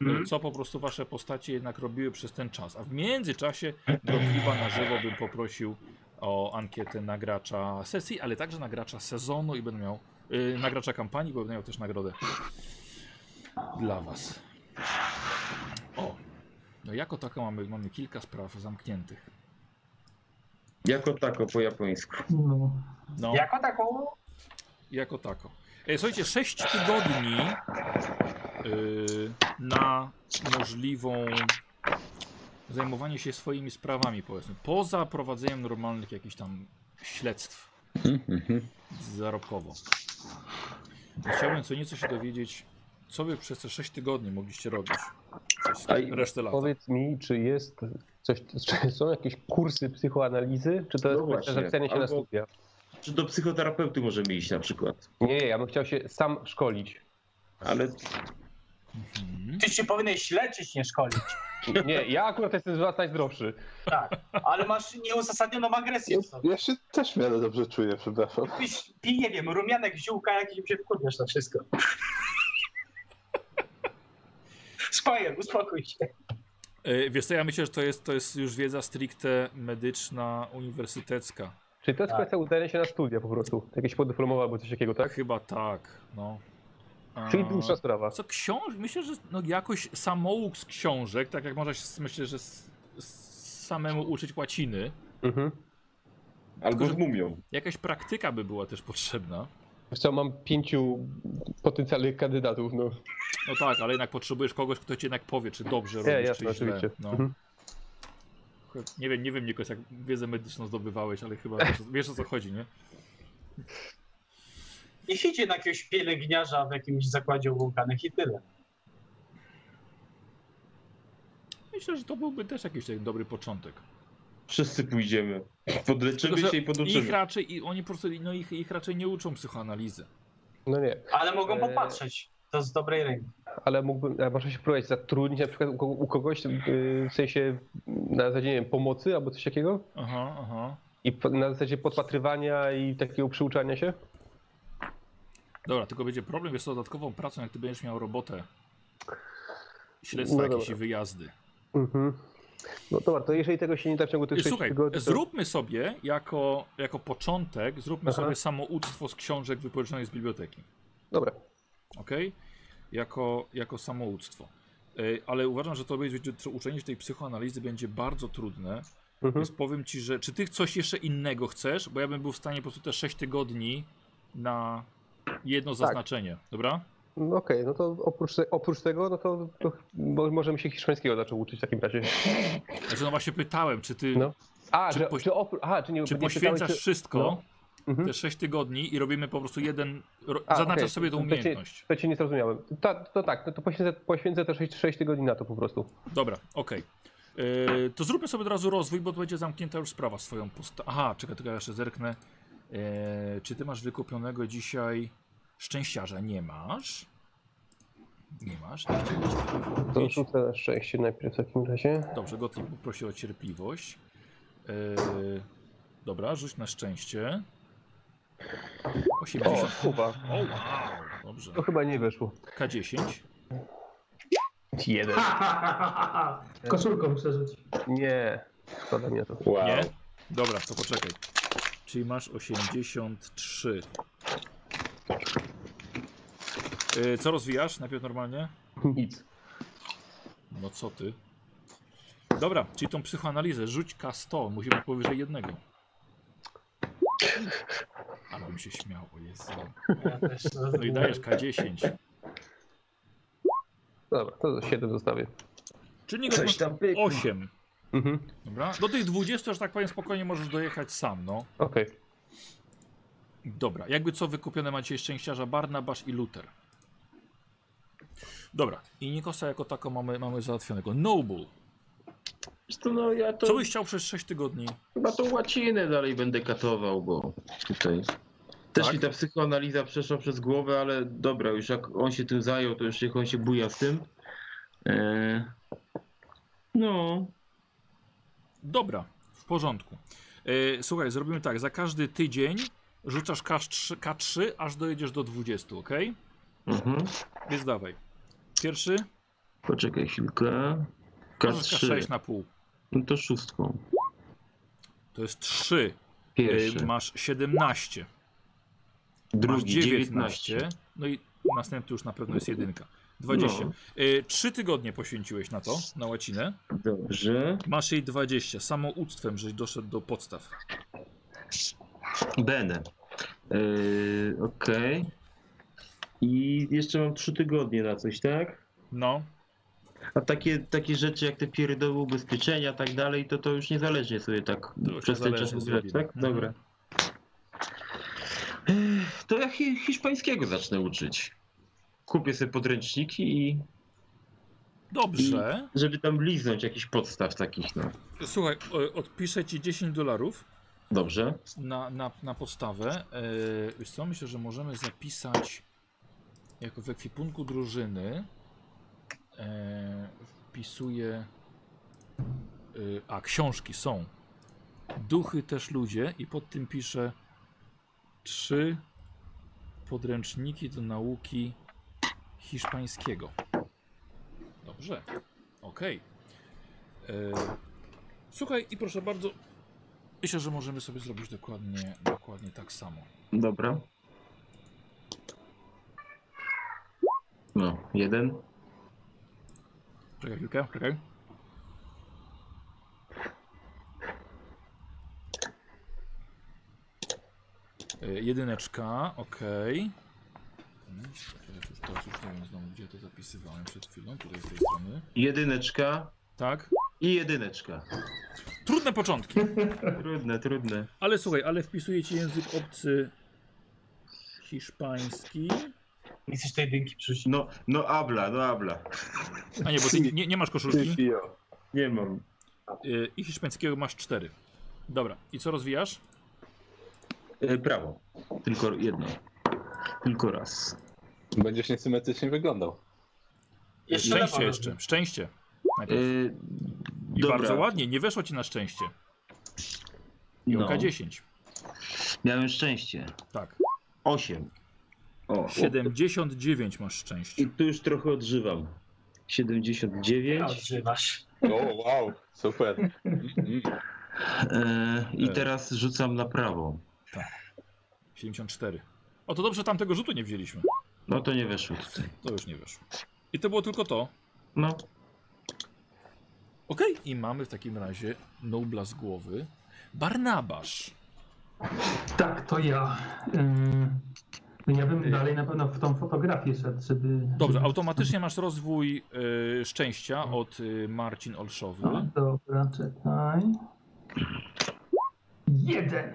Mhm.
Y, Co po prostu wasze postacie jednak robiły przez ten czas. A w międzyczasie do kliba na żywo bym poprosił o ankietę nagracza sesji, ale także nagracza sezonu i będę miał y, nagracza kampanii, bo będę miał też nagrodę dla was. O, no jako taka mamy, mamy kilka spraw zamkniętych.
Jako tako po japońsku.
No.
No,
Jako taką
jako tako. E, słuchajcie, 6 tygodni y, na możliwą zajmowanie się swoimi sprawami, powiedzmy, poza prowadzeniem normalnych jakichś tam śledztw.
Mhm.
zarobkowo. Chciałbym co nieco się dowiedzieć, co wy przez te 6 tygodni mogliście robić. Przez
A i-
resztę lata.
Powiedz mi, czy jest coś, czy są jakieś kursy psychoanalizy, czy to
No
jest
właśnie,
kwestia zapisania się na
albo-
studia?
Czy do psychoterapeuty możemy iść na przykład?
Nie, nie, ja bym chciał się sam szkolić.
Ale
Mhm.
Ty się powinieneś leczyć, nie szkolić.
Nie, ja akurat jestem z was najzdrowszy.
Ale masz nieuzasadnioną agresję
Ja,
w sobie.
ja się też w miarę dobrze czuję, przepraszam.
Piś, pij, nie wiem, rumianek, ziółka, jakiś się wkurwiasz na wszystko. <laughs> Spajer, uspokój się.
E, Wiesz co, ja myślę, że to jest, to jest już wiedza stricte medyczna, uniwersytecka.
Czyli to jest
Tak.
kwestia udania się na studia po prostu. Jakieś podyplomowe albo coś takiego, tak?
Chyba tak, no. A,
Czyli dłuższa sprawa.
Co książ... Myślę, że no, jakoś samouk z książek, tak jak można się, s- myślę, że s- s- samemu uczyć łaciny.
Mhm.
albo
Tylko,
z
że-
mumią.
Jakaś praktyka by była też potrzebna.
Wiesz Co, mam pięciu potencjalnych kandydatów, no.
No tak, ale jednak potrzebujesz kogoś, kto ci jednak powie, czy dobrze
Nie,
robisz,
jasne,
czy źle.
oczywiście.
No.
Mhm.
Nie wiem, nie wiem Nikos, jak wiedzę medyczną zdobywałeś, ale chyba wiesz, wiesz o co chodzi, nie?
Niech idzie na jakiegoś pielęgniarza w jakimś zakładzie obłąkanych i tyle.
Myślę, że to byłby też jakiś taki dobry początek.
Wszyscy pójdziemy. Podleczymy
Tylko, że
się i
Ich
poduczymy.
raczej, i oni po prostu, no ich, ich raczej nie uczą psychoanalizy.
No nie,
Ale mogą
E,
Eee.
popatrzeć. To z dobrej ręki.
ale mógłbym, a można się próbować zatrudnić na przykład u, kogo- u kogoś, yy, w sensie na zasadzie, nie wiem, pomocy albo coś takiego?
Aha, aha.
I po- na zasadzie podpatrywania i takiego przyuczania się?
Dobra, tylko będzie problem, wiesz, z dodatkową pracą, jak ty będziesz miał robotę. Śledztwa
No
jakieś
dobra.
i wyjazdy.
Mhm. No dobra, to jeżeli tego się nie da w ciągu tych
Yy,
6
Słuchaj,
tygodni, to...
zróbmy sobie jako, jako początek, zróbmy
Aha.
sobie samoucztwo z książek wypożyczonych z biblioteki.
Dobra,
ok? Jako, jako samouctwo. Y, Ale uważam, że to będzie to uczenie się tej psychoanalizy będzie bardzo trudne.
mhm.
Więc powiem ci, że czy ty coś jeszcze innego chcesz? Bo ja bym był w stanie po prostu te 6 tygodni na jedno
Tak.
zaznaczenie, dobra?
No okej, no to oprócz, te, oprócz tego, no to, to mo- możemy się hiszpańskiego zaczął uczyć w takim razie.
Znaczy, no właśnie pytałem, czy ty
No. A,
Czy
że,
poś-
czy, opr- aha, czy nie
czy
nie
poświęcasz
pytałeś,
wszystko,
no. Mhm.
te 6 tygodni i robimy po prostu jeden, ro...
A,
zaznaczasz
okej,
sobie tą
to- znaczy- to cię-
umiejętność.
To cię nie zrozumiałem. Ta, to tak, no to poświęcę, poświęcę te 6, tygodni na to po prostu.
Dobra, okej. Yy, to zróbmy sobie od razu rozwój, bo to będzie zamknięta już sprawa swoją postacią. Aha, czekaj, tylko ja jeszcze zerknę. Yy, czy ty masz wykupionego dzisiaj szczęściarza? Nie masz? Nie masz? Nie chciałbym ci tego
To
wykupić.
rzucę na szczęście najpierw w takim razie.
Dobrze, Gottlieb poprosił o cierpliwość. Yy, dobra, rzuć na szczęście. 80.
O, kuba.
O, wow, dobrze.
To chyba nie weszło.
K10.
Jeden.
Ha, ha, ha, ha, ha. Koszulką przeżyć.
Nie. Szkoda mnie to.
Wow.
Nie? Dobra, to poczekaj. Czyli masz 83. Yy, co rozwijasz? Najpierw normalnie?
Nic.
No co ty? Dobra, czyli tą psychoanalizę rzuć K100, musi być powyżej jednego. Ale mi się śmiało, jest.
Ja też to
No i dajesz K10.
Dobra, to 7 zostawię.
Czynnik
Coś tam pykło.
8.
Mhm.
Dobra? Do tych 20, że tak powiem, spokojnie możesz dojechać sam, no.
Okej.
Dobra, jakby co wykupione macie szczęściarza Barnabasz i Luther. Dobra, i Nikosa jako tako mamy, mamy załatwionego. Noble,
Zresztą no ja to
co byś chciał przez 6 tygodni?
chyba tą łacinę dalej będę katował, bo tutaj... Też
Tak?
mi ta psychoanaliza przeszła przez głowę, ale dobra, już jak on się tym zajął, to już niech on się buja z tym. E... No,
Dobra, w porządku. E, słuchaj, zrobimy tak, za każdy tydzień rzucasz K3, K3 aż dojedziesz do 20, ok?
mhm.
Więc dawaj. Pierwszy,
Poczekaj chwilkę.
możesz K6
K3.
na pół.
No to szóstką.
To jest 3,
Pierwszy.
masz 17. Yy, Masz
drugi,
19.
19.
No i następny już na pewno jest jedynka. 20.
No.
Y, Trzy tygodnie poświęciłeś na to, na łacinę.
Dobrze.
Masz jej 20. Samouctwem, żeś doszedł do podstaw.
Benę. Yy, Okej. I jeszcze mam trzy tygodnie na coś, tak?
No,
A takie, takie rzeczy jak te pierdoły ubezpieczenia, tak dalej, to to już niezależnie sobie tak
To już
przez ten czas
niezależnie Mhm.
uzbierać, tak?
zrobimy.
Dobra. Ech, To ja hi- hiszpańskiego zacznę uczyć. Kupię sobie podręczniki i
dobrze.
żeby tam liznąć jakichś podstaw takich, no.
Słuchaj, o- odpiszę ci 10 dolarów
Dobrze.
na, na, na podstawę. Y, Wiesz co, myślę, że możemy zapisać jako w ekwipunku drużyny. E, wpisuję. y, a, książki są. Duchy też ludzie i pod tym piszę trzy podręczniki do nauki hiszpańskiego. Dobrze. Okej. E, Słuchaj i proszę bardzo. Myślę, że możemy sobie zrobić dokładnie, dokładnie tak samo.
Dobra. No, jeden.
Czekaj chwilkę, czekaj. Y, Jedyneczka, okej. Okay. Teraz już, teraz już nie wiem znowu, gdzie to zapisywałem przed chwilą, tutaj z tej strony.
Jedyneczka
Tak.
i jedyneczka.
Trudne początki,
Trudne, trudne.
ale słuchaj, ale wpisujecie język obcy hiszpański.
Nie chcesz tej jedynki przyjść.
No, no abla, no abla.
A nie, bo ty nie, nie masz koszulki
Nie mam.
y, i hiszpańskiego masz cztery. Dobra, i co rozwijasz?
E, prawo. Tylko jedno. Tylko raz.
Będziesz niesymetrycznie wyglądał.
Jeszcze
szczęście
lewo
jeszcze,
nożem.
szczęście.
E,
Najpierw. I
dobra.
bardzo ładnie, nie weszło ci na szczęście. I
No,
oka 10.
miałem szczęście.
Tak.
Osiem. O,
79 masz
I
szczęście.
tu już trochę odżywam. 79.
Odżywasz.
O, wow, super. Mm, mm.
E, I teraz rzucam na prawo.
74. O to dobrze tamtego rzutu nie wzięliśmy.
No to nie weszło tutaj.
To już nie weszło. I to było tylko to.
No,
Ok. I mamy w takim razie Nobla z głowy. Barnabasz.
Tak, to ja. Yy, ja bym dalej na pewno w tą fotografię szedł, żeby...
Dobrze,
żeby-
automatycznie masz rozwój y, szczęścia od y, Marcin
No,
Olszowy.
dobra, czekaj. Jeden!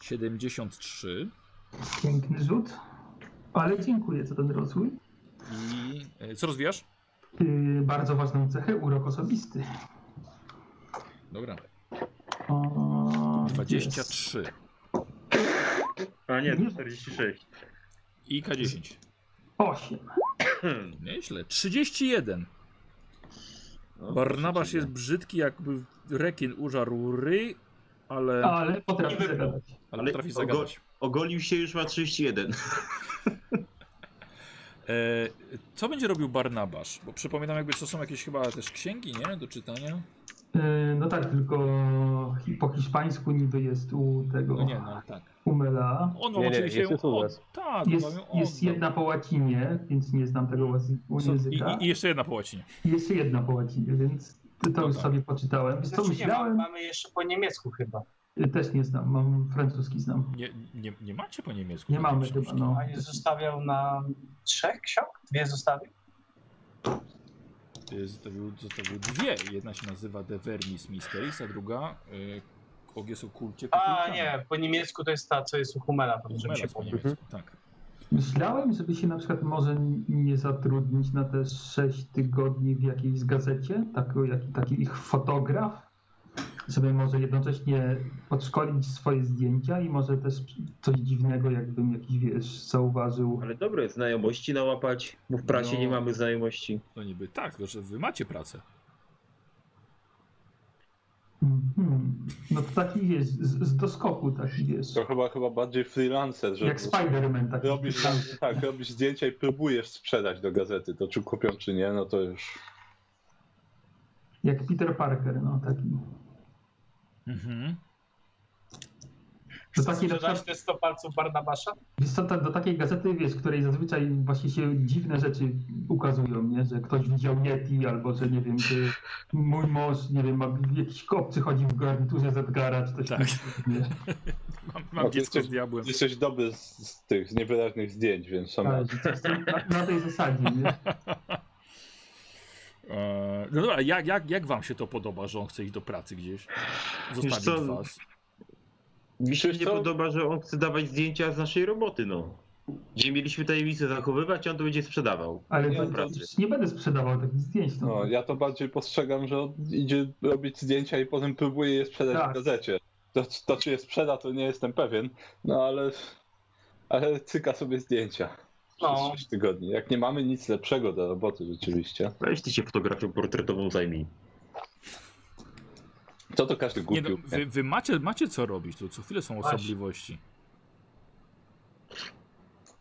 73.
Piękny rzut. Ale dziękuję za ten rozwój.
I y, co rozwijasz?
Yy, bardzo ważną cechę, urok osobisty.
Dobra.
O, jest.
23.
a nie, to 46.
I K10.
Osiem.
Nieźle. 31.
No,
Barnabasz jest brzydki, jakby rekin użarł ry, ale, ale,
Ale potrafi
Niby-
zagadać.
ale potrafi
to go-
zagadać.
Ogolił się już ma 31.
E, co będzie robił Barnabasz? Bo przypominam, jakby to są jakieś chyba też księgi, nie? Do czytania.
Yy, No tak, tylko hi- po hiszpańsku niby jest u tego
No nie, no tak.
Umela.
On wam
Nie, nie,
oczywiście...
jest u
on,
nas.
tak,
Jest,
on wam ją
jest
oddał.
jedna po łacinie, więc nie znam tego łazy- języka.
I, i, I jeszcze jedna po łacinie.
Jest jedna po łacinie, więc to- to
No
już
tak.
sobie poczytałem. Więc co
Znaczy, nie ma,
myślałem?
mamy jeszcze po niemiecku chyba.
Y, Też nie znam, mam francuski znam.
Nie, nie, nie macie po niemiecku.
Nie mamy
książki.
chyba, no.
A nie zostawiał na trzech ksiąg? Dwie zostawił?
Y, Zostawił, zostawił dwie. Jedna się nazywa The Vermis Mysteries, a druga y, Ogies o kulcie.
A nie, po niemiecku to jest ta, co jest u Humela, potem żeby się
Melas po
pomylić.
niemiecku, tak.
Myślałem, żeby się na przykład może nie zatrudnić na te 6 tygodni w jakiejś gazecie, taki, jak, taki ich fotograf, żeby może jednocześnie podszkolić swoje zdjęcia i może też coś dziwnego, jakbym jakiś wiesz, zauważył.
Ale dobre znajomości nałapać, bo w prasie
No.
nie mamy znajomości.
No niby tak, tylko że wy macie pracę.
Mhm. No to taki wiesz, z, z doskoku taki wiesz.
To chyba, chyba bardziej freelancer, że
Jak Spider-Man taki.
robisz, tak, robisz zdjęcia i próbujesz sprzedać do gazety. To czy kupią, czy nie, no to już
Jak Peter Parker, no taki.
Mhm.
To taki na przykład
Dodać te 100 palców Barnabasza?
Wiesz co, ta, do takiej gazety, wiesz, której zazwyczaj właśnie się dziwne rzeczy ukazują, nie? Że ktoś widział Yeti, albo że nie wiem, że mój mąż, nie wiem, ma jakiś obcy chodzi w garniturze z Edgara, czy coś
Tak.
Nie?
Mam,
No,
mam
to jest
dziecko z
coś-
diabłem.
jesteś dobry z, z tych z niewyraźnych zdjęć, więc sama
Ale że coś tam na, na tej zasadzie, nie?
E, No dobra, jak, jak, jak wam się to podoba, że on chce iść do pracy gdzieś? Zostawić
co?
was.
Mi się
Wiesz
nie
co?
podoba, że on chce dawać zdjęcia z naszej roboty, no. Gdzie mieliśmy tajemnicę zachowywać, a on to będzie sprzedawał.
Ale
Nie
to,
mam pracy.
nie będę sprzedawał takich zdjęć. No.
No, ja to bardziej postrzegam, że on idzie robić zdjęcia i potem próbuje je sprzedać
Tak.
w gazecie. To, to czy je sprzeda, to nie jestem pewien, no ale, ale cyka sobie zdjęcia przez
No.
6 tygodni. Jak nie mamy nic lepszego do roboty rzeczywiście,
Weź ty się fotografią portretową zajmij.
to to każdy
Nie,
kupił.
no, wy, wy macie, macie co robić, tu co chwilę są
Właśnie.
osobliwości.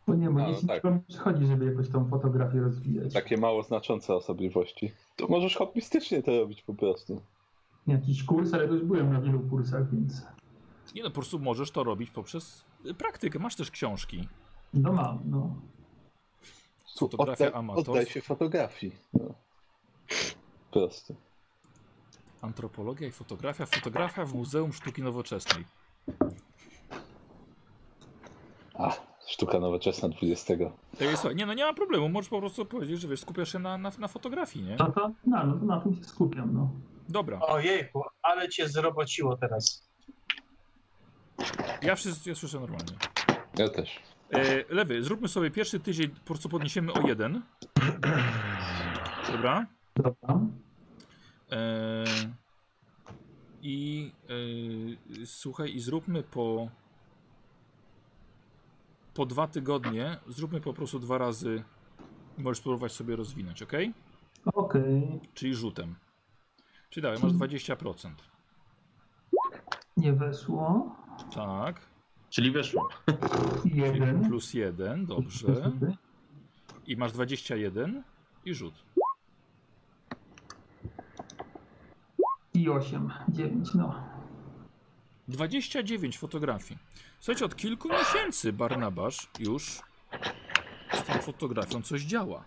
Bo nie, bo
No,
jeśli
tak.
tylko mi przychodzi, żeby jakoś tą fotografię rozwijać.
Takie mało znaczące osobliwości. To możesz hobbystycznie to robić po prostu.
Jakiś kurs, ale to już byłem na wielu kursach, więc
Nie no, po prostu możesz to robić poprzez y, praktykę. Masz też książki.
no mam, no.
Fotografia
Oddaj-
amatorska.
Oddaj się fotografii. No. Po prostu.
Antropologia i fotografia. Fotografia w Muzeum Sztuki Nowoczesnej.
A, sztuka nowoczesna 20.
Ej, słuchaj, nie no, nie ma problemu. Możesz po prostu powiedzieć, że wiesz, skupiasz się na, na, na fotografii, nie?
Tak.
No to, no, no to na tym się skupiam, no.
Dobra.
Ojejku, ale cię zrobociło teraz.
Ja wszystko ja słyszę normalnie.
Ja też.
E, lewy, zróbmy sobie pierwszy tydzień, po prostu podniesiemy o jeden. Dobra.
Dobra.
E, I e, słuchaj, i zróbmy po po dwa tygodnie, zróbmy po prostu dwa razy. Możesz spróbować sobie rozwinąć, ok?
Okej.
Czyli rzutem. Czyli dalej, masz 20%.
Nie weszło.
Tak.
Czyli weszło.
Czyli
Jeden.
plus jeden, dobrze. I masz 21 i rzut.
I osiem, dziewięć, no.
29 fotografii. Słuchajcie, od kilku miesięcy Barnabasz już z tą fotografią coś działa.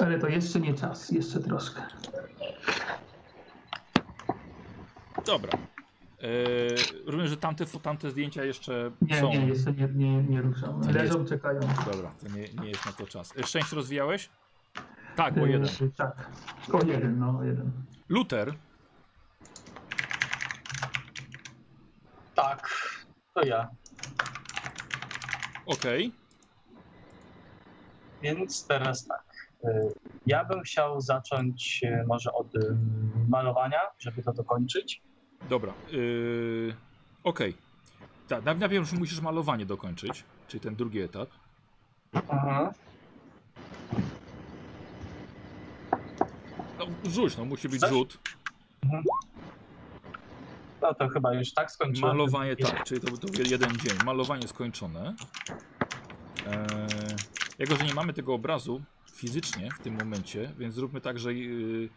Ale to jeszcze nie czas, jeszcze troszkę.
Dobra. E, rozumiem, że tamte, fo- tamte zdjęcia jeszcze
Nie,
są.
nie, jeszcze nie, nie, nie ruszam.
To nie
Leżą, czekają.
Dobra, to nie, nie jest na to czas. E, Szczęście rozwijałeś? Tak, bo jeden.
Y, Tak. O jeden, no, o jeden.
Luther,
Tak, to ja.
okej.
Więc teraz tak. y, Ja bym chciał zacząć y, może od y, malowania, żeby to dokończyć.
Dobra. Yy, Okej. Tak, najpierw- najpierw musisz malowanie dokończyć, czyli ten drugi etap. No rzuć, no musi być
Chcesz?
rzut.
No to chyba już tak skończyłem.
Malowanie tak, czyli to, to był jeden dzień. Malowanie skończone. Eee, jako, że nie mamy tego obrazu fizycznie w tym momencie, więc zróbmy tak, że yy,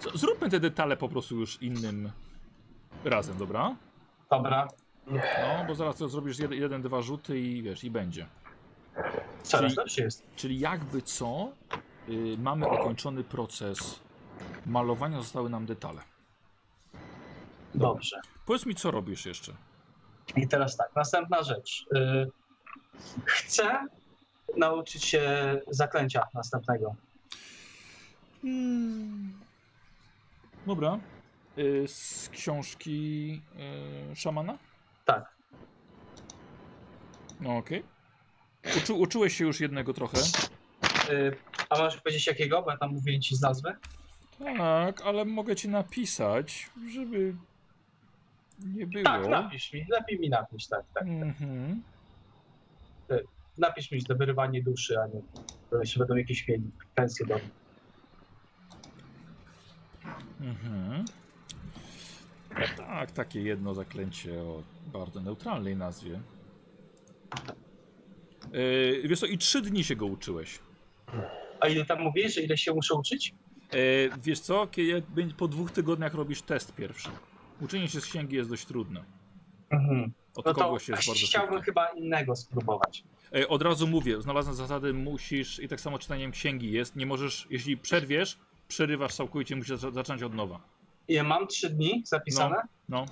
Z- y, Zróbmy te detale po prostu już innym razem, dobra?
Dobra.
No, bo zaraz to zrobisz jeden, jeden dwa rzuty i wiesz, i będzie.
Coraz
Czyli-
lepszy jest.
Czyli jakby co, y, mamy ukończony proces malowania, zostały nam detale.
Dobrze.
Powiedz mi, co robisz jeszcze?
I teraz tak, następna rzecz. Y, Chcę nauczyć się zaklęcia następnego.
Dobra. Y, Z książki y, szamana?
Tak.
No, okej. Uczy, uczyłeś się już jednego trochę.
Y, A możesz powiedzieć jakiego? Bo ja tam mówię ci z nazwy.
Tak, ale mogę ci napisać, żeby nie było.
Tak, napisz mi. Lepiej mi napisz, tak, tak.
Mhm.
Napisz mi, że to wyrywanie duszy, a nie to jeszcze będą jakieś mieli pensje do mnie.
Mhm. Tak, takie jedno zaklęcie o bardzo neutralnej nazwie. Yy, wiesz co, i trzy dni się go uczyłeś.
A ile tam mówisz, że ile się muszę uczyć?
Yy, wiesz co, kiedy bę- po dwóch tygodniach robisz test pierwszy. Uczenie się z księgi jest dość trudne.
Mhm.
Od
No to
kogoś się jest bardzo
chciałbym
trudne.
chyba innego spróbować.
Yy, od razu mówię, znalazłem zasady, musisz, i tak samo czytaniem księgi jest, nie możesz, jeśli przerwiesz, przerywasz całkowicie, musisz za- zacząć od nowa.
Ja mam trzy dni zapisane,
No,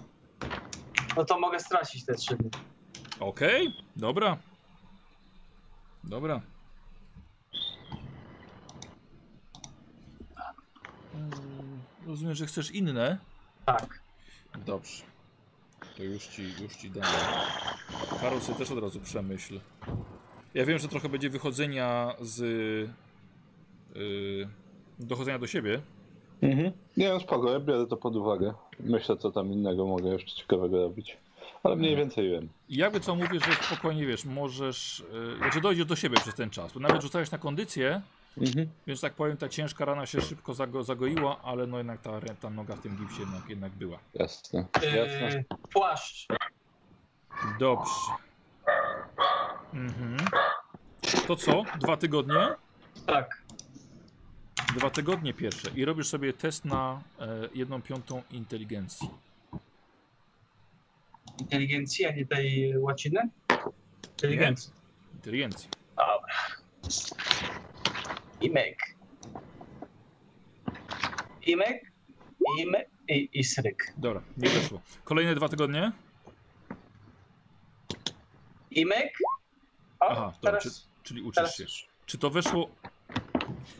no to mogę stracić te trzy dni.
okej, dobra. Dobra. Mm, Rozumiem, że chcesz inne?
Tak.
Dobrze. To już ci, już ci dam. Karol sobie też od razu przemyśl. Ja wiem, że trochę będzie wychodzenia z... Yy, dochodzenia do siebie.
Mhm. Nie, no spoko, ja biorę to pod uwagę. Myślę, co tam innego mogę jeszcze ciekawego robić. Ale mniej więcej wiem.
I jakby co mówię, że spokojnie wiesz, możesz... Yy, znaczy dojdziesz do siebie przez ten czas. Bo nawet rzucałeś na kondycję,
Mhm.
Więc tak powiem, ta ciężka rana się szybko zago, zagoiła, ale no jednak ta, rę- ta noga w tym gipsie jednak, jednak była.
Jasne. Jasne.
Yy, płaszcz.
Dobrze. Mhm. To co? Dwa tygodnie?
Tak.
Dwa tygodnie pierwsze. I robisz sobie test na e, jedną piątą inteligencji.
Inteligencji, a nie tej łaciny? Inteligencji.
Inteligencji.
Imek. Imek. Imek. I, I sryk.
Dobra, nie weszło. Kolejne dwa tygodnie?
Tak, Imek. O,
Aha, dobra,
teraz,
Czyli uczysz
teraz
się.
już.
Czy to weszło?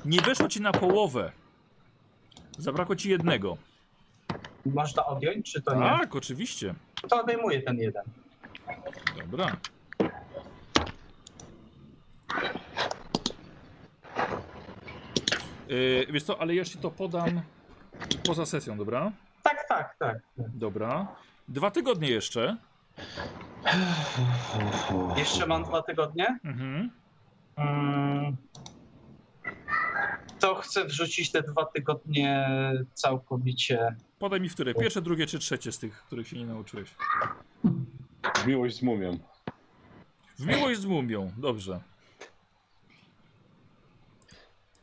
Nie weszło ci na połowę. Zabrakło ci jednego.
można odjąć, czy to nie?
Tak, oczywiście.
To odejmuję ten jeden.
Dobra. Yy, wiesz co, ale ja ci to podam poza sesją, dobra?
Tak, tak, tak.
Dobra. Dwa tygodnie jeszcze.
Jeszcze mam dwa tygodnie.
Mhm.
Mm. To chcę wrzucić te dwa tygodnie całkowicie.
Podaj mi wtóre. Pierwsze, drugie czy trzecie z tych, których się nie nauczyłeś.
Miłość z mumią.
W miłość z mumią. Dobrze.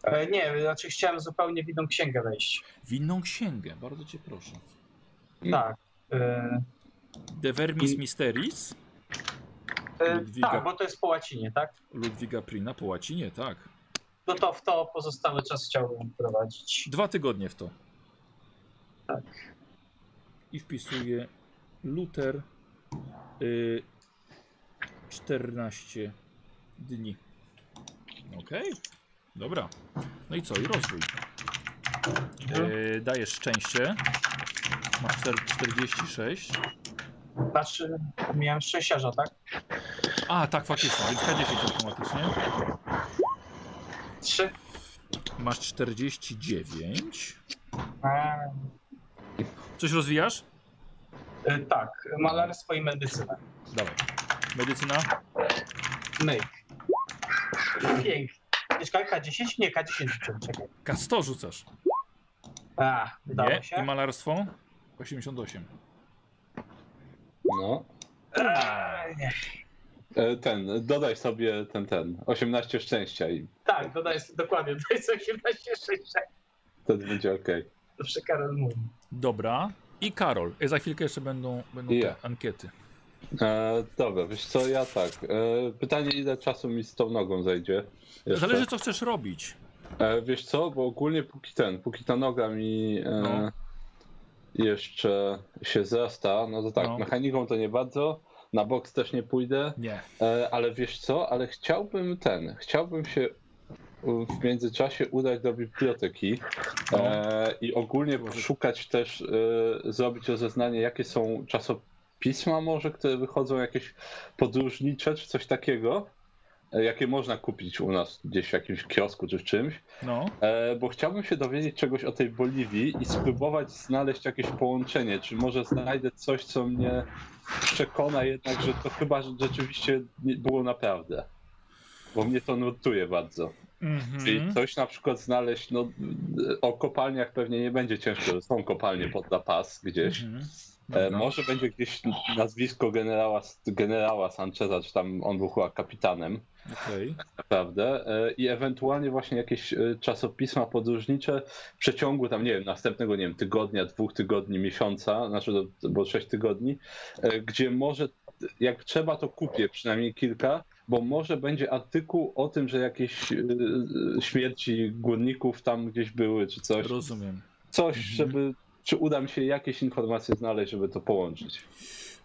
E, nie, znaczy chciałem zupełnie w inną księgę wejść.
W inną księgę. Bardzo cię proszę.
Tak. E,
De Vermis Misteris
e,
Ludwiga.
tak, bo to jest po łacinie, tak?
Ludwiga Prina po łacinie, tak.
No to w to pozostały czas chciałbym prowadzić.
Dwa tygodnie w to.
Tak.
I wpisuję Luther y, 14 dni. Okej. Dobra. No i co? I rozwój.
No.
Y, dajesz szczęście. Masz czter- 46.
Znaczy, miałem szczęściarza, tak?
A, tak, faktycznie. Więc K10 automatycznie.
Trzy.
Masz 49.
E,
Coś rozwijasz?
e, tak, malarstwo i medycyna.
Dawaj. Medycyna?
Myk. Pięknie. Wiesz, K10? Nie, K10 rzuciłem, czekaj.
K100 rzucasz.
A, udało
Nie. I
się.
malarstwo? 88.
No.
Eee, nie.
E, Ten, dodaj sobie ten, ten. 18 szczęścia i
<laughs> Tak, dodaj, dokładnie, dodaj sobie 18 szczęścia.
wtedy będzie ok.
Zawsze Karol mówi.
Dobra. I Karol. E, Za chwilkę jeszcze będą, będą
Ja.
te ankiety.
E, dobra, wiesz co, ja tak. E, pytanie, ile czasu mi z tą nogą zajdzie? Jeszcze.
Zależy co chcesz robić.
E, wiesz co, bo ogólnie póki ten, póki ta noga mi e,
No.
jeszcze się zrasta, no to tak,
No.
mechaniką to nie bardzo, na boks też nie pójdę,
Nie.
e, ale wiesz co, ale chciałbym ten, chciałbym się w międzyczasie udać do biblioteki
No.
e, i ogólnie poszukać też, e, zrobić rozeznanie, jakie są czasopisma może, które wychodzą, jakieś podróżnicze czy coś takiego, e, jakie można kupić u nas gdzieś w jakimś kiosku czy w czymś.
No.
E, bo chciałbym się dowiedzieć czegoś o tej Boliwii i spróbować znaleźć jakieś połączenie. Czy może znajdę coś, co mnie przekona jednak, że to chyba rzeczywiście nie- było naprawdę. Bo mnie to nurtuje bardzo. Czyli
Mhm.
coś na przykład znaleźć, no o kopalniach pewnie nie będzie ciężko, są kopalnie pod La Paz gdzieś.
Mhm.
E,
Dobra.
może będzie gdzieś nazwisko generała, generała Sancheza, czy tam on był chyba kapitanem
Okej.
naprawdę e, i ewentualnie właśnie jakieś e, czasopisma podróżnicze w przeciągu tam, nie wiem, następnego, nie wiem, tygodnia, dwóch tygodni, miesiąca, znaczy, do- bo sześć tygodni, e, gdzie może, jak trzeba, to kupię przynajmniej kilka, bo może będzie artykuł o tym, że jakieś e, e, śmierci górników tam gdzieś były, czy coś,
Rozumiem.
coś,
Mhm.
żeby, czy uda mi się jakieś informacje znaleźć, żeby to połączyć.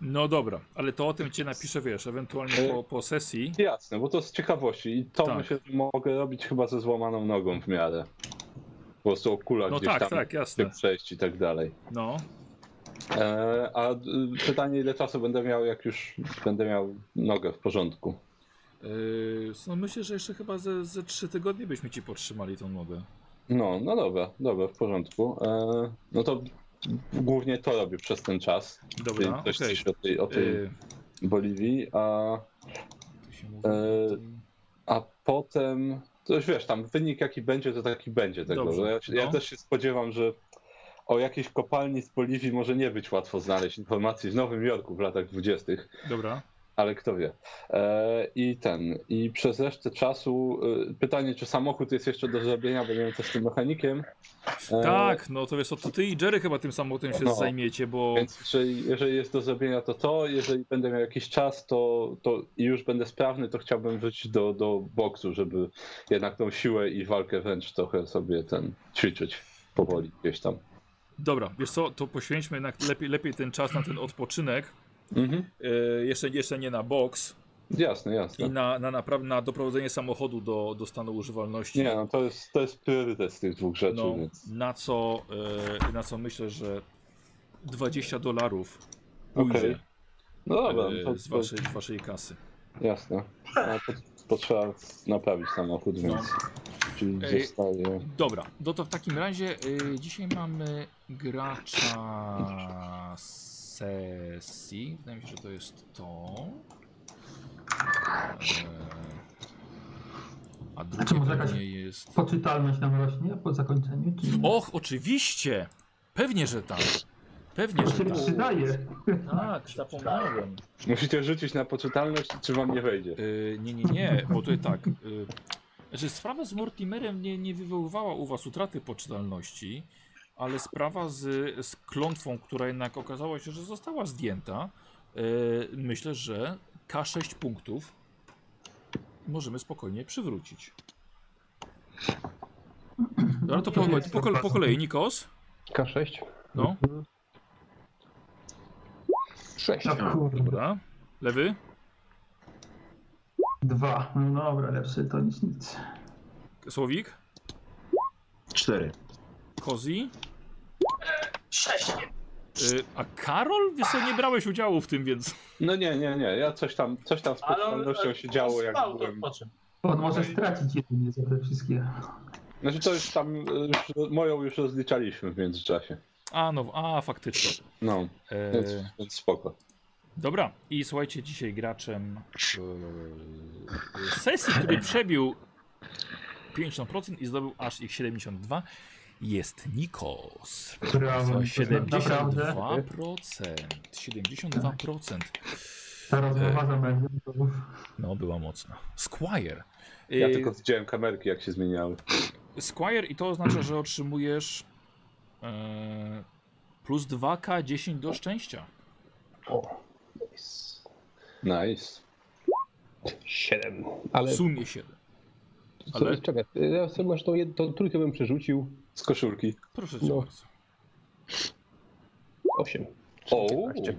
No dobra, ale to o tym cię napiszę, wiesz, ewentualnie
E,
po, po sesji.
Jasne, bo to z ciekawości i to
Tak.
myślę, że mogę robić chyba ze złamaną nogą w miarę. Po prostu o kulach
No
gdzieś
tak,
tam
tak,
się
jasne.
przejść i tak dalej.
No.
E, a y, pytanie, ile czasu będę miał, jak już będę miał nogę w porządku?
Yy, no myślę, że jeszcze chyba ze, ze 3 tygodnie byśmy ci podtrzymali tą nogę.
No, no dobra, dobra, w porządku. E, no to głównie to robię przez ten czas. Czyli
Dobra,
coś,
okej.
coś o tej, o tej
Yy,
Boliwii, a
tu się mówi
E,
o tym.
A potem, to już wiesz, tam wynik jaki będzie, to taki będzie tego.
Dobrze,
że ja, się- ja
no.
też się spodziewam, że o jakiejś kopalni z Boliwii może nie być łatwo znaleźć informacji w Nowym Jorku w latach 20.,
Dobra.
ale kto wie. E, I ten, i przez resztę czasu e, pytanie, czy samochód jest jeszcze do zrobienia, bo nie wiem, co z tym mechanikiem. E,
Tak, no to wiesz, co, to ty i Jerry chyba tym samolotem się
No.
zajmiecie, bo
Więc jeżeli, jeżeli jest do zrobienia, to to. Jeżeli będę miał jakiś czas, to, to i już będę sprawny, to chciałbym wrócić do, do boksu, żeby jednak tą siłę i walkę wręcz trochę sobie ten ćwiczyć powoli gdzieś tam.
dobra, wiesz co, to poświęćmy jednak lepiej, lepiej ten czas na ten odpoczynek,
Mhm.
yy, jeszcze, jeszcze nie na boks
Jasne, jasne.
i na, na, naprawdę na doprowadzenie samochodu do, do stanu używalności.
Nie, no to jest, to jest priorytet z tych dwóch rzeczy,
No,
więc.
na co, e, na co myślę, że 20 dolarów
Okej.
pójdzie
No dobra,
e,
no to,
z,
to
waszej, z waszej kasy.
jasne. No, to, to trzeba naprawić samochód,
No.
więc. Czyli
Ej.
zostaje.
Dobra, no to w takim razie y, dzisiaj mamy gracza sesji. Wydaje mi się, że to jest to. E, a
Czy
drugie
może jakaś-
pewnie jest...
Poczytalność nam rośnie po zakończeniu? Czy nie?
Och, oczywiście! Pewnie, że tak. Pewnie,
To
że
się
tak.
przydaje.
Tak, zapomniałem.
Musicie rzucić na poczytalność, czy wam nie wejdzie.
Y, nie, nie, nie, bo tutaj tak. Yy, że sprawa z Mortimerem nie, nie wywoływała u was utraty poczytalności, ale sprawa z, z klątwą, która jednak okazała się, że została zdjęta, y, myślę, że K6 punktów możemy spokojnie przywrócić. Dobra, to po, po, po, po kolei, Nikos.
K6?
No,
6.
No kurde.
dobra. Lewy,
Dwa. No dobra, lepszy to niż nic.
Słowik,
Cztery.
Kozi.
Sześć.
Y, a Karol? Wiesz co, nie brałeś udziału w tym, więc...
No nie, nie, nie. Ja coś tam, coś tam z
Ale on, e,
poczytalnością się działo, jak
spał,
byłem.
to po czym?
On może stracić jedynie za te wszystkie.
Znaczy to już tam, y, już, moją już rozliczaliśmy w międzyczasie.
A, no, a faktycznie.
No,
E,
więc, więc spoko.
dobra, i słuchajcie, dzisiaj graczem e, sesji, który przebił 50% i zdobył aż ich 72, jest Nikos.
Brawo.
Za
Naprawdę
72%. 72%.
ta
E.
rozmowa za mediów.
No, była mocna. Squire. E,
Ja tylko widziałem kamerki, jak się zmieniały.
Squire i to oznacza, że otrzymujesz Eee, plus 2K10 do szczęścia.
Nice.
Siedem. Ale,
W sumie 7. ale-
ale... czekaj, ja sobie masz tą, jed- tą trójkę bym przerzucił.
Z koszulki.
Proszę cię
No.
bardzo.
Osiem.
O,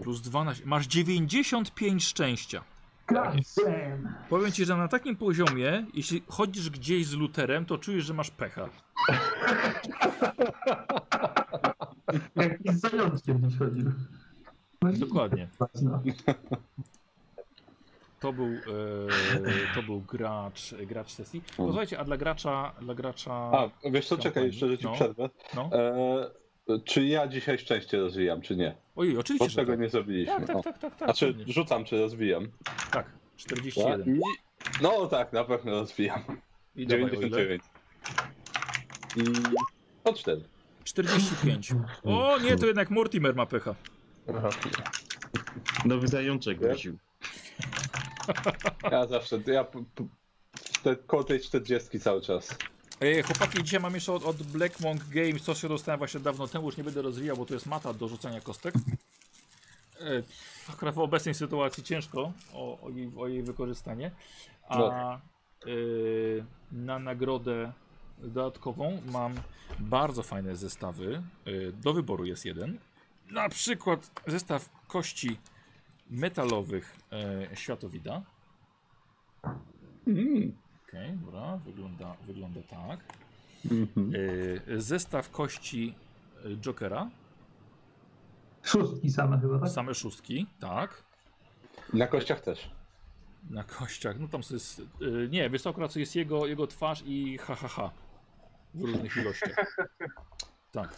Plus 12. Masz 95 szczęścia.
Klasen!
Powiem ci, że na takim poziomie, jeśli chodzisz gdzieś z luterem, to czujesz, że masz pecha.
Jak z zajączkiem gdzieś chodził. No i
Dokładnie.
no.
To był, e, to był gracz, gracz sesji. Posłuchajcie, a dla gracza, dla gracza
A, wiesz co, czekaj,
Kampanii.
jeszcze, że ci
No.
przerwę.
no.
E, czy ja dzisiaj szczęście rozwijam, czy nie?
Ojej,
Bo
oczywiście, że
tego
tak.
nie zrobiliśmy.
Tak, tak,
o.
tak, tak, tak.
Znaczy,
pewnie.
rzucam, czy rozwijam.
Tak, 41.
Mi- No tak, na pewno rozwijam.
I dawaj, o ile?
99. I... O 4.
45. O nie, to jednak Mortimer ma pecha.
Nowy zajączek wrócił.
Ja zawsze, ja p- p- te, koło tej 40 cały czas.
E, chłopaki, dzisiaj mam jeszcze od, od Black Monk Games coś, co dostałem właśnie dawno temu, już nie będę rozwijał, bo to jest mata do rzucania kostek. E, akurat w obecnej sytuacji ciężko o, o, jej, o jej wykorzystanie. A
No.
e, na nagrodę dodatkową mam bardzo fajne zestawy. E, do wyboru jest jeden. Na przykład zestaw kości metalowych e, Światowida.
Mm.
Okej, dobra, wygląda, wygląda tak.
Mhm.
Yy, zestaw kości y, Jokera,
Szóstki same chyba, tak?
same szóstki, tak.
Na kościach też.
Na kościach, no tam sobie jest, yy, nie, wiesz co, akurat co jest jego, jego twarz i ha, ha, ha. w różnych
<laughs>
ilościach. Tak.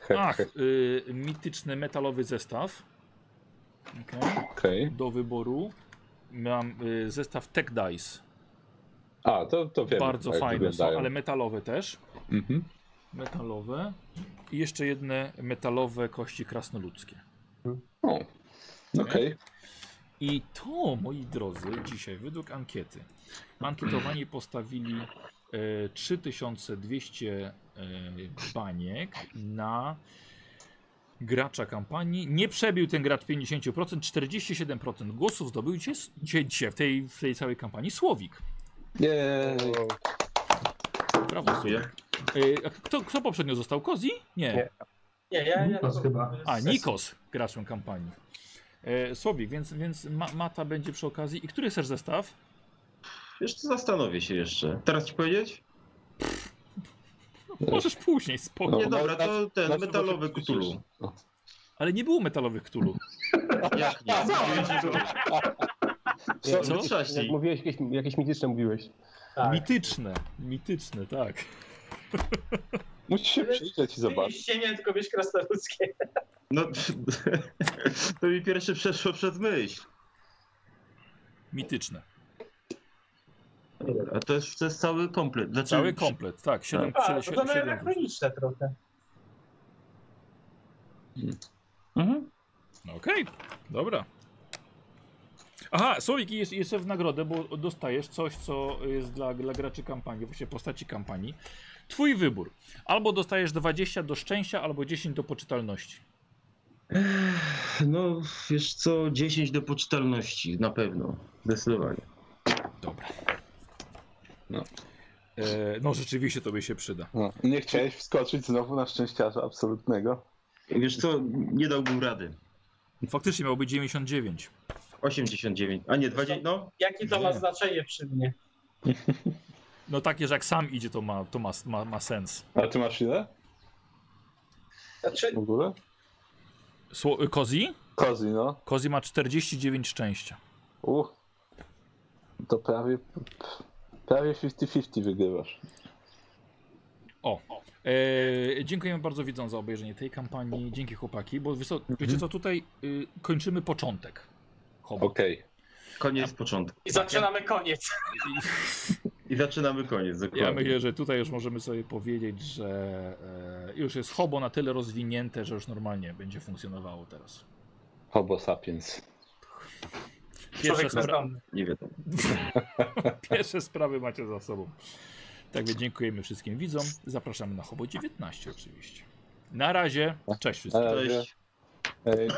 He,
Ach,
he,
yy, mityczny metalowy zestaw Okej,
Okej.
do wyboru. Mam yy, zestaw Tech Dice,
A, to, to wiem.
bardzo
jak
fajne są,
wyglądają.
ale metalowe też.
Mhm.
Metalowe i jeszcze jedne metalowe kości krasnoludzkie.
O, okej.
I to, moi drodzy, dzisiaj według ankiety. Ankietowani postawili e, 3200 e, baniek na gracza kampanii. Nie przebił ten gracz 50%, 47% głosów zdobył dzisiaj, dzisiaj, dzisiaj w, tej, w tej całej kampanii Słowik.
Jej.
Brawo, Słowik.
Jak?
E, a kto, kto poprzednio został? Kozi? Nie.
Nie.
Nie, ja, ja
Nikos chyba.
A, Nikos graczem kampanii. E, Słowik, więc, więc ma, Mata będzie przy okazji. I który chcesz zestaw?
Jeszcze zastanowię się jeszcze. Teraz ci powiedzieć?
Możesz później, spokojnie.
Nie,
No,
dobra, to ten
Znaczy,
metalowy
bo-
Cthulhu.
Ale nie było metalowych Cthulhu.
Jak Tak, nie? Mówiłem ci, że-
Jak-
Co?
no, Jak
Trzaśnij.
mówiłeś, jakieś, jakieś mityczne mówiłeś.
Tak.
Mityczne, mityczne, tak.
Musisz się przyjrzeć i zobaczyć.
Ty nie tylko wieś
<laughs>
krasnoludzkie.
No, <laughs> to mi pierwsze przeszło przez myśl.
Mityczne.
A to jest, to jest cały komplet. Znaczy,
Cały komplet, tak. 7,
No, A, to, to
7,
nawet anachroniczne trochę.
Mhm.
No, Okej, dobra. Aha, Słowik, i jeszcze- jeszcze w nagrodę, bo dostajesz coś, co jest dla, dla graczy kampanii, właśnie postaci kampanii. Twój wybór. Albo dostajesz 20 do szczęścia, albo 10 do poczytalności.
No, wiesz co, 10 do poczytalności, na pewno. Zdecydowanie.
Dobra.
No.
E, no rzeczywiście tobie się przyda.
No. Nie chciałeś wskoczyć znowu na szczęściarza absolutnego?
Wiesz co, nie dałbym rady.
Faktycznie miał być 99.
89, a nie 20, no.
Jakie to ma
Nie.
znaczenie przy mnie?
No takie, że jak sam idzie, to ma, to ma, ma, ma sens.
A ty masz ile
Znaczy,
w ogóle?
Sło- Kozi?
Kozi, no.
Kozi ma 49 szczęścia.
Uh. To prawie... Prawie 50-50 wygrywasz.
Eee, dziękujemy bardzo widzom za obejrzenie tej kampanii. Dzięki chłopaki, bo wiesz co, wiecie co, tutaj y, kończymy początek. Hobo.
Okej.
Koniec, początek.
I zaczynamy koniec.
I zaczynamy koniec, dokładnie.
Ja myślę, że tutaj już możemy sobie powiedzieć, że e, już jest hobo na tyle rozwinięte, że już normalnie będzie funkcjonowało teraz.
Hobo sapiens.
Pierwsze,
Człowiek
spra-
bezdomny.
Nie wiadomo.
pierwsze sprawy macie za sobą. Tak więc dziękujemy wszystkim widzom. Zapraszamy na Hobo 19 oczywiście. Na razie. Cześć wszystkim.
E,
Cześć.
Ej,